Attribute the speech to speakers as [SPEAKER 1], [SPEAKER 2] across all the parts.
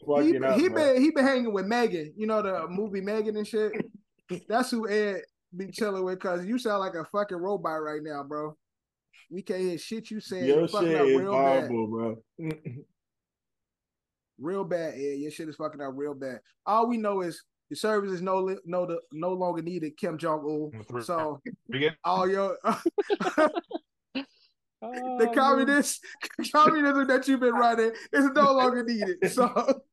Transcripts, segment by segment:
[SPEAKER 1] He,
[SPEAKER 2] fucking up.
[SPEAKER 1] he
[SPEAKER 2] bro.
[SPEAKER 1] been he been hanging with Megan, you know the movie Megan and shit. That's who Ed be chilling with, cause you sound like a fucking robot right now, bro. We can't hear shit you saying.
[SPEAKER 2] Your
[SPEAKER 1] You fucking
[SPEAKER 2] shit
[SPEAKER 1] up
[SPEAKER 2] is
[SPEAKER 1] real bad,
[SPEAKER 2] horrible, bro.
[SPEAKER 1] real bad. Ed, your shit is fucking up real bad. All we know is your service is no li- no the, no longer needed, Kim Jong Un. So
[SPEAKER 3] Begin-
[SPEAKER 1] all your the communist communism that you've been running is no longer needed. So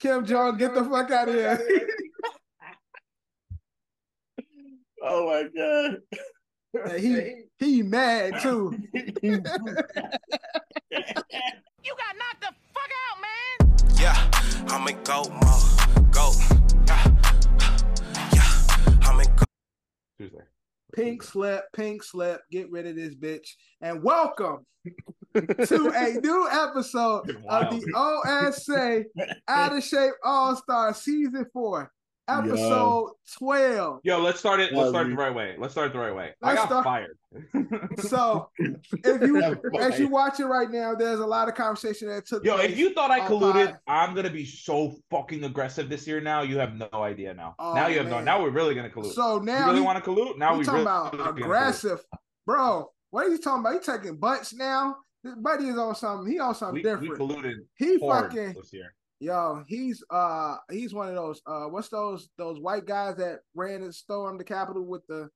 [SPEAKER 1] Kim Jong, get the fuck out of here.
[SPEAKER 2] Oh my god.
[SPEAKER 1] And he he mad too.
[SPEAKER 4] You got knocked the fuck out, man.
[SPEAKER 5] Yeah, I'm a goat, mo, goat. Yeah, yeah, I'm a goat.
[SPEAKER 3] Tuesday.
[SPEAKER 1] Pink slip, pink slip, get rid of this bitch. And welcome to a new episode of the OSA Out of Shape All Star Season 4, Episode 12.
[SPEAKER 3] Yo, let's start it. Let's
[SPEAKER 2] Love
[SPEAKER 3] start it
[SPEAKER 2] you.
[SPEAKER 3] the right way. Let's start it the right way. I
[SPEAKER 1] Let's
[SPEAKER 3] got
[SPEAKER 1] start-
[SPEAKER 3] fired.
[SPEAKER 1] So if you as you
[SPEAKER 2] Right.
[SPEAKER 1] watch it right now, there's a lot of conversation that took
[SPEAKER 3] Yo,
[SPEAKER 1] place.
[SPEAKER 3] if you thought I
[SPEAKER 1] I'm
[SPEAKER 3] colluded,
[SPEAKER 1] fired.
[SPEAKER 3] I'm gonna be so fucking aggressive this year. Now you have no idea. Now,
[SPEAKER 1] Oh,
[SPEAKER 3] now you have
[SPEAKER 1] man.
[SPEAKER 3] no. Now we're really gonna collude.
[SPEAKER 1] so
[SPEAKER 3] you
[SPEAKER 1] now
[SPEAKER 3] really
[SPEAKER 1] he-
[SPEAKER 3] want to collude? Now
[SPEAKER 1] you
[SPEAKER 3] we
[SPEAKER 1] talking
[SPEAKER 3] really gonna
[SPEAKER 1] about
[SPEAKER 3] collude.
[SPEAKER 1] aggressive, bro. What are you talking about? You taking butts now? This buddy is on something. He on something
[SPEAKER 3] We, we
[SPEAKER 1] different.
[SPEAKER 3] colluded
[SPEAKER 1] he
[SPEAKER 3] hard
[SPEAKER 1] fucking
[SPEAKER 3] this year.
[SPEAKER 1] yo. He's uh he's one of those uh what's those those white guys that ran and stormed the Capitol with the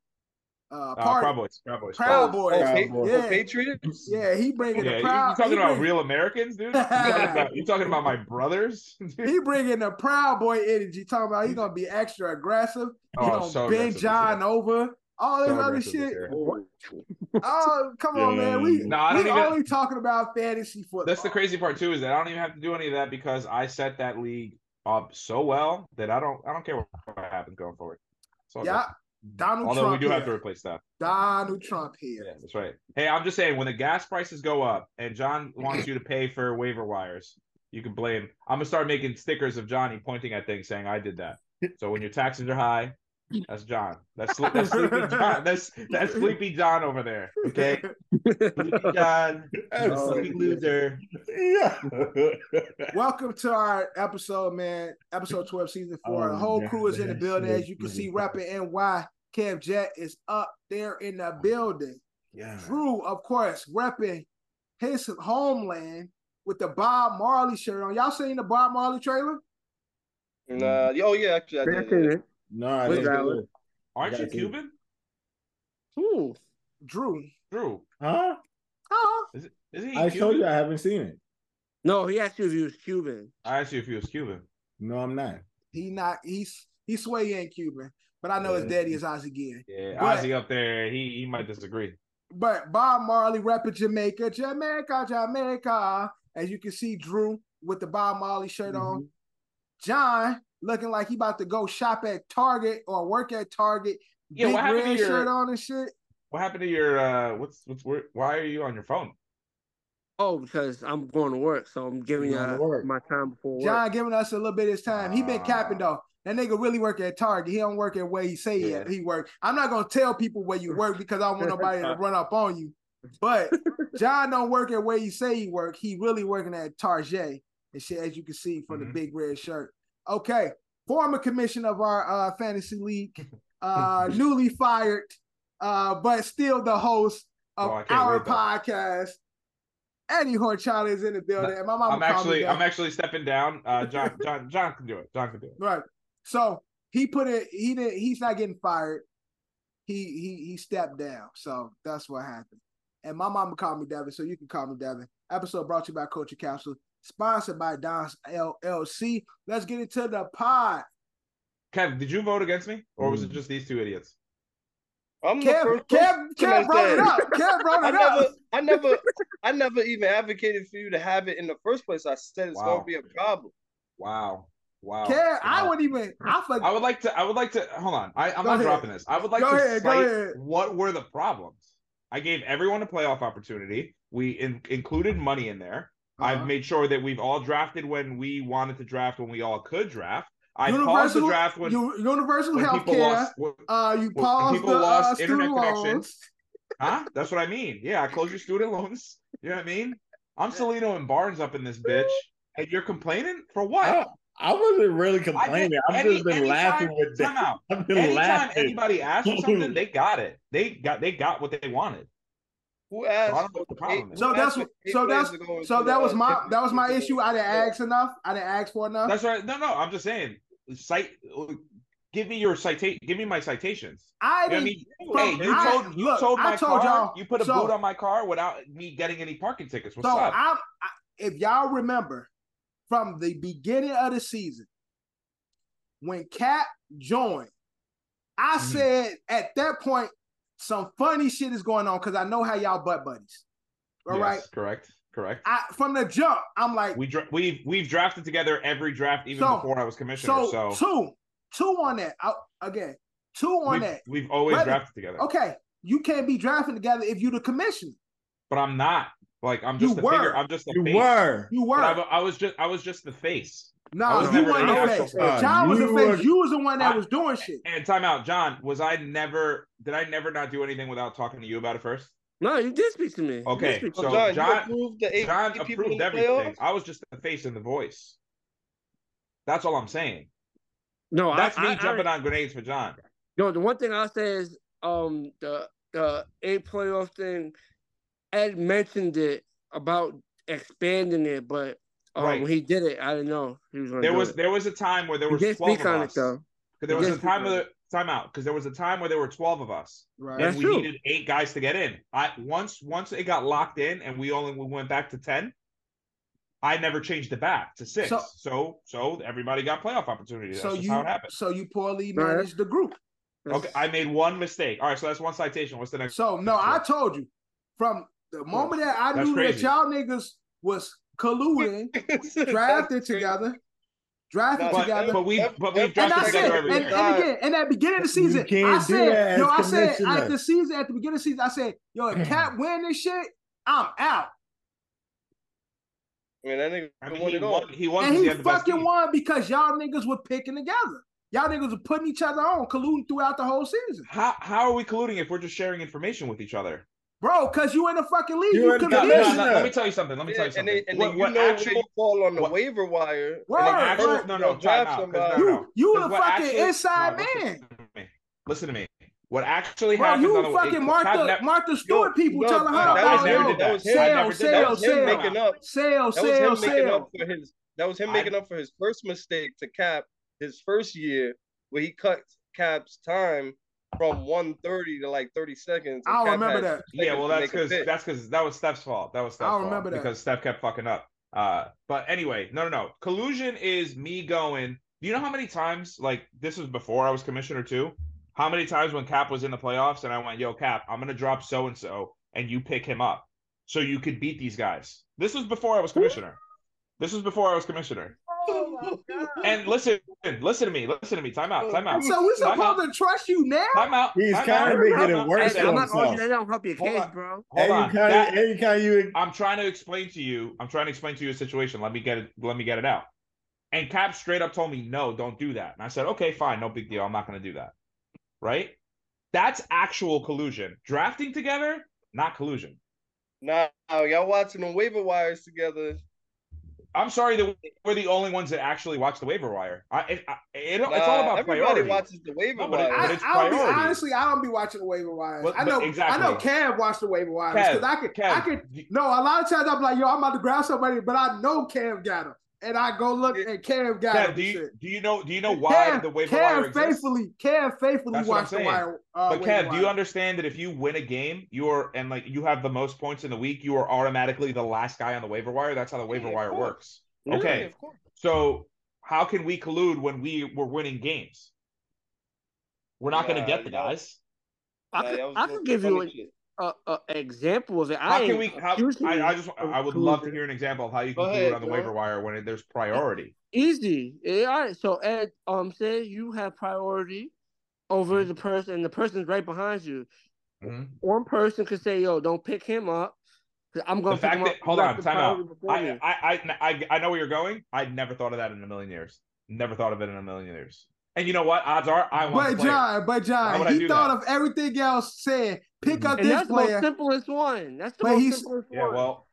[SPEAKER 1] uh
[SPEAKER 3] Uh,
[SPEAKER 1] party.
[SPEAKER 3] Proud Boys. Proud Boys. Oh,
[SPEAKER 1] Proud
[SPEAKER 3] Boys.
[SPEAKER 1] Boys.
[SPEAKER 2] Proud
[SPEAKER 6] Pa-
[SPEAKER 2] Boys.
[SPEAKER 1] Yeah.
[SPEAKER 6] Patriots?
[SPEAKER 1] Yeah, he bringing
[SPEAKER 3] Yeah,
[SPEAKER 1] the
[SPEAKER 3] you,
[SPEAKER 1] proud.
[SPEAKER 3] you talking
[SPEAKER 1] he
[SPEAKER 3] about
[SPEAKER 1] bring-
[SPEAKER 3] real Americans, dude? You talking about, you talking about my brothers?
[SPEAKER 1] He bringing the proud boy energy. Talking about he gonna be extra aggressive. He
[SPEAKER 3] Oh,
[SPEAKER 1] gonna
[SPEAKER 3] so
[SPEAKER 1] bend
[SPEAKER 3] aggressive this
[SPEAKER 1] John
[SPEAKER 3] year.
[SPEAKER 1] over. All this
[SPEAKER 3] So
[SPEAKER 1] other
[SPEAKER 3] aggressive this
[SPEAKER 1] shit.
[SPEAKER 3] year.
[SPEAKER 1] Oh, come on,
[SPEAKER 2] Yeah.
[SPEAKER 1] man. We
[SPEAKER 3] No, I
[SPEAKER 1] we
[SPEAKER 3] don't even.
[SPEAKER 1] only talking about fantasy football.
[SPEAKER 3] That's the crazy part too is that I don't even have to do any of that because I set that league up so well that I don't I don't care what happens going forward. It's all
[SPEAKER 1] Yeah,
[SPEAKER 3] good.
[SPEAKER 1] Donald
[SPEAKER 3] Although
[SPEAKER 1] Trump.
[SPEAKER 3] we do
[SPEAKER 1] here.
[SPEAKER 3] have to replace that.
[SPEAKER 1] Donald Trump here.
[SPEAKER 3] Yeah, that's right. Hey, I'm just saying when the gas prices go up and John wants you to pay for waiver wires, you can blame. I'm gonna start making stickers of Johnny pointing at things saying I did that. So when your taxes are high, that's John. That's sle- that's sleepy John. That's that's sleepy John over there. Okay, sleepy John, sleepy loser.
[SPEAKER 2] yeah.
[SPEAKER 1] Welcome to our episode, man. Episode 12, season four.
[SPEAKER 2] Oh,
[SPEAKER 1] the whole
[SPEAKER 2] God,
[SPEAKER 1] crew is in the
[SPEAKER 2] that
[SPEAKER 1] building.
[SPEAKER 2] shit
[SPEAKER 1] As you can
[SPEAKER 2] is
[SPEAKER 1] see,
[SPEAKER 2] fucking-
[SPEAKER 1] rapper NY, Kev Jet is up there in the building.
[SPEAKER 2] yeah.
[SPEAKER 1] Drew, of course, repping his homeland with the Bob Marley shirt on. Y'all seen the Bob Marley trailer?
[SPEAKER 6] Nah, oh yeah, actually, I did.
[SPEAKER 2] No, I
[SPEAKER 6] What's
[SPEAKER 2] didn't
[SPEAKER 6] that
[SPEAKER 2] do
[SPEAKER 6] one?
[SPEAKER 2] it.
[SPEAKER 3] Aren't you
[SPEAKER 2] Gotta do it.
[SPEAKER 3] Cuban?
[SPEAKER 6] Ooh.
[SPEAKER 1] Drew.
[SPEAKER 3] Drew,
[SPEAKER 2] Huh?
[SPEAKER 1] Oh,
[SPEAKER 3] is it? Is he
[SPEAKER 2] I
[SPEAKER 3] Cuban?
[SPEAKER 2] told you I haven't seen it.
[SPEAKER 6] No, he asked you if he was Cuban.
[SPEAKER 3] I asked you if he was Cuban.
[SPEAKER 2] No, I'm not.
[SPEAKER 1] he not he's he sway in Cuban, but I know his
[SPEAKER 2] Yeah.
[SPEAKER 1] daddy is Ozzy Guillen.
[SPEAKER 3] Yeah,
[SPEAKER 1] But-
[SPEAKER 3] Ozzy up there, he he might disagree.
[SPEAKER 1] But Bob Marley repping Jamaica, Jamaica, Jamaica. As you can see, Drew with the Bob Marley shirt on. John looking like he about to go shop at Target or work at Target.
[SPEAKER 3] Yeah,
[SPEAKER 1] big
[SPEAKER 3] what happened to
[SPEAKER 1] red
[SPEAKER 3] your-
[SPEAKER 1] shirt on and shit.
[SPEAKER 3] What happened to your uh? What's what's where, why are you on your phone?
[SPEAKER 6] Oh, because I'm going to work, so I'm giving
[SPEAKER 2] You're going to
[SPEAKER 6] uh,
[SPEAKER 2] work.
[SPEAKER 6] my time before work.
[SPEAKER 1] John giving us a little bit of his time. He been capping
[SPEAKER 3] Ah.
[SPEAKER 1] though. That nigga really work at Target. He don't work at where he say he at- he work. I'm not gonna tell people where you work because I don't want nobody to run up on you. But John don't work at where he say he work. He really working at Target and shit, as you can see from
[SPEAKER 3] Mhm.
[SPEAKER 1] the big red shirt. Okay, former commissioner of our uh, fantasy league, uh, newly fired, uh, but still the host of
[SPEAKER 3] Oh, I can't
[SPEAKER 1] our
[SPEAKER 3] wait, though.
[SPEAKER 1] podcast. Eddie Horchata is in the building, and my mama called
[SPEAKER 3] I'm
[SPEAKER 1] me
[SPEAKER 3] actually
[SPEAKER 1] back.
[SPEAKER 3] I'm actually stepping down. Uh, John John John can do it. John can do it.
[SPEAKER 1] Right. So he put it. He did. He's not getting fired. He he he stepped down. So that's what happened. And my mama called me Devin, so you can call me Devin. Episode brought to you by Culture Capsule, sponsored by Don's LLC. Let's get into the pod.
[SPEAKER 3] Kev, did you vote against me, or was it
[SPEAKER 2] Mm.
[SPEAKER 3] just these two idiots?
[SPEAKER 7] I'm the
[SPEAKER 1] Kev,
[SPEAKER 7] first person
[SPEAKER 1] Kev, Kev
[SPEAKER 7] that
[SPEAKER 1] brought it
[SPEAKER 7] said-
[SPEAKER 1] up. Kev brought
[SPEAKER 7] I
[SPEAKER 1] it up.
[SPEAKER 7] never, I never, I never even advocated for you to have it in the first place. I said it's
[SPEAKER 3] Wow.
[SPEAKER 7] gonna be a problem.
[SPEAKER 3] Wow, wow.
[SPEAKER 1] Kev, I
[SPEAKER 3] Oh, Wow.
[SPEAKER 1] wouldn't even. I fuck.
[SPEAKER 3] I would like to. I would like to. Hold on. I, I'm
[SPEAKER 1] Go
[SPEAKER 3] not
[SPEAKER 1] ahead.
[SPEAKER 3] dropping this. I would like
[SPEAKER 1] Go
[SPEAKER 3] to
[SPEAKER 1] ahead, go
[SPEAKER 3] cite
[SPEAKER 1] ahead.
[SPEAKER 3] what were the problems. I gave everyone a playoff opportunity. We in, included money in there.
[SPEAKER 1] Uh-huh.
[SPEAKER 3] I've made sure that we've all drafted when we wanted to draft, when we all could draft. I paused the
[SPEAKER 1] Universal-
[SPEAKER 3] draft when,
[SPEAKER 1] U- universal
[SPEAKER 3] when
[SPEAKER 1] health
[SPEAKER 3] people
[SPEAKER 1] care.
[SPEAKER 3] lost. when-
[SPEAKER 1] Uh, you
[SPEAKER 3] when
[SPEAKER 1] paused
[SPEAKER 3] people
[SPEAKER 1] the uh,
[SPEAKER 3] lost internet
[SPEAKER 1] student
[SPEAKER 3] connection.
[SPEAKER 1] loans.
[SPEAKER 3] huh? That's what I mean. Yeah, I closed your student loans. You know what I mean? I'm Salino and Barnes up in this bitch, and you're complaining for what?
[SPEAKER 2] I, I wasn't really
[SPEAKER 3] I get-
[SPEAKER 2] complaining. I've
[SPEAKER 3] any-
[SPEAKER 2] just been
[SPEAKER 3] anytime-
[SPEAKER 2] laughing with
[SPEAKER 3] Time
[SPEAKER 2] that.
[SPEAKER 3] out.
[SPEAKER 2] I've been
[SPEAKER 3] Anytime
[SPEAKER 2] laughing.
[SPEAKER 3] anybody asks for something, they got it. They got they got what they wanted.
[SPEAKER 7] Who
[SPEAKER 3] So
[SPEAKER 7] asked?
[SPEAKER 3] I don't know what the problem is.
[SPEAKER 1] So that's
[SPEAKER 7] what.
[SPEAKER 1] so that's so that was my that was my issue. I didn't ask enough. I didn't ask for enough.
[SPEAKER 3] That's right. No, no. I'm just saying. Cite. Give me your citation. Give me my citations.
[SPEAKER 1] I
[SPEAKER 3] You know what I
[SPEAKER 1] didn't.
[SPEAKER 3] mean, You-
[SPEAKER 1] Bro,
[SPEAKER 3] hey, you
[SPEAKER 1] I-
[SPEAKER 3] told you
[SPEAKER 1] look,
[SPEAKER 3] told
[SPEAKER 1] I
[SPEAKER 3] my
[SPEAKER 1] told
[SPEAKER 3] car.
[SPEAKER 1] y'all.
[SPEAKER 3] You put a
[SPEAKER 1] So-
[SPEAKER 3] boot on my car without me getting any parking tickets. What's
[SPEAKER 1] so
[SPEAKER 3] up?
[SPEAKER 1] I'm. I, if y'all remember from the beginning of the season when Cap joined, I
[SPEAKER 3] Mhm.
[SPEAKER 1] said at that point some funny shit is going on because I know how y'all butt buddies. All
[SPEAKER 3] Yes,
[SPEAKER 1] right.
[SPEAKER 3] Correct. Correct.
[SPEAKER 1] I from the jump, I'm like,
[SPEAKER 3] we dra- we've we've drafted together every draft even
[SPEAKER 1] So-
[SPEAKER 3] before I was commissioner.
[SPEAKER 1] so,
[SPEAKER 3] So,
[SPEAKER 1] two, two on that. I, again, two on
[SPEAKER 3] we've,
[SPEAKER 1] that.
[SPEAKER 3] we've always
[SPEAKER 1] Brother,
[SPEAKER 3] drafted together.
[SPEAKER 1] Okay, you can't be drafting together if you the commissioner.
[SPEAKER 3] But I'm not like I'm
[SPEAKER 1] You
[SPEAKER 3] just a
[SPEAKER 1] were.
[SPEAKER 3] figure. I'm just a
[SPEAKER 2] You
[SPEAKER 3] face.
[SPEAKER 2] were.
[SPEAKER 1] You
[SPEAKER 3] But
[SPEAKER 1] were
[SPEAKER 3] I, I was just I was just the face. I
[SPEAKER 1] no, you
[SPEAKER 3] was never
[SPEAKER 1] weren't
[SPEAKER 3] the
[SPEAKER 1] the
[SPEAKER 3] actual
[SPEAKER 1] face.
[SPEAKER 2] person.
[SPEAKER 1] John was the
[SPEAKER 2] You
[SPEAKER 1] face.
[SPEAKER 2] were-
[SPEAKER 1] You was the one that
[SPEAKER 3] I-
[SPEAKER 1] was doing shit.
[SPEAKER 3] And time out, John. Was I never? Did I never not do anything without talking to you about it first?
[SPEAKER 6] No, you did speak to me. You
[SPEAKER 3] Okay,
[SPEAKER 6] did speak to
[SPEAKER 3] so
[SPEAKER 6] me.
[SPEAKER 7] John,
[SPEAKER 3] John-
[SPEAKER 7] you approved the eight
[SPEAKER 3] John
[SPEAKER 7] people in
[SPEAKER 3] approved
[SPEAKER 7] the
[SPEAKER 3] everything.
[SPEAKER 7] playoffs.
[SPEAKER 3] I was just the face and the voice. That's all I'm saying.
[SPEAKER 6] no,
[SPEAKER 3] That's
[SPEAKER 6] I,
[SPEAKER 3] me
[SPEAKER 6] I- I-
[SPEAKER 3] jumping on grenades for John.
[SPEAKER 6] Yo, the one thing I'll say is um the the eight playoff thing, Ed mentioned it about expanding it, but um
[SPEAKER 3] Right.
[SPEAKER 6] when he did it, I didn't know he was gonna
[SPEAKER 3] There
[SPEAKER 6] do
[SPEAKER 3] was
[SPEAKER 6] it.
[SPEAKER 3] there was a time where there
[SPEAKER 6] He
[SPEAKER 3] was
[SPEAKER 6] did
[SPEAKER 3] twelve
[SPEAKER 6] speak
[SPEAKER 3] of
[SPEAKER 6] on
[SPEAKER 3] us.
[SPEAKER 6] it though.
[SPEAKER 3] 'Cause There
[SPEAKER 6] He
[SPEAKER 3] was
[SPEAKER 6] did
[SPEAKER 3] a
[SPEAKER 6] speak
[SPEAKER 3] time of
[SPEAKER 6] on
[SPEAKER 3] the time out because there was a time where there were twelve of us.
[SPEAKER 1] Right.
[SPEAKER 3] and
[SPEAKER 6] That's
[SPEAKER 3] we
[SPEAKER 6] true.
[SPEAKER 3] needed eight guys to get in. I once once it got locked in and we only we went back to ten. I never changed it back to six.
[SPEAKER 1] So-
[SPEAKER 3] So so, everybody got playoff opportunities. That's
[SPEAKER 1] so
[SPEAKER 3] just
[SPEAKER 1] you
[SPEAKER 3] how it happened.
[SPEAKER 1] so you poorly
[SPEAKER 6] All right.
[SPEAKER 1] managed the group.
[SPEAKER 3] Okay, I made one mistake. All right, so that's one citation. What's the next?
[SPEAKER 1] So no, I told you from the moment that I
[SPEAKER 3] That's
[SPEAKER 1] knew that
[SPEAKER 3] crazy.
[SPEAKER 1] y'all niggas was colluding, drafted together, drafted
[SPEAKER 7] But-
[SPEAKER 1] together.
[SPEAKER 3] but we- but we
[SPEAKER 1] And
[SPEAKER 3] Drafted
[SPEAKER 1] I said,
[SPEAKER 3] together every
[SPEAKER 1] and, and
[SPEAKER 3] year.
[SPEAKER 1] again, and at the beginning of the
[SPEAKER 2] You
[SPEAKER 1] season,
[SPEAKER 2] can't
[SPEAKER 1] I
[SPEAKER 2] do
[SPEAKER 1] said,
[SPEAKER 2] that
[SPEAKER 1] yo, I
[SPEAKER 2] as
[SPEAKER 1] said at
[SPEAKER 2] commissioner. Mm.
[SPEAKER 1] the season, at the beginning of the season, I said, yo, if Cat win this shit, I'm out.
[SPEAKER 7] I mean, that nigga
[SPEAKER 3] I mean,
[SPEAKER 7] won
[SPEAKER 3] he
[SPEAKER 7] it all.
[SPEAKER 3] won. He won.
[SPEAKER 1] And
[SPEAKER 3] because
[SPEAKER 1] he
[SPEAKER 3] he had the best
[SPEAKER 1] fucking
[SPEAKER 3] team.
[SPEAKER 1] won because y'all niggas were picking together. Y'all niggas were putting each other on, colluding throughout the whole season.
[SPEAKER 3] How how are we colluding if we're just sharing information with each other?
[SPEAKER 1] Bro, cause you in the fucking league.
[SPEAKER 2] You
[SPEAKER 1] You
[SPEAKER 2] in the
[SPEAKER 1] could
[SPEAKER 3] No,
[SPEAKER 1] be
[SPEAKER 3] no, no,
[SPEAKER 2] Commissioner.
[SPEAKER 3] let me tell you something. Let me
[SPEAKER 7] Yeah,
[SPEAKER 3] tell you
[SPEAKER 7] and then,
[SPEAKER 3] something.
[SPEAKER 7] and
[SPEAKER 3] what what
[SPEAKER 7] then you know where you
[SPEAKER 3] actual
[SPEAKER 7] fall on the
[SPEAKER 3] what-
[SPEAKER 7] waiver wire.
[SPEAKER 1] Word,
[SPEAKER 3] Like
[SPEAKER 1] Alright,
[SPEAKER 3] actual,
[SPEAKER 1] alright.
[SPEAKER 3] no, no,
[SPEAKER 7] Don't
[SPEAKER 3] time out.
[SPEAKER 7] drive
[SPEAKER 3] 'cause
[SPEAKER 7] somebody.
[SPEAKER 3] no,
[SPEAKER 1] You-
[SPEAKER 3] no.
[SPEAKER 1] you
[SPEAKER 3] 'Cause
[SPEAKER 1] the
[SPEAKER 3] what
[SPEAKER 1] fucking
[SPEAKER 3] actually-
[SPEAKER 1] inside
[SPEAKER 3] listen
[SPEAKER 1] man.
[SPEAKER 3] to me. Listen to me. What actually
[SPEAKER 1] Bro,
[SPEAKER 3] happens on
[SPEAKER 1] you
[SPEAKER 3] the
[SPEAKER 1] fucking
[SPEAKER 3] it-
[SPEAKER 1] Martha
[SPEAKER 3] I've ne-
[SPEAKER 1] Martha Stewart people
[SPEAKER 7] no,
[SPEAKER 1] telling her
[SPEAKER 3] no, I
[SPEAKER 1] about
[SPEAKER 3] never
[SPEAKER 1] yo,
[SPEAKER 3] did that. I
[SPEAKER 1] sale,
[SPEAKER 3] never did that. That
[SPEAKER 1] sale,
[SPEAKER 3] was
[SPEAKER 7] him
[SPEAKER 1] sale,
[SPEAKER 7] making up.
[SPEAKER 1] sale,
[SPEAKER 7] That was him
[SPEAKER 1] sale,
[SPEAKER 7] making up
[SPEAKER 1] sale.
[SPEAKER 7] for his. That was him
[SPEAKER 3] I-
[SPEAKER 7] making up for his first mistake to Cap his first year where he cut Cap's time from 130 to like 30 seconds. and
[SPEAKER 1] I don't
[SPEAKER 7] Cap
[SPEAKER 1] remember
[SPEAKER 7] had
[SPEAKER 1] that.
[SPEAKER 7] two
[SPEAKER 3] Yeah,
[SPEAKER 7] seconds
[SPEAKER 3] well,
[SPEAKER 7] to
[SPEAKER 3] that's
[SPEAKER 7] make a
[SPEAKER 3] because
[SPEAKER 7] pick.
[SPEAKER 3] that's because that was Steph's fault. That was Steph's fault
[SPEAKER 1] remember that.
[SPEAKER 3] because Steph kept fucking up. Uh, but anyway, no, no, no. Collusion is me going. Do you know how many times? Like this was before I was commissioner too. How many times when Cap was in the playoffs and I went, "Yo, Cap, I'm gonna drop so and so, and you pick him up, so you could beat these guys." This was before I was commissioner. This was before I was commissioner. And listen, listen to me. Listen to me. Time out. Time out.
[SPEAKER 1] So we
[SPEAKER 3] Time out.
[SPEAKER 1] supposed to trust you now?
[SPEAKER 3] Time out.
[SPEAKER 2] He's
[SPEAKER 3] time
[SPEAKER 2] kinda
[SPEAKER 3] out,
[SPEAKER 2] making
[SPEAKER 3] time
[SPEAKER 2] it
[SPEAKER 3] out.
[SPEAKER 2] worse
[SPEAKER 6] Hey,
[SPEAKER 3] Listen,
[SPEAKER 2] for
[SPEAKER 6] I'm not
[SPEAKER 2] himself.
[SPEAKER 6] arguing that don't help your
[SPEAKER 3] Hold
[SPEAKER 6] case,
[SPEAKER 3] on.
[SPEAKER 6] bro.
[SPEAKER 3] Hold on.
[SPEAKER 2] Every time,
[SPEAKER 3] That-
[SPEAKER 2] every time you
[SPEAKER 3] I'm trying to explain to you. I'm trying to explain to you a situation. Let me get it. Let me get it out. And Cap straight up told me, no, don't do that. And I said, okay, fine, no big deal. I'm not going to do that. Right? That's actual collusion. Drafting together, not collusion.
[SPEAKER 7] Now y'all watching the waiver wires together.
[SPEAKER 3] I'm sorry that we're the only ones that actually watch the waiver wire. I, it, I, it,
[SPEAKER 7] Nah,
[SPEAKER 3] it's all about
[SPEAKER 7] everybody
[SPEAKER 3] priority.
[SPEAKER 7] watches the waiver
[SPEAKER 3] No, but it-
[SPEAKER 7] wire.
[SPEAKER 3] but
[SPEAKER 1] I,
[SPEAKER 3] it's
[SPEAKER 1] I'll be
[SPEAKER 3] priority.
[SPEAKER 1] honestly, I don't be watching the waiver wires.
[SPEAKER 3] But-
[SPEAKER 1] I
[SPEAKER 3] but
[SPEAKER 1] know,
[SPEAKER 3] exactly.
[SPEAKER 1] I know, Cam watched the waiver wires
[SPEAKER 3] Kev,
[SPEAKER 1] because I could,
[SPEAKER 3] Kev,
[SPEAKER 1] I could.
[SPEAKER 3] you-
[SPEAKER 1] No, a lot of times I'm like, yo, I'm about to grab somebody, but I know Cam got him, and I go look and Cam got him.
[SPEAKER 3] Kev, do
[SPEAKER 1] and
[SPEAKER 3] you
[SPEAKER 1] shit.
[SPEAKER 3] do you know do you know why
[SPEAKER 1] Cam-
[SPEAKER 3] the waiver
[SPEAKER 1] Cam
[SPEAKER 3] wire exists?
[SPEAKER 1] faithfully, Cam faithfully
[SPEAKER 3] That's what I'm
[SPEAKER 1] watched the
[SPEAKER 3] saying.
[SPEAKER 1] wire. Uh,
[SPEAKER 3] But
[SPEAKER 1] waiver
[SPEAKER 3] Kev, do
[SPEAKER 1] wire.
[SPEAKER 3] you understand that if you win a game, you are and like you have the most points in the week, you are automatically the last guy on the waiver wire? That's how the waiver
[SPEAKER 7] of
[SPEAKER 3] wire
[SPEAKER 7] course.
[SPEAKER 3] works.
[SPEAKER 7] Yeah,
[SPEAKER 3] Okay.
[SPEAKER 7] of course.
[SPEAKER 3] So how can we collude when we were winning games? We're not going to
[SPEAKER 7] Nah,
[SPEAKER 3] get the
[SPEAKER 7] you don't.
[SPEAKER 3] guys.
[SPEAKER 6] I
[SPEAKER 7] Nah,
[SPEAKER 6] could,
[SPEAKER 7] y'all was
[SPEAKER 6] I
[SPEAKER 7] doing
[SPEAKER 6] could give
[SPEAKER 7] funny
[SPEAKER 6] you an
[SPEAKER 7] shit.
[SPEAKER 6] a, a example of it. I
[SPEAKER 3] How can
[SPEAKER 6] ain't
[SPEAKER 3] we? How,
[SPEAKER 6] accusing
[SPEAKER 3] I,
[SPEAKER 6] you
[SPEAKER 3] I just
[SPEAKER 6] of
[SPEAKER 3] I would love to
[SPEAKER 6] collusion.
[SPEAKER 3] hear an example of how you
[SPEAKER 7] Go
[SPEAKER 3] can collude
[SPEAKER 7] ahead,
[SPEAKER 3] on the
[SPEAKER 7] John.
[SPEAKER 3] waiver wire when it, there's priority.
[SPEAKER 6] Easy. Yeah, all right. So Ed, um, say you have priority over
[SPEAKER 3] Mm-hmm.
[SPEAKER 6] the person, and the person's right behind you.
[SPEAKER 3] Mhm.
[SPEAKER 6] One person could say, "Yo, don't pick him up." 'cause I'm gonna
[SPEAKER 3] The
[SPEAKER 6] pick
[SPEAKER 3] fact
[SPEAKER 6] him
[SPEAKER 3] that-
[SPEAKER 6] up.
[SPEAKER 3] hold
[SPEAKER 6] You
[SPEAKER 3] on,
[SPEAKER 6] got the
[SPEAKER 3] time
[SPEAKER 6] priority before
[SPEAKER 3] I,
[SPEAKER 6] me."
[SPEAKER 3] I I I I know where you're going. I never thought of that in a million years. Never thought of it in a million years. And you know what? Odds are I want. the
[SPEAKER 1] But
[SPEAKER 3] player.
[SPEAKER 1] John, but
[SPEAKER 3] Why
[SPEAKER 1] John,
[SPEAKER 3] would I
[SPEAKER 1] he
[SPEAKER 3] do
[SPEAKER 1] thought
[SPEAKER 3] that?
[SPEAKER 1] of everything else. Said, pick
[SPEAKER 3] Mhm.
[SPEAKER 1] up
[SPEAKER 6] And
[SPEAKER 1] this
[SPEAKER 6] that's the most
[SPEAKER 1] player.
[SPEAKER 6] simplest one. That's the
[SPEAKER 1] But
[SPEAKER 6] most
[SPEAKER 1] he's-
[SPEAKER 6] simplest
[SPEAKER 3] Yeah,
[SPEAKER 6] one.
[SPEAKER 3] well,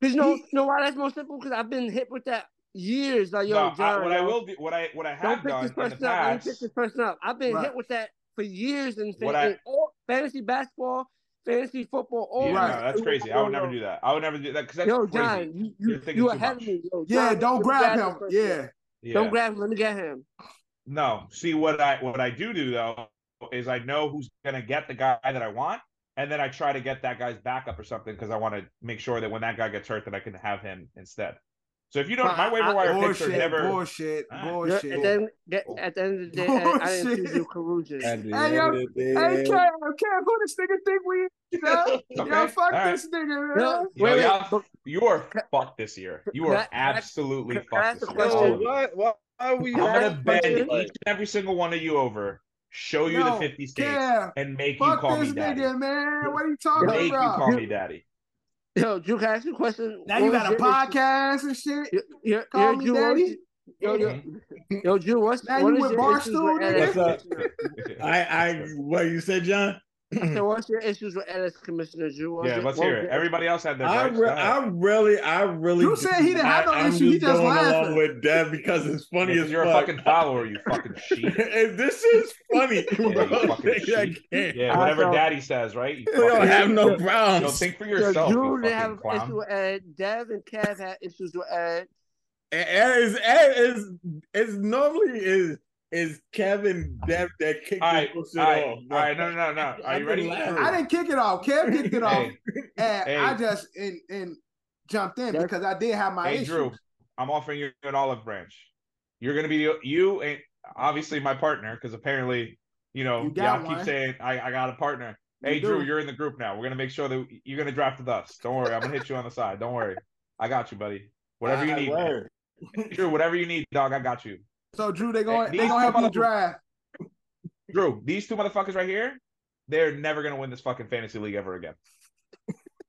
[SPEAKER 6] Because you know,
[SPEAKER 1] He-
[SPEAKER 6] you know why that's more simple? Because I've been hit with that years. Like, yo,
[SPEAKER 3] no, I-
[SPEAKER 6] John,
[SPEAKER 3] what I
[SPEAKER 6] yo,
[SPEAKER 3] will do, what I what I
[SPEAKER 6] don't
[SPEAKER 3] have
[SPEAKER 6] pick
[SPEAKER 3] done
[SPEAKER 6] this
[SPEAKER 3] in the
[SPEAKER 6] person up. Don't pick
[SPEAKER 3] past,
[SPEAKER 6] this person up. I've been
[SPEAKER 1] Right.
[SPEAKER 6] hit with that for years in, fan-
[SPEAKER 3] What I-
[SPEAKER 6] in all, fantasy basketball, fantasy football. All
[SPEAKER 3] yeah,
[SPEAKER 1] Right.
[SPEAKER 3] no, that's crazy. I would never do that. I would never do that because that's
[SPEAKER 6] Yo,
[SPEAKER 3] crazy.
[SPEAKER 6] John, you
[SPEAKER 3] You're
[SPEAKER 6] you,
[SPEAKER 3] thinking
[SPEAKER 6] you
[SPEAKER 3] too
[SPEAKER 6] ahead of
[SPEAKER 3] much.
[SPEAKER 6] me. Yo,
[SPEAKER 1] Yeah,
[SPEAKER 6] John,
[SPEAKER 1] don't
[SPEAKER 6] you
[SPEAKER 1] grab
[SPEAKER 6] this
[SPEAKER 1] him.
[SPEAKER 6] person.
[SPEAKER 1] Yeah.
[SPEAKER 3] Yeah.
[SPEAKER 6] don't grab him. Let me get him.
[SPEAKER 3] No. See what I what I do do though is I know who's gonna get the guy that I want, and then I try to get that guy's backup or something because I want to make sure that when that guy gets hurt, that I can have him instead. So if you don't,
[SPEAKER 6] But
[SPEAKER 3] my
[SPEAKER 6] I-
[SPEAKER 3] waiver
[SPEAKER 6] I-
[SPEAKER 3] wire picks are
[SPEAKER 1] Bullshit,
[SPEAKER 3] never.
[SPEAKER 1] bullshit,
[SPEAKER 3] Ah.
[SPEAKER 6] Yeah,
[SPEAKER 1] bullshit.
[SPEAKER 6] and then that-
[SPEAKER 3] Oh.
[SPEAKER 6] at the end of the
[SPEAKER 1] Oh,
[SPEAKER 6] day, I, I didn't see
[SPEAKER 1] Bullshit.
[SPEAKER 6] you collusion.
[SPEAKER 2] At the
[SPEAKER 1] Hey,
[SPEAKER 2] end
[SPEAKER 1] yo,
[SPEAKER 2] of the day,
[SPEAKER 1] Hey, Kev, Kev, who this nigga think we? Yeah,
[SPEAKER 3] It's okay.
[SPEAKER 1] yeah
[SPEAKER 3] All
[SPEAKER 1] fuck
[SPEAKER 3] right.
[SPEAKER 1] this nigga.
[SPEAKER 6] No,
[SPEAKER 1] Man.
[SPEAKER 3] Yo,
[SPEAKER 6] wait, wait.
[SPEAKER 3] y'all-
[SPEAKER 6] but-
[SPEAKER 3] You are fucked this year. You are
[SPEAKER 6] That- that-
[SPEAKER 3] absolutely
[SPEAKER 6] can I
[SPEAKER 3] fucked
[SPEAKER 6] ask
[SPEAKER 3] this
[SPEAKER 6] a
[SPEAKER 3] year.
[SPEAKER 6] question?
[SPEAKER 3] all
[SPEAKER 7] Yo,
[SPEAKER 3] of you.
[SPEAKER 7] why, why are we?
[SPEAKER 3] I'm gonna
[SPEAKER 6] Like-
[SPEAKER 3] bend each and every single one of you over, show you
[SPEAKER 1] No,
[SPEAKER 3] the 50 states,
[SPEAKER 1] Kev,
[SPEAKER 3] and make you
[SPEAKER 1] fuck
[SPEAKER 3] call
[SPEAKER 1] this
[SPEAKER 3] me daddy.
[SPEAKER 1] nigga, man. What are you
[SPEAKER 3] Make
[SPEAKER 1] talking
[SPEAKER 3] you
[SPEAKER 1] about?
[SPEAKER 3] call me daddy.
[SPEAKER 6] Yo, Drew, can I ask you a question?
[SPEAKER 1] now
[SPEAKER 6] What
[SPEAKER 1] you
[SPEAKER 6] was
[SPEAKER 1] got
[SPEAKER 6] your
[SPEAKER 1] a
[SPEAKER 6] issue-
[SPEAKER 1] podcast and shit.
[SPEAKER 6] Yo, yo,
[SPEAKER 1] Call
[SPEAKER 6] yo,
[SPEAKER 1] me
[SPEAKER 6] Drew, what was-
[SPEAKER 1] daddy.
[SPEAKER 6] Yo, yo,
[SPEAKER 3] Mm-hmm.
[SPEAKER 6] yo, Drew, what's
[SPEAKER 1] Now
[SPEAKER 6] what
[SPEAKER 1] you
[SPEAKER 6] is
[SPEAKER 1] with
[SPEAKER 6] your issues
[SPEAKER 1] Barstool,
[SPEAKER 6] with
[SPEAKER 1] nigga?
[SPEAKER 6] NS
[SPEAKER 2] What's
[SPEAKER 6] commissioner?
[SPEAKER 2] I, I, what you said, John?
[SPEAKER 6] So what's your issues with NS commissioner, Drew? What's
[SPEAKER 3] yeah,
[SPEAKER 6] your-
[SPEAKER 3] let's
[SPEAKER 6] what
[SPEAKER 3] hear
[SPEAKER 6] was
[SPEAKER 3] it.
[SPEAKER 6] your-
[SPEAKER 3] Everybody else had their
[SPEAKER 2] I,
[SPEAKER 3] rights.
[SPEAKER 2] re-
[SPEAKER 3] Go ahead.
[SPEAKER 2] I really, I really.
[SPEAKER 1] You said he didn't have no
[SPEAKER 2] I- I'm
[SPEAKER 1] issue, he just
[SPEAKER 2] going
[SPEAKER 1] laughing.
[SPEAKER 2] along with that because it's funny
[SPEAKER 3] Because
[SPEAKER 2] as
[SPEAKER 3] you're
[SPEAKER 2] fuck.
[SPEAKER 3] a fucking follower, you fucking sheep.
[SPEAKER 2] If this is funny,
[SPEAKER 3] you
[SPEAKER 2] bro,
[SPEAKER 3] fucking
[SPEAKER 2] I
[SPEAKER 3] sheep.
[SPEAKER 2] can't.
[SPEAKER 3] Yeah,
[SPEAKER 6] I
[SPEAKER 3] whatever
[SPEAKER 6] don't-
[SPEAKER 3] daddy says, right? You
[SPEAKER 2] We
[SPEAKER 3] fucking
[SPEAKER 2] don't have no
[SPEAKER 3] sheep. Yo,
[SPEAKER 2] problems.
[SPEAKER 3] think for
[SPEAKER 6] Yo,
[SPEAKER 3] yourself, you
[SPEAKER 6] Drew didn't have
[SPEAKER 3] fucking
[SPEAKER 6] an issue
[SPEAKER 3] clown.
[SPEAKER 6] with Ed. Dev and Kev had issues with uh, Ed.
[SPEAKER 2] Is is is normally is is Kevin Dev that kicked
[SPEAKER 3] All right,
[SPEAKER 2] this bullshit
[SPEAKER 3] all right,
[SPEAKER 2] off?
[SPEAKER 3] all right, no, no, no, no. Are you ready?
[SPEAKER 1] I didn't kick it off. Kev kicked it off.
[SPEAKER 3] Hey,
[SPEAKER 1] And
[SPEAKER 3] Hey.
[SPEAKER 1] I just and, and jumped in
[SPEAKER 6] That's-
[SPEAKER 1] because I did have my
[SPEAKER 3] hey,
[SPEAKER 1] issues.
[SPEAKER 3] Drew, I'm offering you an olive branch. You're gonna be you and obviously my partner because apparently, you know,
[SPEAKER 1] You got
[SPEAKER 3] y'all keep
[SPEAKER 1] one.
[SPEAKER 3] saying I, I got a partner. Hey,
[SPEAKER 1] You do.
[SPEAKER 3] Drew, you're in the group now. We're gonna make sure that you're gonna draft with us. Don't worry, I'm gonna hit you on the side. Don't worry, I got you, buddy. Whatever
[SPEAKER 1] Ah,
[SPEAKER 3] you need, man. Drew. Whatever you need, dog. I got you.
[SPEAKER 1] So Drew, they going
[SPEAKER 3] Hey,
[SPEAKER 1] they
[SPEAKER 3] these
[SPEAKER 1] gonna help you
[SPEAKER 3] mother-
[SPEAKER 1] drive.
[SPEAKER 3] Drew, these two motherfuckers right here, they're never gonna win this fucking fantasy league ever again.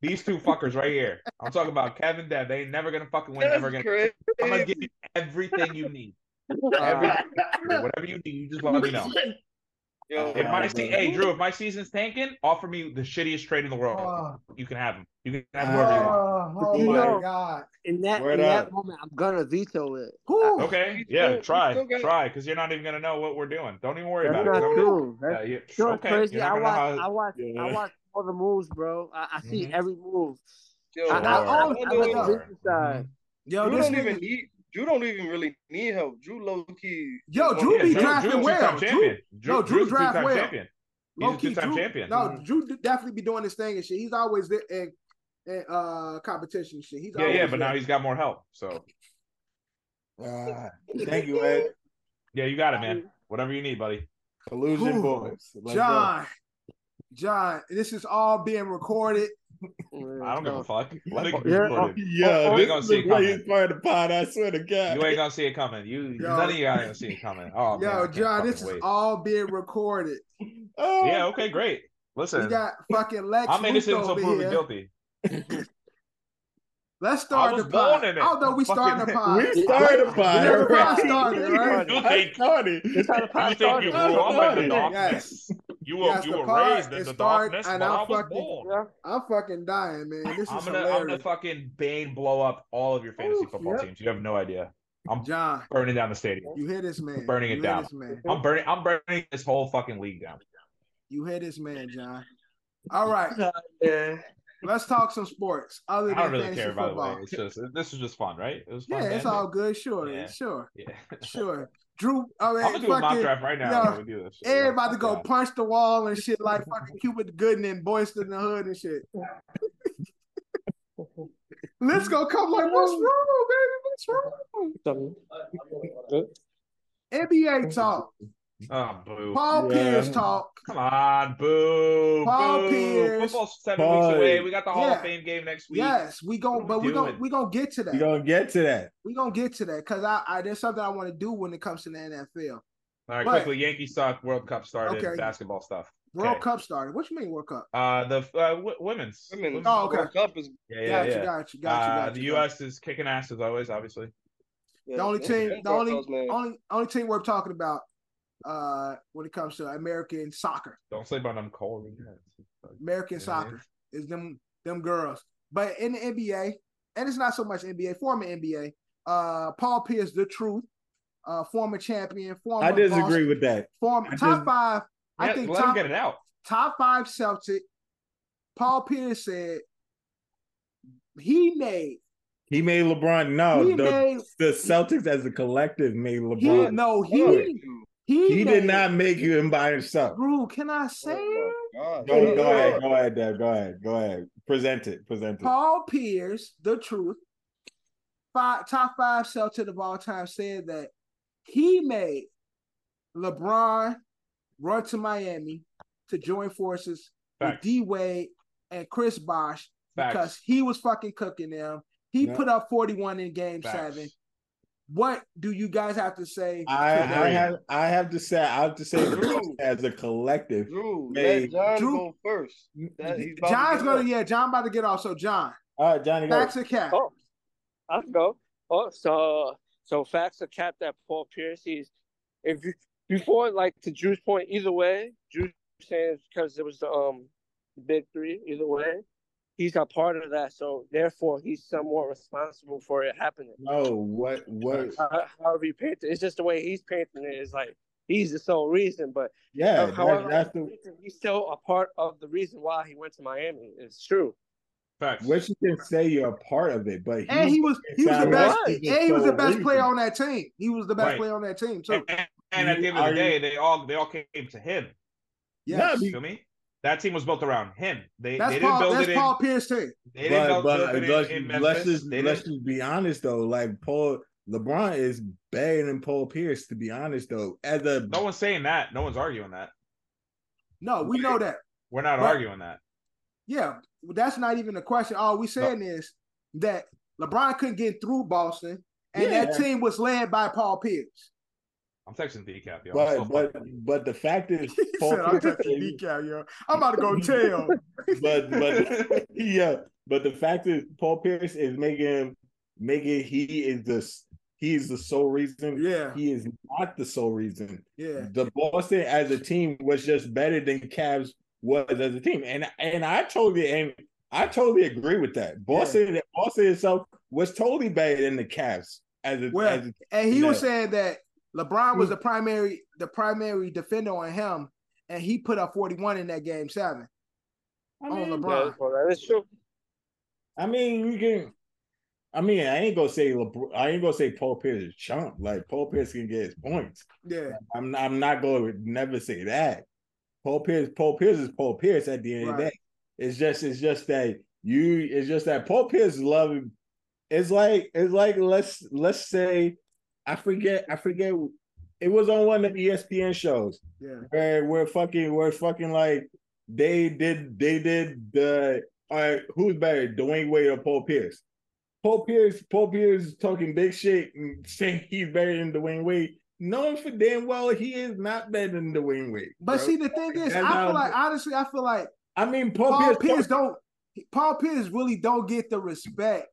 [SPEAKER 3] these two fuckers right here. I'm talking about Kevin Dev. They ain't never gonna fucking win ever again.
[SPEAKER 7] crazy.
[SPEAKER 3] I'm gonna give you everything you need.
[SPEAKER 1] Uh,
[SPEAKER 3] Everything, whatever you need, you just let me know.
[SPEAKER 7] Yo,
[SPEAKER 3] If my se-
[SPEAKER 2] bro.
[SPEAKER 3] hey Drew, if my season's tanking, offer me the shittiest trade in the world.
[SPEAKER 1] oh,
[SPEAKER 3] you can have him. You can have
[SPEAKER 2] Uh,
[SPEAKER 3] whoever you want.
[SPEAKER 1] oh, oh
[SPEAKER 6] You
[SPEAKER 1] my
[SPEAKER 6] know-
[SPEAKER 1] god.
[SPEAKER 6] In that
[SPEAKER 2] Word
[SPEAKER 6] in that
[SPEAKER 2] up.
[SPEAKER 6] moment, I'm gonna veto it.
[SPEAKER 1] Whew.
[SPEAKER 3] Okay,
[SPEAKER 7] we
[SPEAKER 3] yeah,
[SPEAKER 7] still- we
[SPEAKER 3] try,
[SPEAKER 7] still got-
[SPEAKER 3] try, because you're not even gonna know what we're doing. Don't even worry
[SPEAKER 6] That's
[SPEAKER 3] about
[SPEAKER 6] not
[SPEAKER 3] it. Don't even-
[SPEAKER 6] true. That's
[SPEAKER 3] Yeah, yeah,
[SPEAKER 6] you know what's
[SPEAKER 3] okay.
[SPEAKER 6] crazy.
[SPEAKER 3] You're
[SPEAKER 6] I
[SPEAKER 3] not
[SPEAKER 6] watch,
[SPEAKER 3] gonna know
[SPEAKER 6] I
[SPEAKER 3] how,
[SPEAKER 6] watch, I
[SPEAKER 2] Yeah.
[SPEAKER 6] watch all the moves, bro. I, I see
[SPEAKER 3] Mhm.
[SPEAKER 6] every move. I,
[SPEAKER 7] yo,
[SPEAKER 6] I,
[SPEAKER 3] Sure.
[SPEAKER 6] I, was- I was
[SPEAKER 7] Sure.
[SPEAKER 6] business side.
[SPEAKER 1] Yo,
[SPEAKER 7] Drew
[SPEAKER 1] this
[SPEAKER 7] don't
[SPEAKER 1] nigga,
[SPEAKER 7] even need. Drew don't even really need help. Drew low key.
[SPEAKER 1] Yo, Drew
[SPEAKER 3] yeah,
[SPEAKER 1] be
[SPEAKER 3] Drew,
[SPEAKER 1] drafting
[SPEAKER 3] Drew's
[SPEAKER 1] well.
[SPEAKER 3] two-time
[SPEAKER 1] Drew-
[SPEAKER 3] champion. Drew,
[SPEAKER 1] no, Drew
[SPEAKER 3] Drew's a
[SPEAKER 1] draft
[SPEAKER 3] two-time
[SPEAKER 1] well.
[SPEAKER 3] champion. He's
[SPEAKER 1] low
[SPEAKER 3] a
[SPEAKER 1] key,
[SPEAKER 3] two-time
[SPEAKER 1] Drew.
[SPEAKER 3] champion. Mm-hmm.
[SPEAKER 1] No, Drew d- definitely be doing his thing and shit. He's always there in, in uh competition and shit. He's
[SPEAKER 3] yeah,
[SPEAKER 1] always
[SPEAKER 3] yeah, but now
[SPEAKER 1] there.
[SPEAKER 3] he's got more help. So
[SPEAKER 2] Ah, thank you, Ed.
[SPEAKER 3] yeah, you got it, man. Whatever you need, buddy.
[SPEAKER 2] Collusion
[SPEAKER 1] Ooh,
[SPEAKER 2] boys. Let's go.
[SPEAKER 1] John. John, this is all being recorded.
[SPEAKER 3] I don't give a fuck. Let it get
[SPEAKER 6] Yeah.
[SPEAKER 3] recorded.
[SPEAKER 2] Yeah,
[SPEAKER 3] Oh, oh,
[SPEAKER 2] this
[SPEAKER 3] oh,
[SPEAKER 2] is
[SPEAKER 3] oh,
[SPEAKER 2] the
[SPEAKER 3] oh,
[SPEAKER 2] greatest part of the pod. I swear to God.
[SPEAKER 3] You ain't gonna see it coming. You
[SPEAKER 1] Yo.
[SPEAKER 3] none of you guys gonna see it coming. Oh man, I
[SPEAKER 1] Yo,
[SPEAKER 3] can't
[SPEAKER 1] John, this is
[SPEAKER 3] fucking wait.
[SPEAKER 1] all being recorded.
[SPEAKER 2] Oh,
[SPEAKER 3] Yeah, okay, great.
[SPEAKER 1] We
[SPEAKER 3] Listen,
[SPEAKER 1] got fucking Lex
[SPEAKER 3] I'm innocent
[SPEAKER 1] Luthor
[SPEAKER 3] until
[SPEAKER 1] over
[SPEAKER 3] proven
[SPEAKER 1] here.
[SPEAKER 3] guilty.
[SPEAKER 1] Let's
[SPEAKER 3] I
[SPEAKER 1] start
[SPEAKER 3] was
[SPEAKER 1] the pod.
[SPEAKER 3] born in it.
[SPEAKER 1] Although we
[SPEAKER 3] Fucking-
[SPEAKER 1] starting the pod.
[SPEAKER 2] We started a pod.
[SPEAKER 1] This is how I
[SPEAKER 2] already.
[SPEAKER 1] started, right?
[SPEAKER 2] This is how I started.
[SPEAKER 6] This how the
[SPEAKER 3] You
[SPEAKER 6] pot
[SPEAKER 3] think you
[SPEAKER 6] started.
[SPEAKER 3] grew
[SPEAKER 2] started.
[SPEAKER 3] up in the
[SPEAKER 2] Started.
[SPEAKER 3] darkness? You were
[SPEAKER 1] Yes,
[SPEAKER 3] you
[SPEAKER 1] the
[SPEAKER 3] were
[SPEAKER 1] pod
[SPEAKER 3] raised in
[SPEAKER 1] is
[SPEAKER 3] the
[SPEAKER 1] started,
[SPEAKER 3] darkness,
[SPEAKER 1] and
[SPEAKER 3] but
[SPEAKER 1] I'm
[SPEAKER 3] I was
[SPEAKER 1] fucking-
[SPEAKER 3] born.
[SPEAKER 6] Yeah.
[SPEAKER 1] I'm fucking dying, man. This is
[SPEAKER 3] I'm gonna I'm
[SPEAKER 1] hilarious.
[SPEAKER 3] gonna fucking Bane blow up all of your fantasy
[SPEAKER 6] Ooh,
[SPEAKER 3] football
[SPEAKER 6] yep.
[SPEAKER 3] teams. You have no idea. I'm
[SPEAKER 1] John,
[SPEAKER 3] burning down the stadium.
[SPEAKER 1] you hear this man?
[SPEAKER 3] Burning it
[SPEAKER 1] you hear
[SPEAKER 3] down.
[SPEAKER 1] This man.
[SPEAKER 3] I'm burning I'm burning this whole fucking league down.
[SPEAKER 1] You hear this man, John. All right,
[SPEAKER 6] Yeah.
[SPEAKER 1] let's talk some sports other
[SPEAKER 3] I
[SPEAKER 1] than
[SPEAKER 3] don't really
[SPEAKER 1] fantasy
[SPEAKER 3] care by the
[SPEAKER 1] football.
[SPEAKER 3] way. It's just this is just fun, right? It was fun.
[SPEAKER 1] Yeah, it's
[SPEAKER 3] man.
[SPEAKER 1] all good. Sure,
[SPEAKER 3] Yeah.
[SPEAKER 1] sure,
[SPEAKER 3] Yeah.
[SPEAKER 1] sure. Drew, I mean,
[SPEAKER 3] I'm gonna do a mock
[SPEAKER 1] fucking
[SPEAKER 3] draft right now
[SPEAKER 1] yo,
[SPEAKER 3] when we do this.
[SPEAKER 1] everybody go
[SPEAKER 3] Yeah.
[SPEAKER 1] punch the wall and shit like fucking Cupid Gooden and Boyz II in the Hood and shit. Let's go come like, what's wrong, baby? What's wrong? NBA talk,
[SPEAKER 3] Oh boo.
[SPEAKER 1] Paul
[SPEAKER 2] Yeah.
[SPEAKER 1] Pierce talk.
[SPEAKER 3] Come on, boo.
[SPEAKER 1] Paul
[SPEAKER 3] boo.
[SPEAKER 1] Pierce.
[SPEAKER 3] Football's seven
[SPEAKER 2] Paul.
[SPEAKER 3] weeks away. We got the Hall
[SPEAKER 1] Yeah.
[SPEAKER 3] of Fame game next week.
[SPEAKER 1] Yes, we gon'
[SPEAKER 3] we
[SPEAKER 1] but we gon'
[SPEAKER 3] doing?
[SPEAKER 1] we gonna get to
[SPEAKER 2] We're
[SPEAKER 1] that.
[SPEAKER 2] going to get to that.
[SPEAKER 1] We gonna get to that because I, I there's something I want to do when it comes to the NFL.
[SPEAKER 3] All right,
[SPEAKER 1] But-
[SPEAKER 3] quickly. Yankees talk. World Cup started.
[SPEAKER 1] Okay.
[SPEAKER 3] Basketball stuff.
[SPEAKER 1] World
[SPEAKER 3] Okay.
[SPEAKER 1] Cup started. What you mean World Cup?
[SPEAKER 3] Uh, the uh, w- women's.
[SPEAKER 7] Women,
[SPEAKER 1] Oh, okay.
[SPEAKER 7] World Cup is
[SPEAKER 3] Yeah, yeah,
[SPEAKER 1] got you,
[SPEAKER 3] yeah.
[SPEAKER 1] got you, got you,
[SPEAKER 3] uh,
[SPEAKER 1] got you.
[SPEAKER 3] the
[SPEAKER 1] got you.
[SPEAKER 3] U.S. is kicking ass as always, obviously.
[SPEAKER 1] The only team- the only-
[SPEAKER 7] man.
[SPEAKER 1] Only only team worth talking about uh when it comes to American soccer.
[SPEAKER 3] Don't sleep on them cold.
[SPEAKER 1] American
[SPEAKER 3] Yeah.
[SPEAKER 1] soccer is them them girls. But in the NBA, and it's not so much NBA, former NBA. Uh, Paul Pierce, the truth, uh, former champion, former
[SPEAKER 2] I disagree
[SPEAKER 1] Boston-
[SPEAKER 2] with that.
[SPEAKER 1] former
[SPEAKER 2] I
[SPEAKER 1] top
[SPEAKER 2] dis-
[SPEAKER 1] five. I
[SPEAKER 3] Yeah,
[SPEAKER 1] think
[SPEAKER 3] let him
[SPEAKER 1] top
[SPEAKER 3] get it out.
[SPEAKER 1] top five Celtic. Paul Pierce said he made
[SPEAKER 2] He made LeBron. No,
[SPEAKER 1] he
[SPEAKER 2] Oh, the,
[SPEAKER 1] made
[SPEAKER 2] the Celtics as a collective made
[SPEAKER 1] he
[SPEAKER 2] LeBron.
[SPEAKER 1] no
[SPEAKER 7] Fuck
[SPEAKER 1] he
[SPEAKER 7] you.
[SPEAKER 1] he,
[SPEAKER 2] He, did
[SPEAKER 1] made-
[SPEAKER 2] not make him by himself.
[SPEAKER 1] Drew, can I say it?
[SPEAKER 7] Oh my God.
[SPEAKER 2] Go, go ahead, go ahead, Deb. Go ahead, go ahead. Present it, present it.
[SPEAKER 1] Paul Pierce, the truth, five, top five Celtic of all time, said that he made LeBron run to Miami to join forces with
[SPEAKER 3] Facts.
[SPEAKER 1] D Wade and Chris Bosh
[SPEAKER 3] Facts.
[SPEAKER 1] because he was fucking cooking them. He
[SPEAKER 2] Yeah.
[SPEAKER 1] put up 41 in game
[SPEAKER 3] Facts.
[SPEAKER 1] seven. What do you guys have to say?
[SPEAKER 2] I,
[SPEAKER 1] to that?
[SPEAKER 2] I have, I have to say, I have to say, as a collective,
[SPEAKER 7] Drew,
[SPEAKER 2] Hey,
[SPEAKER 7] let John
[SPEAKER 1] Drew-
[SPEAKER 7] go first. That- he's about to
[SPEAKER 1] John's
[SPEAKER 7] get
[SPEAKER 1] gonna,
[SPEAKER 7] up.
[SPEAKER 1] yeah, John about to get off. So, John,
[SPEAKER 2] all right, Johnny, go.
[SPEAKER 1] facts or cap?
[SPEAKER 6] Oh, I can go. Oh, so so facts are capped that Paul Pierce is if you before like to Drew's point, either way, Drew saying it's because it was the um big three, either way, he's a part of that, so therefore he's somewhat responsible for it happening.
[SPEAKER 2] No, what, what?
[SPEAKER 6] How- However you paint it, it's just the way he's painting it is like he's the sole reason, but
[SPEAKER 2] Yeah, that-
[SPEAKER 6] however
[SPEAKER 2] that's the
[SPEAKER 6] he's still a part of the reason why he went to Miami. It's true.
[SPEAKER 3] Facts.
[SPEAKER 2] what you can say. You're a part of it, but
[SPEAKER 1] And he was he was the
[SPEAKER 2] Sound
[SPEAKER 1] best
[SPEAKER 2] like
[SPEAKER 1] and
[SPEAKER 2] he's
[SPEAKER 1] he was the
[SPEAKER 2] so
[SPEAKER 1] best player
[SPEAKER 2] lazy.
[SPEAKER 1] on that team. He was the best
[SPEAKER 3] Right.
[SPEAKER 1] player on that team too.
[SPEAKER 3] and, and at the end of
[SPEAKER 2] Are
[SPEAKER 3] the
[SPEAKER 2] you-
[SPEAKER 3] day, they all they all came to him.
[SPEAKER 1] Yes.
[SPEAKER 2] No,
[SPEAKER 3] You feel me? That team was built around him. They
[SPEAKER 1] that's
[SPEAKER 3] they didn't
[SPEAKER 1] Paul
[SPEAKER 3] build
[SPEAKER 1] that's
[SPEAKER 3] it
[SPEAKER 1] Paul Pierce team.
[SPEAKER 3] in. They
[SPEAKER 2] but
[SPEAKER 3] didn't build,
[SPEAKER 2] but
[SPEAKER 3] build it
[SPEAKER 2] let's,
[SPEAKER 3] in, in
[SPEAKER 2] let's
[SPEAKER 3] Memphis.
[SPEAKER 2] just
[SPEAKER 3] They
[SPEAKER 2] let's
[SPEAKER 3] didn't.
[SPEAKER 2] just be honest though. Like Paul LeBron is better than Paul Pierce, to be honest though. As a
[SPEAKER 3] No one's saying that. No one's arguing that.
[SPEAKER 1] No, we know that.
[SPEAKER 3] We're not
[SPEAKER 1] Right.
[SPEAKER 3] arguing that.
[SPEAKER 1] Yeah, that's not even a question. All we saying is that LeBron couldn't get through Boston, and that
[SPEAKER 2] Yeah.
[SPEAKER 1] team was led by Paul Pierce.
[SPEAKER 3] I'm texting decap, yo. I'm
[SPEAKER 2] but
[SPEAKER 3] still
[SPEAKER 2] but
[SPEAKER 3] fucking-
[SPEAKER 2] but the fact is
[SPEAKER 1] He
[SPEAKER 2] Paul
[SPEAKER 1] said, "I'm
[SPEAKER 2] Pierce
[SPEAKER 1] touching
[SPEAKER 2] is-
[SPEAKER 1] decal, yo. I'm about to go tell."
[SPEAKER 2] but but yeah, but the fact is Paul Pierce is making him making he is the s- he is the sole reason.
[SPEAKER 1] Yeah,
[SPEAKER 2] He is not the sole reason.
[SPEAKER 1] yeah,
[SPEAKER 2] The Boston as a team was just better than Cavs was as a team, and and I totally and I totally agree with that. Boston Boston itself was totally better than the Cavs as a,
[SPEAKER 1] Well,
[SPEAKER 2] as a
[SPEAKER 1] and he was
[SPEAKER 2] Yeah.
[SPEAKER 1] saying that LeBron was the primary the primary defender on him, and he put up 41 in that game seven on LeBron.
[SPEAKER 6] Well, that is true.
[SPEAKER 2] I mean, we can. I mean, I ain't gonna say LeBron, I ain't gonna say Paul Pierce is chump. Like Paul Pierce can get his points.
[SPEAKER 1] Yeah.
[SPEAKER 2] I'm I'm not going to never say that. Paul Pierce, Paul Pierce is Paul Pierce at the end of the
[SPEAKER 1] Right.
[SPEAKER 2] day. It's just it's just that you it's just that Paul Pierce is loving. It's like it's like let's let's say I forget I forget it was on one of the E ESPN shows
[SPEAKER 1] Yeah.
[SPEAKER 2] where we're fucking we're fucking like they did they did the all right who's better Dwayne Wade or Paul Pierce? Paul Pierce Paul Pierce is talking big shit and saying he's better than Dwayne Wade. Knowing for damn well he is not better than Dwayne Wade.
[SPEAKER 1] But
[SPEAKER 2] bro.
[SPEAKER 1] see, the thing is,
[SPEAKER 2] That's
[SPEAKER 1] I
[SPEAKER 2] how-
[SPEAKER 1] feel like honestly, I feel like
[SPEAKER 2] I mean Paul,
[SPEAKER 1] Paul
[SPEAKER 2] Pierce,
[SPEAKER 1] Pierce don't Paul Pierce really don't get the respect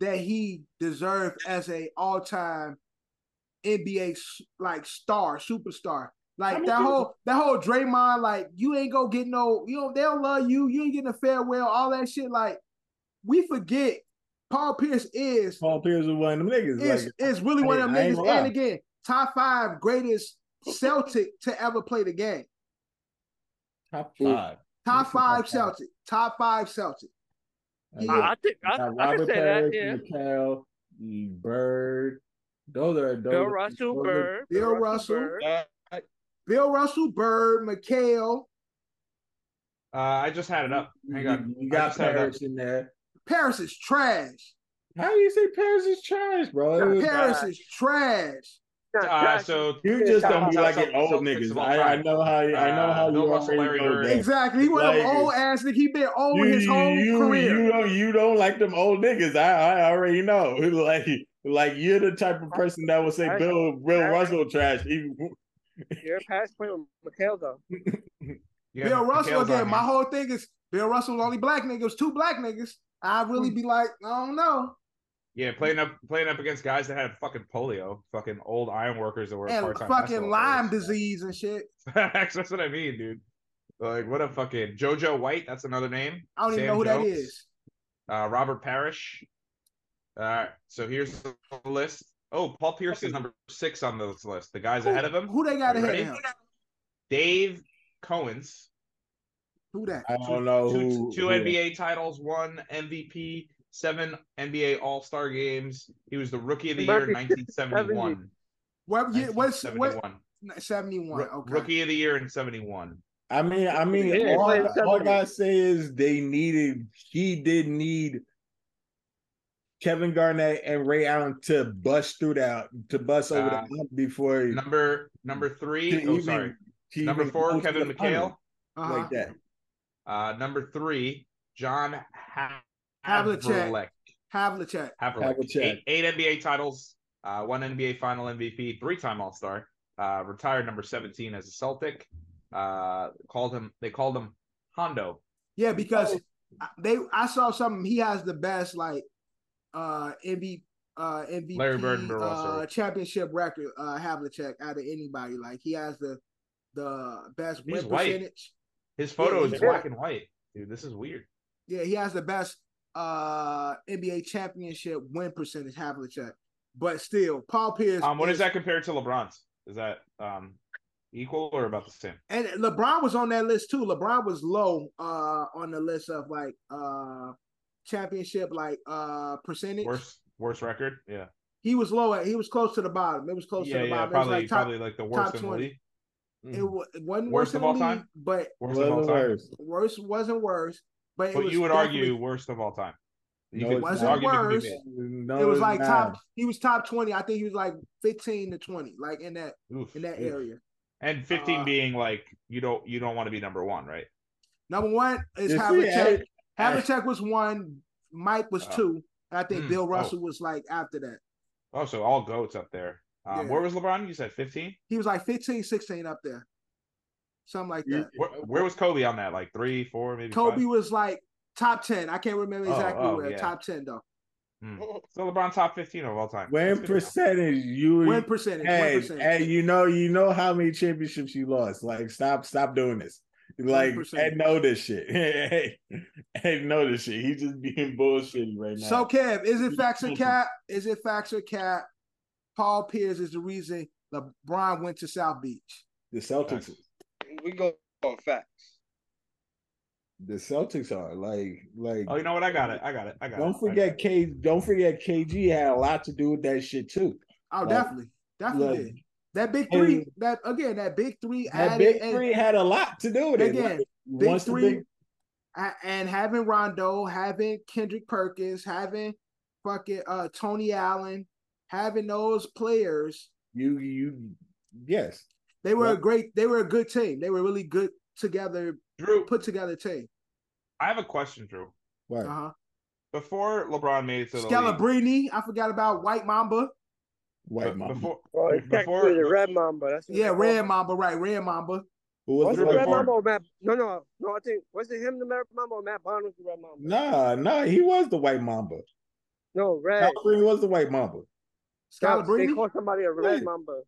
[SPEAKER 1] that he deserved as a all time NBA s- like star superstar. Like
[SPEAKER 2] I mean,
[SPEAKER 1] that
[SPEAKER 2] dude-
[SPEAKER 1] whole that whole Draymond, like you ain't gonna get no, you know, they don't love you, you ain't getting a farewell, all that shit. Like we forget Paul Pierce is
[SPEAKER 2] Paul Pierce is one of them niggas.
[SPEAKER 1] is
[SPEAKER 2] like,
[SPEAKER 1] is really one of them
[SPEAKER 2] I ain't
[SPEAKER 1] niggas.
[SPEAKER 2] gonna lie.
[SPEAKER 1] And again, top five greatest Celtic to ever play the game.
[SPEAKER 2] top five. Listen,
[SPEAKER 1] Top
[SPEAKER 2] top
[SPEAKER 1] five
[SPEAKER 2] five.
[SPEAKER 1] Celtic. Top five Celtic.
[SPEAKER 2] Like,
[SPEAKER 1] Yeah.
[SPEAKER 6] I, I think
[SPEAKER 2] you
[SPEAKER 6] I,
[SPEAKER 2] got
[SPEAKER 6] I
[SPEAKER 2] Robert
[SPEAKER 6] can say that.
[SPEAKER 2] Parrish,
[SPEAKER 6] Yeah.
[SPEAKER 2] you Cal, you Bird. Those are those
[SPEAKER 6] Bill
[SPEAKER 2] are-
[SPEAKER 6] Russell,
[SPEAKER 2] those are-
[SPEAKER 6] Bird,
[SPEAKER 1] Bill Russell.
[SPEAKER 6] Bird.
[SPEAKER 7] Uh,
[SPEAKER 1] Bill Russell, Bird, McHale,
[SPEAKER 3] Uh, I just had it up. Hang on.
[SPEAKER 2] You, you
[SPEAKER 3] I
[SPEAKER 2] got
[SPEAKER 3] just had it up.
[SPEAKER 2] Parrish in there.
[SPEAKER 1] Paris is trash.
[SPEAKER 2] How do you say Paris is trash, bro? It was-
[SPEAKER 1] Paris is trash.
[SPEAKER 3] Uh, so
[SPEAKER 2] you just don't be
[SPEAKER 3] Celtics
[SPEAKER 2] like an
[SPEAKER 3] of all
[SPEAKER 2] old
[SPEAKER 3] time.
[SPEAKER 2] niggas. I, I know how I know
[SPEAKER 3] Uh,
[SPEAKER 2] how
[SPEAKER 3] Bill
[SPEAKER 2] you
[SPEAKER 3] Russell,
[SPEAKER 2] already
[SPEAKER 3] Larry
[SPEAKER 2] go
[SPEAKER 3] Bird.
[SPEAKER 2] there.
[SPEAKER 1] Exactly. He one of them
[SPEAKER 2] Like-
[SPEAKER 1] old ass niggas. He been old
[SPEAKER 2] You,
[SPEAKER 1] his whole
[SPEAKER 2] you,
[SPEAKER 1] career.
[SPEAKER 2] you don't you don't like them old niggas. I, I already know. Like like you're the type of person that would say
[SPEAKER 6] I-
[SPEAKER 2] Bill Bill
[SPEAKER 6] I-
[SPEAKER 2] Russell trash. Even,
[SPEAKER 3] uh,
[SPEAKER 6] Your past point with Mikhail though.
[SPEAKER 3] you got
[SPEAKER 1] Bill Russell
[SPEAKER 3] Mikhail's on
[SPEAKER 1] again. My
[SPEAKER 3] here.
[SPEAKER 1] whole thing is Bill Russell was only black niggas, two black niggas. I really be like, I don't know.
[SPEAKER 3] Yeah, playing up playing up against guys that had fucking polio, fucking old iron workers that were
[SPEAKER 1] And
[SPEAKER 3] part-time
[SPEAKER 1] fucking
[SPEAKER 3] basketball
[SPEAKER 1] Lyme
[SPEAKER 3] players.
[SPEAKER 1] disease and shit.
[SPEAKER 3] Facts, That's what I mean, dude. Like, what a fucking JoJo White. That's another name.
[SPEAKER 1] I don't even
[SPEAKER 3] Sam
[SPEAKER 1] know who that
[SPEAKER 3] Jones.
[SPEAKER 1] is.
[SPEAKER 3] uh, Robert Parrish. All right, so here's the list. Oh, Paul Pierce is number six on this list. The guys ahead of him,
[SPEAKER 1] Who they got
[SPEAKER 3] You
[SPEAKER 1] ahead of him?
[SPEAKER 3] ready? Dave Cohen's,
[SPEAKER 1] Who that?
[SPEAKER 2] I don't know
[SPEAKER 3] two,
[SPEAKER 1] Oh,
[SPEAKER 2] who
[SPEAKER 3] two
[SPEAKER 2] who-
[SPEAKER 3] NBA titles, one MVP, seven NBA All Star games. He was the Rookie of the Year in 1971.
[SPEAKER 1] What year? What's what?
[SPEAKER 3] 1971.
[SPEAKER 1] Seventy one.
[SPEAKER 3] Ro-
[SPEAKER 1] Okay.
[SPEAKER 3] Rookie of the Year in 71.
[SPEAKER 2] I mean, I mean,
[SPEAKER 6] Yeah,
[SPEAKER 2] all,
[SPEAKER 6] it's like-
[SPEAKER 2] all I say is they needed. He did need Kevin Garnett and Ray Allen to bust through that, to bust over
[SPEAKER 3] Uh,
[SPEAKER 2] the hump before.
[SPEAKER 3] Number number
[SPEAKER 2] to
[SPEAKER 3] three.
[SPEAKER 2] even-
[SPEAKER 3] Oh, sorry.
[SPEAKER 2] to
[SPEAKER 3] Number
[SPEAKER 2] even
[SPEAKER 3] four,
[SPEAKER 2] go to
[SPEAKER 3] Kevin
[SPEAKER 2] the final,
[SPEAKER 3] McHale.
[SPEAKER 1] Uh-huh.
[SPEAKER 2] like that.
[SPEAKER 3] Uh, number three, John Ha-
[SPEAKER 1] Havlicek.
[SPEAKER 3] Havlicek.
[SPEAKER 1] Havlicek.
[SPEAKER 3] Havlicek.
[SPEAKER 2] Havlicek.
[SPEAKER 3] Eight, eight NBA titles, uh, one NBA Final MVP, three-time All-Star. Uh, retired number seventeen as a Celtic. Uh, called him. They called him Hondo.
[SPEAKER 1] Yeah, because they I saw something. He has the best like uh MV uh MVP
[SPEAKER 3] Larry Bird and Bill
[SPEAKER 1] uh,
[SPEAKER 3] Russell.
[SPEAKER 1] championship record uh Havlicek out of anybody. Like he has the the best
[SPEAKER 3] He's
[SPEAKER 1] win
[SPEAKER 3] white.
[SPEAKER 1] percentage.
[SPEAKER 3] His photo
[SPEAKER 1] Yeah,
[SPEAKER 3] is
[SPEAKER 1] he's
[SPEAKER 3] black and white, dude. This is weird.
[SPEAKER 1] Yeah, he has the best uh NBA championship win percentage Havlicek. But still, Paul Pierce
[SPEAKER 3] Um, what is
[SPEAKER 1] is-
[SPEAKER 3] that compared to LeBron's? Is that um equal or about the same?
[SPEAKER 1] and LeBron was on that list too. LeBron was low uh on the list of like uh championship like uh percentage.
[SPEAKER 3] Worse, worse record. Yeah,
[SPEAKER 1] He was low at he was close to the bottom. It was close
[SPEAKER 3] yeah,
[SPEAKER 1] to the
[SPEAKER 3] yeah.
[SPEAKER 1] bottom.
[SPEAKER 3] Probably,
[SPEAKER 1] it was like top,
[SPEAKER 3] probably like the
[SPEAKER 1] top
[SPEAKER 3] worst in the
[SPEAKER 1] 20.
[SPEAKER 3] league.
[SPEAKER 1] it wa- it wasn't
[SPEAKER 3] Worst
[SPEAKER 1] worse
[SPEAKER 3] of
[SPEAKER 1] than
[SPEAKER 3] all
[SPEAKER 1] league,
[SPEAKER 3] time?
[SPEAKER 1] but
[SPEAKER 3] Worst
[SPEAKER 2] Well,
[SPEAKER 3] of all
[SPEAKER 2] the
[SPEAKER 3] time.
[SPEAKER 2] worst.
[SPEAKER 1] worse wasn't worse. But, it
[SPEAKER 3] But
[SPEAKER 1] was
[SPEAKER 3] you would
[SPEAKER 1] definitely-
[SPEAKER 3] argue worst of all time. You
[SPEAKER 2] No,
[SPEAKER 3] could-
[SPEAKER 2] it's
[SPEAKER 1] wasn't
[SPEAKER 2] not.
[SPEAKER 3] argument could be
[SPEAKER 1] worse.
[SPEAKER 3] made.
[SPEAKER 2] No,
[SPEAKER 1] it was
[SPEAKER 2] it's
[SPEAKER 1] like
[SPEAKER 2] not.
[SPEAKER 1] top. He was top twenty. I think he was like fifteen to twenty, like in that
[SPEAKER 3] Oof,
[SPEAKER 1] in that
[SPEAKER 3] oof.
[SPEAKER 1] area.
[SPEAKER 3] And fifteen
[SPEAKER 1] Uh,
[SPEAKER 3] being like you don't you don't want to be number one, right?
[SPEAKER 1] Number one is
[SPEAKER 2] You see,
[SPEAKER 1] Havlicek.
[SPEAKER 2] I- I-
[SPEAKER 1] Havlicek was one. Mike was
[SPEAKER 3] Oh.
[SPEAKER 1] two. And I think
[SPEAKER 3] Mm,
[SPEAKER 1] Bill
[SPEAKER 3] oh.
[SPEAKER 1] Russell was like after that.
[SPEAKER 3] Oh, so all goats up there. Um,
[SPEAKER 1] Yeah.
[SPEAKER 3] Where was LeBron? You said fifteen.
[SPEAKER 1] He was like 15, 16 up there, something like that.
[SPEAKER 3] Where, where was Kobe on that? Like three, four, maybe.
[SPEAKER 1] Kobe
[SPEAKER 3] Five?
[SPEAKER 1] was like top ten. I can't remember
[SPEAKER 3] Oh,
[SPEAKER 1] exactly
[SPEAKER 3] oh,
[SPEAKER 1] where.
[SPEAKER 3] yeah.
[SPEAKER 1] Top ten though.
[SPEAKER 3] So LeBron top fifteen of all time. That's
[SPEAKER 2] When
[SPEAKER 3] good to know.
[SPEAKER 2] percentage you
[SPEAKER 1] Win percentage. win
[SPEAKER 2] Hey,
[SPEAKER 1] percentage.
[SPEAKER 2] hey, you know, you know how many championships you lost. Like, stop, stop doing this. Like,
[SPEAKER 1] 100%.
[SPEAKER 2] Ed know this shit. Hey, Ed know this shit. He's just being bullshitting right now.
[SPEAKER 1] So Kev, is it facts or
[SPEAKER 2] Mhm.
[SPEAKER 1] cap? Is it facts or cap? Paul Pierce is the reason LeBron went to South Beach.
[SPEAKER 2] the Celtics,
[SPEAKER 7] We go on facts.
[SPEAKER 2] the Celtics are like, like.
[SPEAKER 3] Oh, you know what? I got it. I got it. I got it.
[SPEAKER 2] don't
[SPEAKER 3] I got
[SPEAKER 2] forget
[SPEAKER 3] it.
[SPEAKER 2] K. Don't forget KG had a lot to do with that shit too.
[SPEAKER 1] Oh,
[SPEAKER 2] Right.
[SPEAKER 1] definitely, definitely.
[SPEAKER 2] Like,
[SPEAKER 1] did. That big three.
[SPEAKER 2] And-
[SPEAKER 1] that again. That big three.
[SPEAKER 2] that
[SPEAKER 1] added,
[SPEAKER 2] big
[SPEAKER 1] and-
[SPEAKER 2] three had a lot to do with it.
[SPEAKER 1] Again,
[SPEAKER 2] Like,
[SPEAKER 1] big
[SPEAKER 2] once the
[SPEAKER 1] three,
[SPEAKER 2] big
[SPEAKER 1] a- and having Rondo, having Kendrick Perkins, having fucking uh, Tony Allen, having those players,
[SPEAKER 2] you you yes.
[SPEAKER 1] they were a
[SPEAKER 2] Right.
[SPEAKER 1] great. They were a good team. They were really good together,
[SPEAKER 3] Drew,
[SPEAKER 1] put together team.
[SPEAKER 3] I have a question, Drew.
[SPEAKER 2] Right.
[SPEAKER 1] Uh huh.
[SPEAKER 3] Before LeBron made it to the league,
[SPEAKER 1] Scalabrini. I forgot about White Mamba.
[SPEAKER 2] White
[SPEAKER 3] be-
[SPEAKER 2] mom.
[SPEAKER 3] before
[SPEAKER 6] Well, it's
[SPEAKER 3] Before-
[SPEAKER 6] technically the Red Mamba. That's what
[SPEAKER 1] Yeah,
[SPEAKER 6] they call
[SPEAKER 1] Red
[SPEAKER 6] him.
[SPEAKER 1] Mamba, right? Red Mamba.
[SPEAKER 2] Who
[SPEAKER 6] Was it
[SPEAKER 2] the
[SPEAKER 6] Red
[SPEAKER 2] fourth?
[SPEAKER 6] Mamba or Matt? No, no, no. I think was it him the Red Mamba or Matt Bond was the Red Mamba?
[SPEAKER 2] Nah, nah, he was the white mamba.
[SPEAKER 6] no, Red.
[SPEAKER 2] Cal Green was the white mamba.
[SPEAKER 6] They
[SPEAKER 1] Scalabrini.
[SPEAKER 6] call somebody a Red
[SPEAKER 2] Yeah.
[SPEAKER 6] Mamba.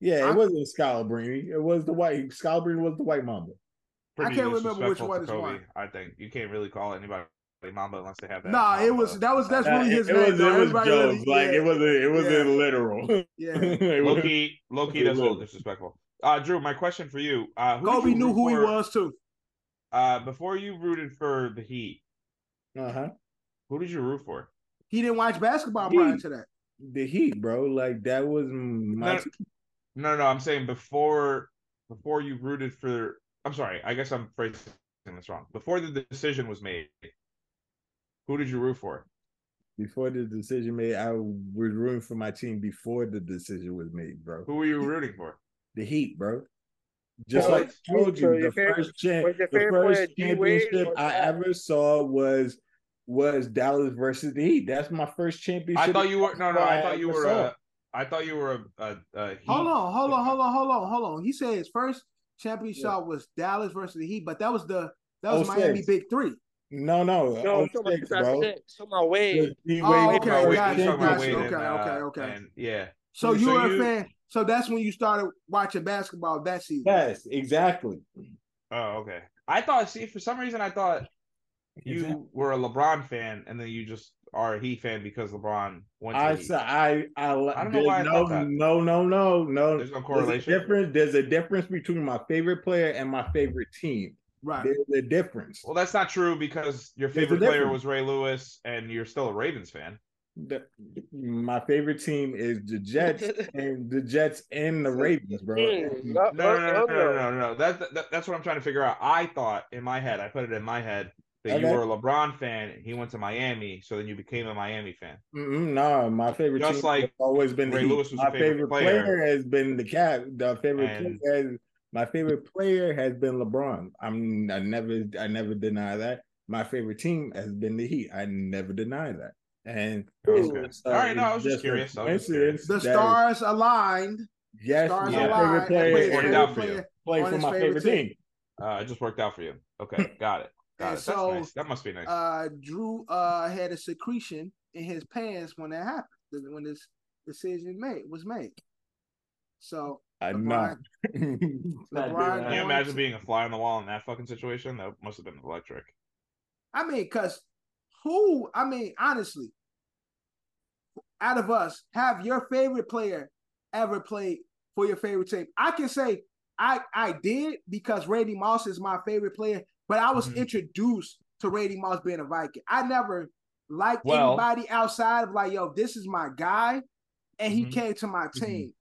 [SPEAKER 2] Yeah,
[SPEAKER 1] I-
[SPEAKER 2] it wasn't Scalabrini. It was the white Scalabrini was the white mamba.
[SPEAKER 1] I
[SPEAKER 3] pretty
[SPEAKER 1] can't remember which
[SPEAKER 3] disrespectful
[SPEAKER 1] one
[SPEAKER 3] to
[SPEAKER 1] is
[SPEAKER 3] Kobe,
[SPEAKER 1] one.
[SPEAKER 3] I think you can't really call anybody Mamba unless they have that.
[SPEAKER 1] Nah, it was
[SPEAKER 3] Mamba
[SPEAKER 1] that was that's
[SPEAKER 3] mentality.
[SPEAKER 2] Nah,
[SPEAKER 1] really his
[SPEAKER 2] it,
[SPEAKER 1] name.
[SPEAKER 2] was,
[SPEAKER 1] though.
[SPEAKER 2] it was
[SPEAKER 1] Everybody
[SPEAKER 2] jokes.
[SPEAKER 1] really-
[SPEAKER 2] Like
[SPEAKER 1] yeah,
[SPEAKER 2] it wasn't it wasn't
[SPEAKER 1] Yeah.
[SPEAKER 2] literal.
[SPEAKER 1] yeah.
[SPEAKER 2] It was-
[SPEAKER 3] Loki, Loki, that's a little disrespectful. Uh, Drew, my question for you: uh, who did
[SPEAKER 1] Kobe
[SPEAKER 3] you
[SPEAKER 1] knew
[SPEAKER 3] root
[SPEAKER 1] who he
[SPEAKER 3] for,
[SPEAKER 1] was too.
[SPEAKER 3] Uh, before you rooted for the Heat,
[SPEAKER 2] uh-huh.
[SPEAKER 3] who did you root for?
[SPEAKER 1] He didn't watch basketball prior
[SPEAKER 2] He-
[SPEAKER 1] to that.
[SPEAKER 2] The Heat, bro. Like that was
[SPEAKER 3] No,
[SPEAKER 2] my
[SPEAKER 3] no, no, no, I'm saying before before you rooted for. I'm sorry, I guess I'm phrasing this wrong. Before the decision was made, who did you root for?
[SPEAKER 2] before the decision made. I was rooting for my team before the decision was made, bro.
[SPEAKER 3] Who were you rooting for?
[SPEAKER 2] The Heat, bro. Just
[SPEAKER 6] So,
[SPEAKER 2] like I told
[SPEAKER 6] so
[SPEAKER 2] you, the
[SPEAKER 6] your favorite-
[SPEAKER 2] first cha-
[SPEAKER 6] was your
[SPEAKER 2] the
[SPEAKER 6] favorite player
[SPEAKER 2] first
[SPEAKER 6] D-Wade
[SPEAKER 2] championship
[SPEAKER 6] or
[SPEAKER 2] I
[SPEAKER 6] Shaq?
[SPEAKER 2] ever saw was was Dallas versus the Heat. That's my first championship.
[SPEAKER 3] I thought you were no, no. I
[SPEAKER 2] I
[SPEAKER 3] thought you
[SPEAKER 2] ever
[SPEAKER 3] were
[SPEAKER 2] saw.
[SPEAKER 3] a. I thought you were a. a, a Heat.
[SPEAKER 1] Hold on, hold on, hold on, hold on, hold on. He said his first championship
[SPEAKER 2] Yeah.
[SPEAKER 1] shot was Dallas versus the Heat, but that was the that was
[SPEAKER 3] Oh,
[SPEAKER 2] 06.
[SPEAKER 1] Miami Big Three.
[SPEAKER 2] no, no,
[SPEAKER 6] No,
[SPEAKER 2] no
[SPEAKER 6] I'm talking
[SPEAKER 2] 06,
[SPEAKER 6] about
[SPEAKER 2] bro.
[SPEAKER 6] 2006. So my way.
[SPEAKER 2] D-Wade
[SPEAKER 1] Oh,
[SPEAKER 3] Wade,
[SPEAKER 1] okay,
[SPEAKER 3] uh, Wade-
[SPEAKER 1] gotcha,
[SPEAKER 3] you're talking about
[SPEAKER 1] gotcha,
[SPEAKER 3] Wade
[SPEAKER 1] okay,
[SPEAKER 3] and, uh,
[SPEAKER 1] okay, okay.
[SPEAKER 3] and- yeah.
[SPEAKER 1] So
[SPEAKER 3] So
[SPEAKER 1] you were
[SPEAKER 3] you-
[SPEAKER 1] a fan. So that's when you started watching basketball that season.
[SPEAKER 2] Yes, exactly.
[SPEAKER 3] Oh, okay. I thought. See, for some reason, I thought you were a LeBron fan and then you just are a Heat fan because LeBron went to
[SPEAKER 2] I
[SPEAKER 3] the Heat.
[SPEAKER 2] said I I,
[SPEAKER 3] I don't know why I
[SPEAKER 2] no,
[SPEAKER 3] thought that.
[SPEAKER 2] no no no no
[SPEAKER 3] There's
[SPEAKER 2] There's
[SPEAKER 3] no
[SPEAKER 2] a
[SPEAKER 3] correlation.
[SPEAKER 2] difference. There's a difference between my favorite player and my favorite team.
[SPEAKER 1] Right.
[SPEAKER 2] There's a difference.
[SPEAKER 3] Well, that's not true because your
[SPEAKER 2] There's a
[SPEAKER 3] favorite player
[SPEAKER 2] difference.
[SPEAKER 3] was Ray Lewis and you're still a Ravens fan.
[SPEAKER 2] The- my favorite team is the Jets and the Jets and the Ravens, bro. Mm,
[SPEAKER 1] Oh,
[SPEAKER 6] No,
[SPEAKER 3] No, no, no, no, no, no, no. no. That, that, that's what I'm trying to figure out. I thought in my head, I put it in my head that you
[SPEAKER 2] Okay.
[SPEAKER 3] were a LeBron fan and he went to Miami, so then you became a Miami fan.
[SPEAKER 2] Mm-mm, no, mm, my favorite
[SPEAKER 3] Just
[SPEAKER 2] team
[SPEAKER 3] like
[SPEAKER 2] has always been the
[SPEAKER 3] Ray
[SPEAKER 2] Heat.
[SPEAKER 3] Lewis was
[SPEAKER 2] my
[SPEAKER 3] your favorite player.
[SPEAKER 2] has been the cat. The favorite
[SPEAKER 3] And-
[SPEAKER 2] player has, my favorite player has been LeBron. I'm I never I never deny that. My favorite team has been the Heat. I never deny that. And
[SPEAKER 3] Okay.
[SPEAKER 2] it's,
[SPEAKER 3] All right, no, I
[SPEAKER 2] it's
[SPEAKER 3] was just
[SPEAKER 2] a
[SPEAKER 3] curious. I was just
[SPEAKER 2] coincidence
[SPEAKER 1] The
[SPEAKER 2] that-
[SPEAKER 1] stars aligned.
[SPEAKER 2] Yes,
[SPEAKER 1] stars
[SPEAKER 2] my favorite
[SPEAKER 3] aligned.
[SPEAKER 2] player
[SPEAKER 3] Wait,
[SPEAKER 2] is-
[SPEAKER 3] Pointed out for you.
[SPEAKER 2] play
[SPEAKER 1] on
[SPEAKER 2] for
[SPEAKER 1] his
[SPEAKER 2] my
[SPEAKER 1] favorite
[SPEAKER 2] favorite team.
[SPEAKER 3] Uh, it just worked out for you. Okay, got it. Got
[SPEAKER 1] And
[SPEAKER 3] it.
[SPEAKER 1] so,
[SPEAKER 3] That's nice. That must be nice.
[SPEAKER 1] Uh, Drew uh had a secretion in his pants when that happened. th- When this decision made was made. So
[SPEAKER 2] I'm not. Not
[SPEAKER 1] LeBron-
[SPEAKER 2] doing
[SPEAKER 1] LeBron
[SPEAKER 3] Can you
[SPEAKER 1] going
[SPEAKER 2] that.
[SPEAKER 3] imagine
[SPEAKER 1] to-
[SPEAKER 3] being a fly on the wall in that fucking situation? That must have been electric.
[SPEAKER 1] I mean, cause who? I mean, honestly, out of us, have your favorite player ever played for your favorite team? I can say I I did because Randy Moss is my favorite player, but I was
[SPEAKER 3] Mhm.
[SPEAKER 1] introduced to Randy Moss being a Viking. I never liked
[SPEAKER 3] Well-
[SPEAKER 1] anybody outside of like, yo, this is my guy, and he
[SPEAKER 3] Mhm.
[SPEAKER 1] came to my team.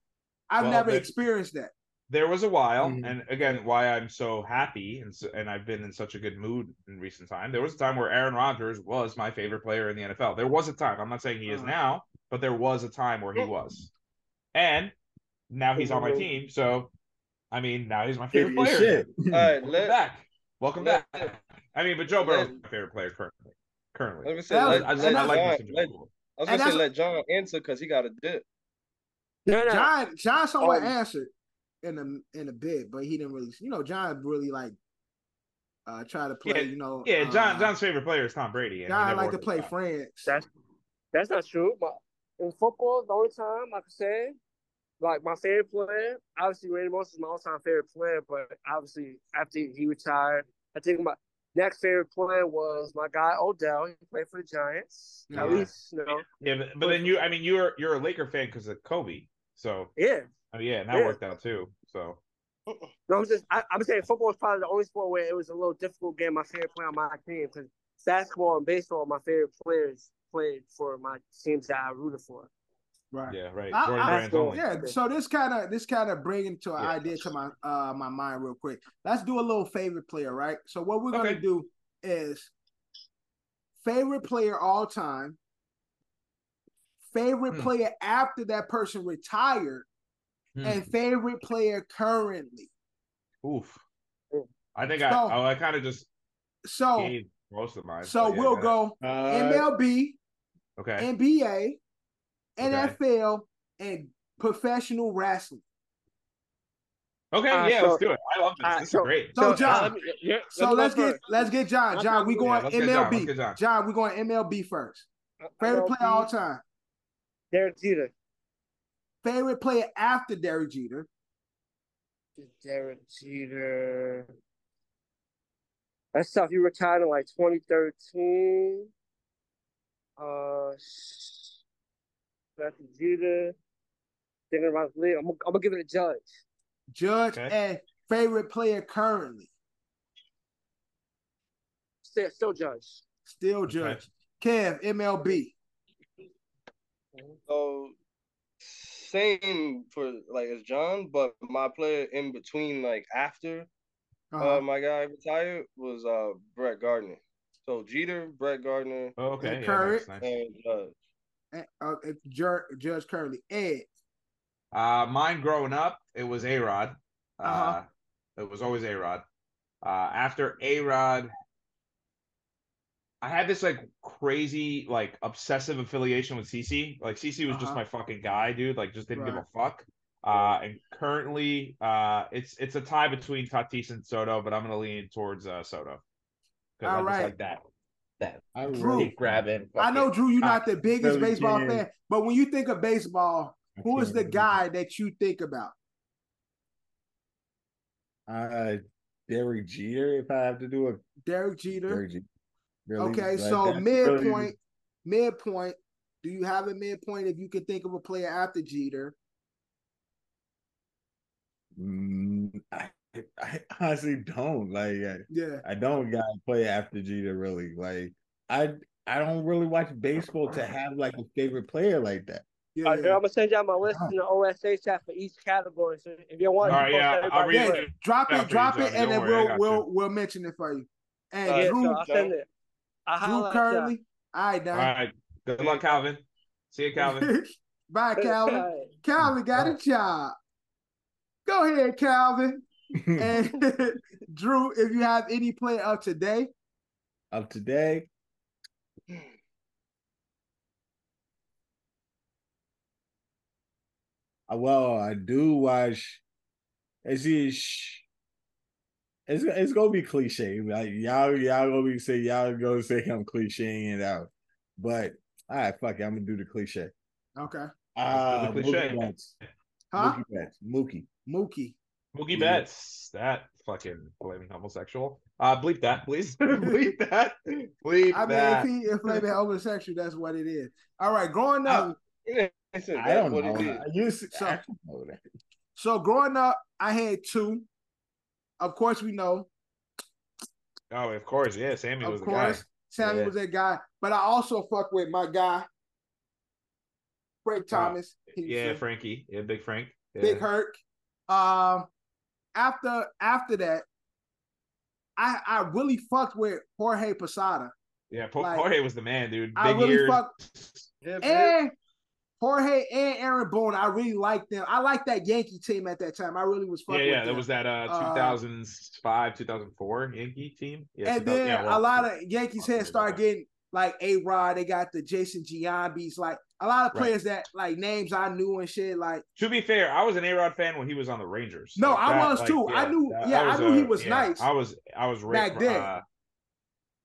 [SPEAKER 1] I've
[SPEAKER 3] Well,
[SPEAKER 1] never
[SPEAKER 3] then-
[SPEAKER 1] experienced that.
[SPEAKER 3] there was a while
[SPEAKER 1] Mm-hmm.
[SPEAKER 2] Mhm.
[SPEAKER 3] and again why i'm so happy and so, and i've been in such a good mood in recent time there was a time where aaron rodgers was my favorite player in the nfl there was a time i'm not saying he is
[SPEAKER 1] Uh-huh.
[SPEAKER 3] now but there was a time where he was and now he's on my team so i mean now he's my favorite
[SPEAKER 2] Give you
[SPEAKER 3] player
[SPEAKER 2] shit.
[SPEAKER 7] All right,
[SPEAKER 3] welcome
[SPEAKER 7] let,
[SPEAKER 3] back welcome
[SPEAKER 7] let-
[SPEAKER 3] back i mean but joe burrow's
[SPEAKER 7] let-
[SPEAKER 3] my favorite player currently currently
[SPEAKER 7] let me say,
[SPEAKER 1] That
[SPEAKER 7] let,
[SPEAKER 1] was-
[SPEAKER 3] I, I,
[SPEAKER 7] let
[SPEAKER 3] I
[SPEAKER 1] and
[SPEAKER 3] like Mr.
[SPEAKER 7] John,
[SPEAKER 3] Joe
[SPEAKER 7] let-
[SPEAKER 3] Burrow.
[SPEAKER 7] I was
[SPEAKER 1] And
[SPEAKER 7] gonna say
[SPEAKER 1] that's-
[SPEAKER 7] let John answer because he got a dip.
[SPEAKER 6] no, no.
[SPEAKER 1] John John somewhat
[SPEAKER 6] Oh.
[SPEAKER 1] answered in a in a bit, but he didn't really. You know, John really like uh try to play.
[SPEAKER 3] Yeah,
[SPEAKER 1] you know,
[SPEAKER 3] yeah john
[SPEAKER 1] uh,
[SPEAKER 3] john's favorite player is tom brady and he
[SPEAKER 1] John
[SPEAKER 3] never
[SPEAKER 1] like to
[SPEAKER 3] ordered
[SPEAKER 1] play
[SPEAKER 3] that.
[SPEAKER 1] friends.
[SPEAKER 6] That's that's not true. But in football, the only time I can say, like my favorite player, obviously Randy Moss is my all-time favorite player. But obviously after he retired, I think my next favorite player was my guy Odell. He played for the Giants. At
[SPEAKER 1] Yeah.
[SPEAKER 6] least, you know,
[SPEAKER 3] Yeah, but, but then you, I mean, you're you're a Laker fan because of Kobe. So
[SPEAKER 6] yeah.
[SPEAKER 3] oh, yeah, and that
[SPEAKER 6] Yeah.
[SPEAKER 3] worked out too. So
[SPEAKER 6] No, I'm just I, I'm saying football is probably the only sport where it was a little difficult getting my favorite player on my team because basketball and baseball, my favorite players played for my teams that I rooted for.
[SPEAKER 1] Right.
[SPEAKER 3] yeah, right.
[SPEAKER 1] I-
[SPEAKER 3] Jordan
[SPEAKER 1] I-
[SPEAKER 3] Brand's
[SPEAKER 6] so-
[SPEAKER 3] only.
[SPEAKER 1] Yeah, so this kind of this kind of bringing to an
[SPEAKER 3] Yeah.
[SPEAKER 1] idea to my uh my mind real quick. Let's do a little favorite player, right? So what we're gonna
[SPEAKER 3] Okay.
[SPEAKER 1] do is favorite player all time, favorite
[SPEAKER 3] Hmm.
[SPEAKER 1] player after that person retired,
[SPEAKER 3] Hmm.
[SPEAKER 1] and favorite player currently.
[SPEAKER 3] Oof. I think I
[SPEAKER 1] So-
[SPEAKER 3] oh, I kind of just
[SPEAKER 1] So
[SPEAKER 3] gave most of mine.
[SPEAKER 1] so
[SPEAKER 3] but yeah,
[SPEAKER 1] we'll
[SPEAKER 3] ahead.
[SPEAKER 1] go
[SPEAKER 2] Uh,
[SPEAKER 1] MLB,
[SPEAKER 3] Okay.
[SPEAKER 1] NBA, NFL, and professional wrestling.
[SPEAKER 3] Okay.
[SPEAKER 6] Uh,
[SPEAKER 3] yeah,
[SPEAKER 6] so-
[SPEAKER 3] let's do it. I love this.
[SPEAKER 6] uh,
[SPEAKER 3] this
[SPEAKER 6] so-
[SPEAKER 3] is great.
[SPEAKER 1] So, uh,
[SPEAKER 6] uh,
[SPEAKER 1] John,
[SPEAKER 6] let me- yeah,
[SPEAKER 1] So
[SPEAKER 6] me go
[SPEAKER 1] let's get
[SPEAKER 6] first.
[SPEAKER 1] let's get John.
[SPEAKER 6] That's
[SPEAKER 1] John,
[SPEAKER 6] not
[SPEAKER 1] we
[SPEAKER 6] good.
[SPEAKER 1] going
[SPEAKER 3] yeah, let's get John. Let's get
[SPEAKER 1] MLB.
[SPEAKER 3] John.
[SPEAKER 1] John, we going MLB first. Favorite player all time.
[SPEAKER 6] Derek Jeter.
[SPEAKER 1] Favorite player after Derek Jeter.
[SPEAKER 6] Derek Jeter. That's tough. He retired in like 2013. Uh, Derek Jeter. Thinking about the league. I'm, gonna- I'm gonna give it a judge.
[SPEAKER 1] Judge
[SPEAKER 3] Okay.
[SPEAKER 1] and favorite player currently.
[SPEAKER 6] Still, still judge.
[SPEAKER 1] Still
[SPEAKER 3] Okay.
[SPEAKER 1] Judge. Kev, MLB.
[SPEAKER 7] So same for like as John, but my player in between, like after
[SPEAKER 1] Uh-huh.
[SPEAKER 7] uh, my guy retired, was uh Brett Gardner. So Jeter, Brett Gardner,
[SPEAKER 3] Oh, okay. Yeah,
[SPEAKER 1] Curry.
[SPEAKER 3] nice, nice.
[SPEAKER 7] and uh,
[SPEAKER 1] And, uh, if Jur- Judge currently. Ed.
[SPEAKER 3] Uh, mine growing up, it was A Rod. Uh,
[SPEAKER 1] Uh-huh.
[SPEAKER 3] it was always A Rod. Uh, after A Rod, I had this like crazy, like obsessive affiliation with CC. Like CC was just
[SPEAKER 1] Uh-huh.
[SPEAKER 3] my fucking guy, dude. Like just didn't give
[SPEAKER 1] Right.
[SPEAKER 3] a fuck. Uh, and currently, uh, it's it's a tie between Tatis and Soto, but I'm gonna lean towards uh, Soto because
[SPEAKER 1] All
[SPEAKER 3] I just
[SPEAKER 1] right.
[SPEAKER 3] like that. That
[SPEAKER 2] I
[SPEAKER 1] Drew.
[SPEAKER 2] really-
[SPEAKER 3] grabbing.
[SPEAKER 1] I know Drew, you're not the biggest
[SPEAKER 2] Billy
[SPEAKER 1] baseball
[SPEAKER 2] Jean.
[SPEAKER 1] fan, but when you think of baseball,
[SPEAKER 2] I
[SPEAKER 1] who is
[SPEAKER 2] can't
[SPEAKER 1] the
[SPEAKER 2] remember.
[SPEAKER 1] guy that you think about?
[SPEAKER 2] Uh, Derek Jeter. If I have to do a
[SPEAKER 1] Derek Jeter,
[SPEAKER 2] Derek Jeter. really.
[SPEAKER 1] Okay,
[SPEAKER 2] Like,
[SPEAKER 1] so
[SPEAKER 2] that's really-
[SPEAKER 1] midpoint, midpoint. Do you have a midpoint if you can think of a player after Jeter?
[SPEAKER 2] Mm, I, I honestly don't like. I,
[SPEAKER 1] Yeah.
[SPEAKER 2] I don't got to play after Jeter really. Like I I don't really watch baseball to have like a favorite player like that.
[SPEAKER 1] Yeah.
[SPEAKER 6] All right,
[SPEAKER 1] yeah.
[SPEAKER 6] then I'm gonna send y'all my list in the OSA chat for each category. So if you want,
[SPEAKER 3] All right,
[SPEAKER 6] you post
[SPEAKER 3] yeah,
[SPEAKER 6] everybody-
[SPEAKER 3] I'll read
[SPEAKER 1] Yeah,
[SPEAKER 3] it.
[SPEAKER 1] drop
[SPEAKER 3] Yeah,
[SPEAKER 1] it, drop
[SPEAKER 3] please,
[SPEAKER 1] it,
[SPEAKER 3] Johnny,
[SPEAKER 1] and then
[SPEAKER 3] don't worry, I
[SPEAKER 1] we'll
[SPEAKER 3] got
[SPEAKER 1] we'll we'll mention it for you. And
[SPEAKER 6] Yeah,
[SPEAKER 1] Drew,
[SPEAKER 6] so I'll send it. I
[SPEAKER 1] Drew
[SPEAKER 6] highlight
[SPEAKER 1] Curley. All right,
[SPEAKER 3] All
[SPEAKER 1] now.
[SPEAKER 3] right. Good luck, Calvin. See you, Calvin.
[SPEAKER 1] Bye,
[SPEAKER 6] y'all.
[SPEAKER 1] Calvin. Calvin got a job. Go ahead, Calvin. And Drew, if you have any player of today,
[SPEAKER 2] Up today. Uh, Well, I do watch. It's it's it's, it's gonna be cliche. Like y'all y'all gonna be say y'all gonna say I'm clicheing it out, but all right, fuck it. I'm gonna do the cliche.
[SPEAKER 1] okay,
[SPEAKER 2] Ah,
[SPEAKER 3] Let's do the
[SPEAKER 2] Mookie
[SPEAKER 3] cliche.
[SPEAKER 2] Betts.
[SPEAKER 1] huh?
[SPEAKER 2] Mookie Betts. Mookie.
[SPEAKER 1] Mookie.
[SPEAKER 2] Yeah.
[SPEAKER 3] Mookie Betts. That fucking blaming homosexual. Uh bleep that, please. bleep that. Bleep
[SPEAKER 1] I mean,
[SPEAKER 3] that.
[SPEAKER 1] if he if they been homosexual, that's what it is. All right, growing up.
[SPEAKER 7] Listen,
[SPEAKER 2] I
[SPEAKER 7] that's
[SPEAKER 2] don't
[SPEAKER 7] what
[SPEAKER 2] know.
[SPEAKER 7] it is.
[SPEAKER 2] I used to,
[SPEAKER 1] So-
[SPEAKER 2] I don't know that.
[SPEAKER 1] so growing up, I had two. Of course, we know.
[SPEAKER 3] Oh, of course, yeah. Sammy was
[SPEAKER 1] Of
[SPEAKER 3] the guy.
[SPEAKER 1] course, Sammy
[SPEAKER 3] Yeah.
[SPEAKER 1] was that guy. But I also fuck with my guy, Frank
[SPEAKER 3] Uh,
[SPEAKER 1] Thomas. He was
[SPEAKER 3] Yeah,
[SPEAKER 1] a
[SPEAKER 3] Frankie. Yeah, Big Frank. Yeah.
[SPEAKER 1] Big Herc. Um, after after that, I I really fucked with Jorge Posada.
[SPEAKER 3] Yeah, Po-
[SPEAKER 1] Like-
[SPEAKER 3] Jorge was the man, dude.
[SPEAKER 1] I
[SPEAKER 3] Big
[SPEAKER 1] really
[SPEAKER 3] ears.
[SPEAKER 1] fuck
[SPEAKER 7] Hip, hip.
[SPEAKER 1] and Jorge and Aaron Boone. I really liked them. I liked that Yankee team at that time. I really was
[SPEAKER 3] Yeah,
[SPEAKER 1] fucking
[SPEAKER 3] yeah.
[SPEAKER 1] with them.
[SPEAKER 3] That was that uh
[SPEAKER 1] Uh,
[SPEAKER 3] 2005, 2004 Yankee team. Yeah,
[SPEAKER 1] and
[SPEAKER 3] 2000
[SPEAKER 1] then
[SPEAKER 3] yeah,
[SPEAKER 1] a
[SPEAKER 3] well,
[SPEAKER 1] lot of Yankees
[SPEAKER 3] Awesome,
[SPEAKER 1] had started
[SPEAKER 3] okay.
[SPEAKER 1] getting like A Rod. They got the Jason Giambis, like a lot of
[SPEAKER 3] Right.
[SPEAKER 1] players that like names I knew and shit. Like
[SPEAKER 3] To be fair, I was an A Rod fan when he was on the Rangers.
[SPEAKER 1] No,
[SPEAKER 3] Like
[SPEAKER 1] I
[SPEAKER 3] that-
[SPEAKER 1] was
[SPEAKER 3] like,
[SPEAKER 1] too. I knew-
[SPEAKER 3] that-
[SPEAKER 1] yeah, I
[SPEAKER 3] that
[SPEAKER 1] knew he
[SPEAKER 3] a-
[SPEAKER 1] was
[SPEAKER 3] yeah,
[SPEAKER 1] nice
[SPEAKER 3] I was, I was Rick,
[SPEAKER 1] back then.
[SPEAKER 3] Uh,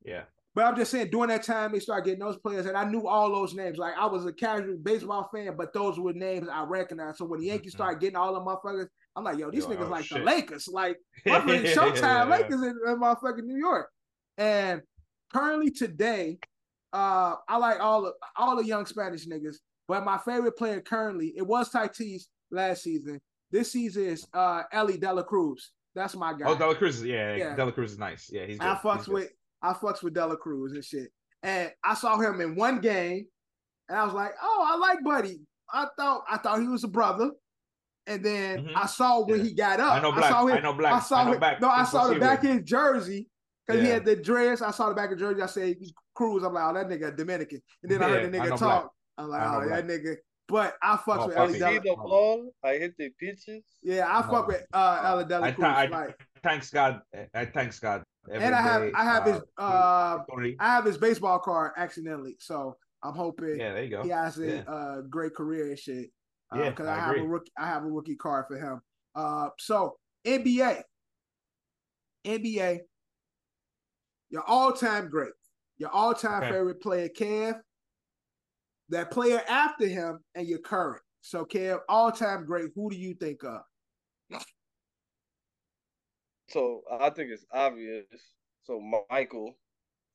[SPEAKER 3] yeah,
[SPEAKER 1] But I'm just saying, during that time, they started getting those players, and I knew all those names. Like I was a casual baseball fan, but those were names I recognized. So when the Yankees
[SPEAKER 3] Mhm.
[SPEAKER 1] started getting all the motherfuckers, I'm like, yo, these
[SPEAKER 3] You're like,
[SPEAKER 1] niggas
[SPEAKER 3] oh,
[SPEAKER 1] like the
[SPEAKER 3] shit.
[SPEAKER 1] Lakers. Like motherfucking Showtime Lakers in, in motherfucking New York. And currently today, uh, I like all the all the young Spanish niggas, but my favorite player currently it was Tatis last season. This season is uh Ellie Dela Cruz. That's my guy.
[SPEAKER 3] Oh, Dela Cruz is yeah,
[SPEAKER 1] Yeah.
[SPEAKER 3] Dela Cruz is nice. Yeah, he's. Good.
[SPEAKER 1] I fucks
[SPEAKER 3] He's good.
[SPEAKER 1] with I fucks with Dela Cruz and shit. And I saw him in one game, and I was like, "Oh, I like Buddy." I thought I thought he was a brother, and then
[SPEAKER 3] Mhm.
[SPEAKER 1] I saw when
[SPEAKER 3] Yeah.
[SPEAKER 1] he got up.
[SPEAKER 3] I know black.
[SPEAKER 1] saw him.
[SPEAKER 3] I know black.
[SPEAKER 1] I saw
[SPEAKER 3] know
[SPEAKER 1] it.
[SPEAKER 3] Black.
[SPEAKER 1] No, I
[SPEAKER 3] It's
[SPEAKER 1] saw the
[SPEAKER 3] placebo.
[SPEAKER 1] back of his jersey because he
[SPEAKER 3] Yeah.
[SPEAKER 1] had the dress. I saw the back of jersey. I said Cruz. I'm like, oh, that nigga Dominican. And then I
[SPEAKER 3] Yeah,
[SPEAKER 1] heard the
[SPEAKER 3] I
[SPEAKER 1] nigga
[SPEAKER 3] know
[SPEAKER 1] talk. I'm like,
[SPEAKER 3] I know
[SPEAKER 1] oh, that nigga. But I fucks
[SPEAKER 3] Oh,
[SPEAKER 1] with
[SPEAKER 3] fuck
[SPEAKER 1] Ellie
[SPEAKER 3] it.
[SPEAKER 7] I see
[SPEAKER 1] Della.
[SPEAKER 7] the ball. I hit the pitches.
[SPEAKER 1] Yeah, I fuck with uh, Ellie
[SPEAKER 3] I,
[SPEAKER 1] Della Cruz.
[SPEAKER 3] th- I
[SPEAKER 1] like,
[SPEAKER 3] thanks God. I thanks God. every
[SPEAKER 1] and I have
[SPEAKER 3] day,
[SPEAKER 1] I have his uh,
[SPEAKER 3] Tony.
[SPEAKER 1] I have his baseball card accidentally. So I'm hoping
[SPEAKER 3] yeah, there you
[SPEAKER 7] Oh,
[SPEAKER 3] go.
[SPEAKER 1] he has a
[SPEAKER 3] Yeah.
[SPEAKER 1] uh, great career and shit. Uh,
[SPEAKER 3] Yeah,
[SPEAKER 1] because
[SPEAKER 3] I
[SPEAKER 1] I, have a
[SPEAKER 3] agree.
[SPEAKER 1] rookie, I have a rookie card for him. Uh, so NBA, NBA, your all-time great, your all-time
[SPEAKER 3] Okay.
[SPEAKER 1] favorite player, Kev. That player after him and your current. So Kev, all-time great. Who do you think of?
[SPEAKER 7] So I think it's obvious. So Michael.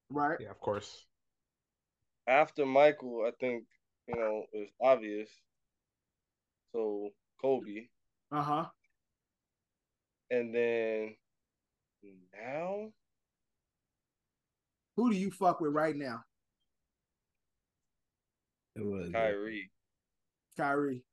[SPEAKER 1] Right?
[SPEAKER 3] Yeah, of course.
[SPEAKER 7] After Michael, I think you know it's obvious. So Kobe,
[SPEAKER 1] Uh huh.
[SPEAKER 7] and then now
[SPEAKER 1] Who do you fuck with right now,
[SPEAKER 2] It was
[SPEAKER 7] Kyrie.
[SPEAKER 1] Kyrie?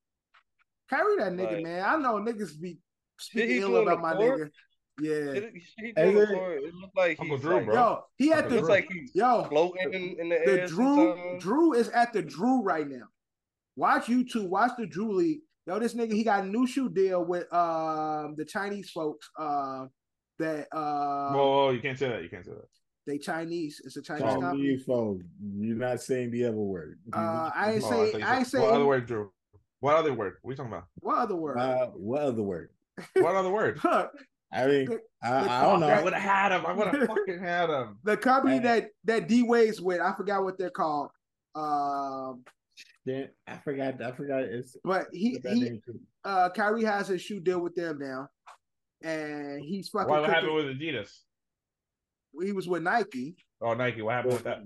[SPEAKER 1] Kyrie, that nigga,
[SPEAKER 7] Like-
[SPEAKER 1] man. I know niggas be
[SPEAKER 7] Did
[SPEAKER 1] speaking
[SPEAKER 7] he
[SPEAKER 1] ill
[SPEAKER 7] do
[SPEAKER 1] about
[SPEAKER 7] on
[SPEAKER 1] my
[SPEAKER 7] the court?
[SPEAKER 1] nigga. Yeah.
[SPEAKER 7] Did he- he
[SPEAKER 2] Hey,
[SPEAKER 7] do on
[SPEAKER 2] look.
[SPEAKER 7] the court? It looked like
[SPEAKER 3] Uncle
[SPEAKER 7] he's
[SPEAKER 3] Drew,
[SPEAKER 7] like,
[SPEAKER 3] bro.
[SPEAKER 1] Yo, he
[SPEAKER 7] It
[SPEAKER 1] had
[SPEAKER 3] Uncle
[SPEAKER 1] the
[SPEAKER 7] looks
[SPEAKER 3] Drew.
[SPEAKER 7] like he's
[SPEAKER 1] yo
[SPEAKER 7] floating in, in the
[SPEAKER 1] the
[SPEAKER 7] air.
[SPEAKER 1] Drew
[SPEAKER 7] sometimes.
[SPEAKER 1] Drew is at the Drew right now. Watch YouTube, watch the Drew League. Yo, this nigga he got a new shoe deal with um the Chinese folks. Um that uh
[SPEAKER 3] Whoa, whoa, you can't say that. You can't say that.
[SPEAKER 1] they Chinese. It's a Chinese
[SPEAKER 2] Call
[SPEAKER 1] company.
[SPEAKER 2] me phone. You're not saying the other word.
[SPEAKER 1] Uh I ain't
[SPEAKER 3] Oh,
[SPEAKER 1] say
[SPEAKER 3] thought you
[SPEAKER 1] I ain't
[SPEAKER 3] said-
[SPEAKER 1] say
[SPEAKER 3] What other word, Drew? What other word? What are you talking about?
[SPEAKER 1] what other word?
[SPEAKER 2] Uh, what other word?
[SPEAKER 3] What other word?
[SPEAKER 1] Look,
[SPEAKER 2] I mean, I, I
[SPEAKER 1] Oh,
[SPEAKER 2] don't
[SPEAKER 3] Fuck, I
[SPEAKER 2] know.
[SPEAKER 3] would have had him. I would have fucking had him.
[SPEAKER 1] the company
[SPEAKER 2] Man.
[SPEAKER 1] that that D Wade's with, I forgot what they're called. Um
[SPEAKER 2] Shit, I forgot. I forgot. It's
[SPEAKER 1] but he
[SPEAKER 2] what that
[SPEAKER 1] he
[SPEAKER 2] name too.
[SPEAKER 1] uh Kyrie has a shoe deal with them now. And he's fucking
[SPEAKER 3] What
[SPEAKER 1] cooking-
[SPEAKER 3] happened with Adidas?
[SPEAKER 1] he was with Nike.
[SPEAKER 3] Oh, Nike, what happened with that?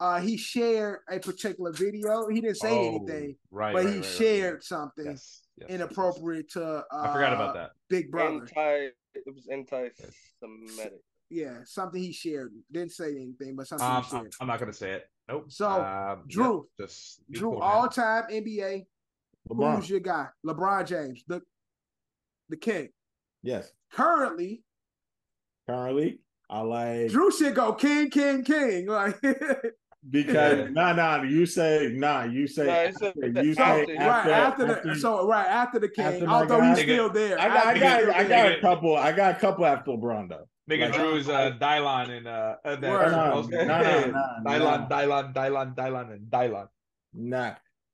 [SPEAKER 1] Uh, he shared a particular video. He didn't say
[SPEAKER 3] Oh,
[SPEAKER 1] anything,
[SPEAKER 3] Right,
[SPEAKER 1] but
[SPEAKER 3] right,
[SPEAKER 1] he
[SPEAKER 3] right, right, right.
[SPEAKER 1] shared something
[SPEAKER 3] Yes, yes, yes, yes.
[SPEAKER 1] inappropriate to. Uh,
[SPEAKER 3] I forgot about that.
[SPEAKER 1] Big Brother.
[SPEAKER 7] Anti. It was anti-Semitic.
[SPEAKER 1] yeah, something he shared. Didn't say anything, but something
[SPEAKER 3] Um,
[SPEAKER 1] he
[SPEAKER 3] I'm,
[SPEAKER 1] shared.
[SPEAKER 3] I'm not gonna say it. Nope.
[SPEAKER 1] So,
[SPEAKER 3] um,
[SPEAKER 1] Drew.
[SPEAKER 3] yep, just be
[SPEAKER 1] Drew,
[SPEAKER 3] cool, man.
[SPEAKER 1] all time NBA. Who's
[SPEAKER 2] LeBron.
[SPEAKER 1] your guy? LeBron James, the the king.
[SPEAKER 2] Yes.
[SPEAKER 1] Currently,
[SPEAKER 2] Currently, I like
[SPEAKER 1] Drew should go king, king, king. Like
[SPEAKER 2] because nah nah you say nah you say
[SPEAKER 7] Nah, it's
[SPEAKER 2] after,
[SPEAKER 7] a-
[SPEAKER 2] you say
[SPEAKER 1] right
[SPEAKER 7] After-
[SPEAKER 1] after, the
[SPEAKER 2] after-
[SPEAKER 1] so right after the king,
[SPEAKER 2] after my
[SPEAKER 1] although
[SPEAKER 2] guy.
[SPEAKER 1] he's still there.
[SPEAKER 2] I got I got
[SPEAKER 1] After he's
[SPEAKER 2] I
[SPEAKER 1] still
[SPEAKER 2] got
[SPEAKER 1] there.
[SPEAKER 2] a couple I got a couple after LeBron though.
[SPEAKER 3] Nigga
[SPEAKER 2] Like-
[SPEAKER 3] Drew's uh, Dylon and uh, uh, that
[SPEAKER 1] Word.
[SPEAKER 2] Nah,
[SPEAKER 3] Dylon,
[SPEAKER 2] nah, nah, nah, nah.
[SPEAKER 3] Dylon, Dylon, Dylon, Dylon, and Dylon.
[SPEAKER 2] Nah.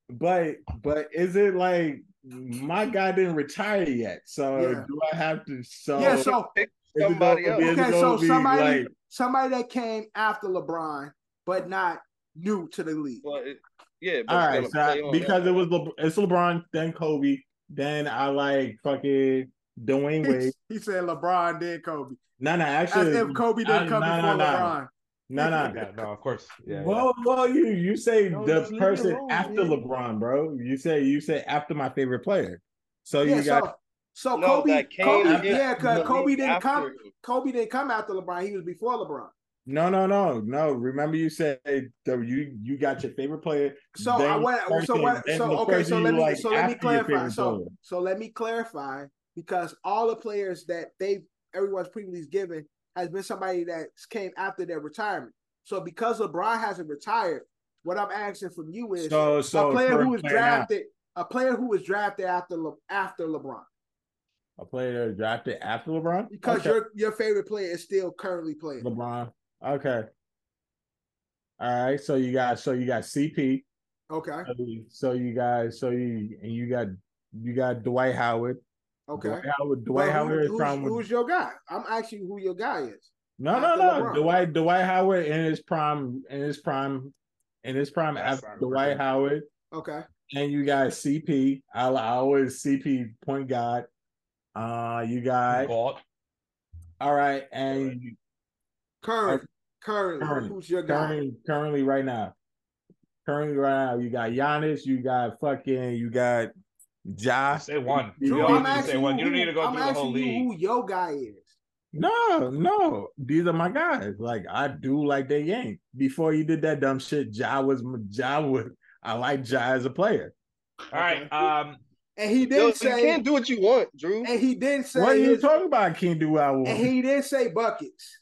[SPEAKER 2] But but is it like my guy didn't retire yet? So
[SPEAKER 1] Yeah.
[SPEAKER 2] do I have to so
[SPEAKER 1] Yeah, so
[SPEAKER 2] is it gonna
[SPEAKER 7] Somebody
[SPEAKER 2] be-
[SPEAKER 7] else.
[SPEAKER 2] is it
[SPEAKER 1] Okay,
[SPEAKER 2] gonna
[SPEAKER 1] so
[SPEAKER 2] be,
[SPEAKER 1] somebody-
[SPEAKER 2] like,
[SPEAKER 1] somebody that came after LeBron, but not new to the league.
[SPEAKER 7] Well, it, yeah, but
[SPEAKER 2] all
[SPEAKER 7] it's
[SPEAKER 2] right,
[SPEAKER 7] gonna
[SPEAKER 2] so I-
[SPEAKER 7] play on
[SPEAKER 2] because
[SPEAKER 7] that.
[SPEAKER 2] it was Le- it's LeBron, then Kobe, then I like fucking Dwayne Wade.
[SPEAKER 1] He said LeBron, then Kobe.
[SPEAKER 2] No, no,
[SPEAKER 1] As
[SPEAKER 2] actually,
[SPEAKER 1] if Kobe didn't
[SPEAKER 2] I-
[SPEAKER 1] come
[SPEAKER 2] nah, nah,
[SPEAKER 1] before
[SPEAKER 2] nah.
[SPEAKER 1] LeBron.
[SPEAKER 2] no, no,
[SPEAKER 3] Yeah, no, of course. Yeah, yeah.
[SPEAKER 2] Well, well, you you say
[SPEAKER 7] No,
[SPEAKER 2] the
[SPEAKER 7] just leave it
[SPEAKER 2] person
[SPEAKER 7] alone,
[SPEAKER 2] after
[SPEAKER 7] man.
[SPEAKER 2] LeBron, bro. You say you say after my favorite player. So
[SPEAKER 1] Yeah,
[SPEAKER 2] Oh, you got
[SPEAKER 1] so so
[SPEAKER 7] No,
[SPEAKER 1] Kobe,
[SPEAKER 7] that came
[SPEAKER 1] Kobe,
[SPEAKER 7] after-
[SPEAKER 1] yeah, because
[SPEAKER 2] no.
[SPEAKER 1] Kobe didn't
[SPEAKER 7] After
[SPEAKER 1] come.
[SPEAKER 7] him.
[SPEAKER 1] Kobe didn't come after LeBron. He was before LeBron.
[SPEAKER 2] no, no, no, no. Remember, you said the, you you got your favorite player.
[SPEAKER 1] So
[SPEAKER 2] then
[SPEAKER 1] I
[SPEAKER 2] the
[SPEAKER 1] went. So
[SPEAKER 2] person-
[SPEAKER 1] what?
[SPEAKER 2] then
[SPEAKER 1] So
[SPEAKER 2] the
[SPEAKER 1] okay. So
[SPEAKER 2] person
[SPEAKER 1] let
[SPEAKER 2] you
[SPEAKER 1] me.
[SPEAKER 2] like
[SPEAKER 1] so let me
[SPEAKER 2] after your
[SPEAKER 1] clarify.
[SPEAKER 2] favorite
[SPEAKER 1] So
[SPEAKER 2] player.
[SPEAKER 1] so let me clarify because all the players that they everyone's previously given has been somebody that came after their retirement. So because LeBron hasn't retired, what I'm asking from you is
[SPEAKER 2] So so
[SPEAKER 1] a player
[SPEAKER 2] for
[SPEAKER 1] who was
[SPEAKER 2] player now,
[SPEAKER 1] drafted. A player who was drafted after Le, after LeBron,
[SPEAKER 2] a player drafted after LeBron
[SPEAKER 1] because
[SPEAKER 2] Okay.
[SPEAKER 1] your your favorite player is still currently playing.
[SPEAKER 2] LeBron. Okay. All right. So you got so you got CP.
[SPEAKER 1] Okay,
[SPEAKER 2] So you- So you got so you and you got you got Dwight Howard.
[SPEAKER 1] okay.
[SPEAKER 2] Dwight Howard.
[SPEAKER 1] But
[SPEAKER 2] Dwight
[SPEAKER 1] who-
[SPEAKER 2] Howard is
[SPEAKER 1] who's,
[SPEAKER 2] prime. with-
[SPEAKER 1] who's your guy? I'm asking you who your guy is.
[SPEAKER 2] no, no,
[SPEAKER 1] after
[SPEAKER 2] no.
[SPEAKER 1] LeBron?
[SPEAKER 2] Dwight Dwight Howard in his prime in his prime in his prime
[SPEAKER 3] That's
[SPEAKER 2] after
[SPEAKER 3] not
[SPEAKER 2] Dwight
[SPEAKER 3] right.
[SPEAKER 2] Howard.
[SPEAKER 1] Okay,
[SPEAKER 2] And you got CP. I, I always CP point guard. Uh, you got
[SPEAKER 3] Bought.
[SPEAKER 2] all right, and you-
[SPEAKER 1] Curry, Curry,
[SPEAKER 2] Curry.
[SPEAKER 1] who's your guy?
[SPEAKER 2] currently currently right now, currently right now, you got Giannis. You got fucking. You got Ja.
[SPEAKER 3] Say one.
[SPEAKER 2] Drew,
[SPEAKER 3] you
[SPEAKER 1] Drew,
[SPEAKER 2] need to
[SPEAKER 1] I'm
[SPEAKER 3] don't need to
[SPEAKER 1] asking
[SPEAKER 3] say one. You don't
[SPEAKER 1] who-
[SPEAKER 3] need to go
[SPEAKER 1] I'm
[SPEAKER 3] through the
[SPEAKER 1] asking
[SPEAKER 3] whole
[SPEAKER 1] you
[SPEAKER 3] league.
[SPEAKER 1] Who your guy is?
[SPEAKER 2] No, no, these are my guys. Like I do like their game. Before you did that dumb shit, Ja was Ja was. I like Ja as a player.
[SPEAKER 3] All right. Um,
[SPEAKER 1] And he
[SPEAKER 7] Yo,
[SPEAKER 1] didn't
[SPEAKER 7] you
[SPEAKER 1] say.
[SPEAKER 7] can't do what you want, Drew.
[SPEAKER 1] and he didn't say.
[SPEAKER 2] what are you
[SPEAKER 1] his-
[SPEAKER 2] talking about? King do I
[SPEAKER 1] and
[SPEAKER 2] want?
[SPEAKER 1] he didn't say buckets.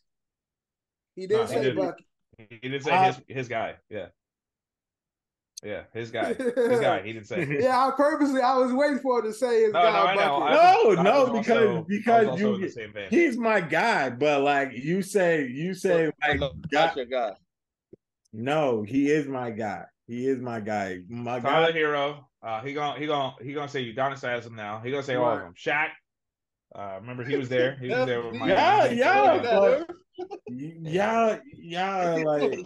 [SPEAKER 1] He
[SPEAKER 2] Nah,
[SPEAKER 1] didn't
[SPEAKER 2] he
[SPEAKER 1] say
[SPEAKER 3] didn't.
[SPEAKER 1] buckets.
[SPEAKER 3] he didn't say
[SPEAKER 2] Uh,
[SPEAKER 3] his his guy. Yeah. Yeah, his guy. His guy. He didn't say.
[SPEAKER 1] Yeah, I purposely I was waiting for him to say his
[SPEAKER 3] No, no,
[SPEAKER 1] guy
[SPEAKER 3] I know.
[SPEAKER 1] buckets.
[SPEAKER 3] I was-
[SPEAKER 2] No,
[SPEAKER 3] I
[SPEAKER 2] no,
[SPEAKER 3] was
[SPEAKER 2] because-
[SPEAKER 3] also- I was
[SPEAKER 2] because
[SPEAKER 3] also
[SPEAKER 2] you-
[SPEAKER 3] in the same vein.
[SPEAKER 2] He's my guy, but like you say, you say like
[SPEAKER 7] No,
[SPEAKER 2] Ja-
[SPEAKER 7] not your guy.
[SPEAKER 2] no, he is my guy. He is my guy. My
[SPEAKER 3] Tyler
[SPEAKER 2] guy.
[SPEAKER 3] Hero. Uh, he gonna he gonna he gonna say Udonis has him now. He gonna say all of
[SPEAKER 1] Right.
[SPEAKER 3] them. Shaq. Uh, remember he was there. He was there with my.
[SPEAKER 2] Yeah, yeah,
[SPEAKER 7] Like
[SPEAKER 2] but-
[SPEAKER 7] that,
[SPEAKER 2] Yeah, yeah, like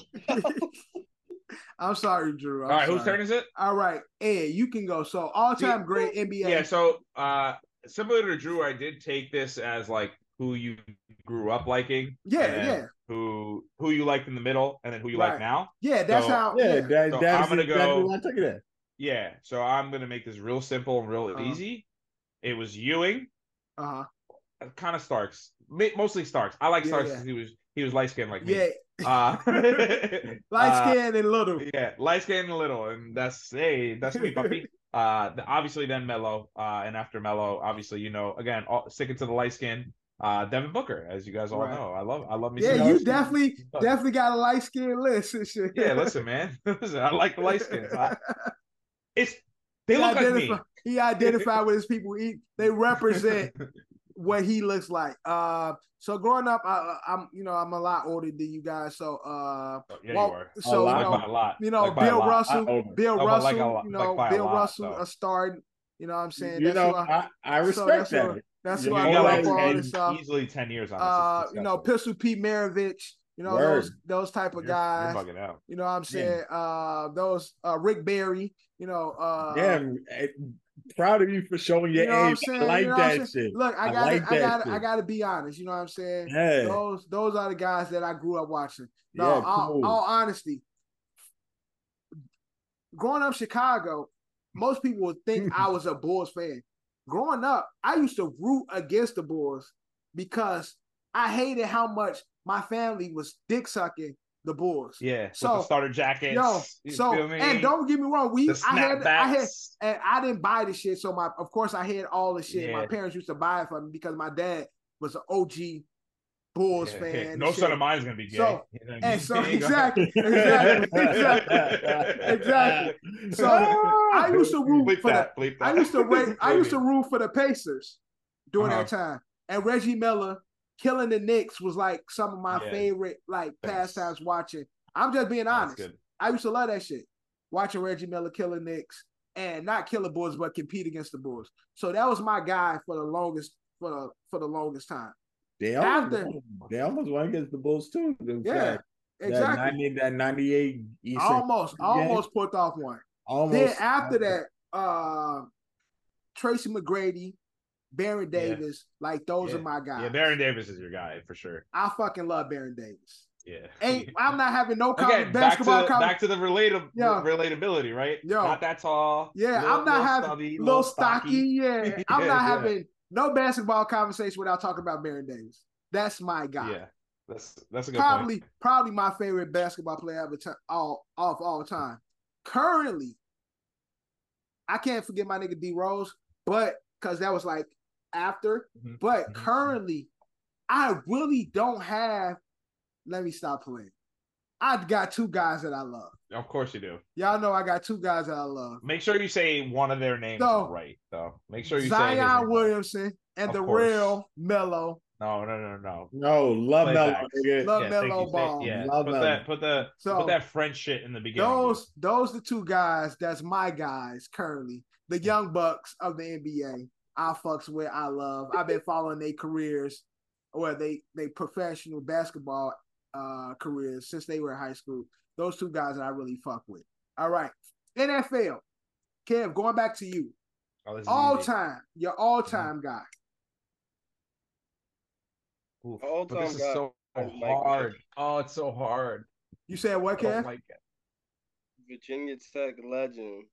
[SPEAKER 1] I'm sorry, Drew.
[SPEAKER 3] All
[SPEAKER 1] I'm
[SPEAKER 3] right, whose
[SPEAKER 1] sorry.
[SPEAKER 3] turn is it?
[SPEAKER 1] All right, Ed, you can go. So all time great NBA.
[SPEAKER 3] Yeah. so uh, similar to Drew, I did take this as like who you grew up liking.
[SPEAKER 1] yeah,
[SPEAKER 3] and
[SPEAKER 1] yeah,
[SPEAKER 3] Who who you liked in the middle, and then who you
[SPEAKER 1] Right.
[SPEAKER 3] like now.
[SPEAKER 1] yeah. That's
[SPEAKER 3] So,
[SPEAKER 1] how.
[SPEAKER 2] yeah,
[SPEAKER 1] Yeah,
[SPEAKER 2] that,
[SPEAKER 3] So
[SPEAKER 2] that's
[SPEAKER 3] I'm gonna
[SPEAKER 2] exactly
[SPEAKER 3] go-
[SPEAKER 2] why I took it. at.
[SPEAKER 3] Yeah. So I'm gonna make this real simple and real
[SPEAKER 1] Uh-huh.
[SPEAKER 3] easy. It was Ewing,
[SPEAKER 1] uh huh.
[SPEAKER 3] kind of Starks, Ma- mostly Starks. I like
[SPEAKER 1] Yeah,
[SPEAKER 3] Starks
[SPEAKER 1] yeah.
[SPEAKER 3] because he was he was light skinned like me.
[SPEAKER 1] Yeah,
[SPEAKER 3] Uh,
[SPEAKER 1] light
[SPEAKER 3] uh,
[SPEAKER 1] skin and little.
[SPEAKER 3] Yeah, light skinned and little, and that's hey, that's me, puppy. Uh, the- obviously then Mello, uh, and after Mello, obviously you know again all, sticking to the light skin, uh, Devin Booker, as you guys all
[SPEAKER 1] Right.
[SPEAKER 3] know, I love I love me.
[SPEAKER 1] Yeah,
[SPEAKER 3] some
[SPEAKER 1] you
[SPEAKER 3] light-skinned
[SPEAKER 1] definitely
[SPEAKER 3] stuff.
[SPEAKER 1] definitely got a light skin list and shit.
[SPEAKER 3] Yeah, listen, man, listen, I like the light skins. I, it's they
[SPEAKER 1] He
[SPEAKER 3] look like me.
[SPEAKER 1] identifi- He identified with his people. He, they represent what he looks like. Uh, so growing up, I, I- I'm you know I'm a lot older than you guys. So uh,
[SPEAKER 3] yeah,
[SPEAKER 1] Well,
[SPEAKER 3] you are.
[SPEAKER 1] so,
[SPEAKER 2] you
[SPEAKER 3] like
[SPEAKER 2] know,
[SPEAKER 3] by a lot.
[SPEAKER 1] you know,
[SPEAKER 3] Like by a
[SPEAKER 1] Bill
[SPEAKER 3] lot.
[SPEAKER 2] I
[SPEAKER 1] Russell,
[SPEAKER 2] over.
[SPEAKER 1] Bill
[SPEAKER 3] No, but like
[SPEAKER 1] Russell,
[SPEAKER 3] a lot-
[SPEAKER 1] you
[SPEAKER 3] like
[SPEAKER 1] know,
[SPEAKER 3] by a
[SPEAKER 1] Bill
[SPEAKER 3] lot,
[SPEAKER 1] Russell,
[SPEAKER 3] though.
[SPEAKER 1] a star. You know what I'm saying?
[SPEAKER 2] You
[SPEAKER 1] that's
[SPEAKER 2] know,
[SPEAKER 1] who I,
[SPEAKER 2] I, I
[SPEAKER 1] so
[SPEAKER 2] respect
[SPEAKER 1] that's who I-
[SPEAKER 2] that.
[SPEAKER 1] that's
[SPEAKER 2] You
[SPEAKER 1] who I
[SPEAKER 2] know,
[SPEAKER 3] You got
[SPEAKER 1] grew
[SPEAKER 2] like,
[SPEAKER 1] up on uh, and
[SPEAKER 2] and-
[SPEAKER 1] stuff.
[SPEAKER 3] easily ten years on. This. It's
[SPEAKER 1] Uh, you know,
[SPEAKER 3] disgusting.
[SPEAKER 1] Pistol P. Maravich, You know,
[SPEAKER 2] Word.
[SPEAKER 1] those those type of
[SPEAKER 3] You're-
[SPEAKER 1] guys.
[SPEAKER 3] You're bugging out.
[SPEAKER 1] You know what I'm saying? Uh, those uh, Rick Barry. You know, uh,
[SPEAKER 2] Damn, eh, proud of you for showing your
[SPEAKER 1] You know what I'm
[SPEAKER 2] age.
[SPEAKER 1] saying?
[SPEAKER 2] I
[SPEAKER 1] You
[SPEAKER 2] like
[SPEAKER 1] know what I'm
[SPEAKER 2] that
[SPEAKER 1] saying?
[SPEAKER 2] shit.
[SPEAKER 1] Look, I
[SPEAKER 2] I
[SPEAKER 1] got
[SPEAKER 2] like
[SPEAKER 1] to I
[SPEAKER 2] that
[SPEAKER 1] got to I
[SPEAKER 2] shit.
[SPEAKER 1] got to be honest. You know what I'm saying?
[SPEAKER 2] Yeah,
[SPEAKER 1] Those those are the guys that I grew up watching. No,
[SPEAKER 2] yeah,
[SPEAKER 1] all,
[SPEAKER 2] cool.
[SPEAKER 1] all honesty, growing up Chicago, most people would think I was a Bulls fan. Growing up, I used to root against the Bulls because I hated how much my family was dick sucking the Bulls.
[SPEAKER 3] Yeah. with
[SPEAKER 1] So,
[SPEAKER 3] the starter jackets.
[SPEAKER 1] Yo,
[SPEAKER 3] you
[SPEAKER 1] so
[SPEAKER 3] feel me?
[SPEAKER 1] and don't get me wrong, we
[SPEAKER 3] the
[SPEAKER 1] I had I had
[SPEAKER 3] snapbacks.
[SPEAKER 1] and I didn't buy the shit. So my, of course, I had all the shit. My
[SPEAKER 3] Yeah.
[SPEAKER 1] parents used to buy it for me because my dad was an OG Bulls
[SPEAKER 3] Yeah,
[SPEAKER 1] fan.
[SPEAKER 3] yeah.
[SPEAKER 1] and
[SPEAKER 3] No
[SPEAKER 1] shit.
[SPEAKER 3] son of mine's gonna be gay.
[SPEAKER 1] So-
[SPEAKER 3] You know what I mean?
[SPEAKER 1] And so
[SPEAKER 3] There you go.
[SPEAKER 1] exactly, exactly, exactly. exactly. So, I used to root
[SPEAKER 3] Ah, Bleep
[SPEAKER 1] for the-
[SPEAKER 3] that, bleep
[SPEAKER 1] I
[SPEAKER 3] that.
[SPEAKER 1] used to rate, I used to
[SPEAKER 3] Bleep
[SPEAKER 1] root for the Pacers during that
[SPEAKER 3] Uh-huh.
[SPEAKER 1] time, and Reggie Miller killing the Knicks was like some of my
[SPEAKER 3] Yeah.
[SPEAKER 1] favorite like
[SPEAKER 3] Thanks.
[SPEAKER 1] pastimes watching. I'm just being
[SPEAKER 3] it. That's
[SPEAKER 1] honest.
[SPEAKER 3] good.
[SPEAKER 1] I used to love that shit. Watching Reggie Miller kill the Knicks and not kill the Bulls, but compete against the Bulls. So that was my guy for the longest for the, for the longest time.
[SPEAKER 2] They almost,
[SPEAKER 1] After-
[SPEAKER 2] won. they almost won against the Bulls too. in
[SPEAKER 1] Yeah,
[SPEAKER 2] fact. That,
[SPEAKER 1] Exactly.
[SPEAKER 2] 90, that 98 Eastern.
[SPEAKER 1] Almost,
[SPEAKER 2] Yeah.
[SPEAKER 1] almost pulled off one.
[SPEAKER 2] almost
[SPEAKER 1] Then after that, uh, Tracy McGrady, Baron
[SPEAKER 3] Yeah.
[SPEAKER 1] Davis, like those
[SPEAKER 3] Yeah.
[SPEAKER 1] are my guys.
[SPEAKER 3] Yeah, Baron Davis is your guy for sure.
[SPEAKER 1] I fucking love Baron Davis.
[SPEAKER 3] Yeah.
[SPEAKER 1] Ain't I'm not having no college
[SPEAKER 3] Again, back to,
[SPEAKER 1] basketball
[SPEAKER 3] the,
[SPEAKER 1] college.
[SPEAKER 3] back to the relatable
[SPEAKER 1] Yo.
[SPEAKER 3] relatability, right?
[SPEAKER 1] Yo.
[SPEAKER 3] Not that tall.
[SPEAKER 1] Yeah,
[SPEAKER 3] little-
[SPEAKER 1] I'm not
[SPEAKER 3] little
[SPEAKER 1] having
[SPEAKER 3] stubby,
[SPEAKER 1] little stocky. Yeah, I'm
[SPEAKER 3] Yeah,
[SPEAKER 1] not
[SPEAKER 3] yeah.
[SPEAKER 1] having no basketball conversation without talking about Baron Davis. That's my guy.
[SPEAKER 3] Yeah, that's that's a good
[SPEAKER 1] probably
[SPEAKER 3] point.
[SPEAKER 1] probably my favorite basketball player ever ti- all of all time. Currently, I can't forget my nigga D Rose, but because that was like after.
[SPEAKER 3] Mhm.
[SPEAKER 1] But
[SPEAKER 3] Mhm.
[SPEAKER 1] currently, I really don't have. Let me stop playing. I've got two guys that I love.
[SPEAKER 3] Of course you do.
[SPEAKER 1] Y'all know I got two guys that I love.
[SPEAKER 3] Make sure you say one of their names
[SPEAKER 1] So,
[SPEAKER 3] right, though. Make sure you say his
[SPEAKER 1] Zion
[SPEAKER 3] name
[SPEAKER 1] Williamson and
[SPEAKER 3] Of
[SPEAKER 1] the
[SPEAKER 3] course.
[SPEAKER 1] real Mello.
[SPEAKER 3] right. No, no, no, no.
[SPEAKER 2] no love Melo.
[SPEAKER 3] Playbacks.
[SPEAKER 2] nigga.
[SPEAKER 1] Love
[SPEAKER 3] thank
[SPEAKER 1] Melo
[SPEAKER 3] you. Say-
[SPEAKER 1] Ball.
[SPEAKER 3] Yeah,
[SPEAKER 2] Love
[SPEAKER 3] put
[SPEAKER 2] Melo.
[SPEAKER 3] that, put the,
[SPEAKER 1] So-
[SPEAKER 3] put that French shit in the beginning.
[SPEAKER 1] Those those the two guys that's my guys currently. The young bucks of the NBA. I fucks with I love. I've been following their careers or they they professional basketball uh careers since they were in high school. Those two guys that I really fuck with. All right. NFL. Kev, going back to you.
[SPEAKER 3] Oh, this is
[SPEAKER 1] All
[SPEAKER 3] easy.
[SPEAKER 1] time, your all time guy.
[SPEAKER 3] Oof,
[SPEAKER 7] All
[SPEAKER 3] but this
[SPEAKER 7] time
[SPEAKER 3] is
[SPEAKER 7] guy.
[SPEAKER 3] so
[SPEAKER 7] I like
[SPEAKER 3] hard. Oh, it's so hard.
[SPEAKER 1] You said what,
[SPEAKER 3] I don't
[SPEAKER 1] Kev?
[SPEAKER 3] like it.
[SPEAKER 7] Virginia Tech legend.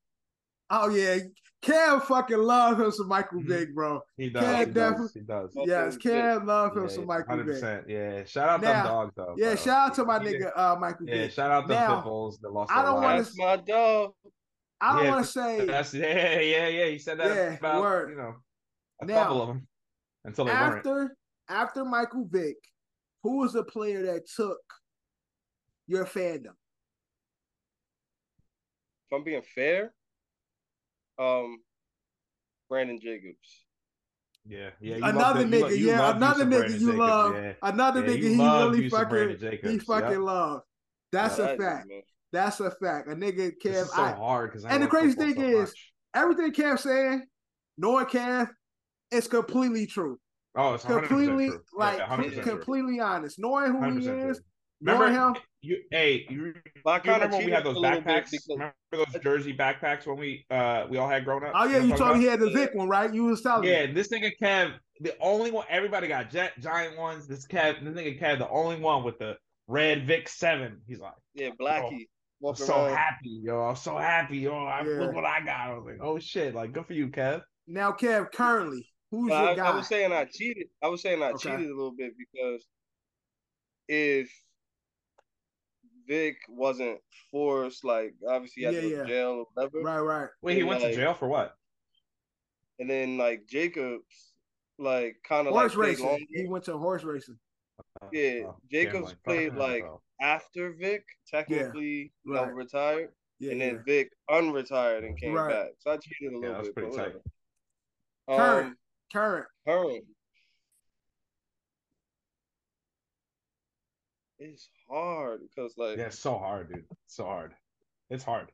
[SPEAKER 1] Oh yeah. Kev fucking love him some Michael
[SPEAKER 3] Mhm.
[SPEAKER 1] Vick, bro.
[SPEAKER 3] He does.
[SPEAKER 1] Kev
[SPEAKER 3] he does.
[SPEAKER 1] definitely-
[SPEAKER 3] He does.
[SPEAKER 7] Michael
[SPEAKER 1] Yes,
[SPEAKER 7] Vick.
[SPEAKER 1] Kev love him
[SPEAKER 3] Yeah,
[SPEAKER 1] some
[SPEAKER 3] yeah,
[SPEAKER 1] Michael Vick.
[SPEAKER 3] 100%. Yeah, shout out
[SPEAKER 1] Now-
[SPEAKER 3] them dogs though.
[SPEAKER 1] Yeah,
[SPEAKER 3] bro.
[SPEAKER 1] shout out to my
[SPEAKER 3] He did-
[SPEAKER 1] nigga uh, Michael
[SPEAKER 3] Yeah,
[SPEAKER 1] Vick.
[SPEAKER 3] shout out them
[SPEAKER 1] Now,
[SPEAKER 3] pitbulls that lost.
[SPEAKER 1] I
[SPEAKER 3] their
[SPEAKER 1] don't wanna
[SPEAKER 3] lives.
[SPEAKER 7] That's my dog.
[SPEAKER 1] I don't
[SPEAKER 3] Yeah,
[SPEAKER 1] want to say
[SPEAKER 3] That's yeah, yeah, yeah. You said that
[SPEAKER 1] Yeah,
[SPEAKER 3] about
[SPEAKER 1] word.
[SPEAKER 3] you know a
[SPEAKER 1] Now,
[SPEAKER 3] couple of them until they weren't.
[SPEAKER 1] after after Michael Vick, who was the player that took your fandom?
[SPEAKER 7] If I'm being fair, um, Brandon Jacobs.
[SPEAKER 3] Yeah, yeah. you
[SPEAKER 1] another
[SPEAKER 3] loved it. You
[SPEAKER 1] nigga,
[SPEAKER 3] lo- you
[SPEAKER 1] yeah,
[SPEAKER 3] loved you
[SPEAKER 1] another
[SPEAKER 3] some
[SPEAKER 1] nigga you
[SPEAKER 3] Brandon Jacobs,
[SPEAKER 1] love,
[SPEAKER 3] Yeah.
[SPEAKER 1] another
[SPEAKER 3] Yeah,
[SPEAKER 1] nigga
[SPEAKER 3] you
[SPEAKER 1] he
[SPEAKER 3] love
[SPEAKER 1] really
[SPEAKER 3] you some Brandon
[SPEAKER 1] fucking he
[SPEAKER 3] Jacobs,
[SPEAKER 1] fucking
[SPEAKER 3] yep.
[SPEAKER 1] loved. That's
[SPEAKER 7] Legend,
[SPEAKER 1] a fact.
[SPEAKER 7] man.
[SPEAKER 1] That's a fact. A nigga
[SPEAKER 3] This
[SPEAKER 1] Kev,
[SPEAKER 3] is so
[SPEAKER 1] I,
[SPEAKER 3] hard because
[SPEAKER 1] and the crazy thing is- everything Kev saying, knowing Kev, it's completely true.
[SPEAKER 3] oh, it's 100%
[SPEAKER 1] Completely
[SPEAKER 3] true. Yeah,
[SPEAKER 1] like
[SPEAKER 3] 100% true.
[SPEAKER 1] completely honest. Knowing who
[SPEAKER 3] 100%
[SPEAKER 1] he
[SPEAKER 3] true.
[SPEAKER 1] is,
[SPEAKER 3] Remember
[SPEAKER 1] knowing him.
[SPEAKER 3] You, hey, you,
[SPEAKER 7] But I
[SPEAKER 3] you
[SPEAKER 7] kind of
[SPEAKER 3] remember when we had those backpacks?
[SPEAKER 7] because
[SPEAKER 3] Remember those jersey backpacks when we uh we all had grown up?
[SPEAKER 1] Oh yeah,
[SPEAKER 3] know
[SPEAKER 1] you
[SPEAKER 3] what I'm
[SPEAKER 1] told
[SPEAKER 3] talking
[SPEAKER 1] me he had the
[SPEAKER 7] Yeah.
[SPEAKER 1] Vic one, right? You was
[SPEAKER 3] about?
[SPEAKER 1] telling me.
[SPEAKER 3] Yeah, this nigga Kev, the only one. Everybody got jet, giant ones. This Kev, this nigga Kev, the only one with the red Vic Seven. He's like.
[SPEAKER 7] yeah, Blackie.
[SPEAKER 3] I'm
[SPEAKER 7] walking
[SPEAKER 3] Oh, so
[SPEAKER 7] around.
[SPEAKER 3] happy, yo. I'm so happy, yo. I,
[SPEAKER 1] Yeah.
[SPEAKER 3] Look what I got. I was like, oh shit, like good for you, Kev.
[SPEAKER 1] Now, Kev, currently, who's
[SPEAKER 7] But
[SPEAKER 1] your
[SPEAKER 7] I, I
[SPEAKER 1] guy?
[SPEAKER 7] was saying I cheated. I was saying I
[SPEAKER 1] Okay.
[SPEAKER 7] cheated a little bit because if Vic wasn't forced, like obviously he had
[SPEAKER 1] Yeah,
[SPEAKER 7] to go
[SPEAKER 1] yeah.
[SPEAKER 7] to jail or whatever,
[SPEAKER 1] right, right.
[SPEAKER 3] Wait, he went to
[SPEAKER 7] Like-
[SPEAKER 3] jail for what?
[SPEAKER 7] and then like Jacobs, like kind of like
[SPEAKER 1] Horse
[SPEAKER 7] played
[SPEAKER 1] racing.
[SPEAKER 7] longer
[SPEAKER 1] He went to horse racing.
[SPEAKER 7] Yeah,
[SPEAKER 3] Oh,
[SPEAKER 7] Jacobs
[SPEAKER 3] gambling.
[SPEAKER 7] played,
[SPEAKER 3] Fucking
[SPEAKER 7] like,
[SPEAKER 3] NFL.
[SPEAKER 7] after Vic technically you know,
[SPEAKER 1] right.
[SPEAKER 7] retired,
[SPEAKER 1] Yeah,
[SPEAKER 7] and
[SPEAKER 1] yeah.
[SPEAKER 7] then Vic unretired and came
[SPEAKER 1] Right.
[SPEAKER 7] back. So I cheated a
[SPEAKER 3] Yeah,
[SPEAKER 7] little
[SPEAKER 3] that's
[SPEAKER 7] bit, but
[SPEAKER 3] pretty tight.
[SPEAKER 7] whatever.
[SPEAKER 1] Current.
[SPEAKER 7] Um,
[SPEAKER 1] Current.
[SPEAKER 7] current. It's hard because like
[SPEAKER 3] Yeah, it's so hard, dude. It's so hard. It's hard.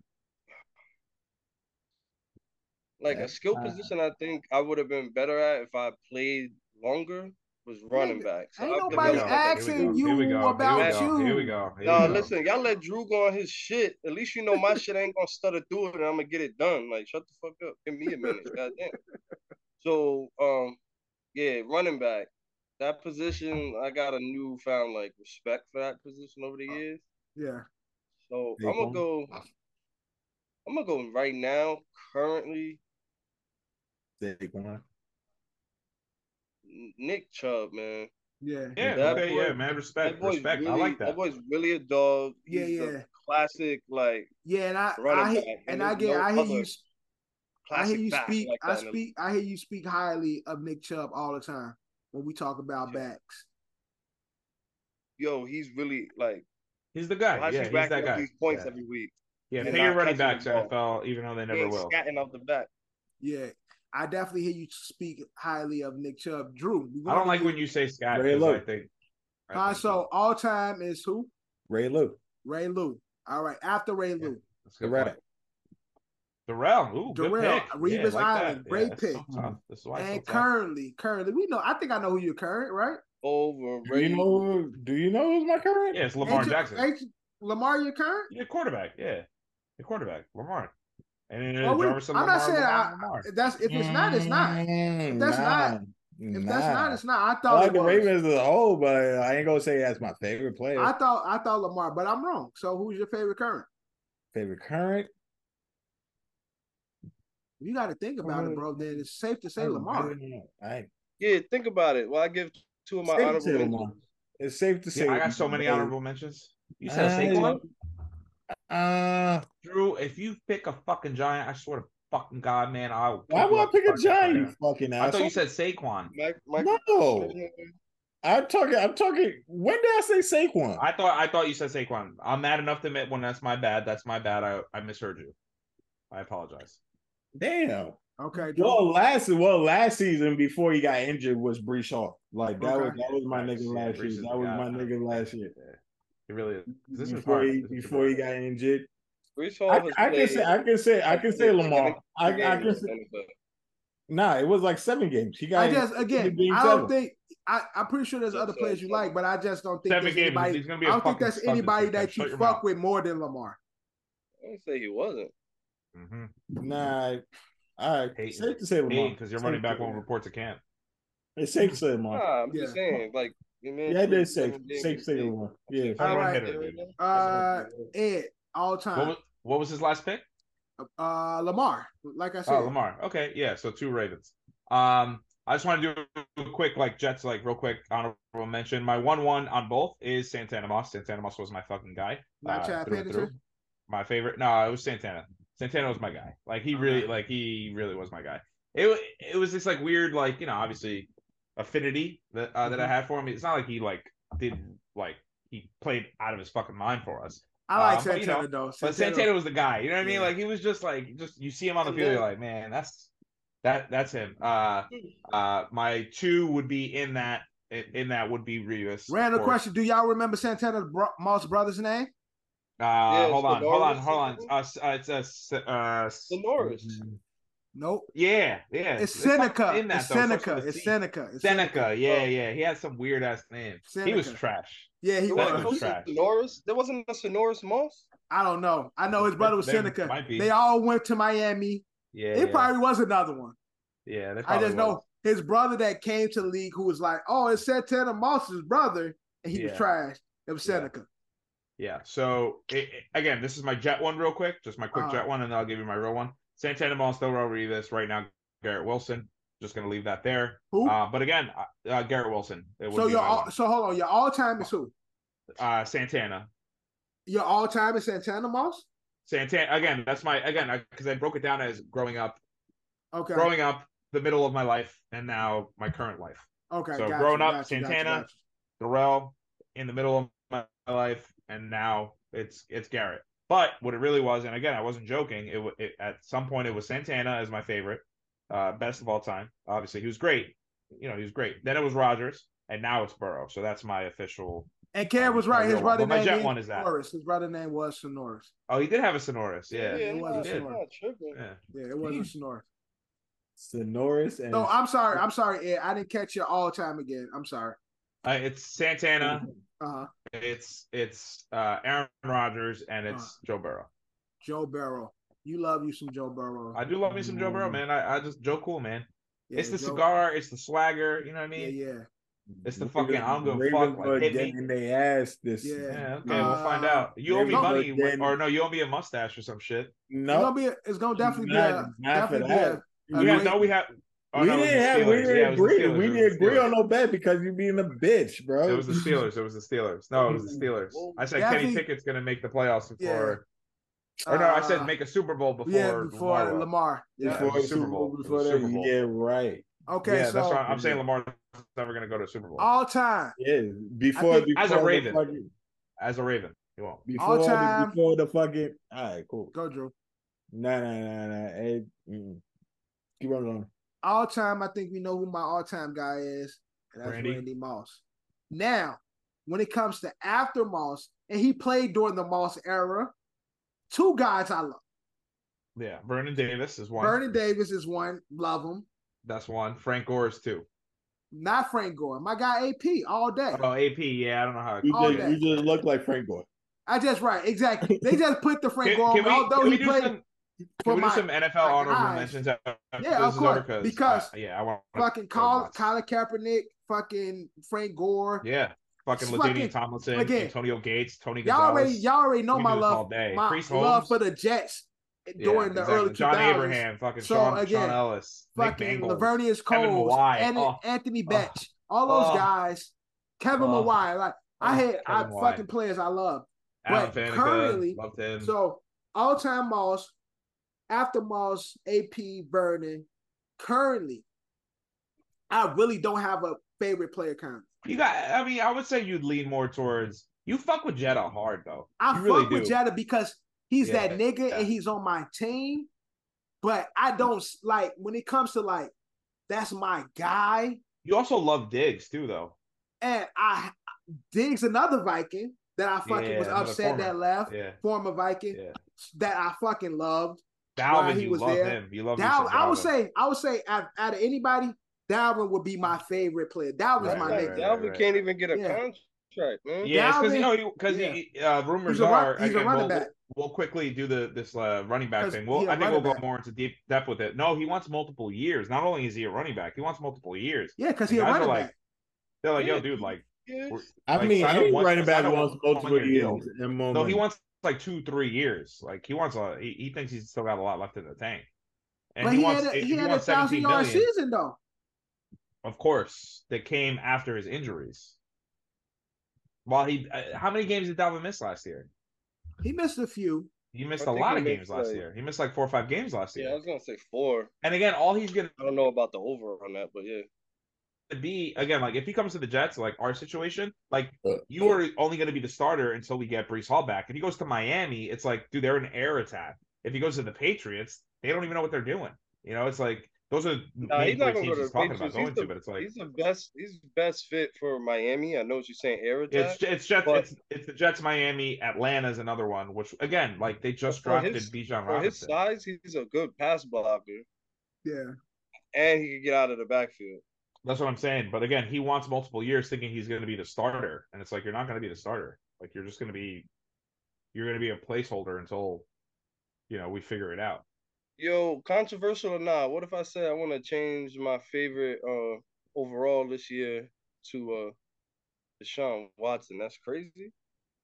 [SPEAKER 7] like
[SPEAKER 3] Yeah.
[SPEAKER 7] a skill
[SPEAKER 3] Uh,
[SPEAKER 7] position I think I would have been better at if I played longer was running back. So
[SPEAKER 1] Ain't
[SPEAKER 7] I feel
[SPEAKER 1] nobody
[SPEAKER 7] like-
[SPEAKER 1] asking you about you.
[SPEAKER 3] Here we go. Here we go.
[SPEAKER 7] No, listen, y'all let Drew go on his shit. At least you know my shit ain't gonna stutter through it and I'm gonna get it done. Like, shut the fuck up. Give me a minute. Goddamn. So, um, yeah, running back. That position, I got a newfound like respect for that position over the
[SPEAKER 3] Uh,
[SPEAKER 7] years.
[SPEAKER 1] Yeah.
[SPEAKER 7] So
[SPEAKER 2] Big
[SPEAKER 7] I'm gonna
[SPEAKER 2] one.
[SPEAKER 7] go. I'm gonna go right now. Currently,
[SPEAKER 2] Saquon.
[SPEAKER 7] N- Nick Chubb, man.
[SPEAKER 1] Yeah.
[SPEAKER 3] Yeah,
[SPEAKER 7] That
[SPEAKER 3] okay,
[SPEAKER 7] boy-
[SPEAKER 3] yeah, man. Respect,
[SPEAKER 7] boy's
[SPEAKER 3] respect. I
[SPEAKER 7] really-
[SPEAKER 3] like that.
[SPEAKER 7] boy's really a dog.
[SPEAKER 1] Yeah,
[SPEAKER 7] He's a
[SPEAKER 1] yeah.
[SPEAKER 7] classic, like
[SPEAKER 1] Yeah, and I,
[SPEAKER 7] Running
[SPEAKER 1] I hear-
[SPEAKER 7] back, and
[SPEAKER 1] and I
[SPEAKER 7] there's
[SPEAKER 1] get
[SPEAKER 7] no
[SPEAKER 1] I hear
[SPEAKER 7] other
[SPEAKER 1] you s- I
[SPEAKER 7] classic.
[SPEAKER 1] hear you
[SPEAKER 7] back
[SPEAKER 1] speak
[SPEAKER 7] like
[SPEAKER 1] I
[SPEAKER 7] that in the
[SPEAKER 1] speak I hear you speak highly of Nick Chubb all the time when we talk about backs.
[SPEAKER 7] yo, he's really like
[SPEAKER 3] He's the guy.
[SPEAKER 7] why is
[SPEAKER 3] yeah,
[SPEAKER 7] he
[SPEAKER 3] he's
[SPEAKER 7] racking
[SPEAKER 3] that
[SPEAKER 7] up
[SPEAKER 3] guy.
[SPEAKER 7] these points
[SPEAKER 3] yeah,
[SPEAKER 7] every week?
[SPEAKER 3] yeah
[SPEAKER 7] and
[SPEAKER 3] pay your
[SPEAKER 7] not
[SPEAKER 3] running
[SPEAKER 7] catching
[SPEAKER 3] backs,
[SPEAKER 7] the ball?
[SPEAKER 3] NFL, even though they
[SPEAKER 7] he
[SPEAKER 3] never
[SPEAKER 7] ain't
[SPEAKER 3] will.
[SPEAKER 7] scatting off the back.
[SPEAKER 1] Yeah. I definitely hear you speak highly of Nick Chubb. Drew, we
[SPEAKER 3] I
[SPEAKER 1] want
[SPEAKER 3] don't like
[SPEAKER 1] you-
[SPEAKER 3] when you say scat
[SPEAKER 2] Ray
[SPEAKER 3] because
[SPEAKER 2] Lowe.
[SPEAKER 3] I think. I
[SPEAKER 1] All right,
[SPEAKER 3] think-
[SPEAKER 1] so all time is who?
[SPEAKER 2] Ray Lou.
[SPEAKER 1] Ray Lou. All right, after Ray Lou.
[SPEAKER 3] that's a good
[SPEAKER 2] Right.
[SPEAKER 3] point. Darrell, ooh,
[SPEAKER 1] Darrell,
[SPEAKER 3] good pick.
[SPEAKER 1] Revis
[SPEAKER 3] yeah, I like
[SPEAKER 1] Island,
[SPEAKER 3] that.
[SPEAKER 1] great
[SPEAKER 3] yeah, that's so
[SPEAKER 1] pick.
[SPEAKER 3] tough. That's why it's so
[SPEAKER 1] And
[SPEAKER 3] tough.
[SPEAKER 1] currently, currently, we know I think I know who you're current, right?
[SPEAKER 2] Do you
[SPEAKER 7] Overrated.
[SPEAKER 2] know? who- Do you know who's my current?
[SPEAKER 3] Yeah, it's Lamar
[SPEAKER 1] Ain't you-
[SPEAKER 3] Jackson.
[SPEAKER 1] ain't you- Lamar, your current?
[SPEAKER 3] Yeah, quarterback. Yeah, the quarterback, Lamar. And then
[SPEAKER 1] Well,
[SPEAKER 3] uh,
[SPEAKER 1] we-
[SPEAKER 3] Jarvis and
[SPEAKER 1] I'm
[SPEAKER 3] Lamar,
[SPEAKER 1] not saying
[SPEAKER 3] Lamar,
[SPEAKER 1] I-
[SPEAKER 3] Lamar.
[SPEAKER 1] That's if it's not, it's not.
[SPEAKER 2] Mm,
[SPEAKER 1] that's not-
[SPEAKER 2] nah,
[SPEAKER 1] If that's not,
[SPEAKER 2] nah.
[SPEAKER 1] it's not. I
[SPEAKER 2] I
[SPEAKER 1] thought
[SPEAKER 2] like
[SPEAKER 1] it
[SPEAKER 2] the
[SPEAKER 1] was.
[SPEAKER 2] Ravens as a whole, but I ain't gonna say that's my favorite player.
[SPEAKER 1] I thought I thought Lamar, but I'm wrong. So who's your favorite current?
[SPEAKER 2] favorite current.
[SPEAKER 1] You got to think about it, bro. Then it's safe to
[SPEAKER 2] Oh,
[SPEAKER 1] say Lamar.
[SPEAKER 2] I
[SPEAKER 7] Yeah, think about it. Well, I give two of my
[SPEAKER 2] safe to
[SPEAKER 7] honorable
[SPEAKER 2] say
[SPEAKER 7] mentions.
[SPEAKER 2] Lamar. It's safe to say.
[SPEAKER 3] Yeah, I got so many
[SPEAKER 2] Ray-
[SPEAKER 3] honorable mentions. You said
[SPEAKER 2] Uh,
[SPEAKER 3] Saquon,
[SPEAKER 2] Uh,
[SPEAKER 3] Drew. If you pick a fucking giant, I swear to fucking God, man, I'll.
[SPEAKER 2] why
[SPEAKER 3] you
[SPEAKER 2] would I
[SPEAKER 3] up
[SPEAKER 2] pick a
[SPEAKER 3] fucking
[SPEAKER 2] giant? You
[SPEAKER 3] down.
[SPEAKER 2] fucking
[SPEAKER 3] I
[SPEAKER 2] asshole.
[SPEAKER 3] thought you said Saquon.
[SPEAKER 7] Mike, Michael.
[SPEAKER 2] no. I'm talking. I'm talking. When did I say Saquon?
[SPEAKER 3] I thought I thought you said Saquon. I'm mad enough to admit when that's my bad. That's my bad. I, I misheard you. I apologize.
[SPEAKER 2] Damn.
[SPEAKER 1] Okay, Drew.
[SPEAKER 2] Well, last well last season before he got injured was Brees Hall. Like that was
[SPEAKER 1] Okay.
[SPEAKER 2] that was my
[SPEAKER 3] Yeah,
[SPEAKER 2] nigga
[SPEAKER 3] yeah,
[SPEAKER 2] last
[SPEAKER 3] Brees
[SPEAKER 2] year.
[SPEAKER 3] is
[SPEAKER 2] That was
[SPEAKER 3] the
[SPEAKER 2] my
[SPEAKER 3] guy.
[SPEAKER 2] nigga last year.
[SPEAKER 3] Yeah. It really is. This is
[SPEAKER 2] before
[SPEAKER 3] hard.
[SPEAKER 2] he
[SPEAKER 3] This is
[SPEAKER 2] before he
[SPEAKER 3] hard.
[SPEAKER 2] got injured.
[SPEAKER 7] Brees
[SPEAKER 2] I,
[SPEAKER 7] Hall has
[SPEAKER 2] I can
[SPEAKER 7] played
[SPEAKER 2] say I can say I can say Lamar. I, I can say, nah. It was like seven games. He got
[SPEAKER 1] I just again,
[SPEAKER 2] Game
[SPEAKER 1] I
[SPEAKER 2] seven.
[SPEAKER 1] don't think I, I'm pretty sure there's
[SPEAKER 7] That's
[SPEAKER 1] other
[SPEAKER 7] it.
[SPEAKER 1] players you like, but I just don't think
[SPEAKER 3] Seven
[SPEAKER 1] there's
[SPEAKER 3] games,
[SPEAKER 1] anybody.
[SPEAKER 3] he's gonna be
[SPEAKER 1] I
[SPEAKER 3] a
[SPEAKER 1] don't think
[SPEAKER 3] fucking
[SPEAKER 1] that's
[SPEAKER 3] stud this
[SPEAKER 1] anybody
[SPEAKER 3] weekend.
[SPEAKER 1] that
[SPEAKER 3] Shut
[SPEAKER 1] you
[SPEAKER 3] your
[SPEAKER 1] fuck
[SPEAKER 3] mouth.
[SPEAKER 1] with more than Lamar.
[SPEAKER 7] I didn't say he wasn't.
[SPEAKER 3] Mm-hmm.
[SPEAKER 2] Nah. All right.
[SPEAKER 3] Hey,
[SPEAKER 2] safe to say Lamar.
[SPEAKER 3] because your
[SPEAKER 2] Safe
[SPEAKER 3] running back
[SPEAKER 2] to-
[SPEAKER 3] won't report to camp.
[SPEAKER 2] It's safe to say Lamar.
[SPEAKER 7] Nah, I'm just
[SPEAKER 1] Yeah.
[SPEAKER 7] saying, like, you mean,
[SPEAKER 2] Uh, Yeah, it is safe. Safe to say Lamar. Yeah.
[SPEAKER 3] Home
[SPEAKER 1] All
[SPEAKER 3] run
[SPEAKER 1] right.
[SPEAKER 3] hitter, dude.
[SPEAKER 1] Uh, Ed, all
[SPEAKER 3] What
[SPEAKER 1] time.
[SPEAKER 3] was, what was his last pick?
[SPEAKER 1] Uh, Lamar. Like I said,
[SPEAKER 3] Oh, Lamar. Okay, yeah. So two Ravens. Um, I just want to do a quick like Jets like real quick honorable mention. My one one on both is Santana Moss. Santana Moss was my fucking guy. uh,
[SPEAKER 1] Not Chad
[SPEAKER 3] through and through.
[SPEAKER 1] Pennington?
[SPEAKER 3] My favorite. No, it was Santana. Santana was my guy. Like he really like he really was my guy. It wa- it was this like weird like you know obviously affinity that uh,
[SPEAKER 1] Mm-hmm.
[SPEAKER 3] that I had for him. It's not like he like did like he played out of his fucking mind for us.
[SPEAKER 1] I like
[SPEAKER 3] uh, but,
[SPEAKER 1] Santana
[SPEAKER 3] you
[SPEAKER 1] though.
[SPEAKER 3] But Santana was the guy. You know what I mean?
[SPEAKER 1] Yeah.
[SPEAKER 3] Like he was just like just you see him on the
[SPEAKER 7] And
[SPEAKER 3] field,
[SPEAKER 7] then-
[SPEAKER 3] you're like, man, that's that that's him. Uh uh my two would be in that in, in that would be Revis. of
[SPEAKER 1] Random
[SPEAKER 3] course.
[SPEAKER 1] question: Do y'all remember Santana bro- Moss brother's name?
[SPEAKER 3] Uh
[SPEAKER 7] it's
[SPEAKER 3] hold on, hold on,
[SPEAKER 7] Norris,
[SPEAKER 3] hold on.
[SPEAKER 7] isn't it?
[SPEAKER 3] Uh, s- uh, it's a s- uh s-
[SPEAKER 7] The
[SPEAKER 2] Mm-hmm.
[SPEAKER 7] Norris.
[SPEAKER 1] Nope.
[SPEAKER 3] yeah, yeah.
[SPEAKER 1] It's
[SPEAKER 3] not
[SPEAKER 1] Seneca.
[SPEAKER 3] in that,
[SPEAKER 1] It's
[SPEAKER 3] though. It starts
[SPEAKER 1] Seneca.
[SPEAKER 3] with a
[SPEAKER 1] It's
[SPEAKER 3] C.
[SPEAKER 1] Seneca. It's
[SPEAKER 3] Seneca, yeah,
[SPEAKER 7] Oh.
[SPEAKER 3] yeah. He had some weird ass name. He was
[SPEAKER 1] Seneca.
[SPEAKER 3] trash.
[SPEAKER 1] Yeah, he
[SPEAKER 7] There
[SPEAKER 3] That
[SPEAKER 1] was.
[SPEAKER 3] was
[SPEAKER 7] wasn't
[SPEAKER 3] trash.
[SPEAKER 7] a Sonoris. There wasn't a Sonoris Moss.
[SPEAKER 1] I don't know. I know his brother was
[SPEAKER 3] There
[SPEAKER 1] Seneca.
[SPEAKER 3] might be.
[SPEAKER 1] They all went to Miami.
[SPEAKER 3] Yeah,
[SPEAKER 1] It
[SPEAKER 3] yeah.
[SPEAKER 1] probably was another one.
[SPEAKER 3] yeah that
[SPEAKER 1] I
[SPEAKER 3] probably
[SPEAKER 1] just know his brother that came to the league who was like, "Oh, it's Santana Moss's brother," and he was
[SPEAKER 3] Yeah.
[SPEAKER 1] trash. It was
[SPEAKER 3] Yeah.
[SPEAKER 1] Seneca.
[SPEAKER 3] Yeah. So it, it- again, this is my jet one real quick, just my quick
[SPEAKER 1] Uh-huh.
[SPEAKER 3] jet one, and then I'll give you my real one. Santana Moss, Delro Revis, right now Garrett Wilson. Just gonna leave that there.
[SPEAKER 1] Who?
[SPEAKER 3] Uh, but again, uh, uh, Garrett Wilson. It would
[SPEAKER 1] so
[SPEAKER 3] be
[SPEAKER 1] your
[SPEAKER 3] my
[SPEAKER 1] all,
[SPEAKER 3] one.
[SPEAKER 1] so hold on. Your all time is who?
[SPEAKER 3] uh, Santana.
[SPEAKER 1] Your all time is Santana Moss.
[SPEAKER 3] Santana again. That's my again because I broke it down as growing up,
[SPEAKER 1] Okay.
[SPEAKER 3] growing up, the middle of my life, and now my current life.
[SPEAKER 1] okay.
[SPEAKER 3] so
[SPEAKER 1] gotcha,
[SPEAKER 3] growing up,
[SPEAKER 1] gotcha, gotcha,
[SPEAKER 3] Santana,
[SPEAKER 1] gotcha.
[SPEAKER 3] Darrell in the middle of my life, and now it's it's Garrett. But what it really was, and again, I wasn't joking. It, wa- it at some point it was Santana as my favorite, uh, best of all time. Obviously, he was great. You know, he was great. Then it was Rogers, and now it's Burrow. So that's my official.
[SPEAKER 1] And Cam was right. His
[SPEAKER 3] Well,
[SPEAKER 1] brother
[SPEAKER 3] my
[SPEAKER 1] name
[SPEAKER 3] jet
[SPEAKER 1] is
[SPEAKER 3] one is that.
[SPEAKER 1] Sonoris. His brother name was Sonoris.
[SPEAKER 3] Oh, he did have a sonoris. Yeah,
[SPEAKER 1] Yeah.
[SPEAKER 7] it
[SPEAKER 1] wasn't
[SPEAKER 7] wasn't
[SPEAKER 1] Sonoris.
[SPEAKER 7] tripping.
[SPEAKER 3] yeah.
[SPEAKER 1] Yeah, it wasn't Sonoris.
[SPEAKER 2] Sonoris and
[SPEAKER 1] No, I'm sorry. I'm sorry, Ed. I didn't catch your all time again. I'm sorry.
[SPEAKER 3] Uh, it's Santana.
[SPEAKER 1] Uh huh.
[SPEAKER 3] It's it's uh, Aaron Rodgers and it's Joe Burrow.
[SPEAKER 1] Joe Burrow. You love you some Joe Burrow.
[SPEAKER 3] I do love me some Joe Burrow, man. I, I just Joe cool, man.
[SPEAKER 1] Yeah,
[SPEAKER 3] it's the
[SPEAKER 1] Joe-
[SPEAKER 3] cigar. It's the swagger. You know what I
[SPEAKER 1] Yeah,
[SPEAKER 3] mean?
[SPEAKER 1] yeah.
[SPEAKER 3] It's the fucking, I'm gonna
[SPEAKER 2] Ravens
[SPEAKER 3] fuck, like,
[SPEAKER 2] are
[SPEAKER 3] hit me.
[SPEAKER 2] getting their ass this.
[SPEAKER 1] Yeah.
[SPEAKER 3] Yeah, okay,
[SPEAKER 1] Uh,
[SPEAKER 3] we'll find out. You owe me
[SPEAKER 1] Ravens are
[SPEAKER 3] money,
[SPEAKER 2] getting-
[SPEAKER 3] or no? You owe me a mustache or some shit.
[SPEAKER 1] It's
[SPEAKER 2] No,
[SPEAKER 1] gonna be. A, it's gonna definitely be.
[SPEAKER 2] not,
[SPEAKER 1] A,
[SPEAKER 2] not for
[SPEAKER 1] definitely be
[SPEAKER 2] that.
[SPEAKER 1] a, a
[SPEAKER 3] We
[SPEAKER 1] great-
[SPEAKER 3] have no. We have. oh,
[SPEAKER 2] we
[SPEAKER 3] no, it was the
[SPEAKER 2] didn't have, we
[SPEAKER 3] Steelers. Yeah,
[SPEAKER 2] didn't
[SPEAKER 3] it was the
[SPEAKER 2] agree.
[SPEAKER 3] Steelers.
[SPEAKER 2] We
[SPEAKER 3] It
[SPEAKER 2] didn't
[SPEAKER 3] was the
[SPEAKER 2] agree
[SPEAKER 3] Steelers.
[SPEAKER 2] on no bet because you being a bitch, bro.
[SPEAKER 3] It was the Steelers. It was the Steelers. No, it was the Steelers. I said
[SPEAKER 1] Yeah, I
[SPEAKER 3] Kenny
[SPEAKER 1] think-
[SPEAKER 3] Pickett's gonna make the playoffs
[SPEAKER 1] Yeah.
[SPEAKER 3] before, or no, I
[SPEAKER 1] uh,
[SPEAKER 3] said make a Super Bowl before.
[SPEAKER 1] yeah before
[SPEAKER 3] Lamar
[SPEAKER 1] Lamar.
[SPEAKER 3] was. Yeah, it
[SPEAKER 2] before
[SPEAKER 3] was
[SPEAKER 2] the
[SPEAKER 3] Super Bowl. It
[SPEAKER 2] Before
[SPEAKER 3] was
[SPEAKER 2] that,
[SPEAKER 3] Super Bowl.
[SPEAKER 2] yeah, right.
[SPEAKER 1] Okay,
[SPEAKER 3] yeah,
[SPEAKER 1] so Uh,
[SPEAKER 3] that's why I'm saying Lamar's never gonna go to a Super Bowl
[SPEAKER 1] all time.
[SPEAKER 2] Yeah, before,
[SPEAKER 1] think-
[SPEAKER 2] before
[SPEAKER 3] As a
[SPEAKER 2] the
[SPEAKER 3] Raven.
[SPEAKER 2] fucking-
[SPEAKER 3] as a Raven. He won't.
[SPEAKER 2] before, the,
[SPEAKER 1] time.
[SPEAKER 2] before the fucking. All right, cool.
[SPEAKER 1] Go Drew.
[SPEAKER 2] Nah, nah, nah, nah. Hey, mm-mm. keep on going.
[SPEAKER 1] All time. I think we know who my all time guy is, and that's
[SPEAKER 3] Randy.
[SPEAKER 1] Randy. Moss. Now, when it comes to after Moss, and he played during the Moss era, two guys I love.
[SPEAKER 3] Yeah, Vernon Davis is one.
[SPEAKER 1] Vernon Davis is one. Love him.
[SPEAKER 3] That's one. Frank Gore is two.
[SPEAKER 1] Not Frank Gore. My guy AP all day.
[SPEAKER 3] Oh, AP. Yeah, I don't know how.
[SPEAKER 2] You
[SPEAKER 1] All
[SPEAKER 2] just,
[SPEAKER 1] day.
[SPEAKER 2] you just look like Frank Gore.
[SPEAKER 1] I just right. Exactly. They just put the Frank
[SPEAKER 3] Can,
[SPEAKER 1] Gore. on,
[SPEAKER 3] can we,
[SPEAKER 1] although
[SPEAKER 3] can
[SPEAKER 1] he
[SPEAKER 3] we do
[SPEAKER 1] played
[SPEAKER 3] some,
[SPEAKER 1] for
[SPEAKER 3] can we do
[SPEAKER 1] my
[SPEAKER 3] some NFL honorable
[SPEAKER 1] eyes.
[SPEAKER 3] mentions? After
[SPEAKER 1] Yeah,
[SPEAKER 3] this
[SPEAKER 1] of
[SPEAKER 3] is
[SPEAKER 1] course,
[SPEAKER 3] over?
[SPEAKER 1] because
[SPEAKER 3] I- uh, yeah, I want
[SPEAKER 1] fucking Carl, Colin Kaepernick, fucking Frank Gore.
[SPEAKER 3] Yeah, fucking
[SPEAKER 1] Fucking-
[SPEAKER 3] Ladainian Tomlinson,
[SPEAKER 1] again.
[SPEAKER 3] Antonio Gates, Tony
[SPEAKER 1] Y'all
[SPEAKER 3] Gonzalez.
[SPEAKER 1] already, y'all already know
[SPEAKER 3] We
[SPEAKER 1] my
[SPEAKER 3] do this all
[SPEAKER 1] love,
[SPEAKER 3] day.
[SPEAKER 1] my
[SPEAKER 3] Chris
[SPEAKER 1] love
[SPEAKER 3] Holmes.
[SPEAKER 1] for the Jets
[SPEAKER 3] Yeah,
[SPEAKER 1] during the
[SPEAKER 3] exactly.
[SPEAKER 1] early 2000s.
[SPEAKER 3] John Abraham, fucking
[SPEAKER 1] So,
[SPEAKER 3] Sean,
[SPEAKER 1] again,
[SPEAKER 3] Sean Ellis, Nick
[SPEAKER 1] fucking
[SPEAKER 3] Mangold.
[SPEAKER 1] Lavernius Coles,
[SPEAKER 3] Mawai.
[SPEAKER 1] and
[SPEAKER 3] Oh.
[SPEAKER 1] Anthony
[SPEAKER 3] Oh.
[SPEAKER 1] Betch, all those
[SPEAKER 3] Oh.
[SPEAKER 1] guys. Kevin
[SPEAKER 3] Oh.
[SPEAKER 1] Mawai, like
[SPEAKER 3] Oh,
[SPEAKER 1] I had, I
[SPEAKER 3] Kevin Mawai.
[SPEAKER 1] fucking players I love.
[SPEAKER 3] Adam
[SPEAKER 1] but
[SPEAKER 3] Faneca,
[SPEAKER 1] currently-
[SPEAKER 3] loved him.
[SPEAKER 1] So all time Moss, after Moss, AP, Vernon. Currently, I really don't have a favorite player currently.
[SPEAKER 3] you got. I mean, I would say you'd lean more towards you. Fuck with Jetta hard though.
[SPEAKER 1] I
[SPEAKER 3] you really
[SPEAKER 1] fuck
[SPEAKER 3] do.
[SPEAKER 1] with Jetta because he's
[SPEAKER 3] Yeah,
[SPEAKER 1] that nigga
[SPEAKER 3] yeah.
[SPEAKER 1] and he's on my team. But I don't s- like when it comes to like that's my guy,
[SPEAKER 3] You also love Diggs too, though.
[SPEAKER 1] and I Diggs another Viking that I fucking
[SPEAKER 3] Yeah,
[SPEAKER 1] was
[SPEAKER 3] another
[SPEAKER 1] upset
[SPEAKER 3] former.
[SPEAKER 1] that left
[SPEAKER 3] Yeah,
[SPEAKER 1] former Viking
[SPEAKER 3] Yeah.
[SPEAKER 1] that I fucking loved. While
[SPEAKER 3] Dalvin,
[SPEAKER 1] he
[SPEAKER 3] you
[SPEAKER 1] was
[SPEAKER 3] love
[SPEAKER 1] there,
[SPEAKER 3] him. You love.
[SPEAKER 1] Dalvin,
[SPEAKER 3] Dalvin.
[SPEAKER 1] I would say I would say out, out of anybody, Dalvin would be my favorite player. Dalvin's
[SPEAKER 3] Right,
[SPEAKER 1] my nigga.
[SPEAKER 3] right, right.
[SPEAKER 7] Dalvin can't even get a
[SPEAKER 1] Yeah.
[SPEAKER 7] contract, man.
[SPEAKER 3] Yeah, because you
[SPEAKER 1] Dalvin-
[SPEAKER 3] know, because uh, rumors
[SPEAKER 1] He's a run-
[SPEAKER 3] are.
[SPEAKER 1] he's a
[SPEAKER 3] again,
[SPEAKER 1] running
[SPEAKER 3] we'll,
[SPEAKER 1] back.
[SPEAKER 3] We'll quickly do the this uh, running back
[SPEAKER 1] 'Cause
[SPEAKER 3] thing. Well,
[SPEAKER 1] he a
[SPEAKER 3] I think we'll
[SPEAKER 1] running
[SPEAKER 3] go
[SPEAKER 1] back.
[SPEAKER 3] more into deep depth with it. No, he wants multiple years. Not only is he a running back, he wants multiple years.
[SPEAKER 1] Yeah, because he a
[SPEAKER 3] Guys are
[SPEAKER 1] running
[SPEAKER 3] like-
[SPEAKER 1] back.
[SPEAKER 3] They're like, yo,
[SPEAKER 7] Yeah.
[SPEAKER 3] dude, like,
[SPEAKER 7] Yeah.
[SPEAKER 3] We're-
[SPEAKER 2] I
[SPEAKER 3] Like,
[SPEAKER 2] mean,
[SPEAKER 3] sign a
[SPEAKER 2] any
[SPEAKER 3] one-
[SPEAKER 2] running back
[SPEAKER 3] sign a
[SPEAKER 2] wants
[SPEAKER 3] one-
[SPEAKER 2] multiple
[SPEAKER 3] one-year deal.
[SPEAKER 2] years and more
[SPEAKER 3] no, he
[SPEAKER 2] money.
[SPEAKER 3] wants like two, three years. Like, he wants a. He, he thinks he's still got a lot left in the tank. And
[SPEAKER 1] But
[SPEAKER 3] he,
[SPEAKER 1] he,
[SPEAKER 3] wants.
[SPEAKER 1] had a,
[SPEAKER 3] if
[SPEAKER 1] he
[SPEAKER 3] he
[SPEAKER 1] had a
[SPEAKER 3] wants
[SPEAKER 1] thousand
[SPEAKER 3] 17
[SPEAKER 1] yard
[SPEAKER 3] million,
[SPEAKER 1] season though.
[SPEAKER 3] of course, that came after his injuries. While he, uh, how many games did Dalvin miss last year?
[SPEAKER 1] He missed a few.
[SPEAKER 3] He missed
[SPEAKER 7] I
[SPEAKER 3] a
[SPEAKER 7] think
[SPEAKER 3] lot
[SPEAKER 7] he
[SPEAKER 3] of
[SPEAKER 7] missed,
[SPEAKER 3] games last
[SPEAKER 7] like-
[SPEAKER 3] year. He missed like four or five games last year.
[SPEAKER 7] Yeah, I was gonna say four.
[SPEAKER 3] And again, all he's gonna
[SPEAKER 7] I don't know about the over on that, but yeah.
[SPEAKER 3] be again, like if he comes to the Jets, like our situation, like you are only gonna be the starter until we get Brees Hall back. If he goes to Miami, it's like, dude, they're an air attack. If he goes to the Patriots, they don't even know what they're doing. You know, it's like those are
[SPEAKER 7] Nah,
[SPEAKER 3] main
[SPEAKER 7] he's
[SPEAKER 3] three
[SPEAKER 7] not gonna
[SPEAKER 3] teams
[SPEAKER 7] go to
[SPEAKER 3] he's
[SPEAKER 7] the
[SPEAKER 3] talking about
[SPEAKER 7] Patriots.
[SPEAKER 3] going
[SPEAKER 7] He's
[SPEAKER 3] to,
[SPEAKER 7] the-
[SPEAKER 3] but it's like
[SPEAKER 7] He's the best. He's the best fit for Miami. I know what you're saying, air
[SPEAKER 3] it's
[SPEAKER 7] attack.
[SPEAKER 3] it's Jets,
[SPEAKER 7] but-
[SPEAKER 3] it's it's the Jets, Miami, Atlanta's another one, which again, like they just
[SPEAKER 7] For
[SPEAKER 3] drafted
[SPEAKER 7] his-
[SPEAKER 3] Bijan
[SPEAKER 7] For his
[SPEAKER 3] Robinson.
[SPEAKER 7] size, he's a good pass blocker,
[SPEAKER 1] Yeah.
[SPEAKER 7] and he can get out of the backfield.
[SPEAKER 3] That's what I'm saying. But again, he wants multiple years thinking he's going to be the starter. And it's like, you're not going to be the starter. Like, you're just going to be, you're going to be a placeholder until, you know, we figure it out.
[SPEAKER 7] Yo, controversial or not? What if I said I want to change my favorite uh overall this year to uh Deshaun Watson? That's crazy.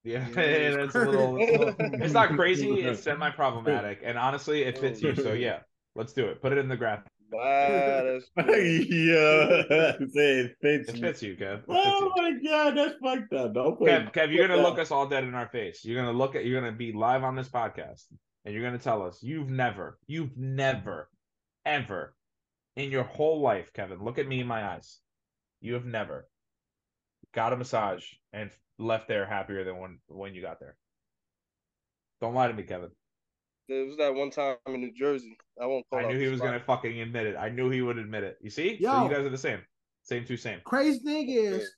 [SPEAKER 3] Yeah.
[SPEAKER 1] Yeah, it's
[SPEAKER 3] that's a little, it's, a little- it's not crazy. It's semi problematic. And honestly, it fits you. So yeah, let's do it. Put it in the graph.
[SPEAKER 7] Wow, that's
[SPEAKER 2] yeah, it fits
[SPEAKER 3] It
[SPEAKER 2] you.
[SPEAKER 3] fits you, Kev. It fits
[SPEAKER 2] Oh
[SPEAKER 3] you.
[SPEAKER 2] my god, that's fucked up. Don't put
[SPEAKER 3] Kev, Kev, you're
[SPEAKER 2] put
[SPEAKER 3] gonna
[SPEAKER 2] that-
[SPEAKER 3] look us all dead in our face. You're gonna look at. You're gonna be live on this podcast, and you're gonna tell us you've never, you've never, ever, in your whole life, Kevin, look at me in my eyes. You have never got a massage and left there happier than when when you got there. Don't lie to me, Kevin.
[SPEAKER 7] there was that one time in New Jersey. I won't call.
[SPEAKER 3] I
[SPEAKER 7] out
[SPEAKER 3] knew
[SPEAKER 7] the
[SPEAKER 3] he was
[SPEAKER 7] spot.
[SPEAKER 3] gonna fucking admit it. I knew he would admit it. You see? So
[SPEAKER 1] Yo.
[SPEAKER 3] you guys are the same. Same two same.
[SPEAKER 1] Crazy thing is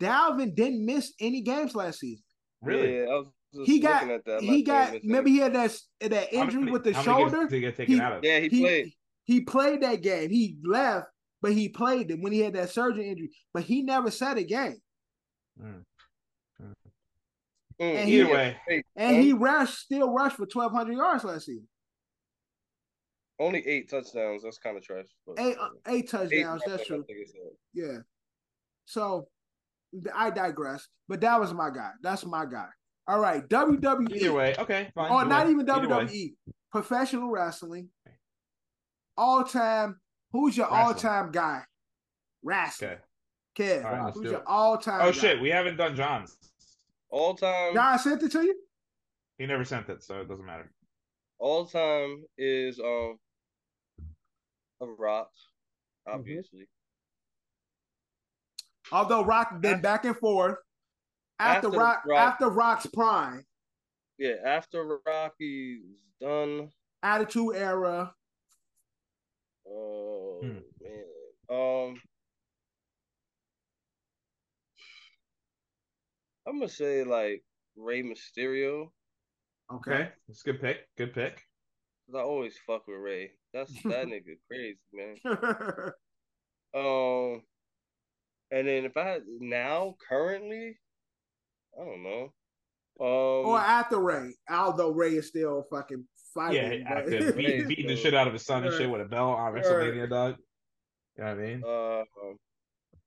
[SPEAKER 1] Dalvin didn't miss any games last season.
[SPEAKER 3] Really?
[SPEAKER 7] Yeah, I was just
[SPEAKER 1] He got-
[SPEAKER 7] looking at that. I'm not
[SPEAKER 1] He
[SPEAKER 7] saying
[SPEAKER 1] got
[SPEAKER 7] it's
[SPEAKER 1] maybe
[SPEAKER 7] anything.
[SPEAKER 1] he had that that
[SPEAKER 3] How
[SPEAKER 1] injury
[SPEAKER 3] many-
[SPEAKER 1] with the
[SPEAKER 3] how many games
[SPEAKER 1] shoulder.
[SPEAKER 3] Did he get taken
[SPEAKER 1] He-
[SPEAKER 3] out of?
[SPEAKER 7] Yeah, he, played.
[SPEAKER 1] He He played that game. He left, but he played it when he had that surgery injury. But he never said a game.
[SPEAKER 7] Mm,
[SPEAKER 1] And
[SPEAKER 3] Either
[SPEAKER 1] he-
[SPEAKER 3] way,
[SPEAKER 7] eight,
[SPEAKER 1] And he rushed, still rushed for 1,200 yards last season.
[SPEAKER 7] only eight touchdowns. That's kind of trash. but-
[SPEAKER 1] Eight, uh, eight
[SPEAKER 7] Eight,
[SPEAKER 1] touchdowns,
[SPEAKER 7] I
[SPEAKER 1] that's
[SPEAKER 7] think
[SPEAKER 1] true.
[SPEAKER 7] I think it's it.
[SPEAKER 1] Yeah. So th- I digress. But that was my guy. That's my guy. All right. WWE.
[SPEAKER 3] either way, okay, fine.
[SPEAKER 1] or
[SPEAKER 3] either
[SPEAKER 1] oh, not
[SPEAKER 3] way,
[SPEAKER 1] even E.
[SPEAKER 3] either way.
[SPEAKER 1] WWE. Professional wrestling. All time. Who's your
[SPEAKER 3] Wrestling.
[SPEAKER 1] all time guy? Wrestling.
[SPEAKER 3] Okay.
[SPEAKER 1] Kev.
[SPEAKER 3] All right, let's
[SPEAKER 1] who's
[SPEAKER 3] do
[SPEAKER 1] your
[SPEAKER 3] it.
[SPEAKER 1] all time
[SPEAKER 3] Oh shit, we haven't done John's.
[SPEAKER 7] All time,
[SPEAKER 1] John sent it to you?
[SPEAKER 3] He never sent it, so it doesn't matter.
[SPEAKER 7] all time is um a rock, obviously.
[SPEAKER 1] Although Rock been back and forth. After,
[SPEAKER 7] After
[SPEAKER 1] Rock,
[SPEAKER 7] Rock.
[SPEAKER 1] after Rock's prime,
[SPEAKER 7] Yeah, after Rocky's done,
[SPEAKER 1] Attitude Era,
[SPEAKER 7] oh
[SPEAKER 3] Hmm.
[SPEAKER 7] man, um, I'm gonna say like Rey Mysterio.
[SPEAKER 1] okay,
[SPEAKER 3] Okay, it's a good pick. Good pick.
[SPEAKER 7] 'cause I always fuck with Ray. That's that nigga crazy, man.
[SPEAKER 1] John
[SPEAKER 7] Um, and then if I had now currently, I don't know. Um,
[SPEAKER 1] or after Ray, although Ray is still fucking
[SPEAKER 3] Yeah,
[SPEAKER 1] fighting. but-
[SPEAKER 3] active, beat, beating the shit out of his son and shit with a belt on
[SPEAKER 1] Right.
[SPEAKER 3] WrestleMania, dog. You know what I mean?
[SPEAKER 7] uh,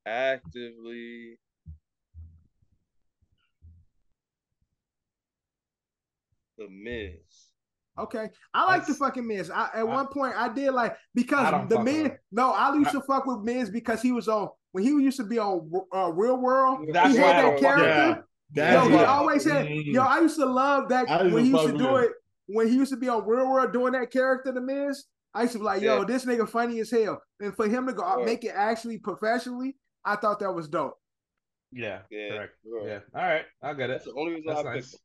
[SPEAKER 7] actively. The Miz.
[SPEAKER 1] Okay, I like the
[SPEAKER 3] That's-
[SPEAKER 1] fucking Miz. I, at
[SPEAKER 3] I-
[SPEAKER 1] one point, I did like
[SPEAKER 3] I
[SPEAKER 1] because
[SPEAKER 3] don't
[SPEAKER 1] the
[SPEAKER 3] fuck with
[SPEAKER 1] Miz.
[SPEAKER 3] him.
[SPEAKER 1] No, I used to fuck with Miz because he was on when he used to be on uh, Real World.
[SPEAKER 3] That's
[SPEAKER 1] he
[SPEAKER 3] why
[SPEAKER 1] had that
[SPEAKER 3] I don't fuck with
[SPEAKER 2] Yeah,
[SPEAKER 1] character.
[SPEAKER 2] that's
[SPEAKER 1] yo, he
[SPEAKER 7] why I
[SPEAKER 2] what.
[SPEAKER 7] don't
[SPEAKER 1] always
[SPEAKER 2] fuck
[SPEAKER 1] had.
[SPEAKER 2] with
[SPEAKER 1] Yo, I used to love that
[SPEAKER 2] I used
[SPEAKER 1] when
[SPEAKER 2] to
[SPEAKER 1] he used
[SPEAKER 2] fuck
[SPEAKER 1] to
[SPEAKER 2] with
[SPEAKER 1] do
[SPEAKER 2] him.
[SPEAKER 1] it. When he used to be on Real World doing that character, the Miz. I used to be like, yo,
[SPEAKER 7] Yeah.
[SPEAKER 1] this nigga funny as hell. And for him to go out,
[SPEAKER 7] Right.
[SPEAKER 1] make it actually professionally, I thought that was dope.
[SPEAKER 3] Yeah,
[SPEAKER 7] Yeah,
[SPEAKER 3] correct.
[SPEAKER 7] right.
[SPEAKER 3] Yeah. All right, I get it.
[SPEAKER 7] That's the only reason
[SPEAKER 3] That's
[SPEAKER 7] I picked
[SPEAKER 3] nice.
[SPEAKER 7] him.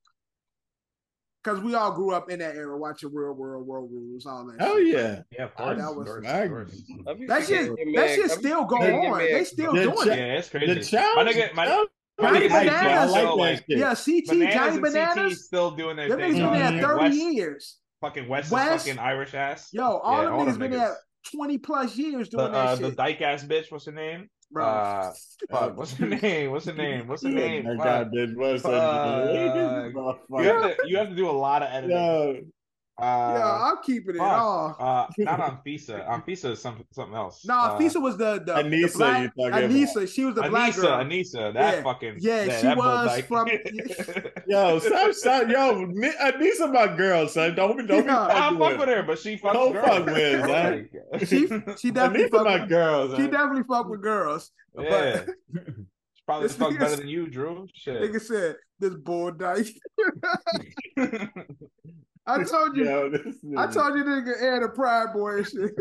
[SPEAKER 1] Because we all grew up in that era watching Real World, World Rules, all that.
[SPEAKER 2] Hell
[SPEAKER 1] shit.
[SPEAKER 2] yeah.
[SPEAKER 3] Yeah, of course.
[SPEAKER 1] That
[SPEAKER 3] of
[SPEAKER 1] was-
[SPEAKER 3] course,
[SPEAKER 2] I-
[SPEAKER 3] of course.
[SPEAKER 7] I be
[SPEAKER 1] That shit,
[SPEAKER 7] forgetting your
[SPEAKER 1] that
[SPEAKER 7] man.
[SPEAKER 1] shit
[SPEAKER 7] I be
[SPEAKER 1] still go
[SPEAKER 7] forgetting your
[SPEAKER 1] on.
[SPEAKER 7] man.
[SPEAKER 1] They still
[SPEAKER 2] The
[SPEAKER 1] doing
[SPEAKER 2] cha-
[SPEAKER 1] it.
[SPEAKER 3] Yeah, it's
[SPEAKER 2] The
[SPEAKER 3] crazy. My
[SPEAKER 2] challenge.
[SPEAKER 3] nigga, my,
[SPEAKER 2] challenge
[SPEAKER 3] my
[SPEAKER 1] Johnny
[SPEAKER 3] nigga,
[SPEAKER 2] hype,
[SPEAKER 1] Bananas.
[SPEAKER 2] bro. I
[SPEAKER 3] CT
[SPEAKER 2] like that
[SPEAKER 3] still like
[SPEAKER 2] shit.
[SPEAKER 1] Yeah, CT Johnny
[SPEAKER 3] bananas and CT
[SPEAKER 1] Bananas.
[SPEAKER 3] still doing their
[SPEAKER 1] Them
[SPEAKER 3] thing.
[SPEAKER 1] niggas been
[SPEAKER 3] dog.
[SPEAKER 1] there
[SPEAKER 2] Mhm.
[SPEAKER 1] thirty
[SPEAKER 3] West,
[SPEAKER 1] years.
[SPEAKER 3] Fucking West,
[SPEAKER 1] West?
[SPEAKER 3] is fucking Irish ass.
[SPEAKER 1] Yo, all
[SPEAKER 3] Yeah,
[SPEAKER 1] them
[SPEAKER 3] all
[SPEAKER 1] niggas
[SPEAKER 3] them
[SPEAKER 1] been
[SPEAKER 3] niggas.
[SPEAKER 1] there twenty plus years
[SPEAKER 3] The
[SPEAKER 1] doing that
[SPEAKER 3] uh, the
[SPEAKER 1] shit,
[SPEAKER 3] dyke ass bitch. What's her name?
[SPEAKER 1] bro.
[SPEAKER 3] uh,
[SPEAKER 2] Uh,
[SPEAKER 3] Fuck. What's her name? What's her name? What's her
[SPEAKER 2] yeah,
[SPEAKER 3] name?
[SPEAKER 2] that
[SPEAKER 3] Fuck.
[SPEAKER 2] guy did what's that?
[SPEAKER 3] Fuck. You have to you have to do a lot of editing.
[SPEAKER 2] Yo,
[SPEAKER 1] yeah,
[SPEAKER 3] Uh,
[SPEAKER 1] I'm keeping it
[SPEAKER 3] fuck.
[SPEAKER 1] all.
[SPEAKER 3] uh, not on Fisa. On Fisa is something something else.
[SPEAKER 1] Nah,
[SPEAKER 3] uh,
[SPEAKER 1] Fisa was the the,
[SPEAKER 2] Anissa,
[SPEAKER 1] the black,
[SPEAKER 2] you're talking
[SPEAKER 1] Anissa. She was the black
[SPEAKER 3] Anissa,
[SPEAKER 1] girl.
[SPEAKER 3] Anissa, that
[SPEAKER 1] Yeah.
[SPEAKER 3] fucking
[SPEAKER 1] Yeah, she
[SPEAKER 3] that
[SPEAKER 1] was
[SPEAKER 3] Bulldike.
[SPEAKER 1] from-
[SPEAKER 2] yo, stop, stop, yo, Ni- I need some my girl, son. Don't, don't be
[SPEAKER 1] Yeah.
[SPEAKER 3] I
[SPEAKER 2] fucking
[SPEAKER 3] fuck
[SPEAKER 2] with
[SPEAKER 3] with
[SPEAKER 2] her.
[SPEAKER 3] her, but she fucks
[SPEAKER 2] Don't
[SPEAKER 3] girls.
[SPEAKER 2] fuck with her, man.
[SPEAKER 3] Like, uh,
[SPEAKER 1] She she
[SPEAKER 2] I
[SPEAKER 1] definitely
[SPEAKER 2] need some my
[SPEAKER 1] fucked.
[SPEAKER 2] girl,
[SPEAKER 1] She
[SPEAKER 2] son.
[SPEAKER 1] definitely fucked with girls.
[SPEAKER 3] yeah.
[SPEAKER 1] But
[SPEAKER 3] She probably
[SPEAKER 1] This
[SPEAKER 3] fuck
[SPEAKER 1] nigga's-
[SPEAKER 3] better than you, Drew. Shit.
[SPEAKER 1] nigga said this bull dyke. I told you.
[SPEAKER 2] Yo, this
[SPEAKER 1] I
[SPEAKER 2] nigga.
[SPEAKER 1] told you, nigga, add a pride boy and shit.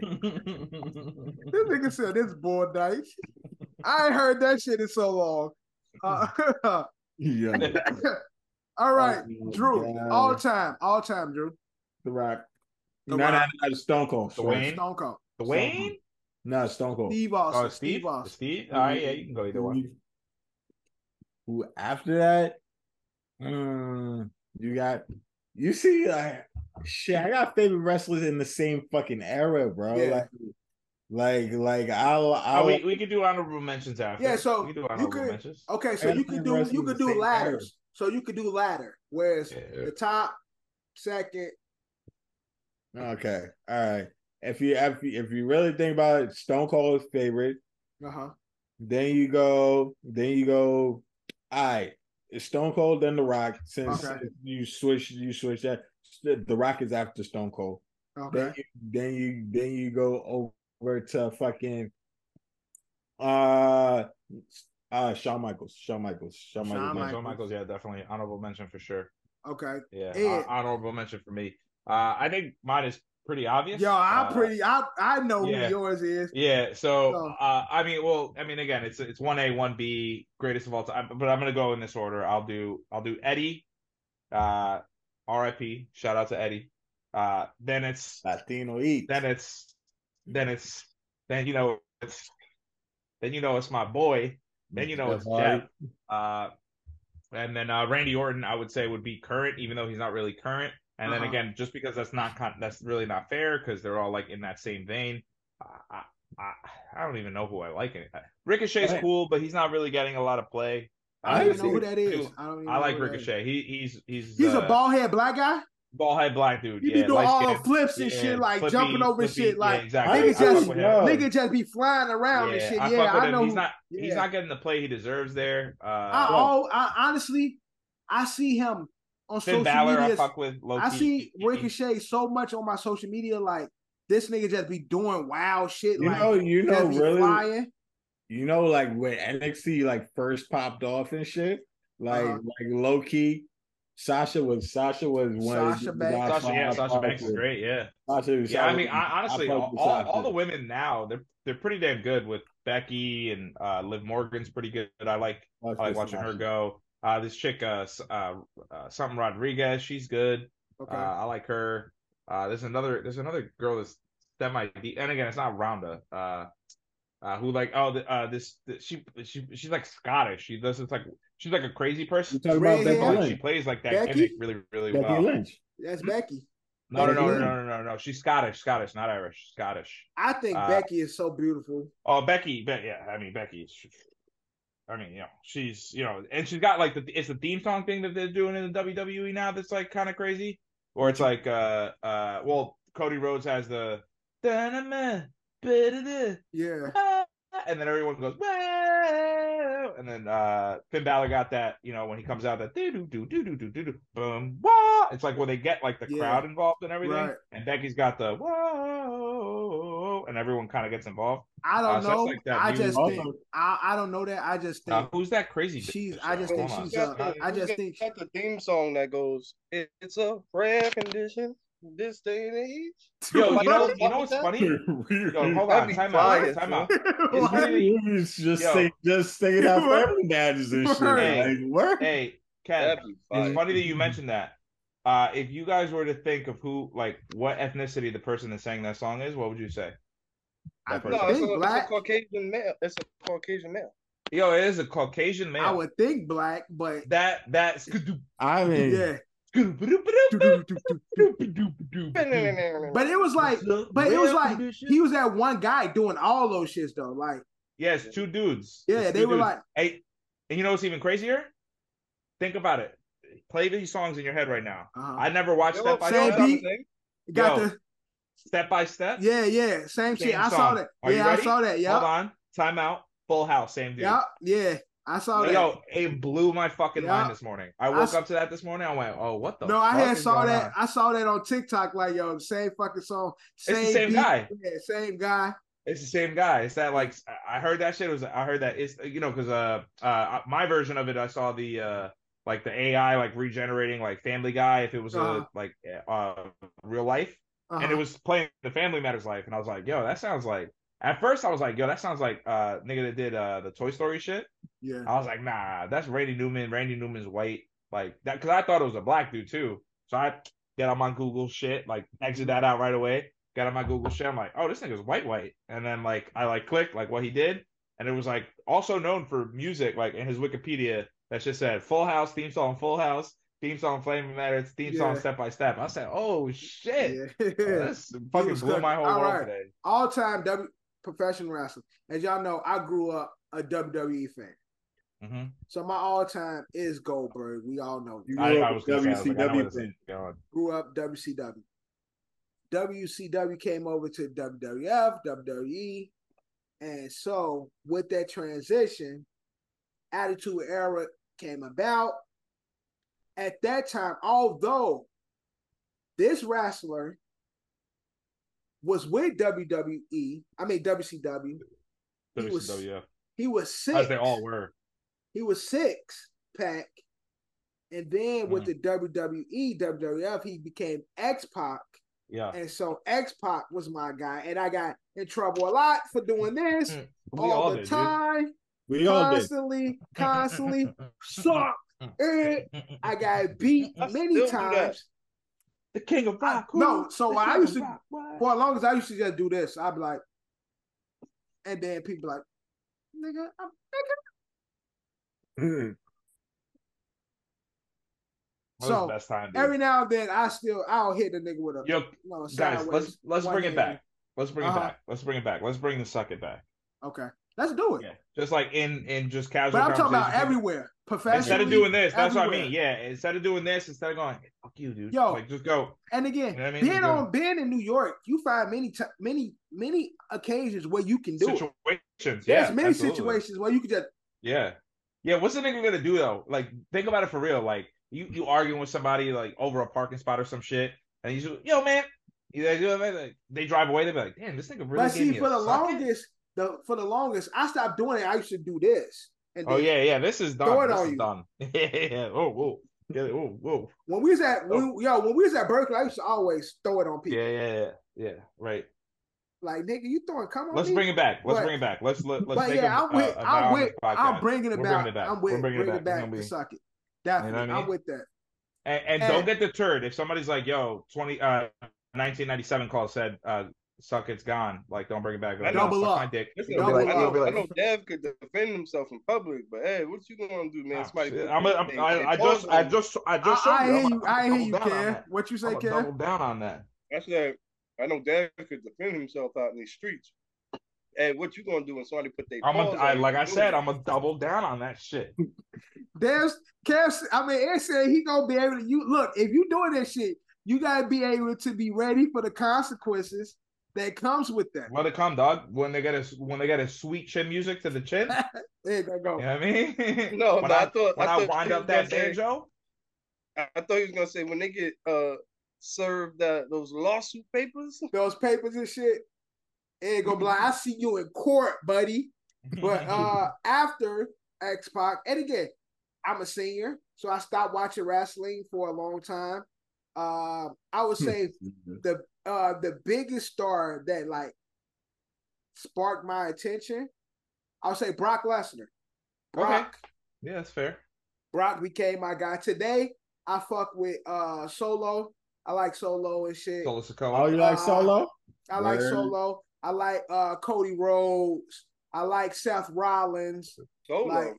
[SPEAKER 1] This nigga said this bull dyke. I ain't heard that shit in so long. Uh,
[SPEAKER 2] Yo.
[SPEAKER 1] all right,
[SPEAKER 2] Oh,
[SPEAKER 1] Drew,
[SPEAKER 2] God.
[SPEAKER 1] all time, all time, Drew.
[SPEAKER 2] The Rock.
[SPEAKER 1] The
[SPEAKER 2] No, no,
[SPEAKER 1] Rock.
[SPEAKER 2] no, Stone Cold.
[SPEAKER 3] Dwayne?
[SPEAKER 1] Stone Cold,
[SPEAKER 3] Dwayne?
[SPEAKER 2] No, Stone Cold.
[SPEAKER 1] Steve Austin,
[SPEAKER 3] Oh, Steve?
[SPEAKER 1] Steve Austin.
[SPEAKER 3] Steve? All right, yeah, you can go either one.
[SPEAKER 2] Who after that? Mm, you got. You see, like, shit. I got favorite wrestlers in the same fucking era, bro.
[SPEAKER 1] Yeah.
[SPEAKER 2] Like, like, like I'll, I'll.
[SPEAKER 3] Oh, we, we could do honorable mentions after.
[SPEAKER 1] Yeah, so
[SPEAKER 3] we can do
[SPEAKER 1] you
[SPEAKER 3] honorable
[SPEAKER 1] could- oh
[SPEAKER 3] mentions.
[SPEAKER 1] Okay, so
[SPEAKER 2] And
[SPEAKER 1] you could
[SPEAKER 2] the
[SPEAKER 1] do
[SPEAKER 2] rest
[SPEAKER 1] you
[SPEAKER 2] was
[SPEAKER 1] could
[SPEAKER 2] the
[SPEAKER 1] do
[SPEAKER 2] same
[SPEAKER 1] ladders. So you could do ladder, whereas
[SPEAKER 3] Yeah.
[SPEAKER 1] the top, second,
[SPEAKER 2] Okay, all right. If you if you, if you really think about it, Stone Cold is favorite.
[SPEAKER 1] uh huh,
[SPEAKER 2] Then you go. Then you go. All right. It's Stone Cold then The Rock. Since
[SPEAKER 1] Okay.
[SPEAKER 2] since you switch, you switch that. The Rock is after Stone Cold.
[SPEAKER 1] okay,
[SPEAKER 2] Then you, then you then you go over to fucking uh uh Shawn Michaels, Shawn Michaels, Shawn
[SPEAKER 1] Shawn
[SPEAKER 2] Michaels.
[SPEAKER 1] Michaels.
[SPEAKER 3] Shawn Michaels, yeah, definitely honorable mention for sure.
[SPEAKER 1] okay.
[SPEAKER 3] Yeah,
[SPEAKER 1] Ed.
[SPEAKER 3] hon- honorable mention for me. Uh, I think mine is pretty obvious.
[SPEAKER 1] Yo, I'm
[SPEAKER 3] Uh,
[SPEAKER 1] pretty. Oh. I I know
[SPEAKER 3] yeah.
[SPEAKER 1] who yours is.
[SPEAKER 3] Yeah, so
[SPEAKER 1] So-
[SPEAKER 3] uh, I mean, well, I mean, again, it's it's one A, one B, greatest of all time. But I'm gonna go in this order. I'll do I'll do Eddie, uh, R.I.P. Shout out to Eddie. Uh, then it's
[SPEAKER 2] Latino eat.
[SPEAKER 3] then it's then it's then you know it's then you know it's my boy. Then you know it's Jeff. Uh, and then uh, Randy Orton, I would say, would be current, even though he's not really current. And then
[SPEAKER 1] Uh-huh.
[SPEAKER 3] again, just because that's not con- that's really not fair because they're all like in that same vein. I- I, I I don't even know who I like. Any- Ricochet's
[SPEAKER 2] Right.
[SPEAKER 3] cool, but he's not really getting a lot of play.
[SPEAKER 1] I don't even
[SPEAKER 2] Honestly,
[SPEAKER 1] know who that is.
[SPEAKER 3] dude,
[SPEAKER 1] I don't even
[SPEAKER 3] I
[SPEAKER 1] know
[SPEAKER 3] like
[SPEAKER 1] who that is.
[SPEAKER 3] Ricochet. He he's he's
[SPEAKER 1] He's
[SPEAKER 3] uh,
[SPEAKER 1] a bald head black guy.
[SPEAKER 3] ball head black dude.
[SPEAKER 1] He be
[SPEAKER 3] yeah,
[SPEAKER 1] doing all the
[SPEAKER 3] light-skinned.
[SPEAKER 1] flips and
[SPEAKER 3] Yeah,
[SPEAKER 1] shit, like
[SPEAKER 3] flippy-
[SPEAKER 1] jumping over
[SPEAKER 3] flippy.
[SPEAKER 1] shit, like
[SPEAKER 3] yeah, exactly.
[SPEAKER 1] nigga
[SPEAKER 3] I fuck
[SPEAKER 1] just-
[SPEAKER 3] with him.
[SPEAKER 1] nigga just be flying around and
[SPEAKER 3] Yeah,
[SPEAKER 1] shit.
[SPEAKER 3] I
[SPEAKER 1] yeah,
[SPEAKER 3] fuck with
[SPEAKER 1] I
[SPEAKER 3] him.
[SPEAKER 1] know.
[SPEAKER 3] He's
[SPEAKER 1] who-
[SPEAKER 3] not he's
[SPEAKER 1] yeah.
[SPEAKER 3] not getting the play he deserves there. Uh,
[SPEAKER 1] I, oh, I honestly, I see him on
[SPEAKER 3] Finn
[SPEAKER 1] social
[SPEAKER 3] Balor, I
[SPEAKER 1] media.
[SPEAKER 3] fuck with. Low
[SPEAKER 1] I see Ricochet so much on my social media. Like this nigga just be doing wild shit.
[SPEAKER 2] You
[SPEAKER 1] like
[SPEAKER 2] know, you know,
[SPEAKER 1] just be
[SPEAKER 2] really,
[SPEAKER 1] flying.
[SPEAKER 2] you know, like when NXT like first popped off and shit, like
[SPEAKER 1] Uh-huh.
[SPEAKER 2] like low key, Sasha was Sasha was one. of the
[SPEAKER 1] Sasha
[SPEAKER 2] guys
[SPEAKER 1] Banks.
[SPEAKER 3] Sasha, yeah,
[SPEAKER 2] I
[SPEAKER 3] Sasha
[SPEAKER 2] fucked
[SPEAKER 3] Banks is
[SPEAKER 2] with.
[SPEAKER 3] great. Yeah,
[SPEAKER 2] Sasha,
[SPEAKER 3] yeah. I mean, I, honestly, all,
[SPEAKER 2] fucked with
[SPEAKER 3] all,
[SPEAKER 2] Sasha.
[SPEAKER 3] all the women now they're they're pretty damn good with Becky and uh, Liv Morgan's pretty good. I like
[SPEAKER 2] Fucked
[SPEAKER 3] I like
[SPEAKER 2] with
[SPEAKER 3] watching her
[SPEAKER 2] Sasha.
[SPEAKER 3] go. Uh, this chick, uh, s- uh, uh, something Rodriguez, she's good.
[SPEAKER 1] Okay.
[SPEAKER 3] Uh, I like her. Uh, there's another there's another girl that's semi deep, and again, it's not Rhonda. Uh, uh, who like oh the, uh this, this she she she's like Scottish. She does it's like she's like a crazy
[SPEAKER 2] You
[SPEAKER 3] person.
[SPEAKER 2] talking
[SPEAKER 1] Red
[SPEAKER 2] about
[SPEAKER 1] hair.
[SPEAKER 2] Becky
[SPEAKER 3] Like, she
[SPEAKER 2] Lynch?
[SPEAKER 3] plays like that
[SPEAKER 1] Becky?
[SPEAKER 3] gimmick really really
[SPEAKER 2] Becky
[SPEAKER 3] well.
[SPEAKER 2] Lynch.
[SPEAKER 1] That's Becky.
[SPEAKER 3] No no no no
[SPEAKER 2] Becky
[SPEAKER 3] no no no. She's Scottish Scottish not Irish Scottish.
[SPEAKER 1] I think
[SPEAKER 3] Uh,
[SPEAKER 1] Becky is so beautiful.
[SPEAKER 3] Oh Becky Be- yeah I mean Becky. is- I mean, you know, she's you know, and she's got like the it's the theme song thing that they're doing in the WWE now that's like kind of crazy, or it's like uh uh well Cody Rhodes has the "Da-na-ma, ba-da-da,
[SPEAKER 1] Yeah.
[SPEAKER 3] ah," and then everyone goes wow, and then uh Finn Balor got that you know when he comes out that do do do do do do do do boom wow it's like where they get like the
[SPEAKER 1] Yeah.
[SPEAKER 3] crowd involved and everything,
[SPEAKER 1] Right.
[SPEAKER 3] and Becky's got the whoa, and everyone kind of gets involved.
[SPEAKER 1] I
[SPEAKER 3] Uh,
[SPEAKER 1] don't
[SPEAKER 3] so that's
[SPEAKER 1] know.
[SPEAKER 3] like that
[SPEAKER 1] I
[SPEAKER 3] new-
[SPEAKER 1] just
[SPEAKER 2] Also-
[SPEAKER 1] think I, I don't know that. I just think
[SPEAKER 3] Uh, who's that crazy?
[SPEAKER 1] She's-
[SPEAKER 3] bitch,
[SPEAKER 1] I
[SPEAKER 3] though?
[SPEAKER 1] just
[SPEAKER 3] Hold
[SPEAKER 1] think
[SPEAKER 3] on.
[SPEAKER 1] she's,
[SPEAKER 7] Who got
[SPEAKER 1] uh, I- I
[SPEAKER 7] who
[SPEAKER 1] just
[SPEAKER 7] got-
[SPEAKER 1] think-
[SPEAKER 7] got the theme song that goes, "It- "It's a rare condition in this day and age."
[SPEAKER 3] Yo, you
[SPEAKER 7] Like,
[SPEAKER 3] know,
[SPEAKER 7] what
[SPEAKER 3] you know
[SPEAKER 7] about
[SPEAKER 3] what's
[SPEAKER 7] that?
[SPEAKER 3] funny?
[SPEAKER 2] Yo,
[SPEAKER 3] Yo, hold
[SPEAKER 7] That'd
[SPEAKER 3] on,
[SPEAKER 7] be
[SPEAKER 3] time
[SPEAKER 7] fire,
[SPEAKER 3] out, time
[SPEAKER 7] bro.
[SPEAKER 3] out.
[SPEAKER 1] What?
[SPEAKER 2] Movies just
[SPEAKER 3] Yo.
[SPEAKER 2] say just say that for
[SPEAKER 1] Word.
[SPEAKER 2] every badges and shit.
[SPEAKER 1] Word.
[SPEAKER 2] Like, what?
[SPEAKER 3] Hey, Ken,
[SPEAKER 7] That'd be
[SPEAKER 3] it's
[SPEAKER 7] fire.
[SPEAKER 3] funny that you mentioned that. Uh, if you guys were to think of who, like, what ethnicity the person that sang that song is, what would you say?
[SPEAKER 1] I-
[SPEAKER 3] That
[SPEAKER 7] No,
[SPEAKER 3] person.
[SPEAKER 7] it's
[SPEAKER 1] Big
[SPEAKER 7] a, it's a
[SPEAKER 1] black.
[SPEAKER 7] Caucasian male. It's a Caucasian male.
[SPEAKER 3] Yo, it is a Caucasian male.
[SPEAKER 1] I would think black, but
[SPEAKER 3] That that's
[SPEAKER 2] I mean,
[SPEAKER 1] yeah.
[SPEAKER 3] but
[SPEAKER 1] But it was like but it was like he was that one guy doing all those shits though. Like
[SPEAKER 3] yes, two dudes.
[SPEAKER 1] yeah,
[SPEAKER 3] It's two
[SPEAKER 1] they were
[SPEAKER 3] dudes.
[SPEAKER 1] like
[SPEAKER 3] Hey, and you know what's even crazier? Think about it. Play these songs in your head right now.
[SPEAKER 1] uh-huh.
[SPEAKER 3] I never watched Step by
[SPEAKER 1] Sam
[SPEAKER 3] Step.
[SPEAKER 1] Beat. got
[SPEAKER 3] Yo,
[SPEAKER 1] the
[SPEAKER 3] Step by Step.
[SPEAKER 1] yeah yeah same, shit.
[SPEAKER 3] Same
[SPEAKER 1] I saw
[SPEAKER 3] song.
[SPEAKER 1] that.
[SPEAKER 3] Are you
[SPEAKER 1] yeah, I
[SPEAKER 3] ready?
[SPEAKER 1] saw that.
[SPEAKER 3] Hold
[SPEAKER 1] Yeah,
[SPEAKER 3] on. Time out. Full house. Same dude.
[SPEAKER 1] yeah, yeah. I saw that.
[SPEAKER 3] Yo, it blew my fucking
[SPEAKER 1] Yeah.
[SPEAKER 3] mind this morning. I
[SPEAKER 1] I
[SPEAKER 3] woke
[SPEAKER 1] s-
[SPEAKER 3] up to that this morning. I went, oh, what the
[SPEAKER 1] no, I
[SPEAKER 3] fuck
[SPEAKER 1] had
[SPEAKER 3] is
[SPEAKER 1] saw
[SPEAKER 3] going
[SPEAKER 1] that.
[SPEAKER 3] on?
[SPEAKER 1] I saw that on TikTok. Like yo, the same fucking song.
[SPEAKER 3] the
[SPEAKER 1] Same
[SPEAKER 3] same
[SPEAKER 1] beat,
[SPEAKER 3] guy.
[SPEAKER 1] Yeah, same guy.
[SPEAKER 3] It's the same guy. It's that like I- I heard that shit. It was I heard that it's you know because uh uh my version of it I saw the uh like the AI like regenerating like Family Guy if it was
[SPEAKER 1] Uh-huh.
[SPEAKER 3] a like uh real life
[SPEAKER 1] Uh-huh.
[SPEAKER 3] and it was playing the Family Matters life and I was like yo that sounds like at first I was like yo that sounds like uh nigga that did uh the Toy Story shit
[SPEAKER 1] yeah.
[SPEAKER 3] I was like, nah, that's Randy Newman. Randy Newman's white. Like that, because I thought it was a black dude too. So I get on my Google shit, like exit that out right away. Got on my Google shit. I'm like, oh, this nigga's white, white. And then like I like clicked like what he did, and it was like also known for music, like in his Wikipedia that just said Full House theme song, Full House theme song, Flame Matters theme song,
[SPEAKER 1] Yeah.
[SPEAKER 3] Step by Step. I said, oh shit, Oh,
[SPEAKER 1] Yeah.
[SPEAKER 3] this fucking
[SPEAKER 1] was
[SPEAKER 3] blew
[SPEAKER 1] cooking.
[SPEAKER 3] my whole
[SPEAKER 1] All
[SPEAKER 3] world
[SPEAKER 1] right.
[SPEAKER 3] today.
[SPEAKER 1] all time W professional wrestler. As y'all know, I grew up a WWE fan.
[SPEAKER 3] hmm
[SPEAKER 1] So my all time is Goldberg. We all know.
[SPEAKER 2] You
[SPEAKER 1] that.
[SPEAKER 3] I,
[SPEAKER 2] grew
[SPEAKER 3] I
[SPEAKER 2] up
[SPEAKER 3] was
[SPEAKER 2] with
[SPEAKER 3] gonna say, I was like, I know where
[SPEAKER 2] WCW
[SPEAKER 3] this is
[SPEAKER 2] fan.
[SPEAKER 3] going.
[SPEAKER 1] Grew up WCW. WCW came over to WWF, WWE. E. And so with that transition, Attitude Era came about. At that time, although this wrestler was with WWE, I mean WCW, He was
[SPEAKER 3] WCW,
[SPEAKER 1] he was
[SPEAKER 3] yeah. as
[SPEAKER 1] sick.
[SPEAKER 3] they all were.
[SPEAKER 1] He was six pack, and then
[SPEAKER 3] Mm.
[SPEAKER 1] with the E, WWE, WWF, he became X Pac,
[SPEAKER 3] Yeah.
[SPEAKER 1] and so X Pac was my guy, and I got in trouble a lot for doing this
[SPEAKER 3] Mm,
[SPEAKER 1] all, the
[SPEAKER 3] did, dude.
[SPEAKER 1] time,
[SPEAKER 2] We all did.
[SPEAKER 1] constantly, constantly. Suck it. I got beat
[SPEAKER 7] I
[SPEAKER 1] many
[SPEAKER 7] still do that.
[SPEAKER 1] times.
[SPEAKER 3] The king of rock.
[SPEAKER 1] No, so
[SPEAKER 3] The
[SPEAKER 1] I
[SPEAKER 3] king
[SPEAKER 1] used
[SPEAKER 3] of
[SPEAKER 1] to-
[SPEAKER 3] rock, what?
[SPEAKER 1] For as long as I used to just do this, I'd be like, and then people like, nigga, I'm,
[SPEAKER 3] That was
[SPEAKER 1] So,
[SPEAKER 3] the best time. dude.
[SPEAKER 1] Every now and then, I still I'll hit the nigga with a
[SPEAKER 3] Yo,
[SPEAKER 1] you know, a
[SPEAKER 3] guys,
[SPEAKER 1] sideways
[SPEAKER 3] let's let's
[SPEAKER 1] one
[SPEAKER 3] bring it
[SPEAKER 1] hand.
[SPEAKER 3] back. Let's bring
[SPEAKER 1] Uh-huh.
[SPEAKER 3] it back. Let's bring it back. Let's bring the suck it back.
[SPEAKER 1] Okay, let's do it.
[SPEAKER 3] Yeah, just like in in just casual.
[SPEAKER 1] but I'm talking about
[SPEAKER 3] conversations.
[SPEAKER 1] everywhere, professionally.
[SPEAKER 3] Instead of doing this, that's what I
[SPEAKER 1] everywhere.
[SPEAKER 3] mean. Yeah, instead of doing this, instead of going fuck you, dude.
[SPEAKER 1] Yo.
[SPEAKER 3] like just go.
[SPEAKER 1] And again,
[SPEAKER 3] You know what I mean?
[SPEAKER 1] being
[SPEAKER 3] Go-
[SPEAKER 1] on being in New York, you find many ti many many occasions where you can do it. There's
[SPEAKER 3] Situations. yeah,
[SPEAKER 1] many
[SPEAKER 3] absolutely.
[SPEAKER 1] situations where you can just
[SPEAKER 3] Yeah. Yeah. What's the nigga gonna do though? Like, think about it for real. Like, you you arguing with somebody like over a parking spot or some shit, and you just, yo man, you know, you know what I mean? like, they drive away. They be like, damn, this nigga really.
[SPEAKER 1] but
[SPEAKER 3] gave
[SPEAKER 1] see
[SPEAKER 3] me a
[SPEAKER 1] for the
[SPEAKER 3] suck it."
[SPEAKER 1] longest the for the longest I stopped doing it. I used to do this. And
[SPEAKER 3] Oh
[SPEAKER 1] then
[SPEAKER 3] yeah, yeah. This is done.
[SPEAKER 1] Throw it
[SPEAKER 3] this
[SPEAKER 1] on
[SPEAKER 3] is
[SPEAKER 1] you.
[SPEAKER 3] done. yeah, yeah. Oh, whoa. Yeah, oh, whoa.
[SPEAKER 1] when we was at when, yo when we was at Berkeley, I used to always throw it on people.
[SPEAKER 3] Oh. Yeah, yeah, yeah. Yeah. Right.
[SPEAKER 1] Like nigga, you throwing come on.
[SPEAKER 3] Let's
[SPEAKER 1] me.
[SPEAKER 3] bring it back. Let's
[SPEAKER 1] But-
[SPEAKER 3] bring it back. Let's let, let's
[SPEAKER 1] but
[SPEAKER 3] make
[SPEAKER 1] yeah,
[SPEAKER 3] a, uh,
[SPEAKER 1] I'm with,
[SPEAKER 3] a- a vow
[SPEAKER 1] I'm
[SPEAKER 3] on
[SPEAKER 1] with,
[SPEAKER 3] this
[SPEAKER 1] I'm
[SPEAKER 3] podcast.
[SPEAKER 1] bringing it
[SPEAKER 3] We're
[SPEAKER 1] back.
[SPEAKER 3] bringing it back.
[SPEAKER 1] I'm
[SPEAKER 3] We're
[SPEAKER 1] with,
[SPEAKER 3] bringing it
[SPEAKER 1] bring
[SPEAKER 3] back.
[SPEAKER 1] it back,
[SPEAKER 3] It's gonna
[SPEAKER 1] to
[SPEAKER 3] be-
[SPEAKER 1] suck it. Definitely,
[SPEAKER 3] I mean?
[SPEAKER 1] I'm with that.
[SPEAKER 3] And, and
[SPEAKER 1] And-
[SPEAKER 3] don't get deterred if somebody's like, "Yo, twenty uh, 1997 call said, uh, suck it's gone." Like, don't bring it back. Like, no,
[SPEAKER 1] Double
[SPEAKER 3] suck
[SPEAKER 1] up.
[SPEAKER 3] my dick.
[SPEAKER 7] Listen,
[SPEAKER 1] Double
[SPEAKER 7] I know,
[SPEAKER 1] up.
[SPEAKER 7] I know,
[SPEAKER 1] Double
[SPEAKER 7] I
[SPEAKER 1] up.
[SPEAKER 7] know Dev could defend himself in public, but hey, what you gonna do, man?
[SPEAKER 3] Nah,
[SPEAKER 7] Somebody
[SPEAKER 3] Ah, shit.
[SPEAKER 7] put
[SPEAKER 3] I'm a, I'm,
[SPEAKER 7] they- they
[SPEAKER 3] I, I
[SPEAKER 7] toss
[SPEAKER 3] just, I
[SPEAKER 7] on
[SPEAKER 3] just, I just. showed
[SPEAKER 1] I, I hear
[SPEAKER 3] I'm
[SPEAKER 1] you.
[SPEAKER 3] a-
[SPEAKER 1] I hear you,
[SPEAKER 3] double down on
[SPEAKER 1] Kev.
[SPEAKER 3] that.
[SPEAKER 1] What you say,
[SPEAKER 3] I'm a
[SPEAKER 1] Kev?
[SPEAKER 3] double down on that.
[SPEAKER 7] I said, I know Dad could defend himself out in these streets. And what you gonna do when somebody put their
[SPEAKER 3] I'm a,
[SPEAKER 7] paws
[SPEAKER 3] I,
[SPEAKER 7] on you?
[SPEAKER 3] like I
[SPEAKER 7] Do
[SPEAKER 3] said,
[SPEAKER 7] it.
[SPEAKER 3] I'm a double down on that shit.
[SPEAKER 1] There's Kev. s- I mean, Ed said he gonna be able to. You look if you doing that shit, you gotta be able to be ready for the consequences that comes with that.
[SPEAKER 3] Let it come, dog. When they get a, when they get a sweet chin music to the chin.
[SPEAKER 1] There you go.
[SPEAKER 3] You know what I mean?
[SPEAKER 7] No,
[SPEAKER 3] when
[SPEAKER 7] no,
[SPEAKER 3] I,
[SPEAKER 7] I thought-
[SPEAKER 3] when
[SPEAKER 7] I
[SPEAKER 3] I,
[SPEAKER 7] thought
[SPEAKER 3] wind
[SPEAKER 7] you
[SPEAKER 3] up
[SPEAKER 7] was
[SPEAKER 3] that
[SPEAKER 7] gonna say-
[SPEAKER 3] banjo.
[SPEAKER 7] I I thought he was gonna say when they get uh served that those lawsuit papers.
[SPEAKER 1] Those papers and shit. Ed go blind. I see you in court, buddy.
[SPEAKER 3] Mm-hmm.
[SPEAKER 1] But uh after X Pac, and again, I'm a senior, so I stopped watching wrestling for a long time. Uh, I would say the uh the biggest star that like sparked my attention, I would say Brock Lesnar. Brock,
[SPEAKER 3] yeah, that's fair.
[SPEAKER 1] Brock became my guy. Today, I fuck with uh Solo. I like Solo and shit.
[SPEAKER 3] Solo Sokoa.
[SPEAKER 2] Oh, you like
[SPEAKER 1] Uh,
[SPEAKER 2] solo?
[SPEAKER 1] I like
[SPEAKER 2] Word.
[SPEAKER 1] Solo. I like uh Cody Rhodes. I like Seth Rollins.
[SPEAKER 7] Solo.
[SPEAKER 1] Like-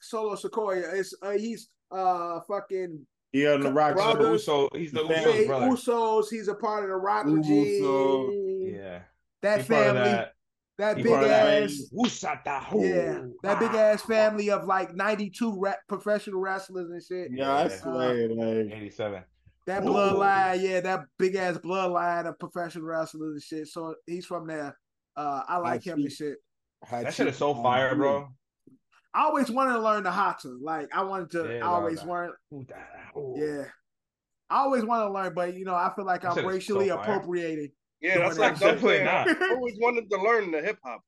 [SPEAKER 1] Solo Sequoia. It's uh, he's uh fucking
[SPEAKER 2] Yeah, on the rock.
[SPEAKER 3] He's the
[SPEAKER 1] brothers.
[SPEAKER 3] Uso. He's the
[SPEAKER 2] Yeah,
[SPEAKER 1] yeah,
[SPEAKER 3] Uso's brother.
[SPEAKER 1] Usos. He's a part of the Rock
[SPEAKER 2] Uso.
[SPEAKER 1] regime.
[SPEAKER 3] Yeah,
[SPEAKER 1] That
[SPEAKER 3] he's part of
[SPEAKER 1] family.
[SPEAKER 3] that.
[SPEAKER 1] That,
[SPEAKER 3] he
[SPEAKER 1] big
[SPEAKER 3] part of that.
[SPEAKER 1] ass.
[SPEAKER 3] Usatahu.
[SPEAKER 1] Yeah, that big
[SPEAKER 3] Ah.
[SPEAKER 1] ass family of like ninety-two ra- professional wrestlers and shit.
[SPEAKER 2] Yeah, I
[SPEAKER 3] Yeah.
[SPEAKER 2] swear, like,
[SPEAKER 3] Eighty-seven.
[SPEAKER 1] That
[SPEAKER 2] Ooh.
[SPEAKER 1] bloodline, yeah, that big ass bloodline of professional wrestlers and shit. So he's from there. Uh, I like him and
[SPEAKER 2] see.
[SPEAKER 1] shit.
[SPEAKER 3] That shit is so fire, bro.
[SPEAKER 1] I always wanted to learn the Hata. Like I wanted to.
[SPEAKER 3] Yeah,
[SPEAKER 1] I always
[SPEAKER 3] Rhonda.
[SPEAKER 1] wanted.
[SPEAKER 3] Usatahu.
[SPEAKER 1] Yeah, I always want to learn, but you know, I feel like
[SPEAKER 3] That shit
[SPEAKER 1] I'm
[SPEAKER 3] is so
[SPEAKER 1] racially
[SPEAKER 3] fire.
[SPEAKER 1] appropriating.
[SPEAKER 7] yeah, that's
[SPEAKER 1] doing
[SPEAKER 7] like
[SPEAKER 1] that
[SPEAKER 7] Doug
[SPEAKER 3] Definitely
[SPEAKER 7] said,
[SPEAKER 3] not.
[SPEAKER 7] I always wanted to learn the hip hop.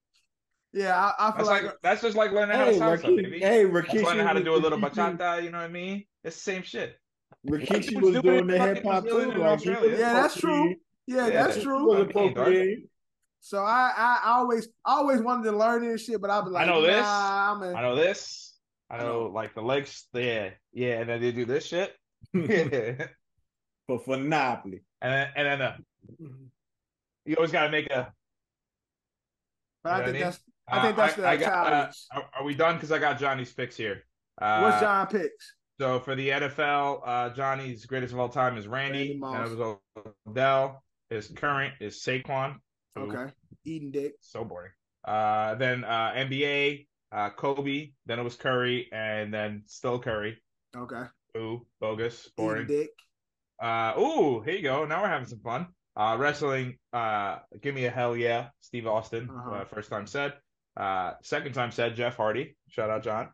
[SPEAKER 1] Yeah, I, I feel
[SPEAKER 3] That's
[SPEAKER 1] like,
[SPEAKER 3] like that's just like learning how to
[SPEAKER 2] Hey,
[SPEAKER 3] salsa,
[SPEAKER 2] Rikishi,
[SPEAKER 3] baby.
[SPEAKER 2] hey,
[SPEAKER 3] That's
[SPEAKER 2] Rikishi,
[SPEAKER 3] learning how to do a little
[SPEAKER 2] Rikishi-
[SPEAKER 3] bachata. You know what I mean? It's the same shit.
[SPEAKER 2] Rikishi
[SPEAKER 3] Rikishi
[SPEAKER 2] was doing
[SPEAKER 3] was doing
[SPEAKER 2] the
[SPEAKER 3] fucking
[SPEAKER 2] hip hop
[SPEAKER 3] New
[SPEAKER 2] too.
[SPEAKER 3] Zealand and
[SPEAKER 2] Like, he was
[SPEAKER 3] Australia.
[SPEAKER 1] Yeah, that's true.
[SPEAKER 2] appropriated.
[SPEAKER 1] yeah,
[SPEAKER 3] Yeah,
[SPEAKER 1] that's
[SPEAKER 3] it's-
[SPEAKER 2] He
[SPEAKER 1] true.
[SPEAKER 2] was
[SPEAKER 3] I mean, dog.
[SPEAKER 2] appropriated.
[SPEAKER 1] So I, I, I always, I always wanted to learn this shit, but I'll be like,
[SPEAKER 3] know this.
[SPEAKER 1] Nah, I'm
[SPEAKER 3] I
[SPEAKER 1] a,
[SPEAKER 3] know this. I
[SPEAKER 1] I know.
[SPEAKER 3] know like the legs. Yeah, yeah, and then they do this shit. Yeah.
[SPEAKER 2] for Phenopoly.
[SPEAKER 3] And then, and then uh, you always got to make a.
[SPEAKER 1] but I
[SPEAKER 3] You know what I
[SPEAKER 1] think
[SPEAKER 3] mean?
[SPEAKER 1] that's I think
[SPEAKER 3] Uh,
[SPEAKER 1] that's the
[SPEAKER 3] got, uh,
[SPEAKER 1] Italians.
[SPEAKER 3] are, are we done? Because I got Johnny's picks here. Uh,
[SPEAKER 1] what's John picks?
[SPEAKER 3] So for the NFL, uh, Johnny's greatest of all time is Randy.
[SPEAKER 1] Randy Moss.
[SPEAKER 3] Then it was Odell. His current is Saquon. Ooh,
[SPEAKER 1] Okay, eating dick.
[SPEAKER 3] So boring. Uh, then uh, NBA, uh, Kobe. Then it was Curry, and then still Curry.
[SPEAKER 1] Okay,
[SPEAKER 3] Ooh, bogus,
[SPEAKER 1] eating
[SPEAKER 3] boring.
[SPEAKER 1] dick.
[SPEAKER 3] Uh, ooh, here you go. Now we're having some fun. Uh, wrestling. Uh, give me a hell yeah, Steve Austin.
[SPEAKER 1] Uh-huh.
[SPEAKER 3] Uh, first time said. Uh, second time said Jeff Hardy. Shout out John.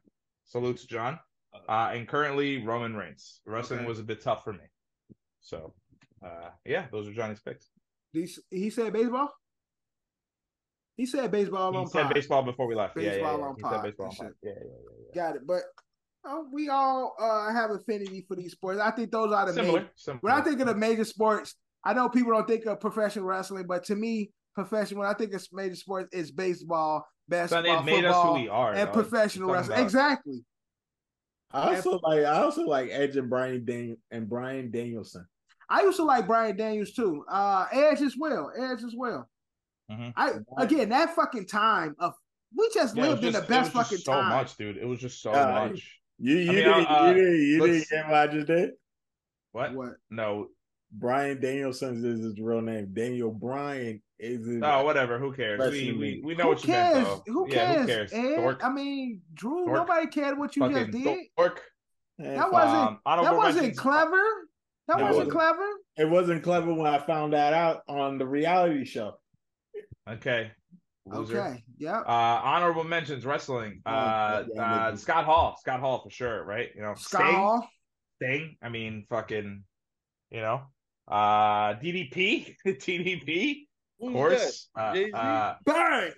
[SPEAKER 3] Salutes John. Uh, and currently Roman Reigns. Wrestling
[SPEAKER 1] Uh-huh. Okay.
[SPEAKER 3] was a bit tough for me. So, uh, yeah, those are Johnny's picks.
[SPEAKER 1] He, s- he said baseball. He said baseball
[SPEAKER 3] He
[SPEAKER 1] on
[SPEAKER 3] said
[SPEAKER 1] pod.
[SPEAKER 3] baseball before we left. yeah, yeah,
[SPEAKER 1] Baseball
[SPEAKER 3] yeah.
[SPEAKER 1] on
[SPEAKER 3] He
[SPEAKER 1] pod
[SPEAKER 3] said baseball on
[SPEAKER 1] and
[SPEAKER 3] pod.
[SPEAKER 1] shit.
[SPEAKER 3] Yeah, yeah, yeah.
[SPEAKER 1] Got it. But uh, we all uh, have affinity for these sports. I think those are
[SPEAKER 3] yeah.
[SPEAKER 1] the
[SPEAKER 3] Similar.
[SPEAKER 1] main
[SPEAKER 3] similar.
[SPEAKER 1] When I think of the major sports, I know people don't think of professional wrestling, but to me, professional when I think of major sports, it's baseball,
[SPEAKER 3] Son,
[SPEAKER 1] basketball,
[SPEAKER 3] it made us who
[SPEAKER 1] football,
[SPEAKER 3] we are.
[SPEAKER 1] and
[SPEAKER 3] dog.
[SPEAKER 1] professional
[SPEAKER 3] Talking
[SPEAKER 1] wrestling.
[SPEAKER 3] about-
[SPEAKER 1] Exactly.
[SPEAKER 2] I also like I also like Edge and Brian Dan- and Brian Danielson.
[SPEAKER 1] I used to like Brian Daniels too. Uh Edge as well. Edge as well.
[SPEAKER 3] Mhm.
[SPEAKER 1] I again that fucking time of we just
[SPEAKER 3] Yeah, it was
[SPEAKER 1] lived in
[SPEAKER 3] just-
[SPEAKER 1] the
[SPEAKER 3] it was
[SPEAKER 1] best
[SPEAKER 3] just
[SPEAKER 1] fucking
[SPEAKER 3] so
[SPEAKER 1] time. Uh,
[SPEAKER 3] much, dude. It was just so
[SPEAKER 2] Yeah, I-
[SPEAKER 3] much.
[SPEAKER 2] You you
[SPEAKER 3] mean,
[SPEAKER 2] didn't
[SPEAKER 3] uh,
[SPEAKER 2] you didn't you didn't
[SPEAKER 3] let's-
[SPEAKER 2] get what I just did.
[SPEAKER 3] What?
[SPEAKER 1] What?
[SPEAKER 3] No.
[SPEAKER 2] Brian Danielson is his real name. Daniel Bryan is his.
[SPEAKER 3] Oh, whatever. Who cares?
[SPEAKER 2] Bless
[SPEAKER 3] We,
[SPEAKER 2] you,
[SPEAKER 3] we,
[SPEAKER 2] man.
[SPEAKER 3] we know
[SPEAKER 1] who,
[SPEAKER 3] what you
[SPEAKER 1] cares?
[SPEAKER 3] meant, though.
[SPEAKER 1] who
[SPEAKER 3] yeah,
[SPEAKER 1] cares?
[SPEAKER 3] Who cares?
[SPEAKER 1] Ed?
[SPEAKER 3] Dork.
[SPEAKER 1] I mean, Drew,
[SPEAKER 3] Dork.
[SPEAKER 1] nobody cared what you just
[SPEAKER 3] Fucking
[SPEAKER 1] did.
[SPEAKER 3] dork.
[SPEAKER 2] Man,
[SPEAKER 1] That
[SPEAKER 2] fuck.
[SPEAKER 1] wasn't-
[SPEAKER 3] Um, honorable
[SPEAKER 1] That wasn't
[SPEAKER 3] mentions-
[SPEAKER 1] clever.
[SPEAKER 2] No,
[SPEAKER 1] That
[SPEAKER 2] it
[SPEAKER 1] wasn't
[SPEAKER 2] wasn't.
[SPEAKER 1] clever.
[SPEAKER 2] It wasn't clever when I found that out on the reality show.
[SPEAKER 3] Okay. Loser.
[SPEAKER 1] Okay. Yep.
[SPEAKER 3] Uh, honorable mentions wrestling.
[SPEAKER 2] Oh,
[SPEAKER 3] Uh,
[SPEAKER 2] yeah,
[SPEAKER 3] uh,
[SPEAKER 2] maybe.
[SPEAKER 3] Scott Hall. Scott Hall for sure, right? You know,
[SPEAKER 1] Scott
[SPEAKER 3] Sting.
[SPEAKER 1] Hall.
[SPEAKER 3] Sting. I mean, fucking, you know, uh, DDP. DDP. Of
[SPEAKER 7] Who's
[SPEAKER 3] course. Uh,
[SPEAKER 7] Jay-Z?
[SPEAKER 3] uh,
[SPEAKER 1] Bang.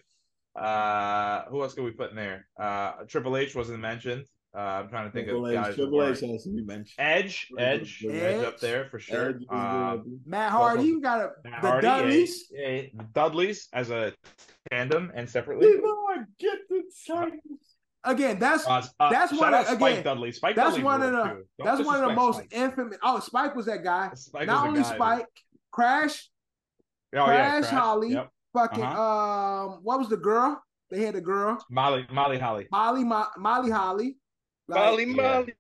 [SPEAKER 3] uh, who else could we put in there? Uh, Triple H wasn't mentioned. Uh, I'm trying to think
[SPEAKER 2] Triple
[SPEAKER 3] of
[SPEAKER 2] H,
[SPEAKER 3] guys. who
[SPEAKER 2] Triple H
[SPEAKER 3] weren't.
[SPEAKER 2] has to be mentioned.
[SPEAKER 3] Edge, Edge,
[SPEAKER 2] Edge.
[SPEAKER 3] Edge up there for sure.
[SPEAKER 2] Edge is
[SPEAKER 3] Uh,
[SPEAKER 2] good.
[SPEAKER 1] Matt Hardy.
[SPEAKER 3] Double-
[SPEAKER 1] You got a,
[SPEAKER 3] Matt
[SPEAKER 1] the
[SPEAKER 3] Hardy,
[SPEAKER 1] Dudleys.
[SPEAKER 3] yeah, yeah, the Dudleys as a tandem and separately.
[SPEAKER 2] You know, I get the titles.
[SPEAKER 1] Again, that's
[SPEAKER 3] Uh, uh,
[SPEAKER 1] That's
[SPEAKER 3] shout
[SPEAKER 1] one of-
[SPEAKER 3] out Spike
[SPEAKER 1] again,
[SPEAKER 3] Dudley. Spike
[SPEAKER 1] that's
[SPEAKER 3] Dudley's
[SPEAKER 1] one of
[SPEAKER 3] ruler,
[SPEAKER 1] the-
[SPEAKER 3] too. Don't
[SPEAKER 1] that's one of the
[SPEAKER 3] disrespect
[SPEAKER 1] most
[SPEAKER 3] Spike.
[SPEAKER 1] infamous. Oh, Spike was that guy.
[SPEAKER 3] Spike was
[SPEAKER 1] Not
[SPEAKER 3] a
[SPEAKER 1] only
[SPEAKER 3] guy that-
[SPEAKER 1] Spike, Crash,
[SPEAKER 3] Oh, yeah,
[SPEAKER 1] Crash Holly.
[SPEAKER 3] Yep.
[SPEAKER 1] fucking
[SPEAKER 3] Uh-huh.
[SPEAKER 1] um, what was the girl? They had a girl,
[SPEAKER 3] Molly, Molly Holly.
[SPEAKER 1] Molly, Mo- Molly Holly.
[SPEAKER 7] Molly,
[SPEAKER 3] Yeah.
[SPEAKER 7] Molly.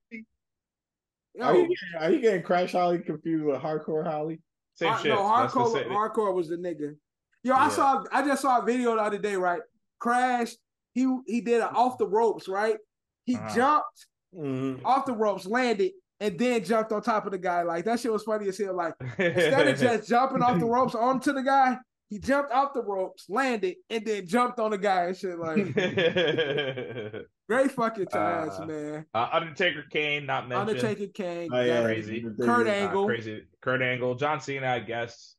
[SPEAKER 1] yo,
[SPEAKER 2] Are you getting, are you getting Crash Holly confused with Hardcore Holly?
[SPEAKER 3] Same
[SPEAKER 1] Har-
[SPEAKER 3] shit.
[SPEAKER 1] Uh, No,
[SPEAKER 3] That's the
[SPEAKER 1] hardcore,
[SPEAKER 3] same-
[SPEAKER 1] hardcore was the nigga. Yo, I
[SPEAKER 3] Yeah.
[SPEAKER 1] saw, I just saw a video the other day, right? Crash, he he did an off the ropes, right? He
[SPEAKER 3] Uh-huh.
[SPEAKER 1] jumped
[SPEAKER 2] Mm-hmm.
[SPEAKER 1] off the ropes, landed, and then jumped on top of the guy. Like that shit was funny as hell. Like instead of just jumping off the ropes onto the guy, he jumped off the ropes, landed, and then jumped on the guy and shit. Like great fucking times,
[SPEAKER 3] Uh,
[SPEAKER 1] man.
[SPEAKER 3] uh, Undertaker Kane, not mentioned.
[SPEAKER 1] Undertaker Kane,
[SPEAKER 2] Oh, yeah.
[SPEAKER 3] Crazy.
[SPEAKER 1] Kurt
[SPEAKER 3] Uh,
[SPEAKER 1] Angle.
[SPEAKER 3] crazy. Kurt Angle, John Cena, I guess.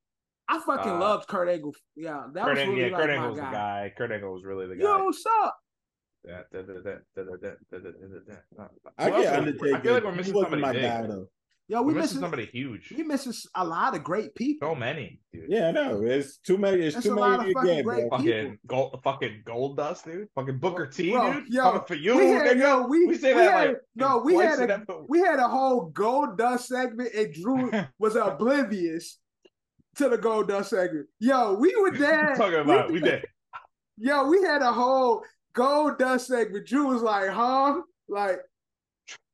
[SPEAKER 1] I fucking
[SPEAKER 3] Uh,
[SPEAKER 1] loved Kurt Angle. Yeah, that
[SPEAKER 3] Kurt
[SPEAKER 1] was
[SPEAKER 3] Angle,
[SPEAKER 1] really
[SPEAKER 3] yeah,
[SPEAKER 1] like
[SPEAKER 3] Kurt
[SPEAKER 1] my
[SPEAKER 3] Angle was
[SPEAKER 1] guy.
[SPEAKER 3] the guy. Kurt Angle was really the guy.
[SPEAKER 1] Yo, what's up?
[SPEAKER 3] Da- da- da- da- da- da- da- da- da- da- da- da.
[SPEAKER 2] I
[SPEAKER 3] Who
[SPEAKER 2] get
[SPEAKER 3] else?
[SPEAKER 2] Undertaker.
[SPEAKER 3] I feel like we're
[SPEAKER 2] He
[SPEAKER 3] missing
[SPEAKER 2] wasn't
[SPEAKER 3] somebody
[SPEAKER 2] my
[SPEAKER 3] big.
[SPEAKER 2] guy, though.
[SPEAKER 1] Yo,
[SPEAKER 3] We're
[SPEAKER 1] we
[SPEAKER 3] missing
[SPEAKER 1] missing
[SPEAKER 3] somebody huge.
[SPEAKER 1] we missing a lot of great people.
[SPEAKER 3] So many, dude.
[SPEAKER 2] Yeah, I know. It's too many. It's
[SPEAKER 1] That's
[SPEAKER 2] too
[SPEAKER 1] a
[SPEAKER 2] many
[SPEAKER 1] lot of
[SPEAKER 2] to
[SPEAKER 1] fucking
[SPEAKER 2] get, bro.
[SPEAKER 1] great
[SPEAKER 3] Fucking gold, fucking gold dust, dude. Fucking Booker T,
[SPEAKER 1] Bro,
[SPEAKER 3] dude.
[SPEAKER 1] yo,
[SPEAKER 3] Coming for you,
[SPEAKER 1] we had
[SPEAKER 3] nigga.
[SPEAKER 1] yo, we,
[SPEAKER 3] We say that
[SPEAKER 1] had,
[SPEAKER 3] like
[SPEAKER 1] no, we
[SPEAKER 3] twice
[SPEAKER 1] had
[SPEAKER 3] an
[SPEAKER 1] a
[SPEAKER 3] episode.
[SPEAKER 1] we had a whole gold dust segment and Drew was oblivious to the gold dust segment. Yo, we were there.
[SPEAKER 3] talking about we did.
[SPEAKER 1] Yo, we had a whole gold dust segment. Drew was like, huh? Like,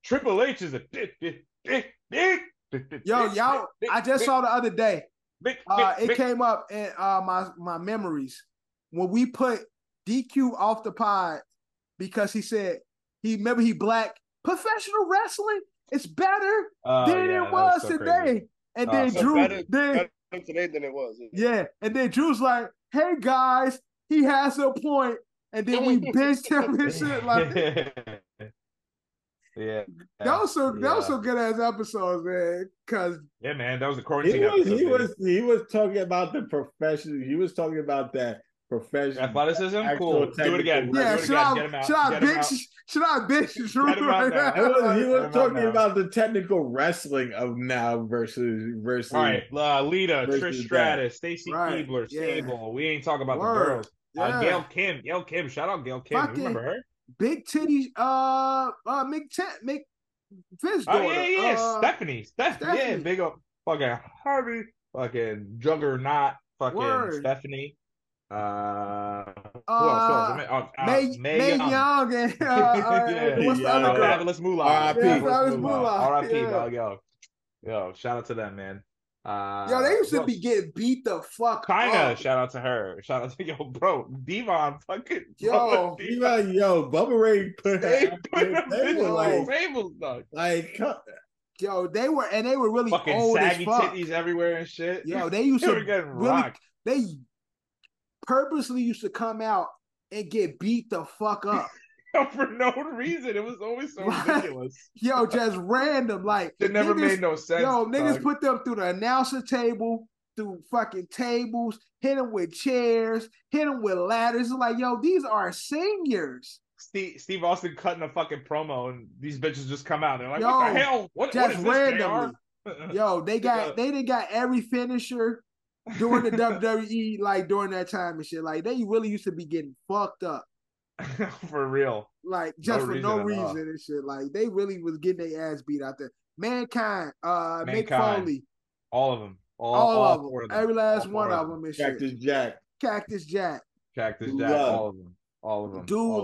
[SPEAKER 3] Triple H is a big, big, big, big.
[SPEAKER 1] yo, y'all, I just saw the other day.
[SPEAKER 3] Big,
[SPEAKER 1] uh,
[SPEAKER 3] big,
[SPEAKER 1] it came up in uh, my my memories when we put DQ off the pod because he said he remember he black professional wrestling is better
[SPEAKER 3] Oh,
[SPEAKER 1] than
[SPEAKER 3] yeah,
[SPEAKER 1] it
[SPEAKER 3] that
[SPEAKER 1] was
[SPEAKER 3] so
[SPEAKER 1] today.
[SPEAKER 3] crazy.
[SPEAKER 1] And
[SPEAKER 3] Oh,
[SPEAKER 1] then
[SPEAKER 3] so
[SPEAKER 1] Drew,
[SPEAKER 7] better-
[SPEAKER 1] then
[SPEAKER 7] better- Today than it was.
[SPEAKER 1] yeah, and then Drew's like, "Hey guys, he has a point." And then we benched him and shit like that
[SPEAKER 3] yeah,
[SPEAKER 1] was some that was
[SPEAKER 3] Yeah.
[SPEAKER 1] some good ass episodes, man. Cause
[SPEAKER 3] yeah, man, that was the quarantine
[SPEAKER 2] He was,
[SPEAKER 3] episode.
[SPEAKER 2] he
[SPEAKER 3] dude.
[SPEAKER 2] was, he was talking about the profession. He was talking about that profession.
[SPEAKER 3] athleticism,
[SPEAKER 2] Actual
[SPEAKER 3] cool. Do
[SPEAKER 2] technical
[SPEAKER 3] it again.
[SPEAKER 1] yeah,
[SPEAKER 3] do it
[SPEAKER 1] should
[SPEAKER 3] again.
[SPEAKER 1] I
[SPEAKER 3] Get him out.
[SPEAKER 1] should I
[SPEAKER 3] Get him out.
[SPEAKER 1] bitch should I bitch Drew
[SPEAKER 3] Get him out
[SPEAKER 1] right
[SPEAKER 3] now.
[SPEAKER 2] He was, he
[SPEAKER 1] now?
[SPEAKER 2] was
[SPEAKER 3] Never mind
[SPEAKER 2] talking
[SPEAKER 3] now.
[SPEAKER 2] about the technical wrestling of now versus versus.
[SPEAKER 3] All right, uh, Lita,
[SPEAKER 2] Versus
[SPEAKER 3] Trish
[SPEAKER 2] that.
[SPEAKER 3] Stratus, Stacy
[SPEAKER 1] Right,
[SPEAKER 3] Keebler,
[SPEAKER 1] yeah.
[SPEAKER 3] Sable. We ain't talking about the
[SPEAKER 1] Word.
[SPEAKER 3] girls. Uh, Gail Kim, Gail Kim, shout out Gail Kim.
[SPEAKER 1] Fucking-
[SPEAKER 3] You remember her?
[SPEAKER 1] Big Titty, uh, uh, Mick, T- Mick, Vince
[SPEAKER 3] Oh
[SPEAKER 1] daughter.
[SPEAKER 3] yeah, yeah,
[SPEAKER 1] uh,
[SPEAKER 3] Stephanie, Stephanie, yeah,
[SPEAKER 1] Stephanie.
[SPEAKER 3] big old fucking Harvey, fucking juggernaut, fucking
[SPEAKER 1] Word.
[SPEAKER 3] Stephanie. Uh, who else? Who
[SPEAKER 1] uh,
[SPEAKER 3] else? Oh, uh,
[SPEAKER 1] May,
[SPEAKER 3] Mae
[SPEAKER 1] May
[SPEAKER 3] Young.
[SPEAKER 1] Young. and uh, uh,
[SPEAKER 3] Yeah,
[SPEAKER 1] what's the other
[SPEAKER 2] yeah.
[SPEAKER 1] girl?
[SPEAKER 3] Fabulous Moolah.
[SPEAKER 2] R.I.P.
[SPEAKER 3] Fabulous
[SPEAKER 1] Fabulous Moolah,
[SPEAKER 3] R.I.P.
[SPEAKER 1] yeah.
[SPEAKER 3] Dog, yo, yo, shout out to them, man. Uh,
[SPEAKER 1] Yo, they used
[SPEAKER 3] who
[SPEAKER 1] to
[SPEAKER 3] else?
[SPEAKER 1] be getting beat the fuck
[SPEAKER 3] China,
[SPEAKER 1] up.
[SPEAKER 3] shout out to her. Shout out to yo, bro, Devon, fucking
[SPEAKER 1] Yo,
[SPEAKER 3] bro,
[SPEAKER 2] He was, yo, Bubba Ray put.
[SPEAKER 3] They
[SPEAKER 2] her out there.
[SPEAKER 3] put them
[SPEAKER 2] They were
[SPEAKER 1] bitches
[SPEAKER 2] like,
[SPEAKER 3] bitches on tables, dog.
[SPEAKER 2] like, come-
[SPEAKER 1] Yo, they were and they were really
[SPEAKER 3] Fucking
[SPEAKER 1] old as
[SPEAKER 3] saggy
[SPEAKER 1] fuck.
[SPEAKER 3] titties everywhere and shit.
[SPEAKER 1] Yo, they used
[SPEAKER 3] they were
[SPEAKER 1] to
[SPEAKER 3] getting
[SPEAKER 1] really-
[SPEAKER 3] rocked.
[SPEAKER 1] they purposely used to come out and get beat the fuck up.
[SPEAKER 3] for no reason. It was always so
[SPEAKER 1] Right.
[SPEAKER 3] ridiculous.
[SPEAKER 1] Yo, just random like
[SPEAKER 3] It never
[SPEAKER 1] niggas-
[SPEAKER 3] made no sense.
[SPEAKER 1] Yo, niggas
[SPEAKER 3] dog.
[SPEAKER 1] put them through the announcer table, through fucking tables, hit them with chairs, hit them with ladders. It's like, yo, these are seniors.
[SPEAKER 3] Steve, Steve Austin cutting a fucking promo, and these bitches just come out. They're like,
[SPEAKER 1] Yo,
[SPEAKER 3] "What the hell? What, what
[SPEAKER 1] Just
[SPEAKER 3] is
[SPEAKER 1] randomly.
[SPEAKER 3] this?" JR?
[SPEAKER 1] Yo, they got they done got every finisher during the WWE, like during that time and shit. Like they really used to be getting fucked up.
[SPEAKER 3] for real.
[SPEAKER 1] Like just for
[SPEAKER 3] reason
[SPEAKER 1] no
[SPEAKER 3] at all.
[SPEAKER 1] reason and shit. Like they really was getting their ass beat out there. Mankind, uh Mick
[SPEAKER 3] Mankind.
[SPEAKER 1] Foley,
[SPEAKER 3] All of them. All,
[SPEAKER 1] all,
[SPEAKER 3] all
[SPEAKER 1] of, them,
[SPEAKER 3] four
[SPEAKER 1] every last
[SPEAKER 3] All
[SPEAKER 1] one
[SPEAKER 3] four of
[SPEAKER 1] of them and shit.
[SPEAKER 2] Cactus Jack.
[SPEAKER 1] Cactus Jack,
[SPEAKER 3] Cactus
[SPEAKER 2] Dude
[SPEAKER 3] Jack.
[SPEAKER 2] Love.
[SPEAKER 3] All of them. All of them.
[SPEAKER 1] Dude
[SPEAKER 3] all of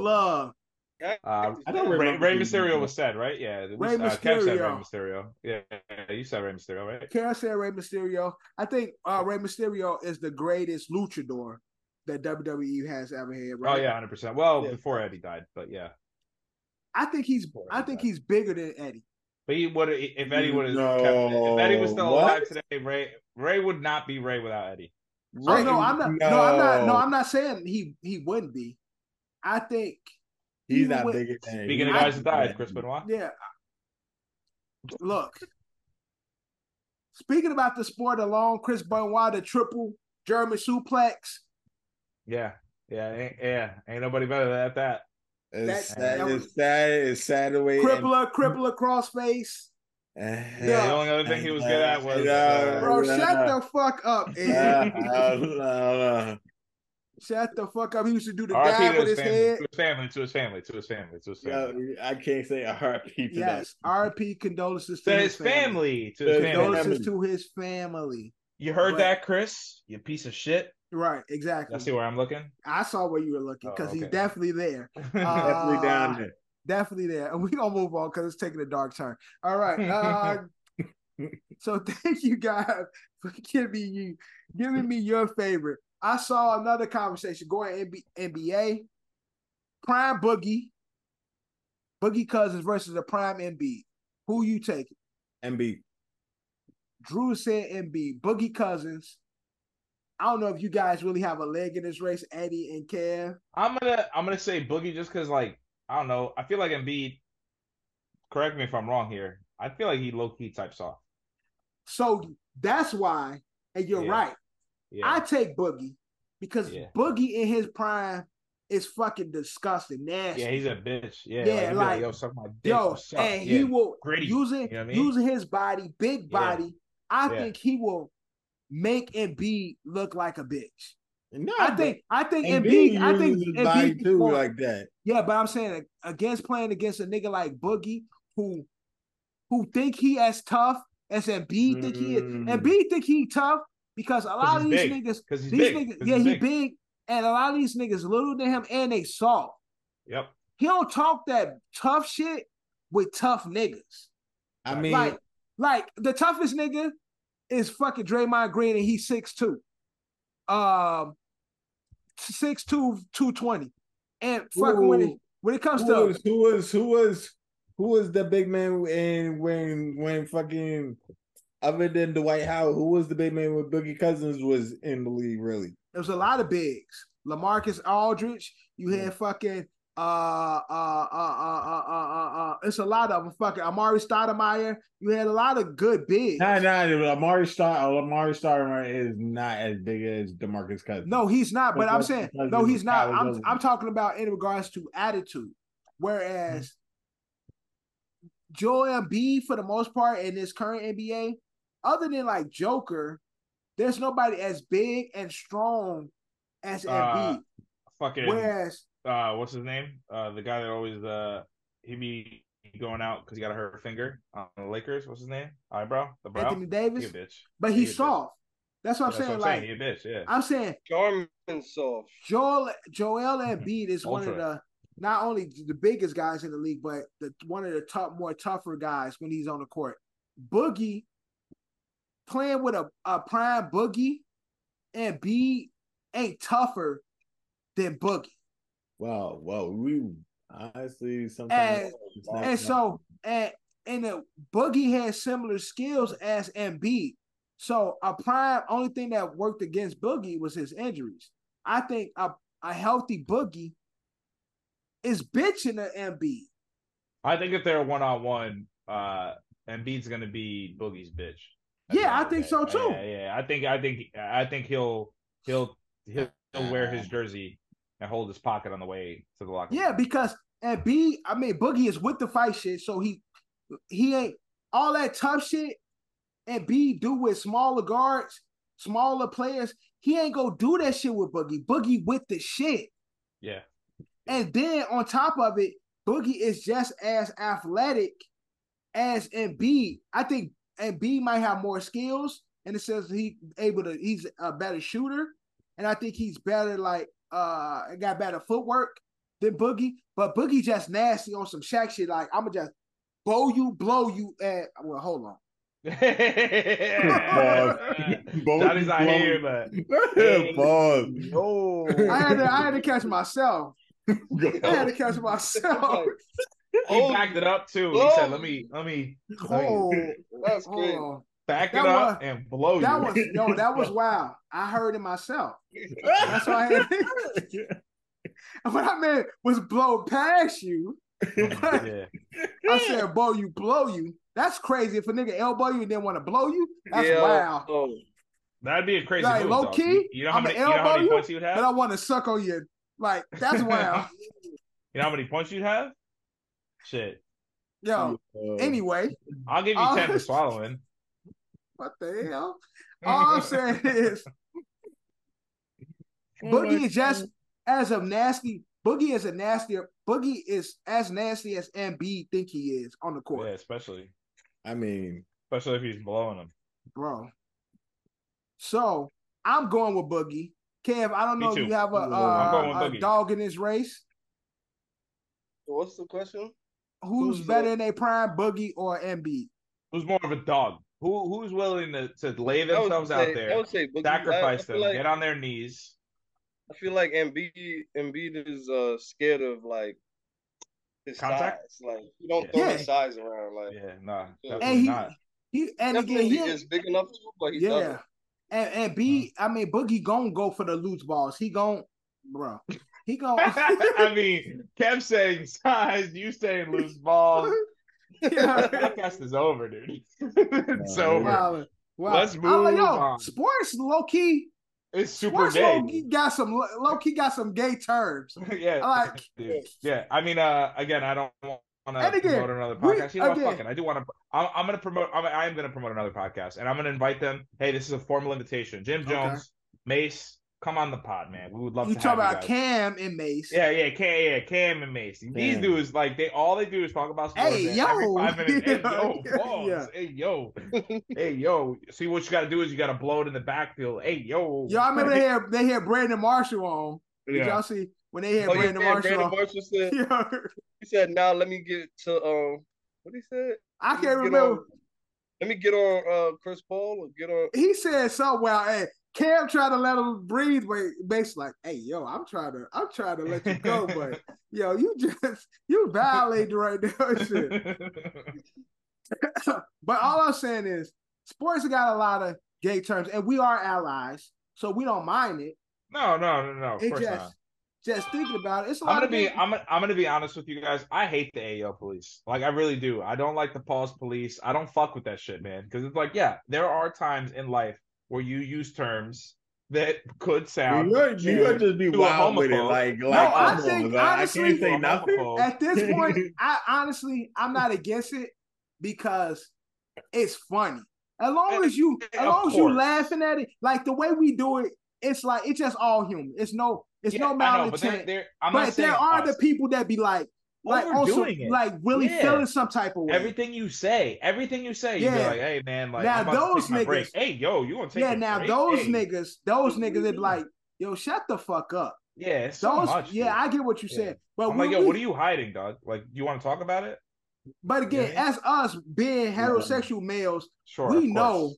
[SPEAKER 3] them.
[SPEAKER 1] Love,
[SPEAKER 3] Uh,
[SPEAKER 2] I don't
[SPEAKER 3] Ray,
[SPEAKER 2] remember
[SPEAKER 3] Ray
[SPEAKER 2] the-
[SPEAKER 3] Mysterio was said, right? Yeah. we-
[SPEAKER 1] Rey
[SPEAKER 3] uh, Kev said Ray
[SPEAKER 1] Mysterio.
[SPEAKER 3] Mysterio. Yeah, yeah, you said Ray Mysterio, right? Oh,
[SPEAKER 1] Can I say Rey Mysterio? I think uh, Rey Mysterio is the greatest luchador that WWE has ever had.
[SPEAKER 3] Oh
[SPEAKER 1] Right?
[SPEAKER 3] yeah, hundred percent. Well,
[SPEAKER 2] Yeah.
[SPEAKER 3] before Eddie died, but yeah.
[SPEAKER 1] I think he's. I think he's bigger than Eddie.
[SPEAKER 3] But he would if Eddie would have
[SPEAKER 2] No.
[SPEAKER 3] if Eddie was still
[SPEAKER 2] What?
[SPEAKER 3] alive today, Ray Ray would not be Ray without Eddie.
[SPEAKER 1] Oh, no, I'm not. No. I'm not. No, I'm not saying he he wouldn't be. I think.
[SPEAKER 2] He's not
[SPEAKER 1] Wait.
[SPEAKER 2] bigger than
[SPEAKER 3] Speaking of
[SPEAKER 1] I-
[SPEAKER 3] guys that died, Chris Benoit.
[SPEAKER 1] Yeah. Look. Speaking about the sport alone, Chris Benoit, the triple German suplex.
[SPEAKER 3] Yeah. Yeah, ain't, yeah, ain't nobody better at that.
[SPEAKER 2] It's
[SPEAKER 1] That-
[SPEAKER 2] sad.
[SPEAKER 1] that
[SPEAKER 2] It's
[SPEAKER 1] was-
[SPEAKER 2] sad. It's sad the way.
[SPEAKER 1] Crippler, crippler, crossface.
[SPEAKER 3] Yeah,
[SPEAKER 1] Yeah.
[SPEAKER 3] the only other thing he was good at was
[SPEAKER 2] Yeah.
[SPEAKER 3] uh,
[SPEAKER 1] Bro, shut
[SPEAKER 2] Yeah.
[SPEAKER 1] the fuck up, Ed.
[SPEAKER 2] Yeah.
[SPEAKER 1] Shut the fuck up. He used to do the
[SPEAKER 3] RIP
[SPEAKER 1] dab
[SPEAKER 3] to
[SPEAKER 1] with
[SPEAKER 3] his
[SPEAKER 1] his
[SPEAKER 3] family,
[SPEAKER 1] head.
[SPEAKER 3] to his family, to his family, to his family, to his family.
[SPEAKER 2] Yo, uh, I can't say RP to
[SPEAKER 1] Yes.
[SPEAKER 2] that.
[SPEAKER 1] RP condolences to
[SPEAKER 3] To
[SPEAKER 1] his family.
[SPEAKER 3] family, to
[SPEAKER 2] To
[SPEAKER 3] his
[SPEAKER 2] his
[SPEAKER 3] family.
[SPEAKER 1] Condolences to his family.
[SPEAKER 3] You heard
[SPEAKER 1] But-
[SPEAKER 3] that, Chris? You piece of shit.
[SPEAKER 1] Right,
[SPEAKER 3] I see
[SPEAKER 1] exactly.
[SPEAKER 3] where I'm looking.
[SPEAKER 1] I saw where you were looking because
[SPEAKER 3] Oh,
[SPEAKER 1] he's
[SPEAKER 3] okay.
[SPEAKER 1] definitely there. Uh,
[SPEAKER 2] Definitely down there.
[SPEAKER 1] Definitely there. And we gonna move on because it's taking a dark turn. All right. Uh, so thank you guys for giving me you giving me your favorite. I saw another conversation going NB- NBA. Prime Boogie. Boogie Cousins versus the Prime MB. Who you taking?
[SPEAKER 2] MB.
[SPEAKER 1] Drew said MB. Boogie Cousins. I don't know if you guys really have a leg in this race, Eddie and Kev.
[SPEAKER 3] I'm gonna I'm gonna say Boogie just because like I don't know. I feel like Embiid. Correct me if I'm wrong here. I feel like he low key type soft.
[SPEAKER 1] So that's why, and you're
[SPEAKER 3] Yeah.
[SPEAKER 1] right.
[SPEAKER 3] Yeah.
[SPEAKER 1] I take Boogie because
[SPEAKER 3] Yeah.
[SPEAKER 1] Boogie in his prime is fucking disgusting, nasty.
[SPEAKER 3] yeah, he's a bitch.
[SPEAKER 1] Yeah,
[SPEAKER 3] Yeah, like, he'd be
[SPEAKER 1] like,
[SPEAKER 3] yo, suck my dick.
[SPEAKER 1] Yo,
[SPEAKER 3] you suck.
[SPEAKER 1] and
[SPEAKER 3] yeah.
[SPEAKER 1] he will
[SPEAKER 3] gritty,
[SPEAKER 1] using
[SPEAKER 3] you know what I mean?
[SPEAKER 1] using his body, big
[SPEAKER 3] Yeah.
[SPEAKER 1] body. I
[SPEAKER 3] Yeah.
[SPEAKER 1] think he will make Embiid look like a bitch.
[SPEAKER 2] No,
[SPEAKER 1] I think I think
[SPEAKER 2] but
[SPEAKER 1] Embiid. I
[SPEAKER 2] uses
[SPEAKER 1] think
[SPEAKER 2] his body
[SPEAKER 1] Embiid
[SPEAKER 2] too
[SPEAKER 1] perform-
[SPEAKER 2] like that.
[SPEAKER 1] Yeah, but I'm saying against playing against a nigga like Boogie who who think he as tough as Embiid think he is.
[SPEAKER 2] Mm.
[SPEAKER 1] Embiid think he tough because a lot of
[SPEAKER 3] he's
[SPEAKER 1] these
[SPEAKER 3] big.
[SPEAKER 1] niggas
[SPEAKER 3] because he's
[SPEAKER 1] these
[SPEAKER 3] big.
[SPEAKER 1] niggas
[SPEAKER 3] 'Cause
[SPEAKER 1] yeah,
[SPEAKER 3] he's
[SPEAKER 1] he big and a lot of these niggas little than him and they soft.
[SPEAKER 3] Yep.
[SPEAKER 1] He don't talk that tough shit with tough niggas.
[SPEAKER 2] I mean,
[SPEAKER 1] like like the toughest nigga is fucking Draymond Green and he's 6'2. Um 6'2 220. And fucking when it
[SPEAKER 2] Ooh.
[SPEAKER 1] when it comes
[SPEAKER 2] who
[SPEAKER 1] to
[SPEAKER 2] was, who was who was who was the big man in when when fucking other than Dwight Howard, who was the big man when Boogie Cousins was in the league? Really,
[SPEAKER 1] It was a lot of bigs. Lamarcus Aldrich. You had fucking uh uh uh uh uh uh uh. uh it's a lot of them. Fucking Amari Stoudemire. You had a lot of good bigs.
[SPEAKER 2] nah, nah. Amari Star, Amari Stoudemire is not as big as Demarcus Cousins.
[SPEAKER 1] No, he's not. But I'm saying no, he's not. I'm
[SPEAKER 2] Cousins.
[SPEAKER 1] I'm talking about in regards to attitude. Whereas Joel Embiid, for the most part, in this current NBA, other than like Joker, there's nobody as big and strong as
[SPEAKER 3] Uh,
[SPEAKER 1] Embiid.
[SPEAKER 3] Fucking.
[SPEAKER 1] Whereas
[SPEAKER 3] Uh, what's his name? Uh, the guy that always uh he be going out because he got a hurt finger on the Lakers. What's his name? Eyebrow. The brow.
[SPEAKER 1] Anthony
[SPEAKER 3] He
[SPEAKER 1] Davis,
[SPEAKER 3] a bitch.
[SPEAKER 1] But
[SPEAKER 3] He
[SPEAKER 1] he's
[SPEAKER 3] a bitch.
[SPEAKER 1] soft. That's what I'm
[SPEAKER 3] That's
[SPEAKER 1] saying.
[SPEAKER 3] what I'm
[SPEAKER 1] like
[SPEAKER 3] saying. He a bitch. Yeah.
[SPEAKER 1] I'm saying,
[SPEAKER 7] Charmin soft.
[SPEAKER 1] Joel Joel Embiid is one of
[SPEAKER 3] Ultra.
[SPEAKER 1] the not only the biggest guys in the league, but the one of the top more tougher guys when he's on the court. Boogie playing with a, a prime Boogie and B ain't tougher than Boogie.
[SPEAKER 2] Wow, wow, we honestly sometimes. it's not-
[SPEAKER 1] And so and and the Boogie has similar skills as Embiid. So a prime only thing that worked against Boogie was his injuries. I think a, a healthy Boogie is bitching at Embiid.
[SPEAKER 3] I think if they're one on one, uh, Embiid's gonna be Boogie's bitch. At the
[SPEAKER 1] Yeah,
[SPEAKER 3] end
[SPEAKER 1] I
[SPEAKER 3] of the
[SPEAKER 1] think
[SPEAKER 3] day. Uh,
[SPEAKER 1] so, too.
[SPEAKER 3] Yeah, yeah. I think I think I think he'll he'll he'll, he'll wear his jersey and hold his pocket on the way to the locker.
[SPEAKER 1] Yeah,
[SPEAKER 3] room.
[SPEAKER 1] because Embiid, I mean Boogie is with the fight shit, so he he ain't all that tough shit. Embiid do with smaller guards, smaller players. He ain't gonna do that shit with Boogie. Boogie with the shit.
[SPEAKER 3] yeah.
[SPEAKER 1] And then on top of it, Boogie is just as athletic as Embiid. I think Embiid might have more skills, and it says he able to. He's a better shooter, and I think he's better like uh got better footwork. than Boogie, but Boogie just nasty on some Shaq shit. Like I'ma just bow you, blow you, and well, hold on.
[SPEAKER 3] Johnny's not here, but
[SPEAKER 2] Pause.
[SPEAKER 3] no.
[SPEAKER 1] I had to, I had to catch myself. I had to catch myself.
[SPEAKER 7] Like,
[SPEAKER 3] He backed it up too. He said, "Let me, let me, let me
[SPEAKER 1] Oh,
[SPEAKER 7] That's
[SPEAKER 1] hold
[SPEAKER 7] crazy.
[SPEAKER 1] on.
[SPEAKER 3] back
[SPEAKER 1] That
[SPEAKER 3] it up
[SPEAKER 1] was-
[SPEAKER 3] and blow
[SPEAKER 1] That
[SPEAKER 3] you."
[SPEAKER 1] was yo, that was wild. I heard it myself. That's why I had what I meant was blow past you.
[SPEAKER 3] yeah.
[SPEAKER 1] I said, blow you, blow you. That's crazy. If a nigga elbow you and then want to blow you, that's
[SPEAKER 7] Yeah.
[SPEAKER 1] wild.
[SPEAKER 7] Oh,
[SPEAKER 3] That'd be a crazy
[SPEAKER 1] Like,
[SPEAKER 3] move,
[SPEAKER 1] low
[SPEAKER 3] though.
[SPEAKER 1] key,
[SPEAKER 3] You- You know how
[SPEAKER 1] I'ma
[SPEAKER 3] many, you know how
[SPEAKER 1] elbow
[SPEAKER 3] many
[SPEAKER 1] you,
[SPEAKER 3] points you'd
[SPEAKER 1] But
[SPEAKER 3] have.
[SPEAKER 1] I want to suck on you. Like, that's wild.
[SPEAKER 3] You know how many points you'd have. Shit.
[SPEAKER 1] Yo, anyway,
[SPEAKER 3] I'll give you
[SPEAKER 1] I'll-
[SPEAKER 3] ten for swallowing.
[SPEAKER 1] what the hell? All I'm saying is, Boogie is just as a nasty. Boogie is a nastier. Boogie is as nasty as Embiid think he is on the
[SPEAKER 3] Yeah,
[SPEAKER 1] court,
[SPEAKER 3] especially,
[SPEAKER 2] I mean,
[SPEAKER 3] especially if he's blowing them.
[SPEAKER 1] bro. So I'm going with Boogie. Kev, I don't
[SPEAKER 3] Me
[SPEAKER 1] know if
[SPEAKER 3] too.
[SPEAKER 1] you have a,
[SPEAKER 2] I'm going
[SPEAKER 1] uh,
[SPEAKER 3] with
[SPEAKER 1] a
[SPEAKER 3] Boogie.
[SPEAKER 1] dog in this race.
[SPEAKER 7] what's the question?
[SPEAKER 1] Who's
[SPEAKER 7] Who's
[SPEAKER 1] better
[SPEAKER 7] the-
[SPEAKER 1] in a prime, Boogie or Embiid?
[SPEAKER 3] Who's more of a dog? Who who's willing to, to lay
[SPEAKER 7] I would
[SPEAKER 3] themselves
[SPEAKER 7] say-
[SPEAKER 3] out
[SPEAKER 7] I
[SPEAKER 3] there,
[SPEAKER 7] would say Boogie. I-
[SPEAKER 3] sacrifice
[SPEAKER 7] I feel
[SPEAKER 3] them,
[SPEAKER 7] like-
[SPEAKER 3] get on their knees?
[SPEAKER 7] I feel like Embiid Embiid is uh, scared of like his
[SPEAKER 3] Contact?
[SPEAKER 7] size. Like you don't
[SPEAKER 3] Yeah.
[SPEAKER 7] throw
[SPEAKER 1] Yeah.
[SPEAKER 7] his size around. Like
[SPEAKER 3] Yeah, nah,
[SPEAKER 7] Yeah.
[SPEAKER 3] definitely
[SPEAKER 1] And he,
[SPEAKER 3] not.
[SPEAKER 1] he and again,
[SPEAKER 7] definitely
[SPEAKER 1] he,
[SPEAKER 7] he is big enough to, but he
[SPEAKER 1] yeah,
[SPEAKER 7] doesn't.
[SPEAKER 1] and and B,
[SPEAKER 3] Mm.
[SPEAKER 1] I mean Boogie gonna go for the loose balls. He gon' bro, he gon'
[SPEAKER 3] I mean, Kev saying size, you saying loose balls.
[SPEAKER 1] yeah.
[SPEAKER 3] Podcast is over, dude. it's over.
[SPEAKER 1] Wow. Wow.
[SPEAKER 3] Let's
[SPEAKER 1] I'm like,
[SPEAKER 3] move
[SPEAKER 1] yo,
[SPEAKER 3] on.
[SPEAKER 1] sports low key,
[SPEAKER 3] It's super
[SPEAKER 1] sports low key
[SPEAKER 3] vague.
[SPEAKER 1] got some low key got some gay terms.
[SPEAKER 3] yeah,
[SPEAKER 1] I like-
[SPEAKER 3] dude. Yeah, I mean, uh, again, I don't want
[SPEAKER 1] And
[SPEAKER 3] to
[SPEAKER 1] again,
[SPEAKER 3] promote another
[SPEAKER 1] we-
[SPEAKER 3] podcast. you know, what,
[SPEAKER 1] again.
[SPEAKER 3] fuck it. I do want to. I'm, I'm going to promote. I'm, I am going to promote another podcast, and I'm going to invite them. Hey, this is a formal invitation. Jim
[SPEAKER 1] Okay.
[SPEAKER 3] Jones, Mace, come on the pod, man. We would love
[SPEAKER 1] You
[SPEAKER 3] to
[SPEAKER 1] talk
[SPEAKER 3] have you
[SPEAKER 1] about
[SPEAKER 3] guys.
[SPEAKER 1] Cam and Mace.
[SPEAKER 3] Yeah, yeah, Cam, yeah, Cam and Macy. These
[SPEAKER 2] Damn.
[SPEAKER 3] dudes, like, they all they do is talk about sports.
[SPEAKER 1] Hey,
[SPEAKER 3] man. every
[SPEAKER 1] yo.
[SPEAKER 3] five minutes. Hey,
[SPEAKER 1] Yeah,
[SPEAKER 3] yo,
[SPEAKER 1] yeah,
[SPEAKER 3] balls.
[SPEAKER 1] yeah.
[SPEAKER 3] Hey, yo, hey, yo. See what you got to do is you got to blow it in the backfield. Hey, yo,
[SPEAKER 1] Yo, I remember they had they had Brandon Marshall on. Did
[SPEAKER 3] Yeah.
[SPEAKER 1] y'all see when they had
[SPEAKER 7] Oh, yeah,
[SPEAKER 1] Brandon Marshall?
[SPEAKER 7] Brandon
[SPEAKER 1] on?
[SPEAKER 7] Marshall said
[SPEAKER 1] Yeah.
[SPEAKER 7] he said now let me get to um what he said.
[SPEAKER 1] I can't
[SPEAKER 7] Let me get
[SPEAKER 1] remember.
[SPEAKER 7] on- let me get on uh Chris Paul or get on.
[SPEAKER 1] He said something wild. Hey, Cam tried to let him breathe, but basically like, hey, yo, I'm trying to, I'm trying to let you go, but yo, you just you violated right now. and shit. but all I'm saying is, sports got a lot of gay terms, and we are allies, so we don't mind it.
[SPEAKER 3] no, no, no, no. Of
[SPEAKER 1] It
[SPEAKER 3] course
[SPEAKER 1] just,
[SPEAKER 3] not.
[SPEAKER 1] just thinking about it, it's a lot
[SPEAKER 3] I'm gonna
[SPEAKER 1] of
[SPEAKER 3] be
[SPEAKER 1] gay-
[SPEAKER 3] I'm I'm gonna be honest with you guys. I hate the AO police. Like I really do. I don't like the pause police. I don't fuck with that shit, man. Because it's like, yeah, there are times in life where you use terms that could sound.
[SPEAKER 2] New York, New York just be
[SPEAKER 3] To a
[SPEAKER 2] wild with it.
[SPEAKER 3] homophobe.
[SPEAKER 2] Like, like
[SPEAKER 1] I
[SPEAKER 2] come
[SPEAKER 1] think,
[SPEAKER 2] on, like, I
[SPEAKER 1] honestly,
[SPEAKER 2] can't say nothing.
[SPEAKER 3] homophobe.
[SPEAKER 1] At this point, I honestly, I'm not against it because it's funny. As long as you, as
[SPEAKER 3] Of
[SPEAKER 1] long as you
[SPEAKER 3] course.
[SPEAKER 1] laughing at it, like the way we do it, it's like it's just all human. It's no, it's
[SPEAKER 3] Yeah,
[SPEAKER 1] no
[SPEAKER 3] I know, but there,
[SPEAKER 1] malintent. But,
[SPEAKER 3] there, I'm not saying
[SPEAKER 1] there are
[SPEAKER 3] us.
[SPEAKER 1] the people that be like, like also
[SPEAKER 3] Overdoing it.
[SPEAKER 1] like really
[SPEAKER 3] Yeah.
[SPEAKER 1] feeling some type of way.
[SPEAKER 3] everything you say, everything you say, you're
[SPEAKER 1] Yeah.
[SPEAKER 3] like, hey man, like
[SPEAKER 1] Now
[SPEAKER 3] I'm about to
[SPEAKER 1] those
[SPEAKER 3] take my break.
[SPEAKER 1] niggas-
[SPEAKER 3] Hey yo, you want to take?
[SPEAKER 1] yeah,
[SPEAKER 3] a
[SPEAKER 1] now
[SPEAKER 3] break?
[SPEAKER 1] those
[SPEAKER 3] Hey.
[SPEAKER 1] niggas, those niggas that be like, yo, shut the fuck up.
[SPEAKER 3] Yeah, it's so
[SPEAKER 1] Those,
[SPEAKER 3] much.
[SPEAKER 1] yeah,
[SPEAKER 3] dude.
[SPEAKER 1] I get what you
[SPEAKER 3] Yeah.
[SPEAKER 1] said, but
[SPEAKER 3] I'm like,
[SPEAKER 1] when
[SPEAKER 3] yo,
[SPEAKER 1] we
[SPEAKER 3] what are you hiding, dog? Like, you want to talk about it?
[SPEAKER 1] But again,
[SPEAKER 3] Yeah.
[SPEAKER 1] as us being
[SPEAKER 2] Yeah.
[SPEAKER 1] heterosexual males,
[SPEAKER 3] Sure.
[SPEAKER 1] we
[SPEAKER 3] of course.
[SPEAKER 1] know,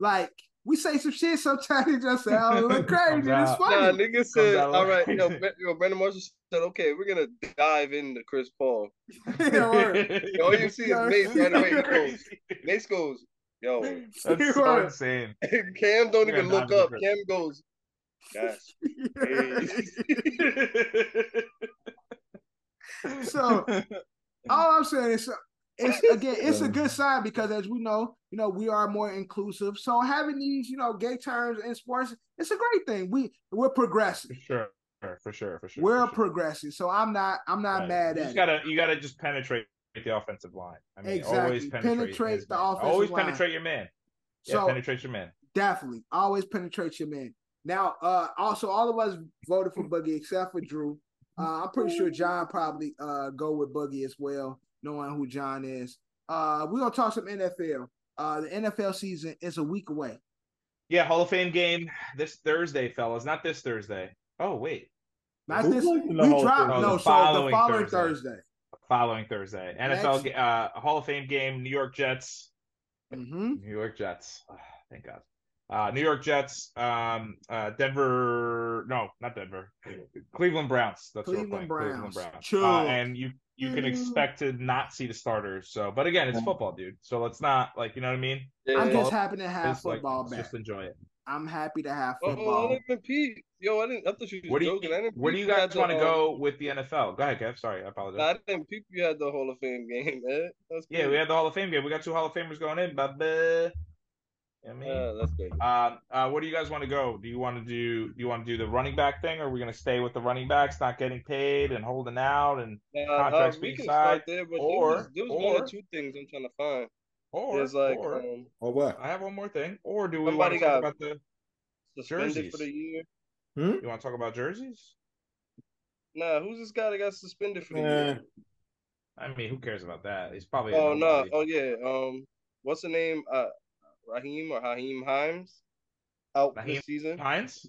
[SPEAKER 1] like, we say some shit sometimes it just sounds a little crazy.
[SPEAKER 3] Comes
[SPEAKER 1] and It's
[SPEAKER 3] out.
[SPEAKER 7] Nah,
[SPEAKER 1] funny.
[SPEAKER 7] nigga said
[SPEAKER 3] out
[SPEAKER 7] all right.
[SPEAKER 3] like-
[SPEAKER 7] Yo, Bra- yo, Brandon Marshall said okay, we're gonna dive into Chris Paul.
[SPEAKER 1] You know, or-
[SPEAKER 7] Yo, all you see is
[SPEAKER 1] Yo,
[SPEAKER 7] Mace right away. He goes,
[SPEAKER 3] Crazy.
[SPEAKER 7] Mace goes, yo.
[SPEAKER 3] That's so
[SPEAKER 1] Sure.
[SPEAKER 3] insane.
[SPEAKER 7] Cam don't
[SPEAKER 3] Yeah,
[SPEAKER 7] even
[SPEAKER 3] nah,
[SPEAKER 7] look
[SPEAKER 3] I'm
[SPEAKER 7] up.
[SPEAKER 3] good.
[SPEAKER 7] Cam goes, gosh.
[SPEAKER 1] So, all I'm saying is, it's again, it's a good sign because as we know, you know, we are more inclusive. So having these, you know, gay terms in sports, it's a great thing. We we're progressing.
[SPEAKER 3] For sure. For sure. For sure.
[SPEAKER 1] We're
[SPEAKER 3] for sure.
[SPEAKER 1] progressing. So I'm not, I'm not
[SPEAKER 3] Right.
[SPEAKER 1] mad
[SPEAKER 3] You
[SPEAKER 1] at
[SPEAKER 3] just
[SPEAKER 1] it.
[SPEAKER 3] gotta you gotta just penetrate the offensive line. I mean, always
[SPEAKER 1] Exactly.
[SPEAKER 3] penetrate,
[SPEAKER 1] Penetrate
[SPEAKER 3] his
[SPEAKER 1] the
[SPEAKER 3] man.
[SPEAKER 1] offensive
[SPEAKER 3] Always
[SPEAKER 1] line.
[SPEAKER 3] penetrate your man. Yeah,
[SPEAKER 1] so
[SPEAKER 3] penetrate your man.
[SPEAKER 1] Definitely. Always penetrate your man. Now, uh also all of us voted for Boogie except for Drew. Uh, I'm pretty sure John probably uh go with Boogie as well, knowing who John is. Uh we're gonna talk some NFL. Uh the NFL season is a week away.
[SPEAKER 3] Yeah, Hall of Fame game this Thursday, fellas. Not this Thursday. Oh wait,
[SPEAKER 1] Not
[SPEAKER 2] Who
[SPEAKER 1] this.
[SPEAKER 2] plays
[SPEAKER 1] We
[SPEAKER 2] in the Hall of
[SPEAKER 1] dropped
[SPEAKER 2] Fame?
[SPEAKER 3] No,
[SPEAKER 1] no. So the
[SPEAKER 3] the following
[SPEAKER 1] following
[SPEAKER 3] Thursday.
[SPEAKER 1] Thursday.
[SPEAKER 3] Following Thursday, NFL ga- uh, Hall of Fame game, New York Jets.
[SPEAKER 1] hmm
[SPEAKER 3] New York Jets. Ah, thank God. Uh, New York Jets. Um, uh, Denver. No, not Denver. Cleveland Browns. That's what we're
[SPEAKER 1] Cleveland
[SPEAKER 3] playing.
[SPEAKER 1] Browns.
[SPEAKER 3] Cleveland Browns.
[SPEAKER 1] Chill.
[SPEAKER 3] Uh, and you you can expect to not see the starters. So, but again, it's football, dude. So let's not like you know what I mean.
[SPEAKER 1] I'm
[SPEAKER 7] Yeah.
[SPEAKER 1] just happy to have
[SPEAKER 3] It's like,
[SPEAKER 1] football
[SPEAKER 3] let's
[SPEAKER 1] back.
[SPEAKER 3] Just enjoy it.
[SPEAKER 1] I'm happy to have
[SPEAKER 7] Oh, I
[SPEAKER 1] football.
[SPEAKER 7] didn't even peep. Yo, I didn't. I thought you was
[SPEAKER 3] Where do you
[SPEAKER 7] joking. I didn't.
[SPEAKER 3] Where do
[SPEAKER 7] peep
[SPEAKER 3] you guys
[SPEAKER 7] had the,
[SPEAKER 3] want to
[SPEAKER 7] um,
[SPEAKER 3] go with the NFL? Go ahead, Kev. Sorry, I apologize.
[SPEAKER 7] I didn't peep you had the Hall of Fame game, man. That's
[SPEAKER 3] yeah, we had the Hall of Fame game. We got two Hall of Famers going in. Bye bye. I mean,
[SPEAKER 7] Yeah, Ah, that's good.
[SPEAKER 3] Um, uh, where do you guys want to go? Do you want to do do you want to do the running back thing, or are we going to stay with the running backs not getting paid and holding out, and
[SPEAKER 7] Nah, uh,
[SPEAKER 3] Contracts
[SPEAKER 7] we
[SPEAKER 3] being
[SPEAKER 7] can
[SPEAKER 3] signed,
[SPEAKER 7] start there, but
[SPEAKER 3] or-
[SPEAKER 7] there was, there was one
[SPEAKER 3] or-
[SPEAKER 7] or two things I'm trying to find.
[SPEAKER 3] or
[SPEAKER 7] There's like
[SPEAKER 3] or
[SPEAKER 7] um,
[SPEAKER 2] Or what?
[SPEAKER 3] I have one more thing, or do we want
[SPEAKER 7] Somebody
[SPEAKER 3] to talk
[SPEAKER 7] got-
[SPEAKER 3] about the
[SPEAKER 7] suspended
[SPEAKER 3] Jerseys.
[SPEAKER 7] for the year.
[SPEAKER 2] Hmm?
[SPEAKER 3] you want to talk about jerseys?
[SPEAKER 7] Nah, who's this guy that got suspended for the
[SPEAKER 2] Eh,
[SPEAKER 7] year?
[SPEAKER 3] I mean, who cares about that? He's probably a
[SPEAKER 7] Oh no,
[SPEAKER 3] nobody.
[SPEAKER 7] oh yeah. Um, what's the name? Uh, Raheem or Haheem Himes out for
[SPEAKER 3] Raheem
[SPEAKER 7] the season.
[SPEAKER 3] Hines?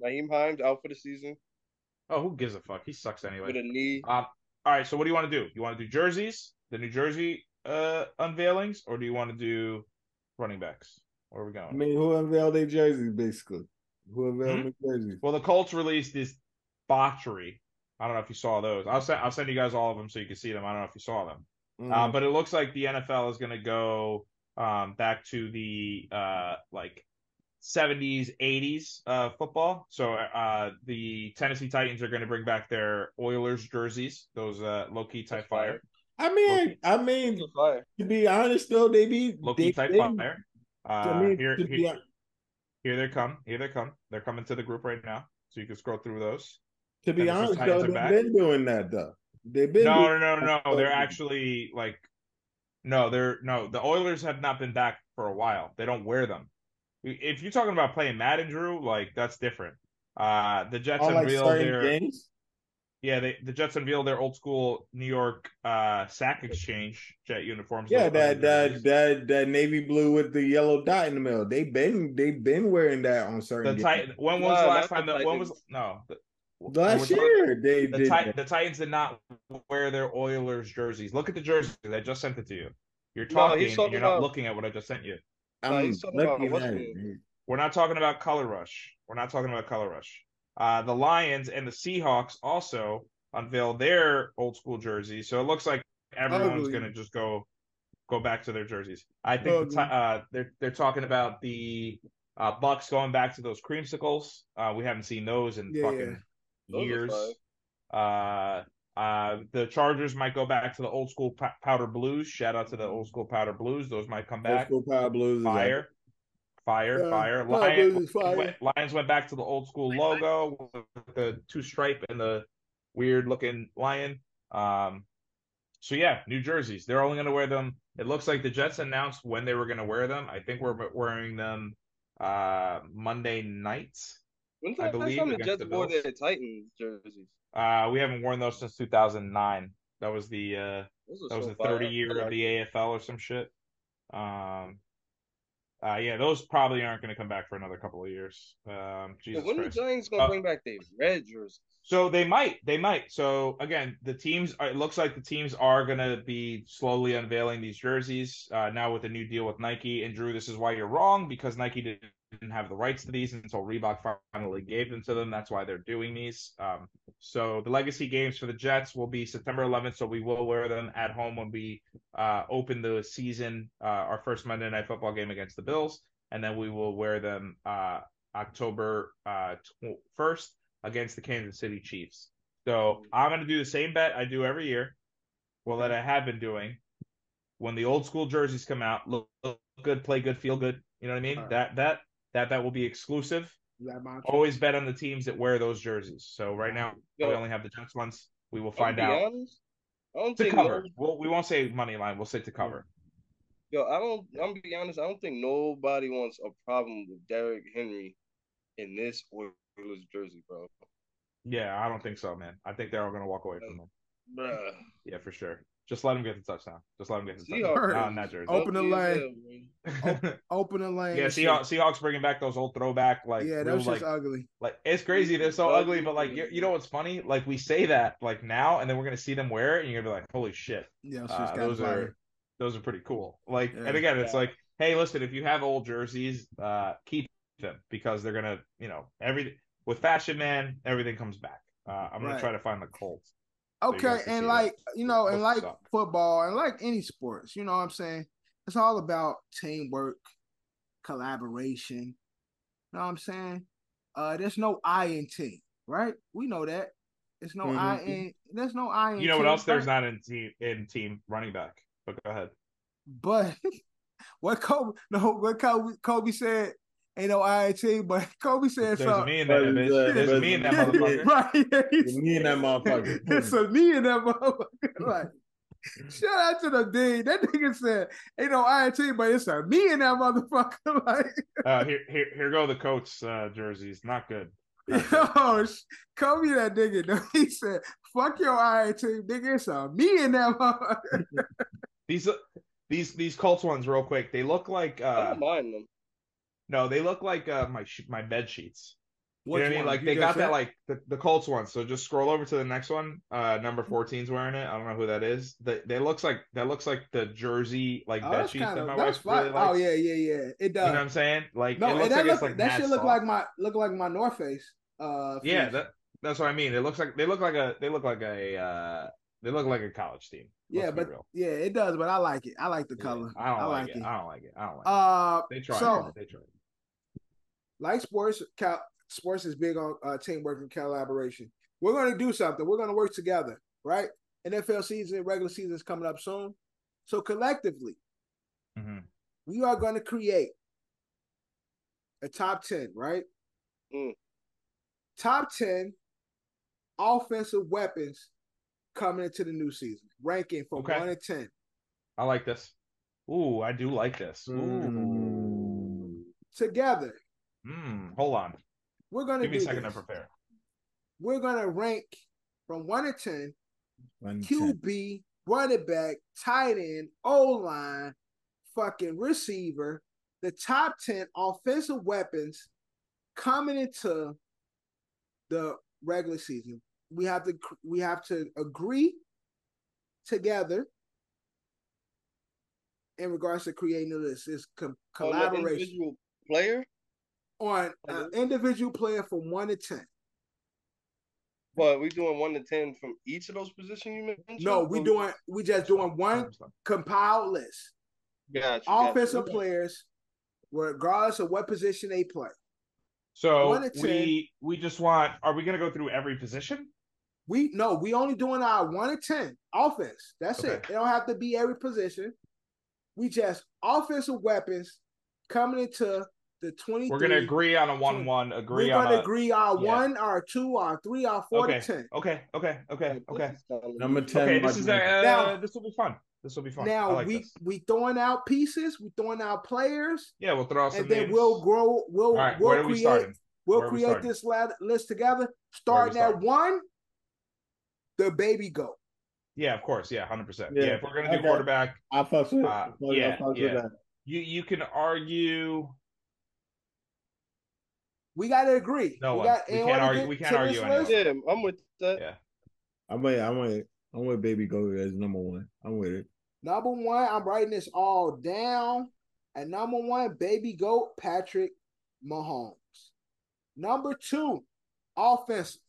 [SPEAKER 7] Raheem Himes out for the season
[SPEAKER 3] Oh, who gives a fuck? He sucks
[SPEAKER 7] with
[SPEAKER 3] anyway.
[SPEAKER 7] a knee.
[SPEAKER 3] Um, all right. So what do you want to do? You want to do jerseys, the New Jersey uh unveilings, or do you want to do running backs? Where are we
[SPEAKER 2] I
[SPEAKER 3] going?
[SPEAKER 2] mean, who unveiled their jerseys, basically? Who unveiled
[SPEAKER 3] Hmm?
[SPEAKER 2] their jerseys?
[SPEAKER 3] Well, the Colts released this botchery. I don't know if you saw those. I'll send I'll send you guys all of them so you can see them. I don't know if you saw them. Uh,
[SPEAKER 2] Mm.
[SPEAKER 3] but it looks like the NFL is going to go um, back to the uh, like 70s, 80s uh, football. So uh, the Tennessee Titans are going to bring back their Oilers jerseys, those uh, low key type fire,
[SPEAKER 2] I mean,
[SPEAKER 3] Loki.
[SPEAKER 2] I mean,
[SPEAKER 7] Fire.
[SPEAKER 2] to be honest though, they be
[SPEAKER 3] low
[SPEAKER 2] they,
[SPEAKER 3] key type
[SPEAKER 2] they-
[SPEAKER 3] fire.
[SPEAKER 2] I
[SPEAKER 3] Uh,
[SPEAKER 2] mean,
[SPEAKER 3] here,
[SPEAKER 2] to
[SPEAKER 3] here-
[SPEAKER 2] be hon-
[SPEAKER 3] here they come. Here they come. They're coming to the group right now. So you can scroll through those.
[SPEAKER 2] to be
[SPEAKER 3] Tennessee
[SPEAKER 2] honest though,
[SPEAKER 3] Titans are
[SPEAKER 2] they've
[SPEAKER 3] back.
[SPEAKER 2] been doing that though. They've been
[SPEAKER 3] No,
[SPEAKER 2] doing-
[SPEAKER 3] no, no, no, no. They're
[SPEAKER 2] Oh.
[SPEAKER 3] actually like, no, they're no. The Oilers have not been back for a while. They don't wear them. If you're talking about playing Madden, Drew, like that's different. Uh, the Jets
[SPEAKER 2] on like
[SPEAKER 3] unveiled
[SPEAKER 2] certain
[SPEAKER 3] their
[SPEAKER 2] games.
[SPEAKER 3] yeah, they, the Jets unveiled their old school New York uh sack exchange jet uniforms.
[SPEAKER 2] Yeah,
[SPEAKER 3] Those are
[SPEAKER 2] that
[SPEAKER 3] jerseys.
[SPEAKER 2] that that that navy blue with the yellow dot in the middle. They been they been wearing that on certain
[SPEAKER 3] the
[SPEAKER 2] games.
[SPEAKER 3] Titan. When was
[SPEAKER 7] Nah,
[SPEAKER 3] the
[SPEAKER 7] not
[SPEAKER 3] last
[SPEAKER 7] the
[SPEAKER 3] time that when was
[SPEAKER 7] Titans.
[SPEAKER 3] no the- we're
[SPEAKER 2] Last
[SPEAKER 3] talking-
[SPEAKER 2] year they
[SPEAKER 3] the,
[SPEAKER 2] did.
[SPEAKER 3] Ti-
[SPEAKER 2] that.
[SPEAKER 3] the Titans did not wear their Oilers jerseys. Look at the jersey. I just sent it to you. You're
[SPEAKER 7] No,
[SPEAKER 3] talking.
[SPEAKER 7] he's
[SPEAKER 3] and you're
[SPEAKER 7] talking
[SPEAKER 3] not
[SPEAKER 7] about-
[SPEAKER 3] looking at what I just sent you.
[SPEAKER 7] Nah,
[SPEAKER 2] I'm
[SPEAKER 7] he's talking about
[SPEAKER 2] looking
[SPEAKER 7] uh, what's
[SPEAKER 2] at
[SPEAKER 7] the-
[SPEAKER 2] it. man.
[SPEAKER 3] We're not talking about color rush. We're not talking about color rush. Uh, the Lions and the Seahawks also unveiled their old school jerseys, so it looks like everyone's
[SPEAKER 1] Ugly.
[SPEAKER 3] going to just go go back to their jerseys. I think the
[SPEAKER 1] Ugly.
[SPEAKER 3] ti- uh, they're they're talking about the uh, Bucks going back to those creamsicles. Uh, we haven't seen those in
[SPEAKER 1] Yeah,
[SPEAKER 3] fucking
[SPEAKER 7] Those are
[SPEAKER 3] years. Uh, uh, the Chargers might go back to the old school pow- powder blues. Shout out to the old school powder blues. Those might come
[SPEAKER 2] Old
[SPEAKER 3] back.
[SPEAKER 2] school power blues is out.
[SPEAKER 3] Fire, fire,
[SPEAKER 1] Yeah,
[SPEAKER 3] fire.
[SPEAKER 1] Power
[SPEAKER 3] Lion-
[SPEAKER 1] Blues is fire.
[SPEAKER 3] Lions, went, Lions went back to the old school logo with the two stripe and the weird looking lion. Um, so yeah, New Jerseys. They're only going to wear them. It looks like the Jets announced when they were going to wear them. I think we're wearing them uh, Monday night.
[SPEAKER 7] When's
[SPEAKER 3] I
[SPEAKER 7] the last
[SPEAKER 3] believe
[SPEAKER 7] time the
[SPEAKER 3] against
[SPEAKER 7] Jets
[SPEAKER 3] the
[SPEAKER 7] wore
[SPEAKER 3] Bills.
[SPEAKER 7] their Titans jerseys?
[SPEAKER 3] Uh, we haven't worn those since 2009. That was the uh,
[SPEAKER 7] Those are
[SPEAKER 3] that was
[SPEAKER 7] so
[SPEAKER 3] the
[SPEAKER 7] fire.
[SPEAKER 3] 30 year of the AFL or some shit. Um, uh, yeah, those probably aren't going to come back for another couple of years. Um,
[SPEAKER 7] Yo,
[SPEAKER 3] Jesus
[SPEAKER 7] When the
[SPEAKER 3] Christ.
[SPEAKER 7] Giants gonna
[SPEAKER 3] Uh,
[SPEAKER 7] bring back their red jerseys?
[SPEAKER 3] So they might, they might. So again, the teams. It looks like the teams are going to be slowly unveiling these jerseys uh, now with a new deal with Nike. And Drew, this is why you're wrong because Nike didn't didn't have the rights to these until Reebok finally gave them to them. That's why they're doing these. Um, so the legacy games for the Jets will be September 11th. So we will wear them at home when we uh, open the season, uh, our first Monday Night Football game against the Bills, and then we will wear them uh, October uh, tw- 1st against the Kansas City Chiefs. So I'm going to do the same bet I do every year. Well, that I have been doing. When the old school jerseys come out, look, look good, play good, feel good. You know what I mean?
[SPEAKER 1] Alright.
[SPEAKER 3] That that that that will be exclusive.
[SPEAKER 1] That mantra.
[SPEAKER 3] Always bet on the teams that wear those jerseys. So right now
[SPEAKER 7] Yo,
[SPEAKER 3] we only have the Jets ones. We will
[SPEAKER 7] I'll
[SPEAKER 3] find
[SPEAKER 7] be
[SPEAKER 3] out
[SPEAKER 7] honest, I don't
[SPEAKER 3] to
[SPEAKER 7] think
[SPEAKER 3] cover.
[SPEAKER 7] no-
[SPEAKER 3] We'll, we won't say money line. We'll say to cover.
[SPEAKER 7] yo, I don't. I'm gonna be honest. I don't think nobody wants a problem with Derrick Henry in this Oilers jersey, bro.
[SPEAKER 3] Yeah, I don't think so, man. I think they're all going to walk away from them.
[SPEAKER 7] Bruh.
[SPEAKER 3] Yeah, for sure. Just let him get the touchdown. Just let him get the
[SPEAKER 7] Seahawks. Oh,
[SPEAKER 3] touchdown. Not in that jersey.
[SPEAKER 7] Lucky
[SPEAKER 1] Open the
[SPEAKER 7] as
[SPEAKER 1] lane.
[SPEAKER 7] hell, man.
[SPEAKER 1] Open the lane.
[SPEAKER 3] yeah,
[SPEAKER 1] and shit.
[SPEAKER 3] Seahawks, Seahawks bringing back those old throwback like
[SPEAKER 1] yeah, that
[SPEAKER 3] real,
[SPEAKER 1] was just
[SPEAKER 3] like,
[SPEAKER 1] ugly.
[SPEAKER 3] like it's crazy. They're so
[SPEAKER 7] Ugly.
[SPEAKER 3] ugly, but like you, you know what's funny? Like we say that like now, and then we're gonna see them wear it, and you're gonna be like, holy shit.
[SPEAKER 1] Yeah, it was
[SPEAKER 3] Uh,
[SPEAKER 1] just kind
[SPEAKER 3] those
[SPEAKER 1] of
[SPEAKER 3] are those are pretty cool. Like,
[SPEAKER 1] Yeah.
[SPEAKER 3] and again, it's
[SPEAKER 7] Yeah.
[SPEAKER 3] like, hey, listen, if you have old jerseys, uh, keep them because they're gonna, you know, every with Fashion Man, everything comes back. Uh, I'm gonna
[SPEAKER 1] Right.
[SPEAKER 3] try to find the Colts. you
[SPEAKER 1] Okay,
[SPEAKER 3] guys can
[SPEAKER 1] and
[SPEAKER 3] see
[SPEAKER 1] like you know, and
[SPEAKER 3] Both
[SPEAKER 1] like
[SPEAKER 3] suck.
[SPEAKER 1] football, and like any sports, you know what I'm saying? It's all about teamwork, collaboration. You know what I'm saying? Uh there's no I in team, right? We know that. It's no I
[SPEAKER 2] Mhm.
[SPEAKER 1] in there's no I in
[SPEAKER 3] Mm-hmm. You know what
[SPEAKER 1] team,
[SPEAKER 3] else? There's
[SPEAKER 1] right?
[SPEAKER 3] not in team in team running back. But go ahead.
[SPEAKER 1] But what Kobe no what Kobe Kobe said ain't no I in team, but Kobe said
[SPEAKER 3] There's
[SPEAKER 1] something.
[SPEAKER 3] a me in that
[SPEAKER 2] There's,
[SPEAKER 3] bitch.
[SPEAKER 2] uh,
[SPEAKER 3] There's a me in that motherfucker.
[SPEAKER 1] right. yeah, he said-
[SPEAKER 2] Me and that motherfucker.
[SPEAKER 1] it's a me in that motherfucker. Like, shout out to the dude. That nigga said, ain't no INT, but it's a me in that motherfucker. Like,
[SPEAKER 3] Uh, here, here, here go the Colts uh, jerseys. Not good.
[SPEAKER 1] yo, oh, sh- Kobe, that nigga, though. He said, fuck your INT, nigga. It's a me in that motherfucker.
[SPEAKER 3] These these these Colts ones, real quick. They look like
[SPEAKER 7] I
[SPEAKER 3] uh,
[SPEAKER 1] Ah. Oh.
[SPEAKER 7] don't mind them.
[SPEAKER 3] no, they look like uh, my sh- my bed sheets. You know what I
[SPEAKER 1] Which one?
[SPEAKER 3] mean? Like
[SPEAKER 1] You
[SPEAKER 3] they
[SPEAKER 1] just
[SPEAKER 3] got
[SPEAKER 1] said-
[SPEAKER 3] that like the, the Colts one. So just scroll over to the next one. Uh number
[SPEAKER 1] Mm-hmm.
[SPEAKER 3] 14's wearing it. I don't know who that is. That they looks like that looks like the jersey like
[SPEAKER 1] Oh,
[SPEAKER 3] bed
[SPEAKER 1] that's
[SPEAKER 3] sheets
[SPEAKER 1] kind
[SPEAKER 3] that
[SPEAKER 1] of
[SPEAKER 3] my
[SPEAKER 1] that's
[SPEAKER 3] wife really
[SPEAKER 1] fine. Oh
[SPEAKER 3] likes.
[SPEAKER 1] yeah, yeah, yeah. It
[SPEAKER 3] You know what
[SPEAKER 1] does.
[SPEAKER 3] I'm saying? Like it
[SPEAKER 1] No,
[SPEAKER 3] looks
[SPEAKER 1] and that
[SPEAKER 3] like
[SPEAKER 1] look,
[SPEAKER 3] it's like
[SPEAKER 1] that
[SPEAKER 3] mad
[SPEAKER 1] shit look
[SPEAKER 3] soft.
[SPEAKER 1] like my look like my North Face. Uh,
[SPEAKER 3] Yeah,
[SPEAKER 1] fleece.
[SPEAKER 3] that, that's what I mean. It looks like they look like a they look like a uh they look like a college team. Let's
[SPEAKER 1] yeah,
[SPEAKER 3] be
[SPEAKER 1] but
[SPEAKER 3] real.
[SPEAKER 1] yeah, it does. But I like it. I like the
[SPEAKER 3] Yeah.
[SPEAKER 1] color.
[SPEAKER 3] I don't
[SPEAKER 1] I
[SPEAKER 3] like,
[SPEAKER 1] like
[SPEAKER 3] it.
[SPEAKER 1] it.
[SPEAKER 3] I don't like it. I don't like it.
[SPEAKER 1] Uh,
[SPEAKER 3] They tried.
[SPEAKER 1] so-
[SPEAKER 3] they tried.
[SPEAKER 1] like sports, cal- sports is big on uh, teamwork and collaboration. We're going to do something. We're going to work together, right? NFL season, regular season is coming up soon. So collectively,
[SPEAKER 3] Mhm.
[SPEAKER 1] we are going to create a top 10, right?
[SPEAKER 7] Mm.
[SPEAKER 1] Top 10 offensive weapons coming into the new season, ranking from
[SPEAKER 3] Okay.
[SPEAKER 1] 1 to 10.
[SPEAKER 3] I like this. Ooh, I do like this. Ooh.
[SPEAKER 2] Mm.
[SPEAKER 1] Together,
[SPEAKER 3] Mm, hold on.
[SPEAKER 1] we're going to
[SPEAKER 3] Give me
[SPEAKER 1] do
[SPEAKER 3] a second
[SPEAKER 1] this.
[SPEAKER 3] to prepare.
[SPEAKER 1] We're going to rank from 1 to 10
[SPEAKER 2] One ten.
[SPEAKER 1] QB, running back, tight end, O line, fucking receiver, the top 10 offensive weapons coming into the regular season. We have to we have to agree together in regards to creating the list. It's com-
[SPEAKER 7] On the
[SPEAKER 1] collaboration
[SPEAKER 7] individual Uh-huh. player,
[SPEAKER 1] on an individual player from one to ten.
[SPEAKER 7] but we doing one to ten from each of those positions you mentioned. Oh,
[SPEAKER 1] No, we
[SPEAKER 7] Or-
[SPEAKER 1] doing we just doing one compiled list.
[SPEAKER 7] Got you, got you.
[SPEAKER 1] offensive players, regardless of what position they play. One
[SPEAKER 3] So
[SPEAKER 1] to ten.
[SPEAKER 3] we we just want. Are we going to go through every position?
[SPEAKER 1] We no, we only doing our one to ten offense. That's it.
[SPEAKER 3] Okay.
[SPEAKER 1] It don't have to be every position. We just offensive weapons coming into the twenty.
[SPEAKER 3] We're going to agree on a one-one.
[SPEAKER 1] We're
[SPEAKER 3] Agree on
[SPEAKER 1] gonna
[SPEAKER 3] a.
[SPEAKER 1] agree our
[SPEAKER 3] yeah.
[SPEAKER 1] one, our two, our three, our four to ten.
[SPEAKER 3] Okay. Okay. Okay.
[SPEAKER 7] This
[SPEAKER 3] Okay.
[SPEAKER 7] is kinda-
[SPEAKER 2] Number ten.
[SPEAKER 3] Okay.
[SPEAKER 2] my
[SPEAKER 3] This is uh,
[SPEAKER 2] man.
[SPEAKER 1] Now-
[SPEAKER 3] this will be fun. This will be fun.
[SPEAKER 1] Now
[SPEAKER 3] I like
[SPEAKER 1] we
[SPEAKER 3] this.
[SPEAKER 1] we throwing out pieces, we throwing out players,
[SPEAKER 3] Yeah, we'll throw out some
[SPEAKER 1] and then
[SPEAKER 3] names.
[SPEAKER 1] we'll grow. We'll
[SPEAKER 3] All right.
[SPEAKER 1] we'll
[SPEAKER 3] Where are we
[SPEAKER 1] create
[SPEAKER 3] starting?
[SPEAKER 1] we'll
[SPEAKER 3] Where are we
[SPEAKER 1] create
[SPEAKER 3] starting?
[SPEAKER 1] this lad, list together. Starting at
[SPEAKER 3] starting?
[SPEAKER 1] one, the baby goat.
[SPEAKER 3] Yeah, of course. Yeah, hundred percent.
[SPEAKER 2] Yeah.
[SPEAKER 3] Yeah, if we're going to do
[SPEAKER 2] Okay.
[SPEAKER 3] quarterback,
[SPEAKER 2] I fucks with. it.
[SPEAKER 3] Uh,
[SPEAKER 2] I fucks- I
[SPEAKER 3] yeah,
[SPEAKER 2] fucks with
[SPEAKER 3] yeah.
[SPEAKER 2] that.
[SPEAKER 3] you you can argue.
[SPEAKER 1] We gotta agree.
[SPEAKER 3] No
[SPEAKER 1] we
[SPEAKER 3] one. We
[SPEAKER 1] and
[SPEAKER 3] can't
[SPEAKER 1] when
[SPEAKER 3] argue-
[SPEAKER 1] get
[SPEAKER 3] we can't
[SPEAKER 1] to
[SPEAKER 3] argue
[SPEAKER 1] this
[SPEAKER 3] anyone.
[SPEAKER 1] list,
[SPEAKER 7] Yeah, I'm with that.
[SPEAKER 3] Yeah.
[SPEAKER 2] I'm with. I'm with. I'm with. Baby Go as number one. I'm with it.
[SPEAKER 1] Number one, I'm writing this all down. And number one, baby goat Patrick Mahomes. Number two, offensive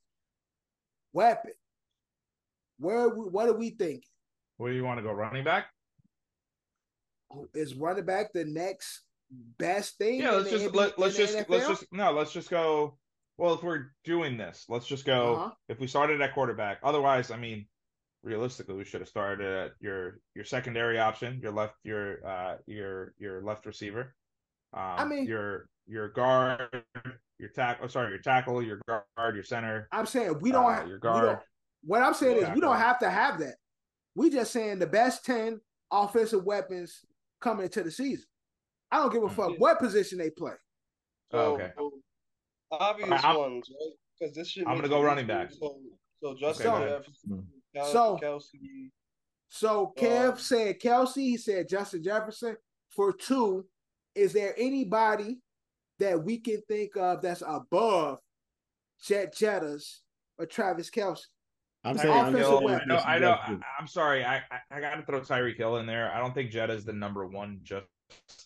[SPEAKER 1] weapon. Where we, what do we think?
[SPEAKER 3] Where do you want to go? Running back?
[SPEAKER 1] Is running back the next best thing? in
[SPEAKER 3] Yeah. Let's
[SPEAKER 1] the
[SPEAKER 3] just
[SPEAKER 1] NB
[SPEAKER 3] let, let's
[SPEAKER 1] in the
[SPEAKER 3] just
[SPEAKER 1] NFL?
[SPEAKER 3] let's just no. Let's just go. Well, if we're doing this, let's just go.
[SPEAKER 1] Uh-huh.
[SPEAKER 3] if we started at quarterback. Otherwise, I mean, realistically, we should have started at your your secondary option, your left your uh your your left receiver. Um, I
[SPEAKER 1] mean-
[SPEAKER 3] your your guard, your tackle. Sorry, your tackle, your guard, your center.
[SPEAKER 1] I'm saying we don't
[SPEAKER 3] uh,
[SPEAKER 1] have
[SPEAKER 3] your
[SPEAKER 1] We
[SPEAKER 3] guard.
[SPEAKER 1] don't, what I'm saying is we don't
[SPEAKER 3] Tackle.
[SPEAKER 1] have to have that. We just saying the best ten offensive weapons coming into the season. I don't give a fuck
[SPEAKER 3] Mm.
[SPEAKER 1] what position they play.
[SPEAKER 3] Oh, okay.
[SPEAKER 7] Obvious
[SPEAKER 3] Alright, I'm-
[SPEAKER 7] ones, right? Because this shit.
[SPEAKER 3] I'm gonna
[SPEAKER 7] makes
[SPEAKER 3] go
[SPEAKER 7] it
[SPEAKER 3] running
[SPEAKER 7] easier.
[SPEAKER 3] back.
[SPEAKER 7] So, so Justin
[SPEAKER 1] go
[SPEAKER 2] ahead.
[SPEAKER 7] Jefferson, Kel-
[SPEAKER 1] So-
[SPEAKER 7] Kelsey,
[SPEAKER 1] So Kev
[SPEAKER 7] Um,
[SPEAKER 1] said Kelsey, he said Justin Jefferson. For two, is there anybody that we can think of that's above Jet Jettas or Travis Kelsey?
[SPEAKER 2] I'm
[SPEAKER 1] Like
[SPEAKER 2] saying I'm
[SPEAKER 1] offensive
[SPEAKER 2] saying-
[SPEAKER 1] weapon.
[SPEAKER 3] No, I know. I, I'm sorry. I I, I got to throw Tyreek Hill in there. I don't think Jetta's the number one just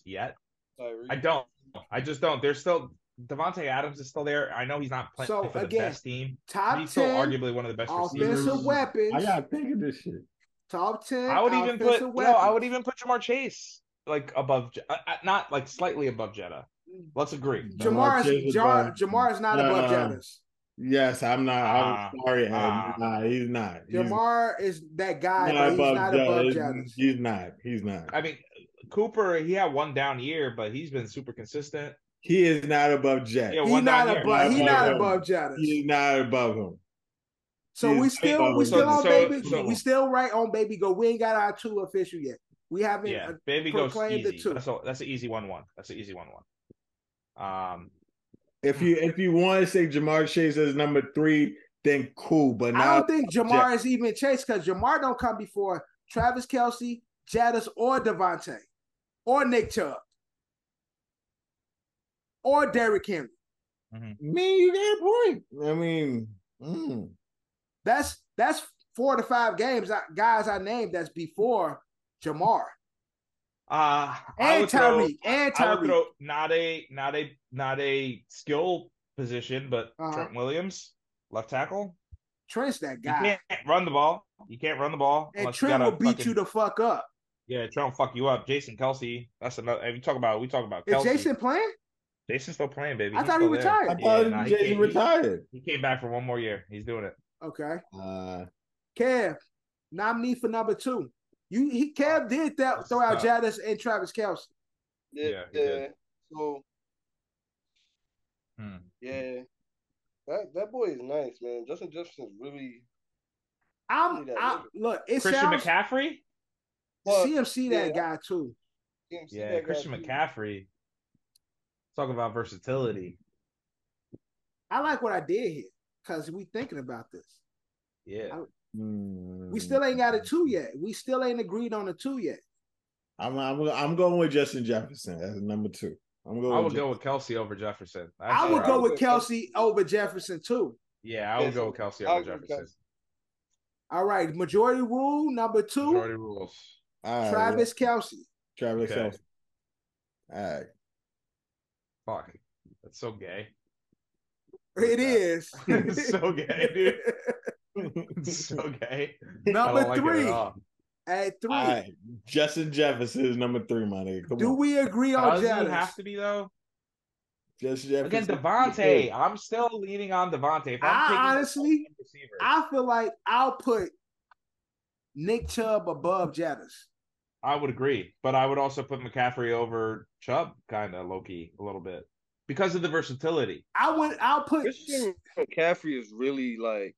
[SPEAKER 3] yet.
[SPEAKER 7] Tyreek.
[SPEAKER 3] I don't. I just don't. There's still Devontae Adams is still there. I know he's not playing
[SPEAKER 1] So,
[SPEAKER 3] for the
[SPEAKER 1] again,
[SPEAKER 3] best team. but
[SPEAKER 1] Top
[SPEAKER 3] He's still
[SPEAKER 1] ten
[SPEAKER 3] arguably one of the best receivers.
[SPEAKER 1] offensive
[SPEAKER 2] receivers.
[SPEAKER 1] weapons.
[SPEAKER 2] I gotta think of this shit.
[SPEAKER 1] top ten.
[SPEAKER 3] I would even put.
[SPEAKER 1] offensive
[SPEAKER 3] No, I would
[SPEAKER 1] weapons.
[SPEAKER 3] even put Jamar Chase like above, Je- uh, uh, not like slightly above Jetta. Let's agree.
[SPEAKER 2] Jamar
[SPEAKER 1] Jamar's
[SPEAKER 2] Chase is
[SPEAKER 1] Jar,
[SPEAKER 2] above-
[SPEAKER 1] Jamar is not above
[SPEAKER 2] Uh,
[SPEAKER 1] Jettas.
[SPEAKER 2] Yes, I'm not. I'm
[SPEAKER 3] Ah,
[SPEAKER 2] sorry, Ed.
[SPEAKER 3] ah.
[SPEAKER 2] nah, he's not. He's
[SPEAKER 1] Jamar is that guy,
[SPEAKER 2] not
[SPEAKER 1] but he's
[SPEAKER 2] above
[SPEAKER 1] not
[SPEAKER 2] Jetta.
[SPEAKER 1] above
[SPEAKER 2] He's-
[SPEAKER 1] Jettas.
[SPEAKER 2] He's not. He's not.
[SPEAKER 3] I mean, Cooper. He had one down year, but he's been super consistent.
[SPEAKER 2] He is not above Jet.
[SPEAKER 3] Yeah,
[SPEAKER 1] He's
[SPEAKER 3] one down
[SPEAKER 1] not
[SPEAKER 3] year.
[SPEAKER 1] above. He's
[SPEAKER 2] Not
[SPEAKER 1] not
[SPEAKER 2] above
[SPEAKER 1] above Jettas.
[SPEAKER 2] He is not above him.
[SPEAKER 1] So
[SPEAKER 2] He's
[SPEAKER 1] we
[SPEAKER 2] way
[SPEAKER 1] still we
[SPEAKER 2] above
[SPEAKER 1] still
[SPEAKER 3] him.
[SPEAKER 1] on
[SPEAKER 3] So-
[SPEAKER 1] baby.
[SPEAKER 3] so-
[SPEAKER 1] we still right on baby go. We ain't got our two official yet. We haven't.
[SPEAKER 3] yeah,
[SPEAKER 1] uh,
[SPEAKER 3] baby goes
[SPEAKER 1] proclaim the
[SPEAKER 3] easy.
[SPEAKER 1] two.
[SPEAKER 3] That's a, that's an easy one. One. That's an easy one. One. Um,
[SPEAKER 2] If you if you want to say Jamar Chase is number three, then cool. But
[SPEAKER 1] I
[SPEAKER 2] now
[SPEAKER 1] don't think Jamar is even chased because Jamar don't come before Travis Kelsey, Jettis, or Devontae, or Nick Chubb, or Derrick Henry.
[SPEAKER 2] man, you got a point. I mean, mm,
[SPEAKER 1] That's that's four to five games I, guys I named that's before Jamar
[SPEAKER 3] uh, I
[SPEAKER 1] and
[SPEAKER 3] would throw-
[SPEAKER 1] Tyreek and
[SPEAKER 3] I would
[SPEAKER 1] Tyreek.
[SPEAKER 3] throw not a not a not a skill position, but
[SPEAKER 1] Uh-huh.
[SPEAKER 3] Trent Williams, left tackle.
[SPEAKER 1] Trent's that
[SPEAKER 3] You
[SPEAKER 1] guy,
[SPEAKER 3] can't run the ball. You can't run the ball.
[SPEAKER 1] and
[SPEAKER 3] unless
[SPEAKER 1] Trent
[SPEAKER 3] got
[SPEAKER 1] will
[SPEAKER 3] a
[SPEAKER 1] beat
[SPEAKER 3] fucking-
[SPEAKER 1] you the fuck up.
[SPEAKER 3] Yeah, Trent will fuck you up. Jason Kelsey. That's another. If you talk about, we talk about
[SPEAKER 1] Is
[SPEAKER 3] Kelsey.
[SPEAKER 1] Jason playing?
[SPEAKER 3] Jason's still playing, baby.
[SPEAKER 1] I
[SPEAKER 3] He's
[SPEAKER 1] thought he
[SPEAKER 3] still there.
[SPEAKER 1] retired.
[SPEAKER 2] I
[SPEAKER 3] Yeah,
[SPEAKER 2] thought
[SPEAKER 3] nah, he
[SPEAKER 2] Jason
[SPEAKER 3] can't- he-
[SPEAKER 2] retired.
[SPEAKER 3] He came back for one more year. He's doing it.
[SPEAKER 1] Okay.
[SPEAKER 2] Uh,
[SPEAKER 1] Kev, nominee for number two. You he Kev did that
[SPEAKER 3] That's
[SPEAKER 1] throw out
[SPEAKER 3] tough.
[SPEAKER 1] Jadis and Travis Kelsey.
[SPEAKER 3] Yeah,
[SPEAKER 7] Yeah,
[SPEAKER 3] he did.
[SPEAKER 7] yeah. So
[SPEAKER 3] Hmm.
[SPEAKER 7] yeah, that that boy is nice, man. Justin Jefferson's really.
[SPEAKER 1] I'm,
[SPEAKER 7] See that
[SPEAKER 1] I'm look. It
[SPEAKER 3] Christian
[SPEAKER 1] sounds
[SPEAKER 3] McCaffrey.
[SPEAKER 7] Well,
[SPEAKER 1] CMC that
[SPEAKER 7] yeah.
[SPEAKER 1] guy too.
[SPEAKER 7] CMC
[SPEAKER 3] Yeah,
[SPEAKER 7] that guy
[SPEAKER 3] Christian
[SPEAKER 7] too.
[SPEAKER 3] McCaffrey. Talk about versatility.
[SPEAKER 1] I like what I did here because we thinking about this.
[SPEAKER 3] Yeah,
[SPEAKER 1] We
[SPEAKER 3] Mm.
[SPEAKER 1] still ain't got a two yet. We still ain't agreed on a two yet.
[SPEAKER 2] I'm I'm I'm going with Justin Jefferson as number two. I'm going.
[SPEAKER 3] I
[SPEAKER 2] with
[SPEAKER 3] would
[SPEAKER 2] Jefferson.
[SPEAKER 3] go with Kelsey over Jefferson.
[SPEAKER 1] I would
[SPEAKER 3] Actually,
[SPEAKER 1] go
[SPEAKER 7] would
[SPEAKER 1] with
[SPEAKER 7] go
[SPEAKER 1] Kelsey over Jefferson too.
[SPEAKER 3] Yeah, I would go with Kelsey over
[SPEAKER 7] I'll go with
[SPEAKER 3] Jefferson.
[SPEAKER 1] All right, majority rule number two.
[SPEAKER 3] Majority rules.
[SPEAKER 2] All right,
[SPEAKER 1] Travis Kelsey.
[SPEAKER 2] Travis
[SPEAKER 3] Okay.
[SPEAKER 2] Kelsey. All right.
[SPEAKER 3] Fuck, that's so gay.
[SPEAKER 1] It is
[SPEAKER 3] It's so gay, dude. It's so gay. I
[SPEAKER 1] number
[SPEAKER 3] don't like it
[SPEAKER 1] three
[SPEAKER 3] at all.
[SPEAKER 1] at three.
[SPEAKER 2] All right. Justin Jefferson is number three, my nigga. Come
[SPEAKER 1] Do
[SPEAKER 2] on.
[SPEAKER 1] we agree on
[SPEAKER 3] Does he
[SPEAKER 1] Jadis?
[SPEAKER 3] have to be though?
[SPEAKER 2] Justin
[SPEAKER 3] Again,
[SPEAKER 2] Jefferson.
[SPEAKER 3] Devontae. I'm still leaning on Devontae. If I'm
[SPEAKER 1] I
[SPEAKER 3] taking the
[SPEAKER 1] honestly-
[SPEAKER 3] top receiver, I,
[SPEAKER 1] I feel like I'll put Nick Chubb above Jettis.
[SPEAKER 3] would agree, but I would also put McCaffrey over Chubb, kind of low key a little bit because of the versatility.
[SPEAKER 1] I would. I'll put.
[SPEAKER 7] Christian McCaffrey is really like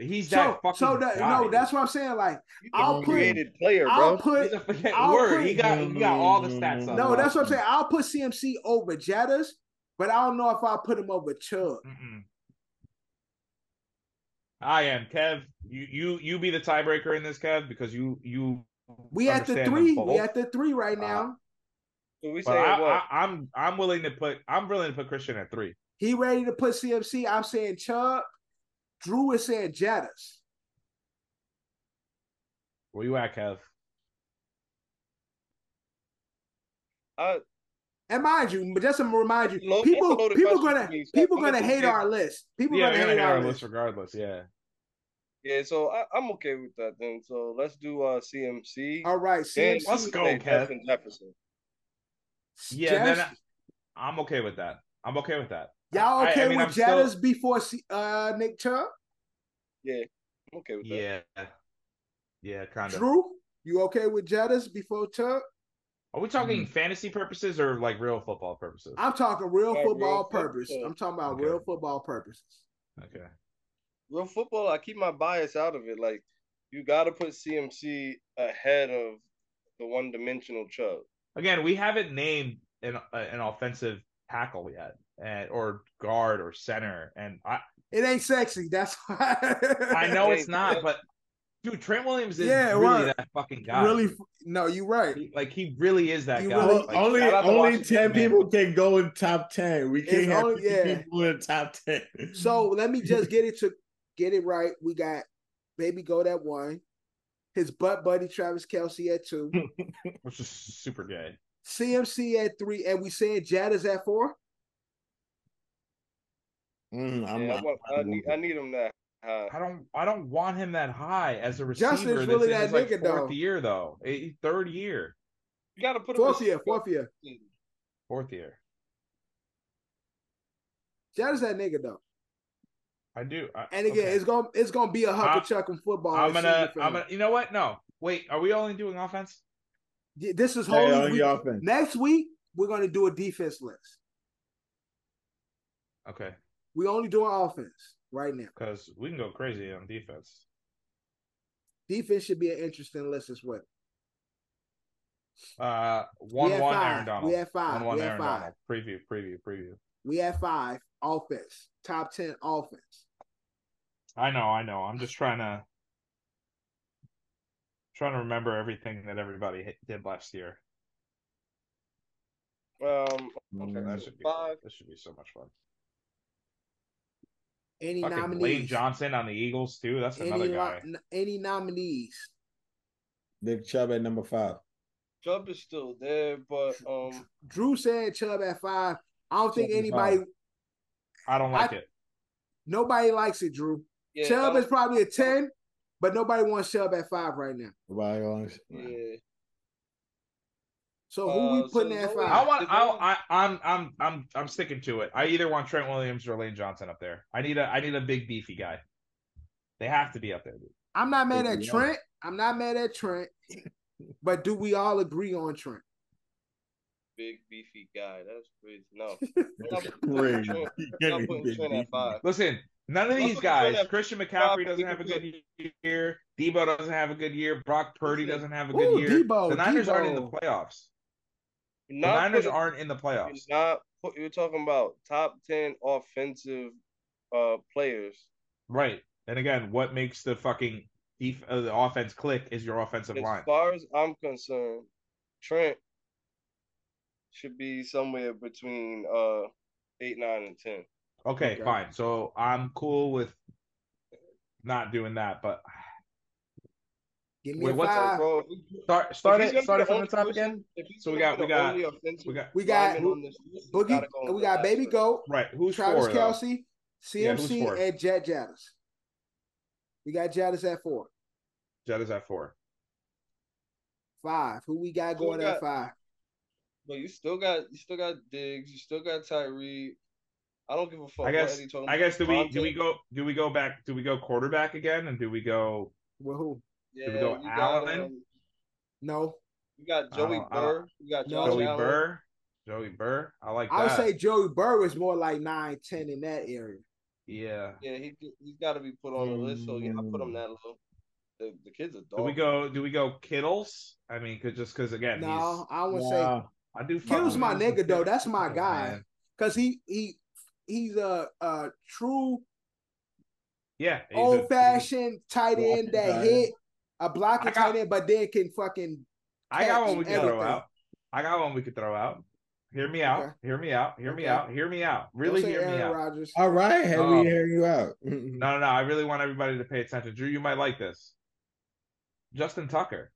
[SPEAKER 3] He's that
[SPEAKER 1] So,
[SPEAKER 3] fucking.
[SPEAKER 1] so that,
[SPEAKER 3] guy.
[SPEAKER 1] no, that's what I'm saying. Like,
[SPEAKER 7] he's
[SPEAKER 1] I'll
[SPEAKER 7] a
[SPEAKER 1] put-
[SPEAKER 7] created player,
[SPEAKER 1] I'll
[SPEAKER 7] bro.
[SPEAKER 1] put.
[SPEAKER 3] He's a fucking
[SPEAKER 1] I'll
[SPEAKER 3] word.
[SPEAKER 1] put-
[SPEAKER 3] He got he got all the stats. up.
[SPEAKER 1] No, that's what I'm saying. I'll put CMC over Jettis, but I don't know if I'll put him over Chubb.
[SPEAKER 3] Mm-mm. I am Kev. You you you be the tiebreaker in this, Kev, because you you.
[SPEAKER 1] We at the
[SPEAKER 3] understand them
[SPEAKER 1] three.
[SPEAKER 3] both. Uh-huh.
[SPEAKER 1] We at the three right now.
[SPEAKER 7] So we
[SPEAKER 3] But
[SPEAKER 7] saying
[SPEAKER 3] I,
[SPEAKER 7] what?
[SPEAKER 3] I, I'm I'm willing to put I'm willing to put Christian at three.
[SPEAKER 1] he ready to put CMC. I'm saying Chubb. Drew is saying Jettis.
[SPEAKER 3] Where you at, Kev?
[SPEAKER 7] I-
[SPEAKER 1] And mind you, just to remind you,
[SPEAKER 7] Low-
[SPEAKER 1] people
[SPEAKER 7] loaded
[SPEAKER 1] people
[SPEAKER 7] question
[SPEAKER 1] gonna
[SPEAKER 7] for me, so
[SPEAKER 1] people
[SPEAKER 7] I'm
[SPEAKER 1] gonna
[SPEAKER 7] gonna
[SPEAKER 1] hate
[SPEAKER 7] give-
[SPEAKER 1] our list. People
[SPEAKER 3] yeah,
[SPEAKER 1] gonna
[SPEAKER 3] we're gonna
[SPEAKER 1] hate
[SPEAKER 3] hit
[SPEAKER 1] our
[SPEAKER 3] our
[SPEAKER 1] list.
[SPEAKER 3] list regardless. Yeah.
[SPEAKER 7] yeah, so I, I'm okay with that then. So let's do uh CMC.
[SPEAKER 1] All right,
[SPEAKER 7] And
[SPEAKER 1] CMC.
[SPEAKER 3] let's
[SPEAKER 7] we
[SPEAKER 3] go,
[SPEAKER 7] say
[SPEAKER 3] Kev.
[SPEAKER 7] Justin Jefferson.
[SPEAKER 3] Yeah. and Then
[SPEAKER 1] Jeff-
[SPEAKER 3] I, am okay with that. I'm okay with that.
[SPEAKER 1] y'all
[SPEAKER 3] I- I
[SPEAKER 1] okay
[SPEAKER 3] mean,
[SPEAKER 1] with
[SPEAKER 3] I'm still-
[SPEAKER 1] Jettis before C, uh, Nick Chubb?
[SPEAKER 7] I'm okay with that.
[SPEAKER 3] Yeah. Yeah, kind of.
[SPEAKER 1] Drew, you okay with Jettis before Chubb?
[SPEAKER 3] Are we talking fantasy purposes or like real football purposes?
[SPEAKER 1] I'm talking real
[SPEAKER 7] Yeah, real
[SPEAKER 1] football
[SPEAKER 7] football.
[SPEAKER 1] purpose. I'm talking about
[SPEAKER 3] Okay.
[SPEAKER 1] real football purposes.
[SPEAKER 3] okay.
[SPEAKER 7] Real football, I keep my bias out of it. Like you gotta put CMC ahead of the one dimensional Chubb.
[SPEAKER 3] Again, we haven't named an uh, an offensive tackle yet, and, or guard or center, and I
[SPEAKER 1] It ain't sexy. That's why.
[SPEAKER 3] I know it's
[SPEAKER 7] Hey,
[SPEAKER 3] not, but Dude, Trent Williams is
[SPEAKER 1] Yeah, it
[SPEAKER 3] really
[SPEAKER 1] was.
[SPEAKER 3] that fucking guy.
[SPEAKER 1] really, f- no, you're right.
[SPEAKER 3] He- like he really is that
[SPEAKER 1] You
[SPEAKER 3] guy.
[SPEAKER 1] really-
[SPEAKER 3] Like,
[SPEAKER 2] only
[SPEAKER 3] shout out to
[SPEAKER 2] only
[SPEAKER 3] Washington,
[SPEAKER 2] ten
[SPEAKER 3] man.
[SPEAKER 2] people can go in top ten. We can't
[SPEAKER 1] It's
[SPEAKER 2] have
[SPEAKER 1] only-
[SPEAKER 2] 50
[SPEAKER 1] yeah.
[SPEAKER 2] people in the top ten.
[SPEAKER 1] So let me just get it to get it right. We got Baby Goat at one, his butt buddy Travis Kelsey at two,
[SPEAKER 3] which is super gay.
[SPEAKER 1] CMC at three, and we saying Jad is at four.
[SPEAKER 2] Mm, I'm
[SPEAKER 7] Yeah, I,
[SPEAKER 2] not-
[SPEAKER 7] want, I, need, I need him that high.
[SPEAKER 3] I don't I don't want him that high as a receiver.
[SPEAKER 1] Justin's
[SPEAKER 3] that's
[SPEAKER 1] really
[SPEAKER 3] in
[SPEAKER 1] that
[SPEAKER 3] his, like,
[SPEAKER 1] nigga,
[SPEAKER 3] fourth
[SPEAKER 1] though.
[SPEAKER 3] year though, Eh, third year,
[SPEAKER 7] You gotta put him
[SPEAKER 1] Fourth
[SPEAKER 7] in-
[SPEAKER 1] year, fourth year.
[SPEAKER 3] fourth year.
[SPEAKER 1] Jad is that nigga though.
[SPEAKER 3] I do. I,
[SPEAKER 1] And again,
[SPEAKER 3] okay.
[SPEAKER 1] it's gonna it's gonna be a
[SPEAKER 3] I-
[SPEAKER 1] hucker chuck in football.
[SPEAKER 3] I'm
[SPEAKER 1] It's
[SPEAKER 3] gonna
[SPEAKER 1] easy for
[SPEAKER 3] I'm
[SPEAKER 1] him.
[SPEAKER 3] gonna. You know what? No, wait. Are we only doing offense?
[SPEAKER 1] Yeah, This is
[SPEAKER 2] Yeah, on
[SPEAKER 1] holy.
[SPEAKER 2] the
[SPEAKER 1] week.
[SPEAKER 2] offense.
[SPEAKER 1] Next week we're gonna do a defense list.
[SPEAKER 3] Okay,
[SPEAKER 1] We only doing offense right now.
[SPEAKER 3] because we can go crazy on defense.
[SPEAKER 1] Defense should be an interesting list as well.
[SPEAKER 3] Uh, one
[SPEAKER 1] had
[SPEAKER 3] one
[SPEAKER 1] five.
[SPEAKER 3] Aaron Donald.
[SPEAKER 1] We had five.
[SPEAKER 3] One one
[SPEAKER 1] We had
[SPEAKER 3] Aaron
[SPEAKER 1] five.
[SPEAKER 3] Donald. Preview, preview, preview.
[SPEAKER 1] We at five offense, top ten offense.
[SPEAKER 3] I know, I know. I'm just trying to trying to remember everything that everybody hit, did last year.
[SPEAKER 7] Um,
[SPEAKER 3] Okay, that should be
[SPEAKER 7] Five.
[SPEAKER 3] This should be so much fun.
[SPEAKER 1] Any
[SPEAKER 3] Fucking Lane
[SPEAKER 1] nominees?
[SPEAKER 3] Johnson on the Eagles too. That's
[SPEAKER 1] Any
[SPEAKER 3] another
[SPEAKER 1] lo-
[SPEAKER 3] guy.
[SPEAKER 1] n- any nominees?
[SPEAKER 2] Nick Chubb at number five.
[SPEAKER 7] Chubb is still there, but um,
[SPEAKER 1] Drew said Chubb at five. I don't think
[SPEAKER 2] Chubb is
[SPEAKER 1] anybody,
[SPEAKER 3] I don't like
[SPEAKER 1] I-
[SPEAKER 3] it.
[SPEAKER 1] nobody likes it. Drew
[SPEAKER 7] yeah, I
[SPEAKER 1] Chubb
[SPEAKER 7] don't-
[SPEAKER 1] is probably a ten, but nobody wants Chubb at five right now.
[SPEAKER 2] Everybody else.
[SPEAKER 7] yeah.
[SPEAKER 1] So who
[SPEAKER 7] Uh,
[SPEAKER 1] we putting
[SPEAKER 7] so
[SPEAKER 1] at
[SPEAKER 7] no-
[SPEAKER 1] five?
[SPEAKER 3] I want.
[SPEAKER 7] Devon-
[SPEAKER 3] I, I. I'm. I'm. I'm. I'm sticking to it. I either want Trent Williams or Lane Johnson up there. I need a. I need a big beefy guy. They have to be up there. Dude.
[SPEAKER 1] I'm not mad at
[SPEAKER 2] Yeah.
[SPEAKER 1] Trent. I'm not mad at Trent. But do we all agree on Trent?
[SPEAKER 7] big beefy guy. That's crazy. No,
[SPEAKER 2] That's
[SPEAKER 7] Stop
[SPEAKER 2] crazy.
[SPEAKER 7] Trent.
[SPEAKER 2] You
[SPEAKER 7] I'm
[SPEAKER 2] can't
[SPEAKER 7] putting
[SPEAKER 2] even
[SPEAKER 7] Trent
[SPEAKER 2] get
[SPEAKER 7] at five.
[SPEAKER 3] Listen, none of
[SPEAKER 7] I'm
[SPEAKER 3] these
[SPEAKER 7] looking for
[SPEAKER 3] guys.
[SPEAKER 7] that
[SPEAKER 3] Christian
[SPEAKER 7] five
[SPEAKER 3] McCaffrey doesn't have a good year. Debo doesn't have a good year. Brock Purdy
[SPEAKER 7] Listen.
[SPEAKER 3] doesn't have a
[SPEAKER 1] Ooh,
[SPEAKER 3] good year.
[SPEAKER 1] Debo,
[SPEAKER 3] the Niners aren't in the
[SPEAKER 1] Debo.
[SPEAKER 3] playoffs. The
[SPEAKER 7] Not
[SPEAKER 3] Niners
[SPEAKER 7] putting-
[SPEAKER 3] aren't in the
[SPEAKER 7] you're
[SPEAKER 3] playoffs.
[SPEAKER 7] Not put, you're talking about top ten offensive uh players.
[SPEAKER 3] Right. And again, what makes the fucking def- uh, the offense click is your offensive
[SPEAKER 7] As
[SPEAKER 3] line.
[SPEAKER 7] far as I'm concerned, Trent should be somewhere between uh eight, nine, and ten.
[SPEAKER 3] Okay,
[SPEAKER 1] Okay.
[SPEAKER 3] fine. So I'm cool with not doing that, but
[SPEAKER 1] Give me
[SPEAKER 3] Wait,
[SPEAKER 1] a
[SPEAKER 3] what's-
[SPEAKER 1] five.
[SPEAKER 7] Bro,
[SPEAKER 3] start start
[SPEAKER 7] he's
[SPEAKER 3] it
[SPEAKER 7] gonna
[SPEAKER 3] start
[SPEAKER 7] be
[SPEAKER 3] it Ah,
[SPEAKER 7] the
[SPEAKER 3] from the
[SPEAKER 7] only
[SPEAKER 3] top
[SPEAKER 7] person-
[SPEAKER 3] again.
[SPEAKER 7] if he's
[SPEAKER 3] So we
[SPEAKER 7] gonna
[SPEAKER 3] got-
[SPEAKER 7] be
[SPEAKER 3] we
[SPEAKER 7] the
[SPEAKER 3] got-
[SPEAKER 7] only offensive
[SPEAKER 3] We got
[SPEAKER 1] we got
[SPEAKER 7] lineman on this list, you
[SPEAKER 1] Boogie.
[SPEAKER 7] gotta go on
[SPEAKER 1] We
[SPEAKER 7] the
[SPEAKER 1] got
[SPEAKER 7] last
[SPEAKER 1] Baby
[SPEAKER 7] one.
[SPEAKER 1] Goat.
[SPEAKER 3] right. Who's
[SPEAKER 1] Travis
[SPEAKER 3] four though?
[SPEAKER 1] Kelsey,
[SPEAKER 3] Yeah, who's
[SPEAKER 1] CMC,
[SPEAKER 3] four?
[SPEAKER 1] and Jet Jadis. We got Jadis at four.
[SPEAKER 3] Jet is at four.
[SPEAKER 1] Five. Who we got
[SPEAKER 7] Who we
[SPEAKER 1] going at
[SPEAKER 7] got?
[SPEAKER 1] five?
[SPEAKER 7] But you still got you still got Diggs, you still got Tyree. I don't give a fuck.
[SPEAKER 3] I
[SPEAKER 7] what
[SPEAKER 3] guess.
[SPEAKER 7] Eddie talking
[SPEAKER 3] I
[SPEAKER 7] about.
[SPEAKER 3] guess. Do we do we
[SPEAKER 7] Devontae,
[SPEAKER 3] go do we go back? Do we go quarterback again? And do we go?
[SPEAKER 1] Well, who?
[SPEAKER 7] Yeah,
[SPEAKER 3] go
[SPEAKER 7] you got
[SPEAKER 3] Allen?
[SPEAKER 7] um,
[SPEAKER 1] No.
[SPEAKER 7] you got
[SPEAKER 3] I
[SPEAKER 7] Joey
[SPEAKER 3] don't- I don't-
[SPEAKER 7] Burr, you got
[SPEAKER 1] No.
[SPEAKER 7] Josh
[SPEAKER 3] Joey
[SPEAKER 7] Allen.
[SPEAKER 3] Burr. Joey Burr. I like that.
[SPEAKER 1] I would say Joey Burr is more like nine, ten in that area.
[SPEAKER 3] yeah.
[SPEAKER 7] Yeah, he he's got to be put on the list. So yeah, I put him
[SPEAKER 2] Mm.
[SPEAKER 7] that low. The, the kid's a dog.
[SPEAKER 3] Do we go? Do we go Kittles? I mean, could just because again,
[SPEAKER 1] No, I
[SPEAKER 2] Nah,
[SPEAKER 1] would say
[SPEAKER 3] he's I do. fuck
[SPEAKER 1] Kittle's
[SPEAKER 3] with
[SPEAKER 1] my
[SPEAKER 3] him some
[SPEAKER 1] nigga though.
[SPEAKER 3] Kittle.
[SPEAKER 1] That's my
[SPEAKER 3] Oh,
[SPEAKER 1] guy.
[SPEAKER 3] man.
[SPEAKER 1] Cause he he he's a a true
[SPEAKER 3] Yeah, he's a-
[SPEAKER 1] old fashioned tight
[SPEAKER 2] Blocking
[SPEAKER 1] end that
[SPEAKER 2] guy.
[SPEAKER 1] hit a blocking
[SPEAKER 3] I got-
[SPEAKER 1] tight end, but then can fucking
[SPEAKER 3] I got one we
[SPEAKER 1] catch
[SPEAKER 3] can throw
[SPEAKER 1] everything.
[SPEAKER 3] out. I got one we could throw out. Hear me out.
[SPEAKER 1] Okay.
[SPEAKER 3] Hear me out. Hear me
[SPEAKER 1] Okay.
[SPEAKER 3] out. Hear me out. Really
[SPEAKER 1] don't say
[SPEAKER 3] hear me
[SPEAKER 1] Aaron
[SPEAKER 3] out.
[SPEAKER 1] Rodgers.
[SPEAKER 2] All right, have
[SPEAKER 3] Oh.
[SPEAKER 2] we hear you out?
[SPEAKER 3] No, no, no. I really want everybody to pay attention. Drew, you might like this. Justin Tucker.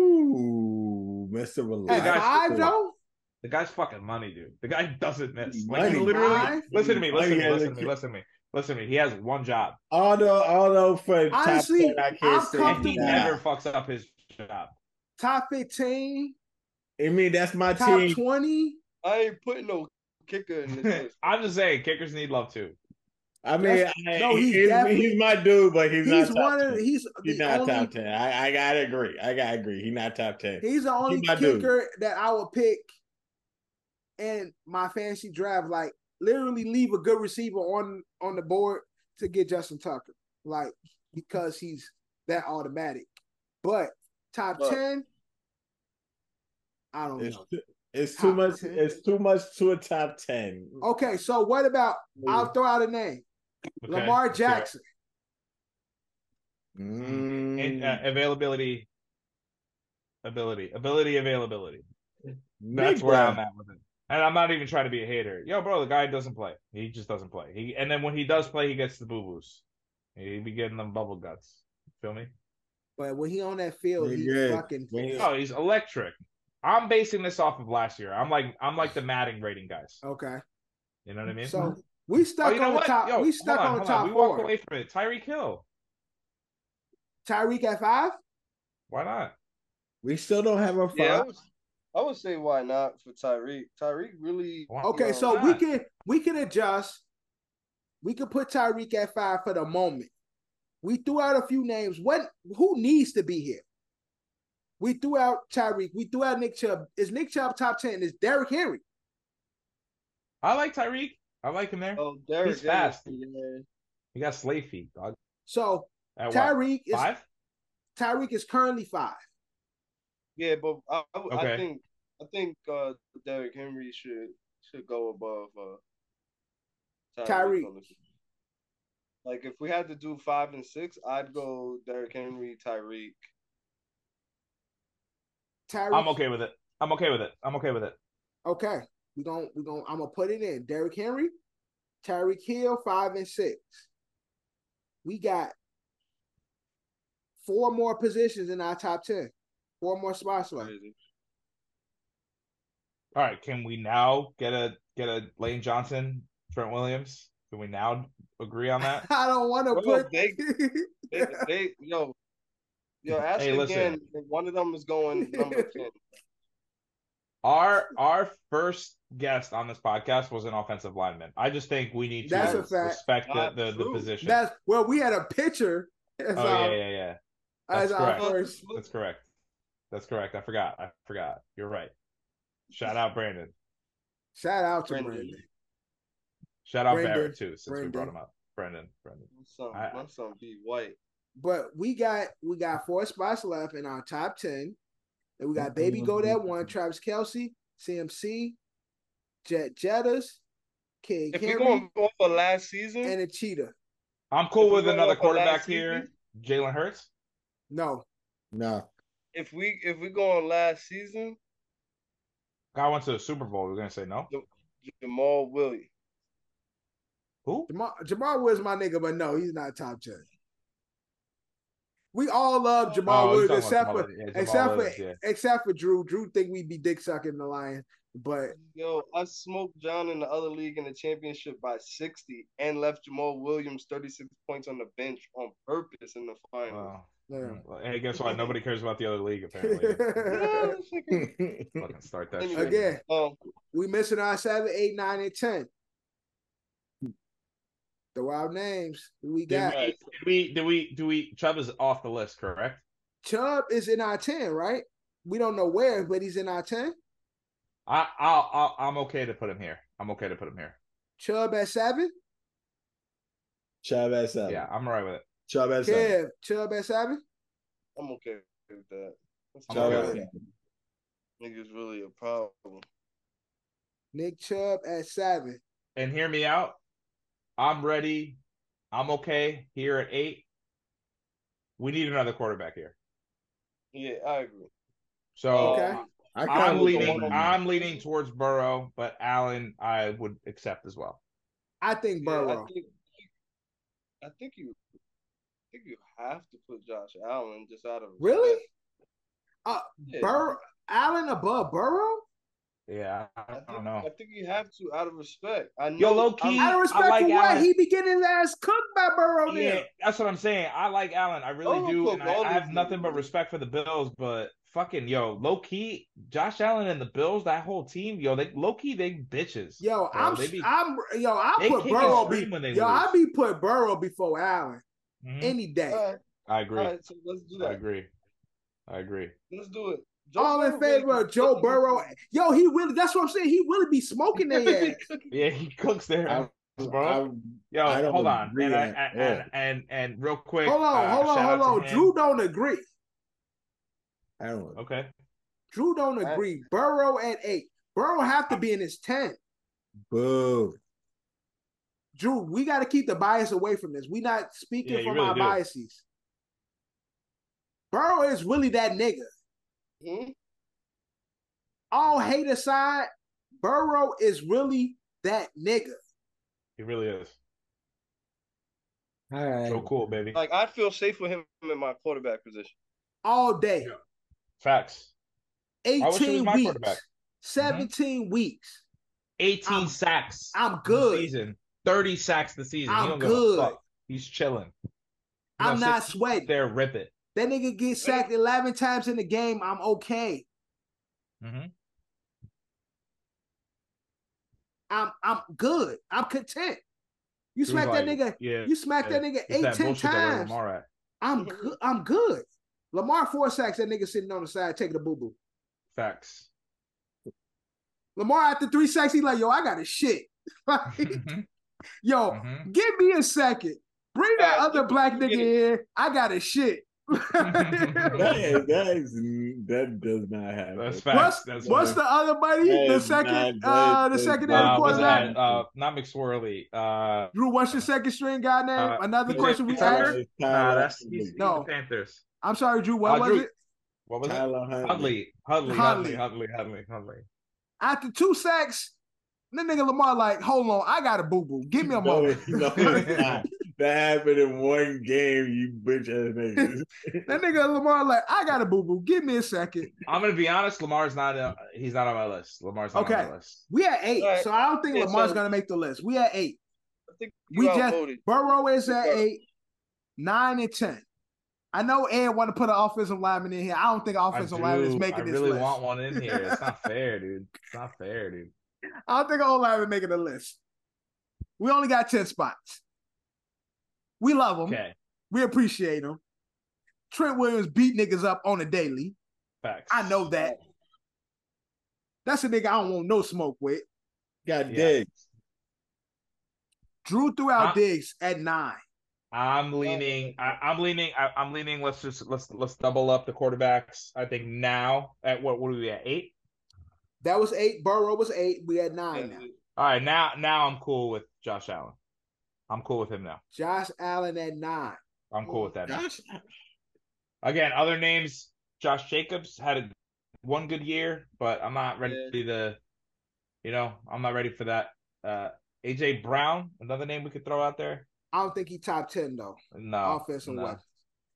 [SPEAKER 2] Ooh, Mr.
[SPEAKER 1] At
[SPEAKER 3] guys-
[SPEAKER 1] five though.
[SPEAKER 3] The guy's fucking money, dude. The guy doesn't miss. Like
[SPEAKER 2] Money.
[SPEAKER 3] he literally.
[SPEAKER 1] Money.
[SPEAKER 3] Listen to me. Listen to me.
[SPEAKER 2] Money.
[SPEAKER 3] Listen to me. Listen to me. Listen to me. He has one job,
[SPEAKER 2] Although, although for
[SPEAKER 1] Honestly,
[SPEAKER 2] top ten, I
[SPEAKER 1] I'm
[SPEAKER 2] can't say
[SPEAKER 3] and he
[SPEAKER 1] Comfortable.
[SPEAKER 2] that.
[SPEAKER 3] never fucks up his job.
[SPEAKER 1] Top fifteen,
[SPEAKER 2] I mean, that's my
[SPEAKER 1] top
[SPEAKER 2] team.
[SPEAKER 1] twenty.
[SPEAKER 7] I ain't putting no kicker in this list.
[SPEAKER 3] I'm just saying, kickers need love too.
[SPEAKER 2] I mean,
[SPEAKER 1] That's-
[SPEAKER 2] I,
[SPEAKER 1] no, he's
[SPEAKER 2] he's, he's,
[SPEAKER 1] definitely-
[SPEAKER 2] my dude, but he's,
[SPEAKER 1] He's,
[SPEAKER 2] not top
[SPEAKER 1] one of
[SPEAKER 2] 10.
[SPEAKER 1] he's
[SPEAKER 2] He's
[SPEAKER 1] the
[SPEAKER 2] not
[SPEAKER 1] only
[SPEAKER 2] top ten. I, I gotta agree. I gotta agree. He's not top ten.
[SPEAKER 1] he's the only
[SPEAKER 2] my dude.
[SPEAKER 1] kicker that I would pick in my fantasy draft. Like literally leave a good receiver on on the board to get Justin Tucker. Like because he's that automatic. But top
[SPEAKER 7] But-
[SPEAKER 1] ten, I don't
[SPEAKER 2] It's,
[SPEAKER 1] know.
[SPEAKER 2] it's too
[SPEAKER 1] Top Oh.
[SPEAKER 2] much.
[SPEAKER 1] 10.
[SPEAKER 2] It's too much to a top ten.
[SPEAKER 1] Okay, so what about I'll throw out a name.
[SPEAKER 3] Okay?
[SPEAKER 1] Lamar
[SPEAKER 3] Let's hear it.
[SPEAKER 1] Jackson.
[SPEAKER 2] Mm,
[SPEAKER 3] And, uh, availability, ability, ability, availability. That's
[SPEAKER 2] Big
[SPEAKER 3] where
[SPEAKER 2] Brown.
[SPEAKER 3] I'm at with it. And I'm not even trying to be a hater. Yo, bro, the guy doesn't play. He just doesn't play. He and then when he does play, he gets the boo boos. He be getting them bubble guts. Feel me?
[SPEAKER 1] But when he on that field, he
[SPEAKER 2] Yeah.
[SPEAKER 1] fucking
[SPEAKER 2] When he-
[SPEAKER 3] Oh, he's electric. I'm basing this off of last year. I'm like I'm like the Matting rating guys.
[SPEAKER 1] okay.
[SPEAKER 3] You know what I mean?
[SPEAKER 1] So
[SPEAKER 2] Mm-hmm.
[SPEAKER 1] we
[SPEAKER 3] oh,
[SPEAKER 1] stuck
[SPEAKER 3] you know
[SPEAKER 1] on the
[SPEAKER 3] what?
[SPEAKER 1] top.
[SPEAKER 3] Yo,
[SPEAKER 1] we stuck
[SPEAKER 3] hold
[SPEAKER 1] on, the
[SPEAKER 3] hold
[SPEAKER 1] top
[SPEAKER 3] We walked
[SPEAKER 1] four.
[SPEAKER 3] away from it. Tyreek Hill.
[SPEAKER 1] Tyreek at five.
[SPEAKER 3] Why not?
[SPEAKER 2] we still don't have a five.
[SPEAKER 7] Yeah, I would, I would say why not for Tyreek. Tyreek really.
[SPEAKER 3] Why
[SPEAKER 1] Okay,
[SPEAKER 7] No.
[SPEAKER 1] so we
[SPEAKER 3] not?
[SPEAKER 1] can we can adjust. We could put Tyreek at five for the moment. We threw out a few names. What who needs to be here? We threw out Tyreek. We threw out Nick Chubb. Is Nick Chubb top ten? Is Derrick Henry?
[SPEAKER 3] I like Tyreek. I like him there.
[SPEAKER 7] Oh, Derek
[SPEAKER 3] He's fast.
[SPEAKER 7] Yeah.
[SPEAKER 3] He got slave feet, dog.
[SPEAKER 1] So
[SPEAKER 3] At what?
[SPEAKER 1] Tyreek is
[SPEAKER 3] Five?
[SPEAKER 1] Tyreek is currently five.
[SPEAKER 7] Yeah, but I, I, would- I
[SPEAKER 3] Okay.
[SPEAKER 7] think I think uh, Derrick Henry should should go above uh,
[SPEAKER 1] Tyreek.
[SPEAKER 7] on this. Like if we had to do five and six, I'd go Derrick Henry, Tyreek.
[SPEAKER 1] Tyreek.
[SPEAKER 3] I'm okay with it. I'm okay with it. I'm okay with it.
[SPEAKER 1] Okay. We gon' we gon' I'm gonna put it in. Derrick Henry, Tyreek Hill, five and six. We got four more positions in our top ten. Four more spots left.
[SPEAKER 7] Crazy.
[SPEAKER 3] All right, can we now get a get a Lane Johnson, Trent Williams? Can we now agree on that?
[SPEAKER 1] I don't want to
[SPEAKER 7] Well,
[SPEAKER 1] put.
[SPEAKER 7] they- They, they yo yo ask
[SPEAKER 3] Hey, listen.
[SPEAKER 7] again. if One of them is going number ten.
[SPEAKER 3] our our first guest on this podcast was an offensive lineman. I just think we need to
[SPEAKER 1] That's a fact.
[SPEAKER 3] respect the,
[SPEAKER 7] Not
[SPEAKER 3] the, the
[SPEAKER 7] true.
[SPEAKER 3] position.
[SPEAKER 1] That's um, well, we had a picture as
[SPEAKER 3] oh
[SPEAKER 1] our
[SPEAKER 3] yeah, yeah, yeah.
[SPEAKER 1] as
[SPEAKER 3] that's
[SPEAKER 1] our
[SPEAKER 3] correct.
[SPEAKER 1] first.
[SPEAKER 3] That's correct. That's correct. I forgot. I forgot. You're right. Shout out Brandon.
[SPEAKER 1] Shout out to
[SPEAKER 7] Brandon.
[SPEAKER 1] Brandon.
[SPEAKER 3] Shout out
[SPEAKER 1] Brandon.
[SPEAKER 3] Barrett too, since we brought
[SPEAKER 1] Brandon.
[SPEAKER 3] him up. Brandon. Brandon.
[SPEAKER 7] My son,
[SPEAKER 3] I-
[SPEAKER 7] my son be white.
[SPEAKER 1] But we got we got four spots left in our top ten. And we got Baby Go That One, Travis Kelsey, CMC, Jet Jettas, King
[SPEAKER 7] If
[SPEAKER 1] Henry,
[SPEAKER 7] we're going off of last season,
[SPEAKER 1] and a Cheetah.
[SPEAKER 3] I'm
[SPEAKER 7] if
[SPEAKER 3] cool
[SPEAKER 7] we're
[SPEAKER 3] with
[SPEAKER 7] going
[SPEAKER 3] another
[SPEAKER 7] off of
[SPEAKER 3] quarterback
[SPEAKER 7] last
[SPEAKER 3] here.
[SPEAKER 7] season,
[SPEAKER 3] Jalen Hurts.
[SPEAKER 1] No,
[SPEAKER 2] Nah.
[SPEAKER 7] if we if we go on last season,
[SPEAKER 3] Guy went to the Super Bowl. We're gonna say no.
[SPEAKER 7] Jamal Williams.
[SPEAKER 3] Who?
[SPEAKER 1] Jamal, Jamal Woods my nigga, but no, he's not top ten. We all love Jamal
[SPEAKER 3] Oh,
[SPEAKER 1] Woods
[SPEAKER 3] you're talking
[SPEAKER 1] except
[SPEAKER 3] about
[SPEAKER 1] for
[SPEAKER 3] Jamal Williams. Yeah, Jamal
[SPEAKER 1] except for
[SPEAKER 3] Williams, yeah.
[SPEAKER 1] except for Drew. Drew think we be dick sucking the Lions, but
[SPEAKER 7] Yo, I smoked John in the other league in the championship by 60 and left Jamal Williams 36 points on the bench on purpose in the final.
[SPEAKER 3] Wow.
[SPEAKER 1] yeah.
[SPEAKER 3] Well, hey, guess what? Nobody cares about the other league apparently. Fucking start that shit.
[SPEAKER 1] again,
[SPEAKER 7] Um,
[SPEAKER 1] we missing our seven, eight, nine, and ten. Throw out names. Who We
[SPEAKER 3] Did
[SPEAKER 1] got
[SPEAKER 3] we, did we? Did we? Do we? Chubb is off the list, correct?
[SPEAKER 1] Chubb is in our ten, right? We don't know where, but he's in our ten.
[SPEAKER 3] I, I'll, I'll, I'm okay to put him here. I'm okay to put him here.
[SPEAKER 1] Chubb at seven.
[SPEAKER 2] Chavez seven.
[SPEAKER 3] Yeah, I'm all right with it.
[SPEAKER 2] Chavez seven.
[SPEAKER 1] Kev, Chubb at seven.
[SPEAKER 7] I'm okay with that. That's
[SPEAKER 3] I'm
[SPEAKER 7] all
[SPEAKER 3] okay
[SPEAKER 2] Chavez
[SPEAKER 3] with
[SPEAKER 7] right.
[SPEAKER 3] it.
[SPEAKER 2] seven.
[SPEAKER 7] Niggas really a problem.
[SPEAKER 1] Nick Chubb at seven.
[SPEAKER 3] And hear me out. I'm ready. I'm okay here at eight. We need another quarterback here.
[SPEAKER 7] Yeah, I agree.
[SPEAKER 3] So
[SPEAKER 1] Okay.
[SPEAKER 7] Um,
[SPEAKER 2] I kinda
[SPEAKER 3] I'm
[SPEAKER 2] was
[SPEAKER 3] leaning.
[SPEAKER 2] going-
[SPEAKER 3] I'm leaning towards Burrow, but Allen I would accept as well.
[SPEAKER 1] I think
[SPEAKER 7] yeah,
[SPEAKER 1] Burrow.
[SPEAKER 7] I think, I think you I think you have to put Josh Allen just out of
[SPEAKER 1] Really?
[SPEAKER 7] respect.
[SPEAKER 1] Uh,
[SPEAKER 7] Yeah.
[SPEAKER 1] Burrow Allen above Burrow?
[SPEAKER 3] Yeah,
[SPEAKER 7] I
[SPEAKER 3] I
[SPEAKER 7] think,
[SPEAKER 3] don't
[SPEAKER 7] I
[SPEAKER 3] know.
[SPEAKER 7] think you have to out of respect. I know
[SPEAKER 3] Yo, low-key,
[SPEAKER 7] I'm-
[SPEAKER 1] Out of respect
[SPEAKER 3] I like
[SPEAKER 1] for what?
[SPEAKER 3] Allen.
[SPEAKER 1] He be getting his ass cooked by Burrow then.
[SPEAKER 3] Yeah, that's what I'm saying. I like Allen. I really
[SPEAKER 1] Oh,
[SPEAKER 7] Burrow
[SPEAKER 3] do.
[SPEAKER 7] cooked
[SPEAKER 3] And I,
[SPEAKER 7] all
[SPEAKER 3] I have
[SPEAKER 7] these
[SPEAKER 3] nothing but
[SPEAKER 7] niggas.
[SPEAKER 3] respect for the Bills, but fucking yo, low key, Josh Allen and the Bills, that whole team, yo, they low key they bitches.
[SPEAKER 1] Yo,
[SPEAKER 3] bro.
[SPEAKER 1] I'm,
[SPEAKER 3] they be-
[SPEAKER 1] I'm, yo, I
[SPEAKER 3] they
[SPEAKER 1] put
[SPEAKER 3] kick and
[SPEAKER 1] Burrow.
[SPEAKER 3] scream
[SPEAKER 1] Be,
[SPEAKER 3] when they
[SPEAKER 1] yo, I
[SPEAKER 3] lose.
[SPEAKER 1] be put Burrow before Allen
[SPEAKER 3] Mhm.
[SPEAKER 1] any day.
[SPEAKER 7] All right,
[SPEAKER 3] I
[SPEAKER 7] all
[SPEAKER 3] agree.
[SPEAKER 7] right, so let's do
[SPEAKER 3] I
[SPEAKER 7] that.
[SPEAKER 3] agree. I agree.
[SPEAKER 7] Let's do it.
[SPEAKER 1] All in
[SPEAKER 7] Burrow really
[SPEAKER 1] favor of
[SPEAKER 7] can-
[SPEAKER 1] Joe Burrow. Yo, he really. That's what I'm saying. He really be smoking their ass.
[SPEAKER 3] Yeah, he cooks their
[SPEAKER 2] I-
[SPEAKER 3] ass, bro.
[SPEAKER 2] I'm-
[SPEAKER 3] Yo,
[SPEAKER 2] I don't
[SPEAKER 3] hold on.
[SPEAKER 2] agree
[SPEAKER 3] And, I,
[SPEAKER 2] at
[SPEAKER 3] and,
[SPEAKER 2] all.
[SPEAKER 3] and, and and real quick.
[SPEAKER 1] Hold on,
[SPEAKER 3] uh,
[SPEAKER 1] hold
[SPEAKER 3] shout out
[SPEAKER 1] on,
[SPEAKER 3] to
[SPEAKER 1] hold on.
[SPEAKER 3] him.
[SPEAKER 1] Drew don't agree.
[SPEAKER 2] I don't.
[SPEAKER 3] Okay.
[SPEAKER 1] Drew don't
[SPEAKER 7] I-
[SPEAKER 1] agree. Burrow at eight. Burrow have to be in his ten.
[SPEAKER 2] Boo.
[SPEAKER 1] Drew, we got to keep the bias away from this. We not speaking
[SPEAKER 3] Yeah, you
[SPEAKER 1] from
[SPEAKER 3] really
[SPEAKER 1] our
[SPEAKER 3] do.
[SPEAKER 1] biases. Burrow is really that nigga.
[SPEAKER 7] Hmm?
[SPEAKER 1] All hate aside, Burrow is really that nigga.
[SPEAKER 3] He really is.
[SPEAKER 2] All right.
[SPEAKER 3] So cool, baby.
[SPEAKER 7] Like I feel safe with him in my quarterback position.
[SPEAKER 1] All day.
[SPEAKER 3] Yeah. Facts. I wish he was
[SPEAKER 1] 18
[SPEAKER 3] my
[SPEAKER 1] weeks.
[SPEAKER 3] quarterback.
[SPEAKER 1] 17 weeks.
[SPEAKER 3] 18
[SPEAKER 1] I'm-
[SPEAKER 3] sacks.
[SPEAKER 1] I'm
[SPEAKER 3] this
[SPEAKER 1] good.
[SPEAKER 3] Season. 30 sacks this season. He
[SPEAKER 1] I'm
[SPEAKER 3] don't give a
[SPEAKER 1] good.
[SPEAKER 3] fuck. He's chilling. He's
[SPEAKER 1] I'm
[SPEAKER 3] gonna
[SPEAKER 1] not
[SPEAKER 3] sit
[SPEAKER 1] sweating.
[SPEAKER 3] there, rip it.
[SPEAKER 1] That nigga gets sacked 11 times in the game. I'm okay.
[SPEAKER 3] Mhm.
[SPEAKER 1] I'm I'm good. I'm content. You
[SPEAKER 3] He was
[SPEAKER 1] smack that
[SPEAKER 3] like,
[SPEAKER 1] nigga.
[SPEAKER 3] Yeah.
[SPEAKER 1] You smack that nigga
[SPEAKER 3] it's
[SPEAKER 1] eight,
[SPEAKER 3] that
[SPEAKER 1] ten
[SPEAKER 3] bullshit that where
[SPEAKER 1] times.
[SPEAKER 3] Lamar at.
[SPEAKER 1] I'm good. I'm good. Lamar four sacks. That nigga sitting on the side taking a boo boo.
[SPEAKER 3] Facts.
[SPEAKER 1] Lamar after three sacks, he like, yo, I got a shit. Like,
[SPEAKER 3] Mhm,
[SPEAKER 1] yo,
[SPEAKER 3] mhm.
[SPEAKER 1] give me a second. Bring that
[SPEAKER 7] Uh,
[SPEAKER 1] other black nigga
[SPEAKER 7] get
[SPEAKER 1] in. I got a shit.
[SPEAKER 2] That is, that is that does not happen.
[SPEAKER 3] That's facts.
[SPEAKER 1] what's
[SPEAKER 3] That's
[SPEAKER 1] what's the other buddy?
[SPEAKER 2] That
[SPEAKER 1] The
[SPEAKER 2] is
[SPEAKER 1] second,
[SPEAKER 2] not-
[SPEAKER 1] uh,
[SPEAKER 2] that
[SPEAKER 1] the
[SPEAKER 2] is
[SPEAKER 1] secondary
[SPEAKER 2] not-
[SPEAKER 3] uh, what's
[SPEAKER 1] quarterback.
[SPEAKER 3] that? Uh, not McSwirly. Uh,
[SPEAKER 1] Drew, what's your second string guy name?
[SPEAKER 3] Uh,
[SPEAKER 1] Another
[SPEAKER 3] Ty-
[SPEAKER 1] question we
[SPEAKER 3] Tyler-
[SPEAKER 1] asked.
[SPEAKER 3] nah, that's he's, he's
[SPEAKER 1] No.
[SPEAKER 3] the Panthers.
[SPEAKER 1] I'm sorry, Drew. What
[SPEAKER 3] Uh,
[SPEAKER 1] was
[SPEAKER 3] Drew-
[SPEAKER 1] it?
[SPEAKER 3] What was it?
[SPEAKER 2] Tyler Huntley.
[SPEAKER 3] Hudley.
[SPEAKER 1] Huntley.
[SPEAKER 3] Hudley. Hudley. Hudley. Hudley. Hudley.
[SPEAKER 1] After two sacks, the nigga Lamar like, hold on, I got a boo boo. Give me a
[SPEAKER 2] No,
[SPEAKER 1] moment.
[SPEAKER 2] it- no, it's not. That happened in one game, you bitch ass
[SPEAKER 1] That nigga Lamar like, I got a boo boo. Give me a second.
[SPEAKER 3] I'm gonna be honest. Lamar's not. A, he's not on my list. Lamar's not
[SPEAKER 1] Okay.
[SPEAKER 3] on my list.
[SPEAKER 1] We at eight,
[SPEAKER 7] All right.
[SPEAKER 1] so I don't think
[SPEAKER 7] Yeah,
[SPEAKER 1] Lamar's
[SPEAKER 7] so-
[SPEAKER 1] gonna make the list. We at eight.
[SPEAKER 7] I think you
[SPEAKER 1] We just
[SPEAKER 7] outvoted.
[SPEAKER 1] Burrow is at
[SPEAKER 7] Okay.
[SPEAKER 1] eight, nine and ten. I know Ed want to put an offensive lineman in here. I don't think offensive
[SPEAKER 3] I, do,
[SPEAKER 1] lineman is making
[SPEAKER 3] I
[SPEAKER 1] this
[SPEAKER 3] really
[SPEAKER 1] list.
[SPEAKER 3] want one in here. It's not fair, dude. It's not fair, dude.
[SPEAKER 1] I don't think O lineman making the list. We only got ten spots. We love them.
[SPEAKER 3] Okay.
[SPEAKER 1] We appreciate him. Trent Williams beat niggas up on a daily.
[SPEAKER 3] Facts.
[SPEAKER 1] I know that. That's a nigga I don't want no smoke with.
[SPEAKER 2] Got
[SPEAKER 3] Yeah.
[SPEAKER 2] digs.
[SPEAKER 1] Drew threw out
[SPEAKER 3] Huh?
[SPEAKER 1] digs at nine.
[SPEAKER 3] I'm leaning. I, I'm leaning. I, I'm leaning. Let's just let's let's double up the quarterbacks. I think now at what what are we at eight?
[SPEAKER 1] That was eight. Burrow was eight. We had
[SPEAKER 7] Yeah,
[SPEAKER 1] nine now.
[SPEAKER 3] All right, now now I'm cool with Josh Allen. I'm cool with him now.
[SPEAKER 1] Josh Allen at nine.
[SPEAKER 3] I'm cool with that. now. Again, other names. Josh Jacobs had a, one good year, but I'm not ready
[SPEAKER 7] Yeah.
[SPEAKER 3] to the. You know, I'm not ready for that. Uh AJ Brown, another name we could throw out there.
[SPEAKER 1] I don't think he top ten though.
[SPEAKER 3] No,
[SPEAKER 1] offensive
[SPEAKER 3] Oh, no.
[SPEAKER 1] weapons.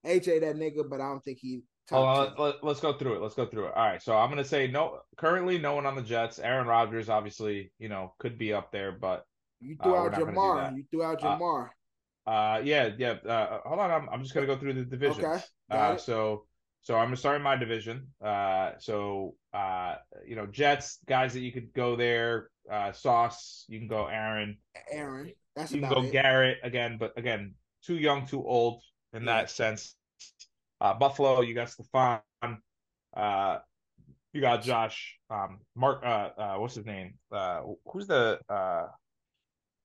[SPEAKER 1] AJ that nigga, but I don't think he
[SPEAKER 3] Hold on,
[SPEAKER 1] top
[SPEAKER 3] Oh, let-
[SPEAKER 1] 10.
[SPEAKER 3] let, us go through it. Let's go through it. All right, so I'm gonna say no. Currently, no one on the Jets. Aaron Rodgers, obviously, you know, could be up there, but
[SPEAKER 1] You
[SPEAKER 3] uh,
[SPEAKER 1] threw
[SPEAKER 3] we're
[SPEAKER 1] out
[SPEAKER 3] not gonna do
[SPEAKER 1] Jamar.
[SPEAKER 3] that.
[SPEAKER 1] You threw out
[SPEAKER 3] Uh,
[SPEAKER 1] Jamar.
[SPEAKER 3] uh, yeah, yeah. Uh, hold on, I'm, I'm just gonna go through the divisions.
[SPEAKER 1] Okay, got
[SPEAKER 3] Uh,
[SPEAKER 1] it.
[SPEAKER 3] so, so I'm gonna start in my division. Uh, so, uh, you know, Jets guys that you could go there. Uh, Sauce, you can go Aaron.
[SPEAKER 1] Aaron. That's
[SPEAKER 3] You can
[SPEAKER 1] about
[SPEAKER 3] go
[SPEAKER 1] it.
[SPEAKER 3] Garrett again, but again, too young, too old in
[SPEAKER 1] Yeah.
[SPEAKER 3] that sense. Uh, Buffalo, you got Stefan. Uh, you got Josh. Um, Mark. Uh, uh, what's his name? Uh, who's the uh,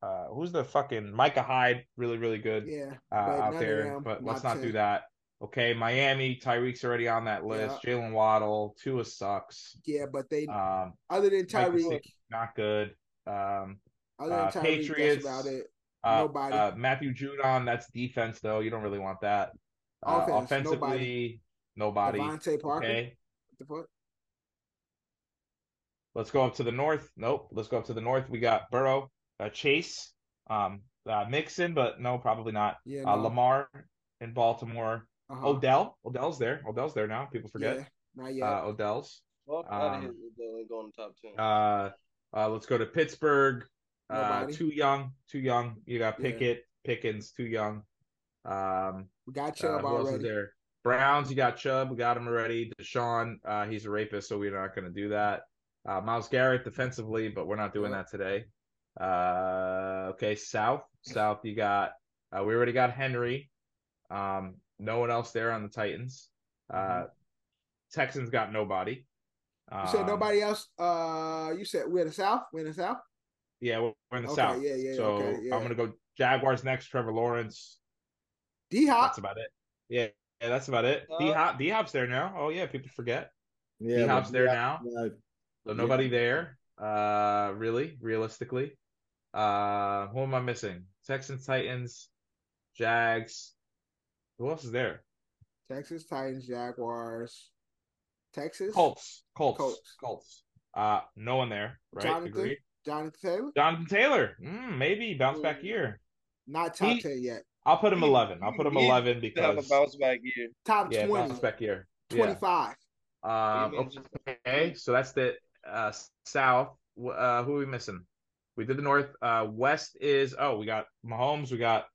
[SPEAKER 3] uh, who's the fucking Micah Hyde? Really, really good
[SPEAKER 1] yeah.
[SPEAKER 3] uh,
[SPEAKER 1] but none
[SPEAKER 3] out
[SPEAKER 1] of
[SPEAKER 3] there.
[SPEAKER 1] them
[SPEAKER 3] But
[SPEAKER 1] my
[SPEAKER 3] let's not do
[SPEAKER 1] ten.
[SPEAKER 3] that. Okay, Miami. Tyreek's already on that list. Jalen Waddle. Tua sucks.
[SPEAKER 1] Yeah, but they
[SPEAKER 3] Um,
[SPEAKER 1] other than
[SPEAKER 3] Mike
[SPEAKER 1] Tyreek,
[SPEAKER 3] Gesicki, not good. Um,
[SPEAKER 1] other than
[SPEAKER 3] uh,
[SPEAKER 1] Tyreek,
[SPEAKER 3] Patriots,
[SPEAKER 1] that's about it.
[SPEAKER 3] uh,
[SPEAKER 1] Nobody.
[SPEAKER 3] Uh, Matthew Judon, that's defense though. You don't really want that. Uh,
[SPEAKER 1] Offense,
[SPEAKER 3] offensively, nobody.
[SPEAKER 1] Devontae Parker.
[SPEAKER 3] Okay.
[SPEAKER 1] What the fuck?
[SPEAKER 3] Let's go up to the north. Nope. Let's go up to the north. We got Burrow, uh, Chase, um, uh, Mixon, but no, probably not.
[SPEAKER 1] Yeah,
[SPEAKER 3] Uh,
[SPEAKER 1] no.
[SPEAKER 3] Lamar oh, in Baltimore.
[SPEAKER 1] Uh-huh.
[SPEAKER 3] Odell. Odell's there. Odell's there now. People forget.
[SPEAKER 1] Yeah, not yet.
[SPEAKER 3] Uh, Odell's.
[SPEAKER 7] Well, out of
[SPEAKER 3] Um,
[SPEAKER 7] here, Odell ain't going top ten.
[SPEAKER 3] Uh, uh, let's go to Pittsburgh. Uh,
[SPEAKER 1] Nobody.
[SPEAKER 3] too young. Too young. You got
[SPEAKER 1] Yeah.
[SPEAKER 3] Pickett, Pickens, too young. Um,
[SPEAKER 1] we got
[SPEAKER 3] Uh,
[SPEAKER 1] Chubb
[SPEAKER 3] who else is
[SPEAKER 1] already.
[SPEAKER 3] there? Browns, you got Chubb, we got him already. Deshaun, uh, he's a rapist, so we're not going to do that. Uh, Miles Garrett defensively, but we're not doing
[SPEAKER 1] Yeah.
[SPEAKER 3] that today. Uh, okay, South, South, you got. Uh, we already got Henry. Um, no one else there on the Titans. Uh, Texans got nobody. Um,
[SPEAKER 1] Mm-hmm. You said nobody else. Uh, you said we're in the south. We're in the south.
[SPEAKER 3] Yeah, we're, we're in the
[SPEAKER 1] okay,
[SPEAKER 3] South.
[SPEAKER 1] yeah, yeah.
[SPEAKER 3] so
[SPEAKER 1] okay, yeah.
[SPEAKER 3] I'm going to go Jaguars next. Trevor Lawrence,
[SPEAKER 1] D Hop.
[SPEAKER 3] That's about it. Yeah, yeah, that's about it.
[SPEAKER 7] Uh,
[SPEAKER 3] D Hop, D Hop's there now. Oh yeah, people forget.
[SPEAKER 2] Yeah,
[SPEAKER 3] D Hop's
[SPEAKER 2] but
[SPEAKER 3] there
[SPEAKER 2] D-Hop-
[SPEAKER 3] now.
[SPEAKER 2] uh, Yeah.
[SPEAKER 3] So nobody there. Uh, really, realistically. Uh, who am I missing? Texans, Titans, Jags. Who else is there?
[SPEAKER 1] Texas Titans, Jaguars, Texas,
[SPEAKER 3] Colts, Colts,
[SPEAKER 1] Colts.
[SPEAKER 3] Colts, Uh, no one there, right?
[SPEAKER 1] Jonathan?
[SPEAKER 3] Agreed.
[SPEAKER 1] Jonathan Taylor.
[SPEAKER 3] Jonathan Taylor, mm, maybe bounce back year.
[SPEAKER 1] Not top
[SPEAKER 3] He-
[SPEAKER 1] ten yet.
[SPEAKER 3] I'll put him
[SPEAKER 7] Hmm. He-
[SPEAKER 3] eleven. I'll put him
[SPEAKER 7] he-
[SPEAKER 3] eleven
[SPEAKER 7] To have a
[SPEAKER 3] because
[SPEAKER 7] bounce back year.
[SPEAKER 1] Top
[SPEAKER 3] yeah,
[SPEAKER 1] 20,
[SPEAKER 3] bounce back year. Yeah.
[SPEAKER 1] 25.
[SPEAKER 3] Um,
[SPEAKER 7] Even just-
[SPEAKER 3] okay, so that's the uh, South. Wh- Uh, who are we missing? We did the North. Uh, West is oh, we got Mahomes, we got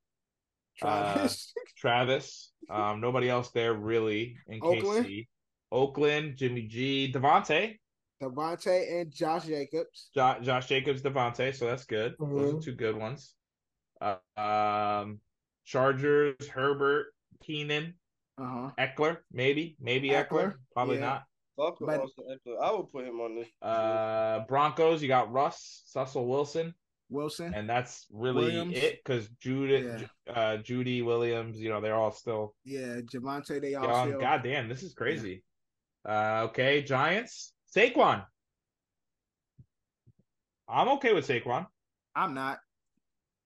[SPEAKER 1] Travis.
[SPEAKER 3] Uh, Travis. Um, nobody else there really in
[SPEAKER 1] Oakland?
[SPEAKER 3] KC. Oakland, Jimmy G, Devontae,
[SPEAKER 1] Devontae and Josh Jacobs.
[SPEAKER 3] jo- Josh Jacobs, Devontae. So that's good. Those are
[SPEAKER 1] Mhm.
[SPEAKER 3] two good ones. Uh, um, Chargers, Herbert, Keenan,
[SPEAKER 1] Uh-huh.
[SPEAKER 3] Eckler, maybe, maybe Eckler,
[SPEAKER 1] Eckler,
[SPEAKER 3] probably
[SPEAKER 1] yeah.
[SPEAKER 3] not.
[SPEAKER 7] Fuck with
[SPEAKER 1] But-
[SPEAKER 7] Austin Eckler. I would put him on this.
[SPEAKER 3] Uh, Broncos, you got Russ, Cecil Wilson,
[SPEAKER 1] Wilson.
[SPEAKER 3] and that's really
[SPEAKER 1] Williams.
[SPEAKER 3] it because Judy, uh, Judy Williams, you know, they're all still
[SPEAKER 1] yeah, Javante. They all
[SPEAKER 3] young.
[SPEAKER 1] still.
[SPEAKER 3] Goddamn, this is crazy. Uh, okay, Giants, Saquon. I'm okay with Saquon.
[SPEAKER 1] I'm not.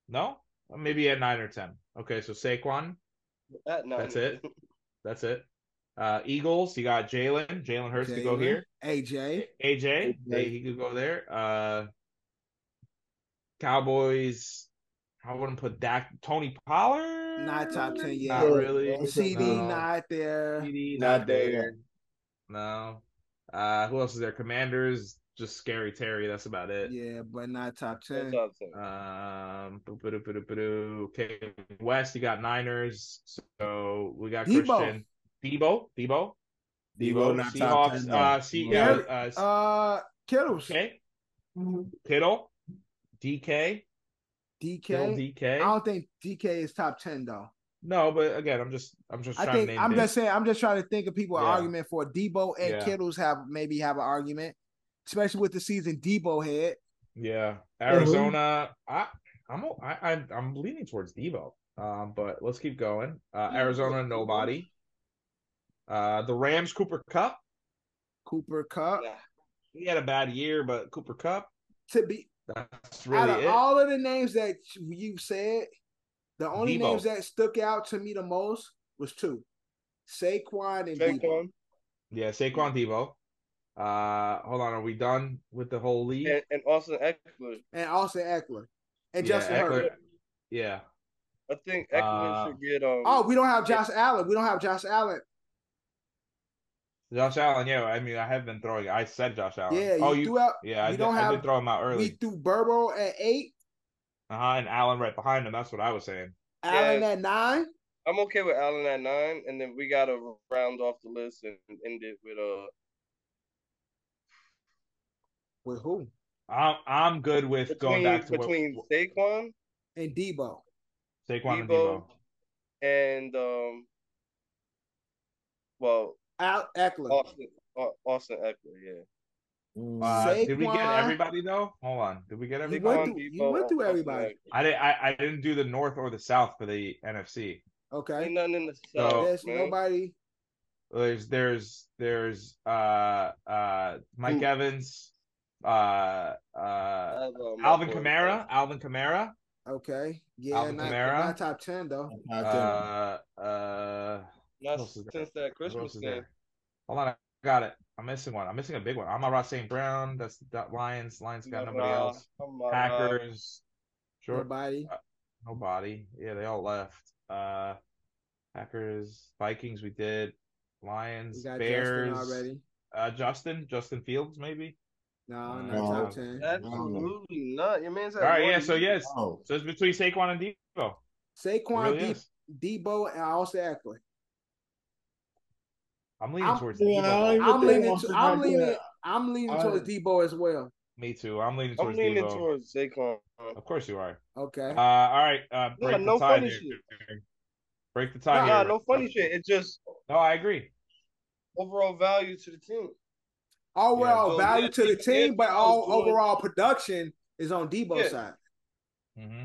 [SPEAKER 3] No, maybe at nine or ten. Okay, so Saquon,
[SPEAKER 7] At nine.
[SPEAKER 3] That's it. that's it. Uh, Eagles, you got Jalen, Jalen Hurts to go
[SPEAKER 1] Jalen,
[SPEAKER 3] here.
[SPEAKER 1] AJ.
[SPEAKER 3] AJ,
[SPEAKER 1] Okay.
[SPEAKER 3] they, he could go there. Uh, Cowboys, I wouldn't put Dak. Tony Pollard,
[SPEAKER 1] Not top 10 yet.
[SPEAKER 3] Not really.
[SPEAKER 1] CD
[SPEAKER 3] No.
[SPEAKER 1] not there.
[SPEAKER 3] CD,
[SPEAKER 2] Not
[SPEAKER 3] not there.
[SPEAKER 2] there.
[SPEAKER 3] No. Uh, who else is there? Commanders, just scary Terry. That's about it.
[SPEAKER 1] Yeah, but not top
[SPEAKER 7] That's
[SPEAKER 1] ten. Uh,
[SPEAKER 7] what I'm saying.
[SPEAKER 3] Um, boo, boo, doo, boo, doo, boo, doo. okay, West, you got Niners. So we got
[SPEAKER 1] Debo.
[SPEAKER 3] Christian Debo, Debo,
[SPEAKER 2] Debo not top
[SPEAKER 3] Seahawks.
[SPEAKER 2] 10, though.
[SPEAKER 3] uh, see, uh,
[SPEAKER 1] Derek,
[SPEAKER 3] uh,
[SPEAKER 1] Uh, Kittle's
[SPEAKER 3] okay, Kittle, DK, Kittle,
[SPEAKER 1] DK. I
[SPEAKER 3] DK.
[SPEAKER 1] don't think DK is top ten though.
[SPEAKER 3] No, but again, I'm just I'm just trying
[SPEAKER 1] I
[SPEAKER 3] to
[SPEAKER 1] think
[SPEAKER 3] name
[SPEAKER 1] I'm
[SPEAKER 3] names.
[SPEAKER 1] just saying I'm just trying to think of people an
[SPEAKER 3] Yeah.
[SPEAKER 1] argument for Debo and
[SPEAKER 3] Yeah.
[SPEAKER 1] Kittle's have maybe have an argument, especially with the season Debo had.
[SPEAKER 3] yeah. Arizona, I I'm o- I am i I'm leaning towards Devo. Um, but let's keep going. Uh, Arizona, nobody. Uh, the Rams, Cooper Cup.
[SPEAKER 1] Cooper Cup.
[SPEAKER 7] Nah.
[SPEAKER 3] He had a bad year, but Cooper Cup.
[SPEAKER 1] To be
[SPEAKER 3] That's
[SPEAKER 1] out
[SPEAKER 3] really
[SPEAKER 1] of
[SPEAKER 3] it.
[SPEAKER 1] all of the names that you said, the only
[SPEAKER 3] Debo.
[SPEAKER 1] names that stuck out to me the most was two, Saquon and Debo.
[SPEAKER 7] Saquon
[SPEAKER 3] yeah, Saquon Devo. Uh, hold on, are we done with the whole league?
[SPEAKER 7] and, and Austin Eckler.
[SPEAKER 1] and Austin Eckler and
[SPEAKER 3] yeah,
[SPEAKER 1] Justin
[SPEAKER 3] Eckler-
[SPEAKER 1] Herbert.
[SPEAKER 3] Yeah,
[SPEAKER 7] I think Eckler
[SPEAKER 3] Uh,
[SPEAKER 7] should get um.
[SPEAKER 1] Oh, we don't have Josh Allen. We don't have Josh Allen.
[SPEAKER 3] Josh Allen. Yeah, I mean, I have been throwing. I said Josh Allen.
[SPEAKER 1] Yeah, you,
[SPEAKER 3] oh, you.
[SPEAKER 1] threw out.
[SPEAKER 3] yeah, I
[SPEAKER 1] we
[SPEAKER 3] did,
[SPEAKER 1] don't
[SPEAKER 3] I
[SPEAKER 1] have-
[SPEAKER 3] did throw him out early.
[SPEAKER 1] We threw Burrow at eight,
[SPEAKER 3] Uh-huh, and Allen right behind him. That's what I was saying.
[SPEAKER 1] Allen
[SPEAKER 7] Yeah.
[SPEAKER 1] at nine.
[SPEAKER 7] I'm okay with Allen at nine, and then we gotta round off the list and end it with uh.
[SPEAKER 1] With who?
[SPEAKER 3] I'm I'm good with
[SPEAKER 7] Between
[SPEAKER 3] going back to
[SPEAKER 7] between
[SPEAKER 3] what,
[SPEAKER 7] Saquon,
[SPEAKER 1] And Debo.
[SPEAKER 3] Saquon and Debo.
[SPEAKER 7] Debo, and um. Well,
[SPEAKER 1] Al Eckler.
[SPEAKER 7] Austin, Au- Austin Eckler, yeah.
[SPEAKER 3] Uh, did we get
[SPEAKER 1] Saquon.
[SPEAKER 3] everybody though? Hold on, did we get
[SPEAKER 1] He
[SPEAKER 3] everybody?
[SPEAKER 1] went
[SPEAKER 7] Saquon,
[SPEAKER 1] through- he went through
[SPEAKER 7] Austin
[SPEAKER 1] everybody.
[SPEAKER 7] Eckler.
[SPEAKER 3] I didn't. I, I didn't do the North or the South for the NFC.
[SPEAKER 1] okay.
[SPEAKER 7] Ain't nothing in the
[SPEAKER 3] No.
[SPEAKER 7] south,
[SPEAKER 3] Oh,
[SPEAKER 1] There's
[SPEAKER 7] man.
[SPEAKER 1] nobody.
[SPEAKER 3] There's there's there's uh uh Mike
[SPEAKER 7] Who?
[SPEAKER 3] Evans, uh
[SPEAKER 7] I
[SPEAKER 3] uh
[SPEAKER 7] have, uh, my
[SPEAKER 3] Alvin
[SPEAKER 7] boy,
[SPEAKER 3] Kamara, Alvin Kamara,
[SPEAKER 1] Okay. Yeah,
[SPEAKER 3] Alvin
[SPEAKER 1] not,
[SPEAKER 3] Kamara.
[SPEAKER 1] not top ten though.
[SPEAKER 3] uh uh.
[SPEAKER 7] Not
[SPEAKER 3] Who else is there?
[SPEAKER 7] since that
[SPEAKER 3] Who
[SPEAKER 7] Christmas
[SPEAKER 3] else is
[SPEAKER 7] thing.
[SPEAKER 3] there? Hold on, I got it. I'm missing one. I'm missing a big one. I'm Ross St. Brown. That's the that Lions. Lions got nobody
[SPEAKER 7] Nah,
[SPEAKER 3] else.
[SPEAKER 7] I'm not-
[SPEAKER 3] Packers. Sure.
[SPEAKER 1] Nobody.
[SPEAKER 3] Nobody. Yeah, they all left. Uh Packers, Vikings, we did.
[SPEAKER 1] We
[SPEAKER 3] Lions,
[SPEAKER 1] got
[SPEAKER 3] Bears.
[SPEAKER 1] Justin already.
[SPEAKER 3] Uh Justin, Justin Fields, maybe.
[SPEAKER 1] No, not
[SPEAKER 3] Uh,
[SPEAKER 2] No.
[SPEAKER 1] top ten.
[SPEAKER 7] Absolutely not. Your man's at
[SPEAKER 3] All right,
[SPEAKER 7] one
[SPEAKER 3] yeah, so
[SPEAKER 7] year.
[SPEAKER 3] yes.
[SPEAKER 2] Oh,
[SPEAKER 3] So it's between Saquon and Debo. It
[SPEAKER 1] Saquon,
[SPEAKER 3] really
[SPEAKER 1] De-
[SPEAKER 3] is.
[SPEAKER 1] Debo, and Austin Eckler.
[SPEAKER 3] I'm leaning
[SPEAKER 1] I'm-
[SPEAKER 3] towards
[SPEAKER 2] Yeah, I
[SPEAKER 3] Debo.
[SPEAKER 2] don't even
[SPEAKER 1] I'm
[SPEAKER 2] think
[SPEAKER 1] leaning.
[SPEAKER 2] Austin
[SPEAKER 1] To, I'm
[SPEAKER 2] Eckler-
[SPEAKER 1] leaning. I'm leaning
[SPEAKER 2] I-
[SPEAKER 1] towards Debo as well.
[SPEAKER 3] Me too. I'm leaning
[SPEAKER 7] I'm
[SPEAKER 3] towards
[SPEAKER 7] leaning
[SPEAKER 3] Debo.
[SPEAKER 7] towards Saquon.
[SPEAKER 3] Of course you are.
[SPEAKER 1] Okay.
[SPEAKER 3] Uh all right, uh break
[SPEAKER 7] no
[SPEAKER 3] the tie
[SPEAKER 7] funny
[SPEAKER 3] here.
[SPEAKER 7] shit.
[SPEAKER 3] Break the tie
[SPEAKER 7] Nah,
[SPEAKER 3] here.
[SPEAKER 7] no funny shit. It's just
[SPEAKER 3] No, I agree.
[SPEAKER 7] overall value to the team.
[SPEAKER 1] Overall
[SPEAKER 7] So,
[SPEAKER 1] value
[SPEAKER 7] yeah,
[SPEAKER 1] to the
[SPEAKER 7] yeah,
[SPEAKER 1] team, but
[SPEAKER 7] yeah,
[SPEAKER 1] all
[SPEAKER 7] Jordan.
[SPEAKER 1] overall production is on Debo's
[SPEAKER 7] Yeah.
[SPEAKER 1] side.
[SPEAKER 3] hmm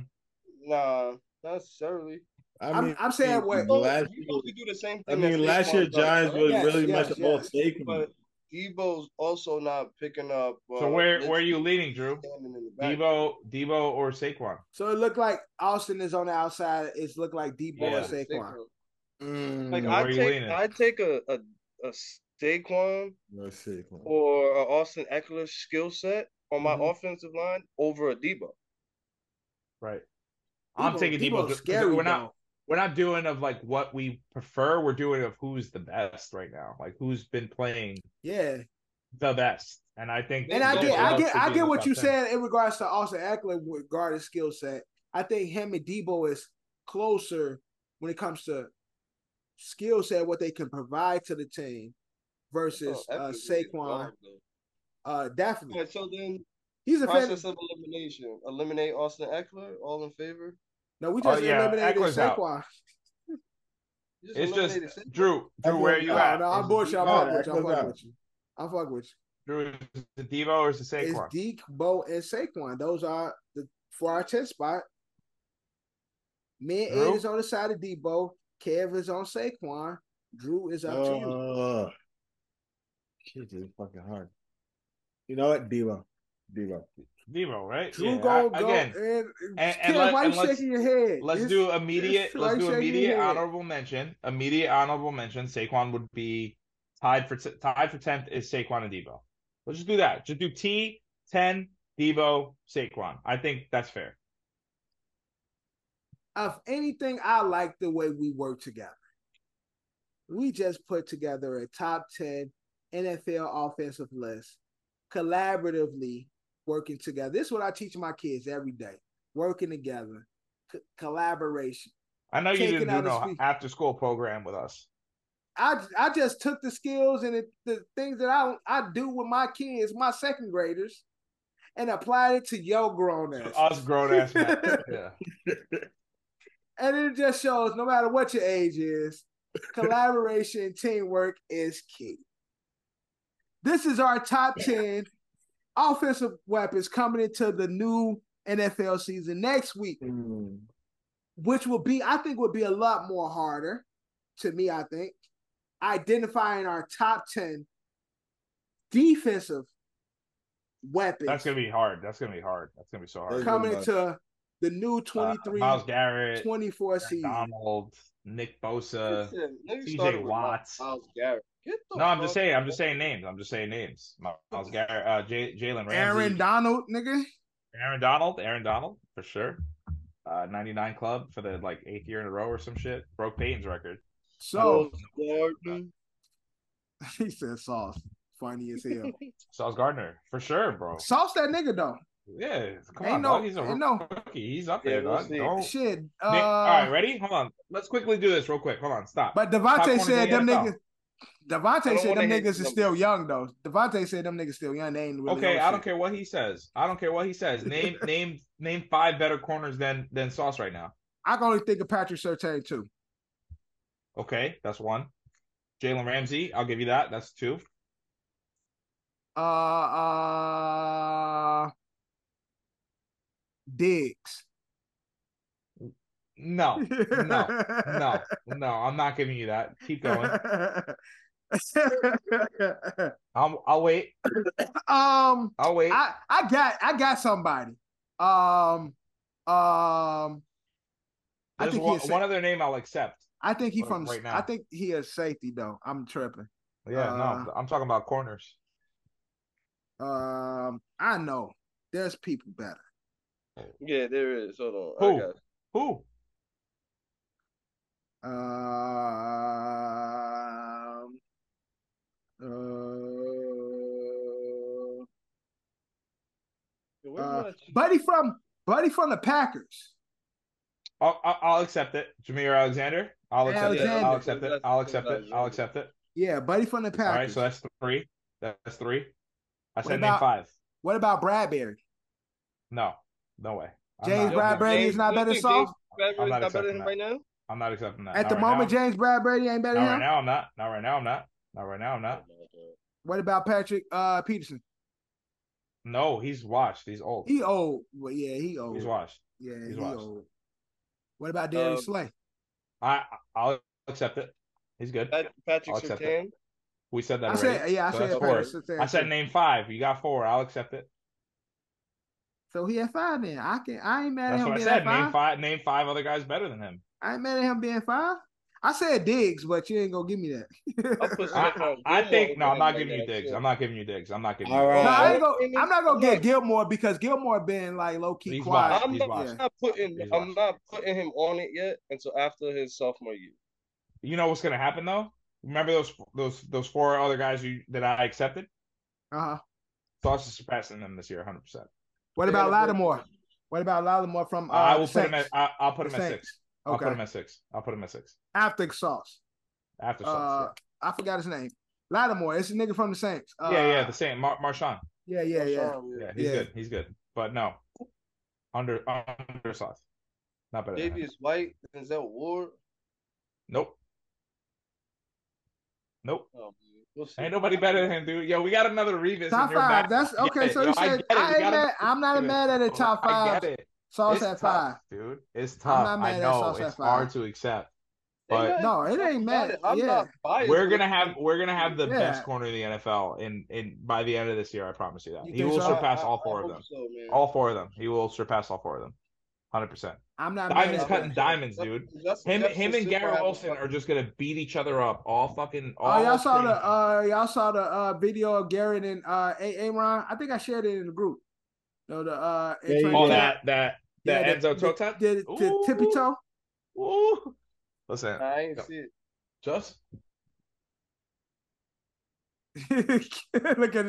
[SPEAKER 7] Nah, not necessarily.
[SPEAKER 2] I
[SPEAKER 1] I'm-
[SPEAKER 2] mean,
[SPEAKER 1] I'm saying what-
[SPEAKER 7] You
[SPEAKER 2] last
[SPEAKER 7] you
[SPEAKER 2] year-
[SPEAKER 7] probably do the same
[SPEAKER 2] I
[SPEAKER 7] thing.
[SPEAKER 2] mean,
[SPEAKER 7] that
[SPEAKER 2] last
[SPEAKER 7] Saquon
[SPEAKER 2] year
[SPEAKER 7] does,
[SPEAKER 2] Giants
[SPEAKER 7] right?
[SPEAKER 2] was
[SPEAKER 1] Yes,
[SPEAKER 2] really
[SPEAKER 1] yes,
[SPEAKER 2] much about Saquon.
[SPEAKER 7] but Debo's also not picking up. Uh,
[SPEAKER 3] So where where are you
[SPEAKER 7] Mitch
[SPEAKER 3] leaning, Drew?
[SPEAKER 7] standing in the back.
[SPEAKER 3] Debo, Debo, or Saquon?
[SPEAKER 1] So it looked like Austin is on the outside. It's looked like Debo
[SPEAKER 3] Yeah.
[SPEAKER 1] and Saquon.
[SPEAKER 2] mm,
[SPEAKER 7] Like
[SPEAKER 3] Mm, where
[SPEAKER 7] I
[SPEAKER 3] you
[SPEAKER 7] take
[SPEAKER 3] leaning?
[SPEAKER 7] I take a a, a Saquon
[SPEAKER 2] Let's see.
[SPEAKER 3] oh,
[SPEAKER 7] or a Austin Eckler skill set on
[SPEAKER 3] Mm-hmm.
[SPEAKER 7] my
[SPEAKER 1] Mhm.
[SPEAKER 7] offensive line over a Debo.
[SPEAKER 3] Right. I'm taking Debo.
[SPEAKER 1] Debo's
[SPEAKER 3] just-
[SPEAKER 1] scary.
[SPEAKER 3] We're not
[SPEAKER 1] though.
[SPEAKER 3] we're not doing of like what we prefer. We're doing of who's the best right now. Like who's been playing
[SPEAKER 1] Yeah,
[SPEAKER 3] the best. And I think
[SPEAKER 1] and I
[SPEAKER 3] Debo
[SPEAKER 1] get, I
[SPEAKER 3] loves
[SPEAKER 1] get,
[SPEAKER 3] to be
[SPEAKER 1] I
[SPEAKER 3] in
[SPEAKER 1] get
[SPEAKER 3] the
[SPEAKER 1] what
[SPEAKER 3] top
[SPEAKER 1] you
[SPEAKER 3] 10.
[SPEAKER 1] said in regards to Austin Eckler with guard his skill set. I think him and Debo is closer when it comes to skill set, what they can provide to the team versus
[SPEAKER 7] Oh,
[SPEAKER 1] uh,
[SPEAKER 7] Eckler can get
[SPEAKER 1] Saquon.
[SPEAKER 7] involved, though.
[SPEAKER 1] Uh,
[SPEAKER 7] All
[SPEAKER 1] definitely,
[SPEAKER 7] right, so then
[SPEAKER 1] he's a fan.
[SPEAKER 7] process of elimination. Eliminate Austin Eckler. All in favor?
[SPEAKER 1] No, we
[SPEAKER 3] Oh,
[SPEAKER 1] just
[SPEAKER 3] yeah,
[SPEAKER 1] eliminated
[SPEAKER 3] Eckler's out.
[SPEAKER 1] Saquon.
[SPEAKER 7] You
[SPEAKER 3] It's just
[SPEAKER 7] eliminated Saquon.
[SPEAKER 3] Drew. Drew, where are you
[SPEAKER 1] No,
[SPEAKER 3] at?
[SPEAKER 1] no, I'm
[SPEAKER 3] Is it
[SPEAKER 1] bullshit. I'm
[SPEAKER 3] Debo?
[SPEAKER 2] out.
[SPEAKER 1] fucking with you. I'm
[SPEAKER 2] Eckler's
[SPEAKER 1] fucking
[SPEAKER 2] out.
[SPEAKER 1] with you. I'm fucking with you.
[SPEAKER 3] Drew, is it Debo or is it
[SPEAKER 1] It's
[SPEAKER 3] Saquon?
[SPEAKER 1] Debo and Saquon. Those are the for our 10 spot. Me and Ed
[SPEAKER 3] Drew?
[SPEAKER 1] is on the side of Debo. Kev is on Saquon. Drew is up to you.
[SPEAKER 2] Uh, shit, this is fucking hard. You know what, Debo, Debo.
[SPEAKER 3] Debo, right?
[SPEAKER 1] Drew
[SPEAKER 3] Yeah,
[SPEAKER 1] gonna
[SPEAKER 3] I-
[SPEAKER 1] go
[SPEAKER 3] again.
[SPEAKER 1] and,
[SPEAKER 3] and- and
[SPEAKER 1] Kev,
[SPEAKER 3] let-
[SPEAKER 1] why
[SPEAKER 3] and
[SPEAKER 1] you
[SPEAKER 3] let's-
[SPEAKER 1] shaking your head?
[SPEAKER 3] Let's
[SPEAKER 1] It's-
[SPEAKER 3] do immediate.
[SPEAKER 1] it's
[SPEAKER 3] Let's
[SPEAKER 1] like
[SPEAKER 3] do
[SPEAKER 1] shaking your
[SPEAKER 3] immediate
[SPEAKER 1] head.
[SPEAKER 3] honorable mention. Immediate honorable mention. Saquon would be tied for t- tied for tenth is Saquon and Debo. Let's just do that. Just do T ten Debo Saquon. I think that's fair.
[SPEAKER 1] If anything, I like the way we work together. We just put together a top 10 NFL offensive list collaboratively working together. This is what I teach my kids every day working together, c- collaboration.
[SPEAKER 3] I know you
[SPEAKER 1] Taking
[SPEAKER 3] didn't do
[SPEAKER 1] out his
[SPEAKER 3] no
[SPEAKER 1] feet.
[SPEAKER 3] after school program with us.
[SPEAKER 1] I I just took the skills and the, the things that I I do with my kids, my second graders, and applied it to your grown
[SPEAKER 3] To
[SPEAKER 1] ass.
[SPEAKER 3] Us grown ass men. Yeah.
[SPEAKER 1] And it just shows no matter what your age is, collaboration and teamwork is key. This is our top 10 offensive weapons coming into the new NFL season next week,
[SPEAKER 2] Mm.
[SPEAKER 1] which will be, I think, will be a lot more harder to me, I think, identifying our top 10 defensive weapons
[SPEAKER 3] That's gonna be hard. That's gonna be hard. That's gonna be so hard.
[SPEAKER 2] That's-
[SPEAKER 1] coming into the new 23
[SPEAKER 3] Uh, Miles Garrett,
[SPEAKER 1] 24
[SPEAKER 3] Aaron
[SPEAKER 1] season.
[SPEAKER 3] Donald, Nick Bosa.
[SPEAKER 7] Listen, nigga
[SPEAKER 3] TJ
[SPEAKER 7] started with
[SPEAKER 3] Uh, Watts.
[SPEAKER 7] Miles Garrett. Get the
[SPEAKER 3] No, I'm
[SPEAKER 7] fuck
[SPEAKER 3] just saying. I'm just saying names. I'm just saying names. Miles Garrett, uh, J- Jalen Ramsey,
[SPEAKER 1] Oh. Aaron Donald, nigga.
[SPEAKER 3] Aaron Donald, Aaron Donald for sure. Uh, 99 club for the like eighth year in a row or some shit. Broke Peyton's record.
[SPEAKER 1] So
[SPEAKER 7] Oh. Sauce Gardner.
[SPEAKER 1] he said sauce. Funny as hell.
[SPEAKER 3] Sauce Gardner for sure, bro.
[SPEAKER 1] Oh. sauce that nigga though.
[SPEAKER 3] Yeah, come
[SPEAKER 1] Ain't
[SPEAKER 3] on,
[SPEAKER 1] no-
[SPEAKER 3] dog. He's a
[SPEAKER 1] ain't no-
[SPEAKER 3] rookie. He's up
[SPEAKER 7] Yeah,
[SPEAKER 3] there,
[SPEAKER 7] we'll
[SPEAKER 3] dog.
[SPEAKER 7] see.
[SPEAKER 3] Don't-
[SPEAKER 1] Shit. Uh,
[SPEAKER 3] Nick, all right, ready? Hold on. Let's quickly do this real quick. Hold on. Stop.
[SPEAKER 1] But
[SPEAKER 3] Top
[SPEAKER 1] Devontae
[SPEAKER 3] 20
[SPEAKER 1] said
[SPEAKER 3] in
[SPEAKER 1] them
[SPEAKER 3] the NFL.
[SPEAKER 1] niggas. Devontae
[SPEAKER 7] don't
[SPEAKER 1] said
[SPEAKER 7] wanna
[SPEAKER 1] them
[SPEAKER 7] hit
[SPEAKER 1] niggas is
[SPEAKER 7] numbers.
[SPEAKER 1] still young though. Devontae said them niggas still young. They ain't really.
[SPEAKER 3] Okay,
[SPEAKER 1] on
[SPEAKER 3] I don't
[SPEAKER 1] shit.
[SPEAKER 3] care what he says. I don't care what he says. Name, name, name five better corners than than Sauce right now.
[SPEAKER 1] I can only think of Patrick Sertain too.
[SPEAKER 3] Okay, that's one. Jalen Ramsey, I'll give you that. That's two.
[SPEAKER 1] Uh, uh, Diggs.
[SPEAKER 3] No, no, no, no. I'm not giving you that. Keep going. I'm, I'll wait.
[SPEAKER 1] um,
[SPEAKER 3] I'll wait.
[SPEAKER 1] I I got I got somebody. Um, um, I
[SPEAKER 3] There's
[SPEAKER 1] think
[SPEAKER 3] one,
[SPEAKER 1] he's
[SPEAKER 3] one other name I'll accept.
[SPEAKER 1] I think he
[SPEAKER 3] Like,
[SPEAKER 1] from.
[SPEAKER 3] right now.
[SPEAKER 1] I think he is safety though. I'm tripping.
[SPEAKER 3] Yeah, no,
[SPEAKER 1] Uh,
[SPEAKER 3] I'm talking about corners.
[SPEAKER 1] Um, I know there's people better.
[SPEAKER 7] Yeah, there is. Hold on.
[SPEAKER 3] Who?
[SPEAKER 7] I got it.
[SPEAKER 3] Who?
[SPEAKER 1] Um, uh,
[SPEAKER 7] Yo, where's
[SPEAKER 1] Uh,
[SPEAKER 7] my-
[SPEAKER 1] buddy from Buddy from the Packers.
[SPEAKER 3] I'll, I'll, I'll accept it. Jameer Alexander. I'll accept it. I'll
[SPEAKER 1] Alexander.
[SPEAKER 3] accept it. I'll accept it. I'll accept it.
[SPEAKER 1] Yeah, Buddy from the
[SPEAKER 3] All right,
[SPEAKER 1] Packers.
[SPEAKER 3] so that's three. That's three. I said name
[SPEAKER 1] about-
[SPEAKER 3] five.
[SPEAKER 1] what about Bradberry?
[SPEAKER 3] No, no way. I'm
[SPEAKER 1] James
[SPEAKER 3] not-
[SPEAKER 7] Yo,
[SPEAKER 1] Bradbury
[SPEAKER 7] James-
[SPEAKER 1] is not
[SPEAKER 7] you
[SPEAKER 1] better
[SPEAKER 7] think
[SPEAKER 1] than
[SPEAKER 7] James
[SPEAKER 1] Sauce?
[SPEAKER 7] Bradbury
[SPEAKER 3] I'm not
[SPEAKER 7] is not better
[SPEAKER 3] accepting
[SPEAKER 7] than
[SPEAKER 3] that.
[SPEAKER 7] right now?
[SPEAKER 3] I'm not accepting that.
[SPEAKER 1] At
[SPEAKER 3] Not
[SPEAKER 1] the
[SPEAKER 3] right
[SPEAKER 1] moment,
[SPEAKER 3] now.
[SPEAKER 1] James Bradberry ain't better
[SPEAKER 3] not
[SPEAKER 1] than
[SPEAKER 3] right
[SPEAKER 1] him.
[SPEAKER 3] now. I'm not. Not right now. I'm not. Not right now. I'm not.
[SPEAKER 1] What about Patrick uh, Peterson?
[SPEAKER 3] No, he's washed. He's old.
[SPEAKER 1] He old. Well, yeah, he old.
[SPEAKER 3] He's washed.
[SPEAKER 1] Yeah,
[SPEAKER 3] He's
[SPEAKER 1] he
[SPEAKER 3] washed.
[SPEAKER 1] old. What about Darius
[SPEAKER 3] Uh,
[SPEAKER 7] Um,
[SPEAKER 1] Slay?
[SPEAKER 3] I I'll accept it. He's good.
[SPEAKER 7] Pat- Patrick
[SPEAKER 3] I'll accept
[SPEAKER 7] Sertan.
[SPEAKER 3] We said that
[SPEAKER 1] I
[SPEAKER 3] already.
[SPEAKER 1] said, yeah, I
[SPEAKER 3] So
[SPEAKER 1] said
[SPEAKER 3] that's
[SPEAKER 1] Patrick
[SPEAKER 3] four.
[SPEAKER 1] Sertan,
[SPEAKER 3] I said
[SPEAKER 1] too.
[SPEAKER 3] name five. You got four. I'll accept it.
[SPEAKER 1] So he at five then. I can I ain't mad at
[SPEAKER 3] That's
[SPEAKER 1] him
[SPEAKER 3] what I
[SPEAKER 1] being
[SPEAKER 3] said.
[SPEAKER 1] at
[SPEAKER 3] Name
[SPEAKER 1] five.
[SPEAKER 3] five. Name five other guys better than him.
[SPEAKER 1] I ain't mad at him being five. I said Diggs, but you ain't gonna give me that.
[SPEAKER 7] I'll
[SPEAKER 3] I,
[SPEAKER 7] put Smith on
[SPEAKER 3] I- I
[SPEAKER 7] Gilmore
[SPEAKER 3] think no, I'm not
[SPEAKER 7] over
[SPEAKER 3] giving you
[SPEAKER 7] that
[SPEAKER 3] digs.
[SPEAKER 7] shit.
[SPEAKER 3] I'm not giving you digs. I'm not giving.
[SPEAKER 2] All
[SPEAKER 3] you
[SPEAKER 1] No,
[SPEAKER 2] right.
[SPEAKER 3] digs.
[SPEAKER 1] I ain't gonna,
[SPEAKER 7] Really?
[SPEAKER 1] I'm not gonna get
[SPEAKER 7] Look.
[SPEAKER 1] Gilmore because Gilmore been like low key
[SPEAKER 3] He's
[SPEAKER 1] quiet.
[SPEAKER 3] washed.
[SPEAKER 7] I'm
[SPEAKER 3] He's
[SPEAKER 7] not,
[SPEAKER 3] washed.
[SPEAKER 7] I'm not putting
[SPEAKER 3] He's
[SPEAKER 7] I'm
[SPEAKER 3] washed.
[SPEAKER 7] not putting him on it yet until after his sophomore year.
[SPEAKER 3] You know what's gonna happen though? Remember those those those four other guys you that I accepted?
[SPEAKER 1] Uh huh.
[SPEAKER 3] Sauce is surpassing them this year, 100. percent
[SPEAKER 1] What
[SPEAKER 7] They're
[SPEAKER 1] about
[SPEAKER 7] gonna break
[SPEAKER 1] Lattimore? What about Lattimore from? Uh,
[SPEAKER 3] I
[SPEAKER 1] the
[SPEAKER 3] will put him at.
[SPEAKER 1] Saints?
[SPEAKER 3] I, I'll put
[SPEAKER 1] The
[SPEAKER 3] him at
[SPEAKER 1] Saints.
[SPEAKER 3] six. I'll put
[SPEAKER 1] Okay.
[SPEAKER 3] him at six. I'll put him at six
[SPEAKER 1] After Sauce.
[SPEAKER 3] after
[SPEAKER 1] Uh,
[SPEAKER 3] Sauce.
[SPEAKER 1] I forgot his name. Lattimore. It's a nigga from the Saints. Uh,
[SPEAKER 3] yeah. yeah, yeah, the same. Mar- Marshawn.
[SPEAKER 1] yeah, yeah, yeah.
[SPEAKER 7] Sean,
[SPEAKER 3] Yeah, he's
[SPEAKER 1] Yeah.
[SPEAKER 3] good. He's good. But no, under under Sauce, not better. Than him.
[SPEAKER 7] Davius White, Denzel Ward.
[SPEAKER 3] Nope. Nope.
[SPEAKER 7] Oh, man. We'll see.
[SPEAKER 3] Ain't nobody better than him, dude. Yo, we got another revis. and
[SPEAKER 1] Top
[SPEAKER 3] you're
[SPEAKER 1] five.
[SPEAKER 3] back.
[SPEAKER 1] That's
[SPEAKER 3] I get
[SPEAKER 1] okay.
[SPEAKER 3] it.
[SPEAKER 1] So
[SPEAKER 3] Yo,
[SPEAKER 1] you
[SPEAKER 3] I
[SPEAKER 1] said
[SPEAKER 3] get
[SPEAKER 1] I
[SPEAKER 3] it. You
[SPEAKER 1] ain't
[SPEAKER 3] gotta-
[SPEAKER 1] mad. I'm not mad at a top
[SPEAKER 3] Oh, I
[SPEAKER 1] five.
[SPEAKER 3] get it.
[SPEAKER 1] Sauce
[SPEAKER 3] It's
[SPEAKER 1] at
[SPEAKER 3] tough,
[SPEAKER 1] five.
[SPEAKER 3] dude. It's
[SPEAKER 1] I'm
[SPEAKER 3] tough.
[SPEAKER 1] not
[SPEAKER 3] I
[SPEAKER 1] mad at
[SPEAKER 3] know
[SPEAKER 1] Sauce at
[SPEAKER 3] it's
[SPEAKER 1] five.
[SPEAKER 3] hard to accept,
[SPEAKER 7] Ain't
[SPEAKER 3] but
[SPEAKER 7] nothing
[SPEAKER 1] No, it ain't
[SPEAKER 7] about
[SPEAKER 1] mad.
[SPEAKER 7] it. I'm
[SPEAKER 1] yeah.
[SPEAKER 7] not biased.
[SPEAKER 3] we're
[SPEAKER 7] with
[SPEAKER 3] gonna have
[SPEAKER 7] him.
[SPEAKER 3] we're gonna have the
[SPEAKER 1] Yeah.
[SPEAKER 3] best corner in the NFL in in by the end of this year. I promise you that
[SPEAKER 1] You
[SPEAKER 3] he
[SPEAKER 1] think
[SPEAKER 3] will
[SPEAKER 1] so?
[SPEAKER 3] surpass
[SPEAKER 7] I-
[SPEAKER 3] all
[SPEAKER 7] I
[SPEAKER 3] four of
[SPEAKER 7] hope
[SPEAKER 3] them.
[SPEAKER 7] so, man.
[SPEAKER 3] All four of them. He will surpass all four of them. Hundred percent.
[SPEAKER 1] I'm not mad
[SPEAKER 3] Diamonds
[SPEAKER 1] at
[SPEAKER 3] cutting
[SPEAKER 1] that.
[SPEAKER 3] diamonds, dude.
[SPEAKER 7] Justin
[SPEAKER 3] Him
[SPEAKER 7] Jefferson
[SPEAKER 3] him and
[SPEAKER 7] still might
[SPEAKER 3] Garrett
[SPEAKER 7] have a
[SPEAKER 3] Wilson are
[SPEAKER 7] fucking-
[SPEAKER 3] just gonna beat each other up all fucking all.
[SPEAKER 1] Oh, y'all saw the
[SPEAKER 3] freaking-
[SPEAKER 1] uh y'all saw the uh video of Garrett and uh A Aaron. I think I shared it in the group. No, the uh
[SPEAKER 2] Yeah, you
[SPEAKER 1] training
[SPEAKER 3] all
[SPEAKER 2] did.
[SPEAKER 1] camp.
[SPEAKER 3] that that that
[SPEAKER 1] Yeah,
[SPEAKER 3] Enzo toe tap.
[SPEAKER 1] the, the, the tippy
[SPEAKER 3] Ooh.
[SPEAKER 1] toe.
[SPEAKER 3] Ooh. Listen,
[SPEAKER 7] Nah, I ain't
[SPEAKER 3] Go.
[SPEAKER 7] see it.
[SPEAKER 3] just
[SPEAKER 1] Look at this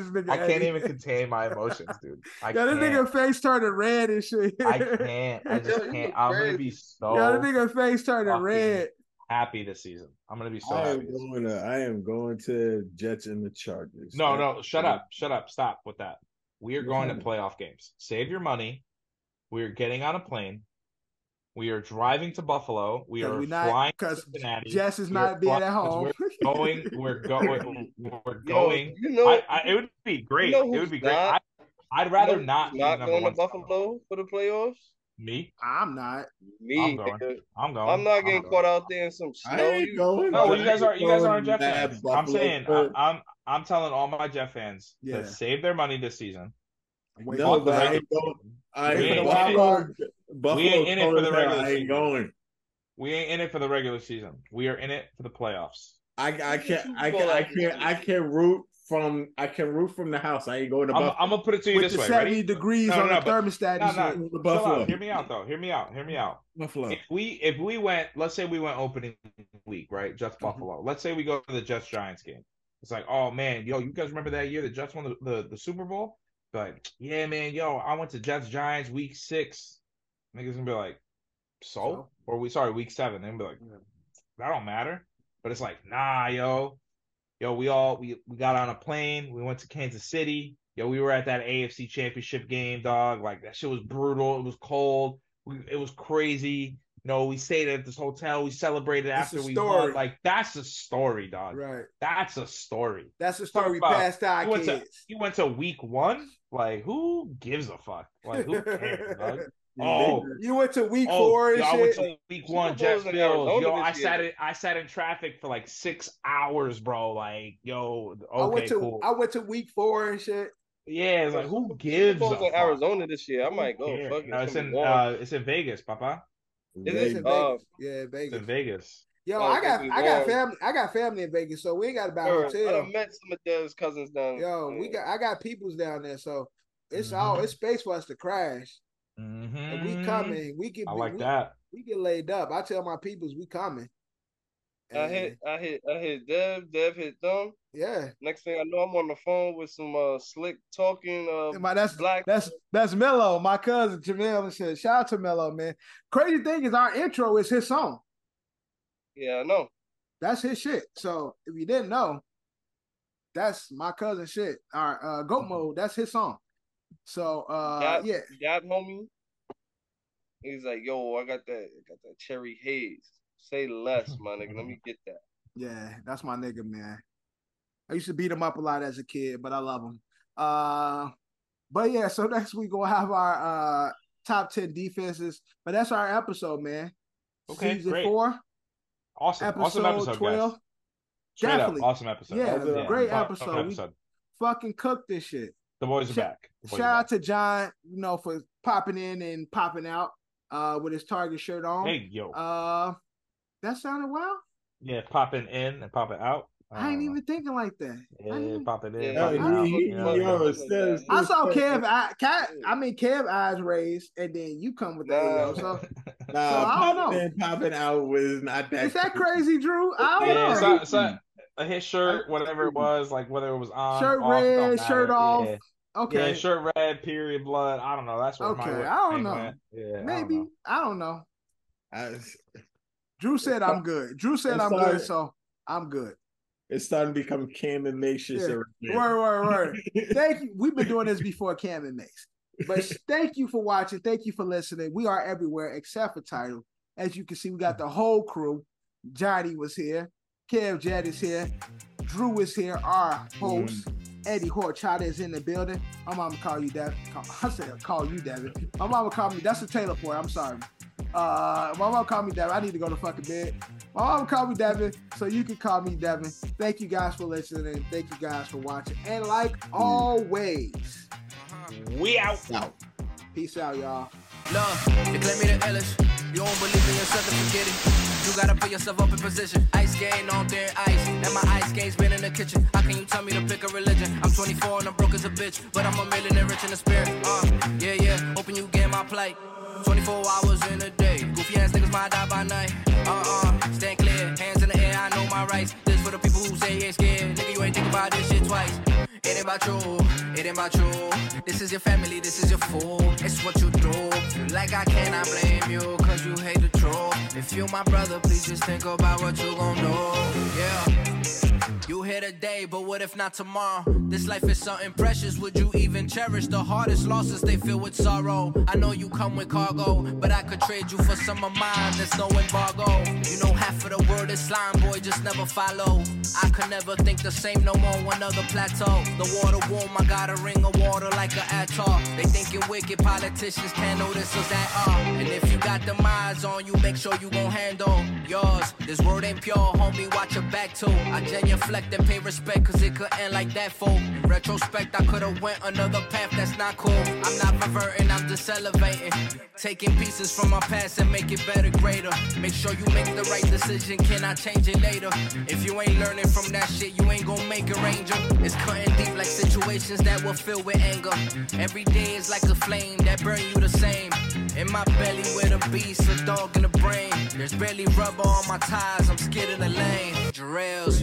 [SPEAKER 1] nigga.
[SPEAKER 3] I can't
[SPEAKER 1] Eddie.
[SPEAKER 3] even contain my emotions, dude. I
[SPEAKER 1] Yo, this
[SPEAKER 3] can't.
[SPEAKER 1] nigga face turning red and shit.
[SPEAKER 3] I can't. I
[SPEAKER 7] Yo,
[SPEAKER 3] just
[SPEAKER 7] you
[SPEAKER 3] can't.
[SPEAKER 7] look
[SPEAKER 3] I'm gonna be
[SPEAKER 7] crazy.
[SPEAKER 3] so
[SPEAKER 1] Yo, this nigga face turning
[SPEAKER 3] fucking-
[SPEAKER 1] red.
[SPEAKER 3] happy this season. I'm gonna be so
[SPEAKER 2] I
[SPEAKER 3] happy.
[SPEAKER 2] am
[SPEAKER 3] This season.
[SPEAKER 2] going to I am going to Jets and the Chargers.
[SPEAKER 3] No,
[SPEAKER 2] That-
[SPEAKER 3] no, shut up, shut up, stop with that. We are
[SPEAKER 2] What's
[SPEAKER 3] going to
[SPEAKER 2] happening?
[SPEAKER 3] playoff games. Save your money. We are getting on a plane. We are driving to Buffalo. We
[SPEAKER 1] Because
[SPEAKER 3] are
[SPEAKER 1] we not
[SPEAKER 3] flying to
[SPEAKER 1] because
[SPEAKER 3] Cincinnati.
[SPEAKER 1] Jess is
[SPEAKER 3] We are
[SPEAKER 1] not being
[SPEAKER 3] flying-
[SPEAKER 1] at
[SPEAKER 3] 'cause
[SPEAKER 1] home.
[SPEAKER 3] We're going. We're going. We're
[SPEAKER 7] Yo,
[SPEAKER 3] going.
[SPEAKER 7] you know,
[SPEAKER 3] I, I, it would be great.
[SPEAKER 7] know
[SPEAKER 3] it
[SPEAKER 7] who's
[SPEAKER 3] would be great.
[SPEAKER 7] not-
[SPEAKER 3] I, would
[SPEAKER 7] you know
[SPEAKER 3] rather
[SPEAKER 7] who's
[SPEAKER 3] not. be
[SPEAKER 7] not
[SPEAKER 3] number
[SPEAKER 7] going to
[SPEAKER 3] one seed.
[SPEAKER 7] Buffalo for the playoffs.
[SPEAKER 3] Me,
[SPEAKER 1] I'm not.
[SPEAKER 7] Me,
[SPEAKER 3] I'm going.
[SPEAKER 7] nigga.
[SPEAKER 3] I'm going.
[SPEAKER 7] I'm not getting
[SPEAKER 3] going.
[SPEAKER 7] caught out there in some
[SPEAKER 2] I
[SPEAKER 7] snow.
[SPEAKER 2] ain't
[SPEAKER 7] You-
[SPEAKER 2] going.
[SPEAKER 3] No, well,
[SPEAKER 2] I
[SPEAKER 3] you guys
[SPEAKER 2] ain't
[SPEAKER 3] are you guys are
[SPEAKER 2] going
[SPEAKER 3] Jet
[SPEAKER 2] mad
[SPEAKER 3] fans. I'm
[SPEAKER 2] Buffalo
[SPEAKER 3] saying I,
[SPEAKER 2] for-
[SPEAKER 3] I'm I'm telling all my Jet fans
[SPEAKER 1] Yeah.
[SPEAKER 3] to save their money this season.
[SPEAKER 1] Wait,
[SPEAKER 2] No,
[SPEAKER 3] Fuck the
[SPEAKER 2] but I ain't going. I
[SPEAKER 3] regular season. We
[SPEAKER 2] ain't
[SPEAKER 3] ain't in
[SPEAKER 1] wild
[SPEAKER 3] it.
[SPEAKER 2] Buffalo.
[SPEAKER 1] card.
[SPEAKER 2] Buffalo
[SPEAKER 3] We ain't in it for the
[SPEAKER 2] Colts,
[SPEAKER 3] regular
[SPEAKER 2] I
[SPEAKER 3] season.
[SPEAKER 2] ain't going.
[SPEAKER 3] We ain't in it for the regular season. We are in it for the playoffs.
[SPEAKER 2] I I
[SPEAKER 7] Look at
[SPEAKER 2] can't
[SPEAKER 7] you
[SPEAKER 2] I
[SPEAKER 7] going
[SPEAKER 2] can't I
[SPEAKER 7] out there.
[SPEAKER 2] can't I can't root from I can root from the house. I ain't going to
[SPEAKER 3] I'm,
[SPEAKER 2] Buffalo.
[SPEAKER 3] I'm gonna put it to you
[SPEAKER 1] With
[SPEAKER 3] this
[SPEAKER 1] the
[SPEAKER 3] way.
[SPEAKER 1] 70
[SPEAKER 3] Ready?
[SPEAKER 1] degrees
[SPEAKER 3] No,
[SPEAKER 1] on
[SPEAKER 3] no,
[SPEAKER 1] the
[SPEAKER 3] but-
[SPEAKER 1] thermostat
[SPEAKER 3] No,
[SPEAKER 1] and shit.
[SPEAKER 2] The
[SPEAKER 3] no. Chill
[SPEAKER 2] Buffalo.
[SPEAKER 3] out. Hear me out though. Hear me out. Hear me out.
[SPEAKER 2] Buffalo.
[SPEAKER 3] If we if we went, let's say we went opening week, right? Jets Buffalo. Let's say we go to the Jets Giants game. It's like, oh man, yo, you guys remember that year the Jets won the, the, the Super Bowl? Be Like, yeah, man, yo, I went to Jets Giants week six. Niggas gonna be like, so?
[SPEAKER 1] So?
[SPEAKER 3] Or we sorry, week seven. They're gonna be like, that don't matter. But it's like, nah, yo, yo, we all we, we got on a plane, we went to Kansas City. Yo, we were at that AFC championship game, dog. Like that shit was brutal. It was cold. We, it was crazy. You know, we stayed at this hotel. We celebrated
[SPEAKER 1] It's
[SPEAKER 3] after
[SPEAKER 1] a
[SPEAKER 3] we
[SPEAKER 1] story.
[SPEAKER 3] won. Like that's a story, dog.
[SPEAKER 1] Right.
[SPEAKER 3] That's a story.
[SPEAKER 1] That's the story
[SPEAKER 3] about-
[SPEAKER 1] past our
[SPEAKER 3] You went to
[SPEAKER 1] kids.
[SPEAKER 3] you went to week one. Like who gives a fuck? Like who cares, dog? Oh,
[SPEAKER 1] you went to week
[SPEAKER 3] Oh,
[SPEAKER 1] four and
[SPEAKER 3] yo, I went
[SPEAKER 1] shit.
[SPEAKER 3] to week
[SPEAKER 7] Super
[SPEAKER 3] one,
[SPEAKER 7] Bowl's
[SPEAKER 3] Jets
[SPEAKER 7] in
[SPEAKER 3] Bills.
[SPEAKER 7] Arizona
[SPEAKER 3] Yo,
[SPEAKER 7] this
[SPEAKER 3] I
[SPEAKER 7] year.
[SPEAKER 3] sat in I sat in traffic for like six hours, bro. Like, yo,
[SPEAKER 1] I went
[SPEAKER 3] okay,
[SPEAKER 1] to
[SPEAKER 3] cool.
[SPEAKER 1] I went to week four and shit.
[SPEAKER 3] Yeah, it's
[SPEAKER 7] Yo,
[SPEAKER 3] like who
[SPEAKER 7] Super-
[SPEAKER 3] gives
[SPEAKER 7] Super
[SPEAKER 3] a
[SPEAKER 7] Bowl's in
[SPEAKER 3] fuck?
[SPEAKER 7] Arizona this year. I
[SPEAKER 3] Who
[SPEAKER 7] might go.
[SPEAKER 3] cares?
[SPEAKER 7] Fuck it.
[SPEAKER 3] No, it's
[SPEAKER 7] gonna be
[SPEAKER 3] in
[SPEAKER 7] warm.
[SPEAKER 3] uh, it's in Vegas, Papa.
[SPEAKER 7] Is
[SPEAKER 1] It's
[SPEAKER 7] it?
[SPEAKER 1] in
[SPEAKER 7] Uh,
[SPEAKER 1] Vegas. Yeah,
[SPEAKER 3] It's in
[SPEAKER 1] Vegas.
[SPEAKER 3] Vegas.
[SPEAKER 1] Yo,
[SPEAKER 7] Oh,
[SPEAKER 1] I
[SPEAKER 7] it's
[SPEAKER 1] got
[SPEAKER 7] gonna be
[SPEAKER 1] I got
[SPEAKER 7] warm.
[SPEAKER 1] family I got family in Vegas, so we ain't got to buy a
[SPEAKER 7] Sure. I
[SPEAKER 1] hotel.
[SPEAKER 7] done met some of Dev's cousins down
[SPEAKER 1] Yo, we
[SPEAKER 7] there.
[SPEAKER 1] got I got peoples down there, so it's all
[SPEAKER 3] Mhm.
[SPEAKER 1] it's space for us to crash. And we
[SPEAKER 3] Mhm.
[SPEAKER 1] coming, we get
[SPEAKER 3] I like
[SPEAKER 1] we,
[SPEAKER 3] that.
[SPEAKER 1] we get laid up. I tell my peoples we coming.
[SPEAKER 7] I
[SPEAKER 1] And
[SPEAKER 7] hit, I hit, I hit Dev. Dev hit them.
[SPEAKER 1] yeah,
[SPEAKER 7] Next thing I know, I'm on the phone with some uh, slick talking uh,
[SPEAKER 1] my, that's
[SPEAKER 7] black.
[SPEAKER 1] that's that's Mello, my cousin Jamel and shit. Shout out to Mello, man. Crazy thing is, our intro is his song.
[SPEAKER 7] Yeah, I know.
[SPEAKER 1] That's his shit. So if you didn't know, that's my cousin shit. Our uh, Goat
[SPEAKER 3] Mhm.
[SPEAKER 1] Mode, that's his song. So uh,
[SPEAKER 7] Dab,
[SPEAKER 1] yeah,
[SPEAKER 7] dab, homie. He's like, yo, I got that, I got that cherry haze. Say less, my nigga. Let me get that.
[SPEAKER 1] yeah, that's my nigga, man. I used to beat him up a lot as a kid, but I love him. Uh, but yeah, so next week we'll have our uh top ten defenses. But that's our episode, man.
[SPEAKER 3] Okay,
[SPEAKER 1] Season
[SPEAKER 3] great.
[SPEAKER 1] four,
[SPEAKER 3] Awesome,
[SPEAKER 1] episode,
[SPEAKER 3] awesome episode,
[SPEAKER 1] twelve.
[SPEAKER 3] guys. Straight up,
[SPEAKER 1] Definitely.
[SPEAKER 3] awesome episode.
[SPEAKER 1] Yeah,
[SPEAKER 2] Awesome
[SPEAKER 1] great
[SPEAKER 3] fun
[SPEAKER 1] episode. We- Fucking cook this shit.
[SPEAKER 3] The boys are
[SPEAKER 1] Shout-
[SPEAKER 3] back. The boys are
[SPEAKER 1] Shout out
[SPEAKER 3] back.
[SPEAKER 1] to John, you know, for popping in and popping out uh with his Target shirt on.
[SPEAKER 3] Hey, yo.
[SPEAKER 1] Uh that sounded wild.
[SPEAKER 3] Yeah, pop it in and pop it out. Uh,
[SPEAKER 1] I ain't even thinking like that. I ain't
[SPEAKER 3] Yeah,
[SPEAKER 1] even-
[SPEAKER 3] pop it in.
[SPEAKER 7] Yeah,
[SPEAKER 3] pop it
[SPEAKER 1] he-
[SPEAKER 3] out,
[SPEAKER 1] he-
[SPEAKER 3] you know,
[SPEAKER 7] yo,
[SPEAKER 3] so-
[SPEAKER 2] says-
[SPEAKER 1] I saw
[SPEAKER 2] Respect.
[SPEAKER 1] Kev, I, Kev, I mean Kev eyes raised, and then you come with that.
[SPEAKER 7] Nah.
[SPEAKER 1] yo. So
[SPEAKER 2] Nah,
[SPEAKER 1] I don't
[SPEAKER 2] popping
[SPEAKER 1] know.
[SPEAKER 2] in, popping out was not that.
[SPEAKER 1] is that crazy, Drew? I don't
[SPEAKER 3] yeah,
[SPEAKER 1] know.
[SPEAKER 3] so, so uh, his shirt, whatever it was, like whether it was on,
[SPEAKER 1] Shirt
[SPEAKER 3] off, don't
[SPEAKER 1] red, shirt
[SPEAKER 3] matter.
[SPEAKER 1] off.
[SPEAKER 3] Yeah.
[SPEAKER 1] okay,
[SPEAKER 3] Yeah, shirt red, period, blood. I don't know. That's where my
[SPEAKER 1] Okay,
[SPEAKER 3] whip
[SPEAKER 1] I don't
[SPEAKER 3] thing
[SPEAKER 1] know.
[SPEAKER 3] went. Yeah, I don't
[SPEAKER 1] maybe
[SPEAKER 3] know.
[SPEAKER 1] I don't know.
[SPEAKER 2] I-
[SPEAKER 1] Drew said I'm good. Drew said
[SPEAKER 2] It's
[SPEAKER 1] I'm
[SPEAKER 2] all
[SPEAKER 1] good,
[SPEAKER 2] right.
[SPEAKER 1] so I'm good.
[SPEAKER 2] it's starting to become Cam and Macious.
[SPEAKER 1] Yeah.
[SPEAKER 2] over here.
[SPEAKER 1] Word, word, word. Thank you. We've been doing this before Cam and Mace. But s- thank you for watching. Thank you for listening. We are everywhere except for title. As you can see, we got the whole crew. Johnny was here. Kev Jett is here. Drew is here, our host. Eddie Horchata is in the building. My mama call you Devin. Call, I said call you Devin. My mama called me. That's a Taylor for it. I'm sorry. Uh, my mama called me Devin. I need to go to fucking bed. My mama called me Devin, so you can call me Devin. Thank you guys for listening. Thank you guys for watching. And like always,
[SPEAKER 3] We out.
[SPEAKER 2] Out.
[SPEAKER 1] peace out, y'all.
[SPEAKER 8] Love, they claim me the illest. You don't believe in yourself then forget it. You gotta put yourself up in position. Ice game on there, ice. And my ice game's been in the kitchen. How can you tell me to pick a religion? I'm 24 and I'm broke as a bitch. But I'm a millionaire rich in the spirit. Uh, yeah, yeah. Hoping you get my plight. 24 hours in a day. Goofy ass niggas might die by night. Uh uh. Stand clear. Hands in the air. I know my rights. This for the people who say they ain't scared. Nigga, you ain't think about this shit twice. It ain't about you. It ain't about you. This is your family. This is your fool. It's what you do. Like I cannot blame you. Cause you hate the truth. If you my brother, please just think about what you gon' do. Yeah. You here today, but what if not tomorrow? This life is something precious, would you even cherish? The hardest losses they feel with sorrow. I know you come with cargo, but I could trade you for some of mine, there's no embargo. You know, half of the world is slime, boy, just never follow. I could never think the same no more, another plateau. The water warm, I got a ring of water like an atoll. They thinking wicked politicians can't know this is that all. And if you got them eyes on you, make sure you gon' handle yours. This world ain't pure, homie, watch your back too. I genuflect and pay respect, cause it could end like that, fool. In retrospect, I could've went another path, that's not cool. I'm not reverting, I'm just elevating. Taking pieces from my past and make it better, greater. Make sure you make the right decision, can I change it later? If you ain't learning from that shit, you ain't gon' make it, Ranger. It's cutting deep like situations that were filled with anger. Every day is like a flame that burn you the same. In my belly with a beast, a dog in the brain. There's barely rubber on my tires, I'm skid in the lane. Jarrell's.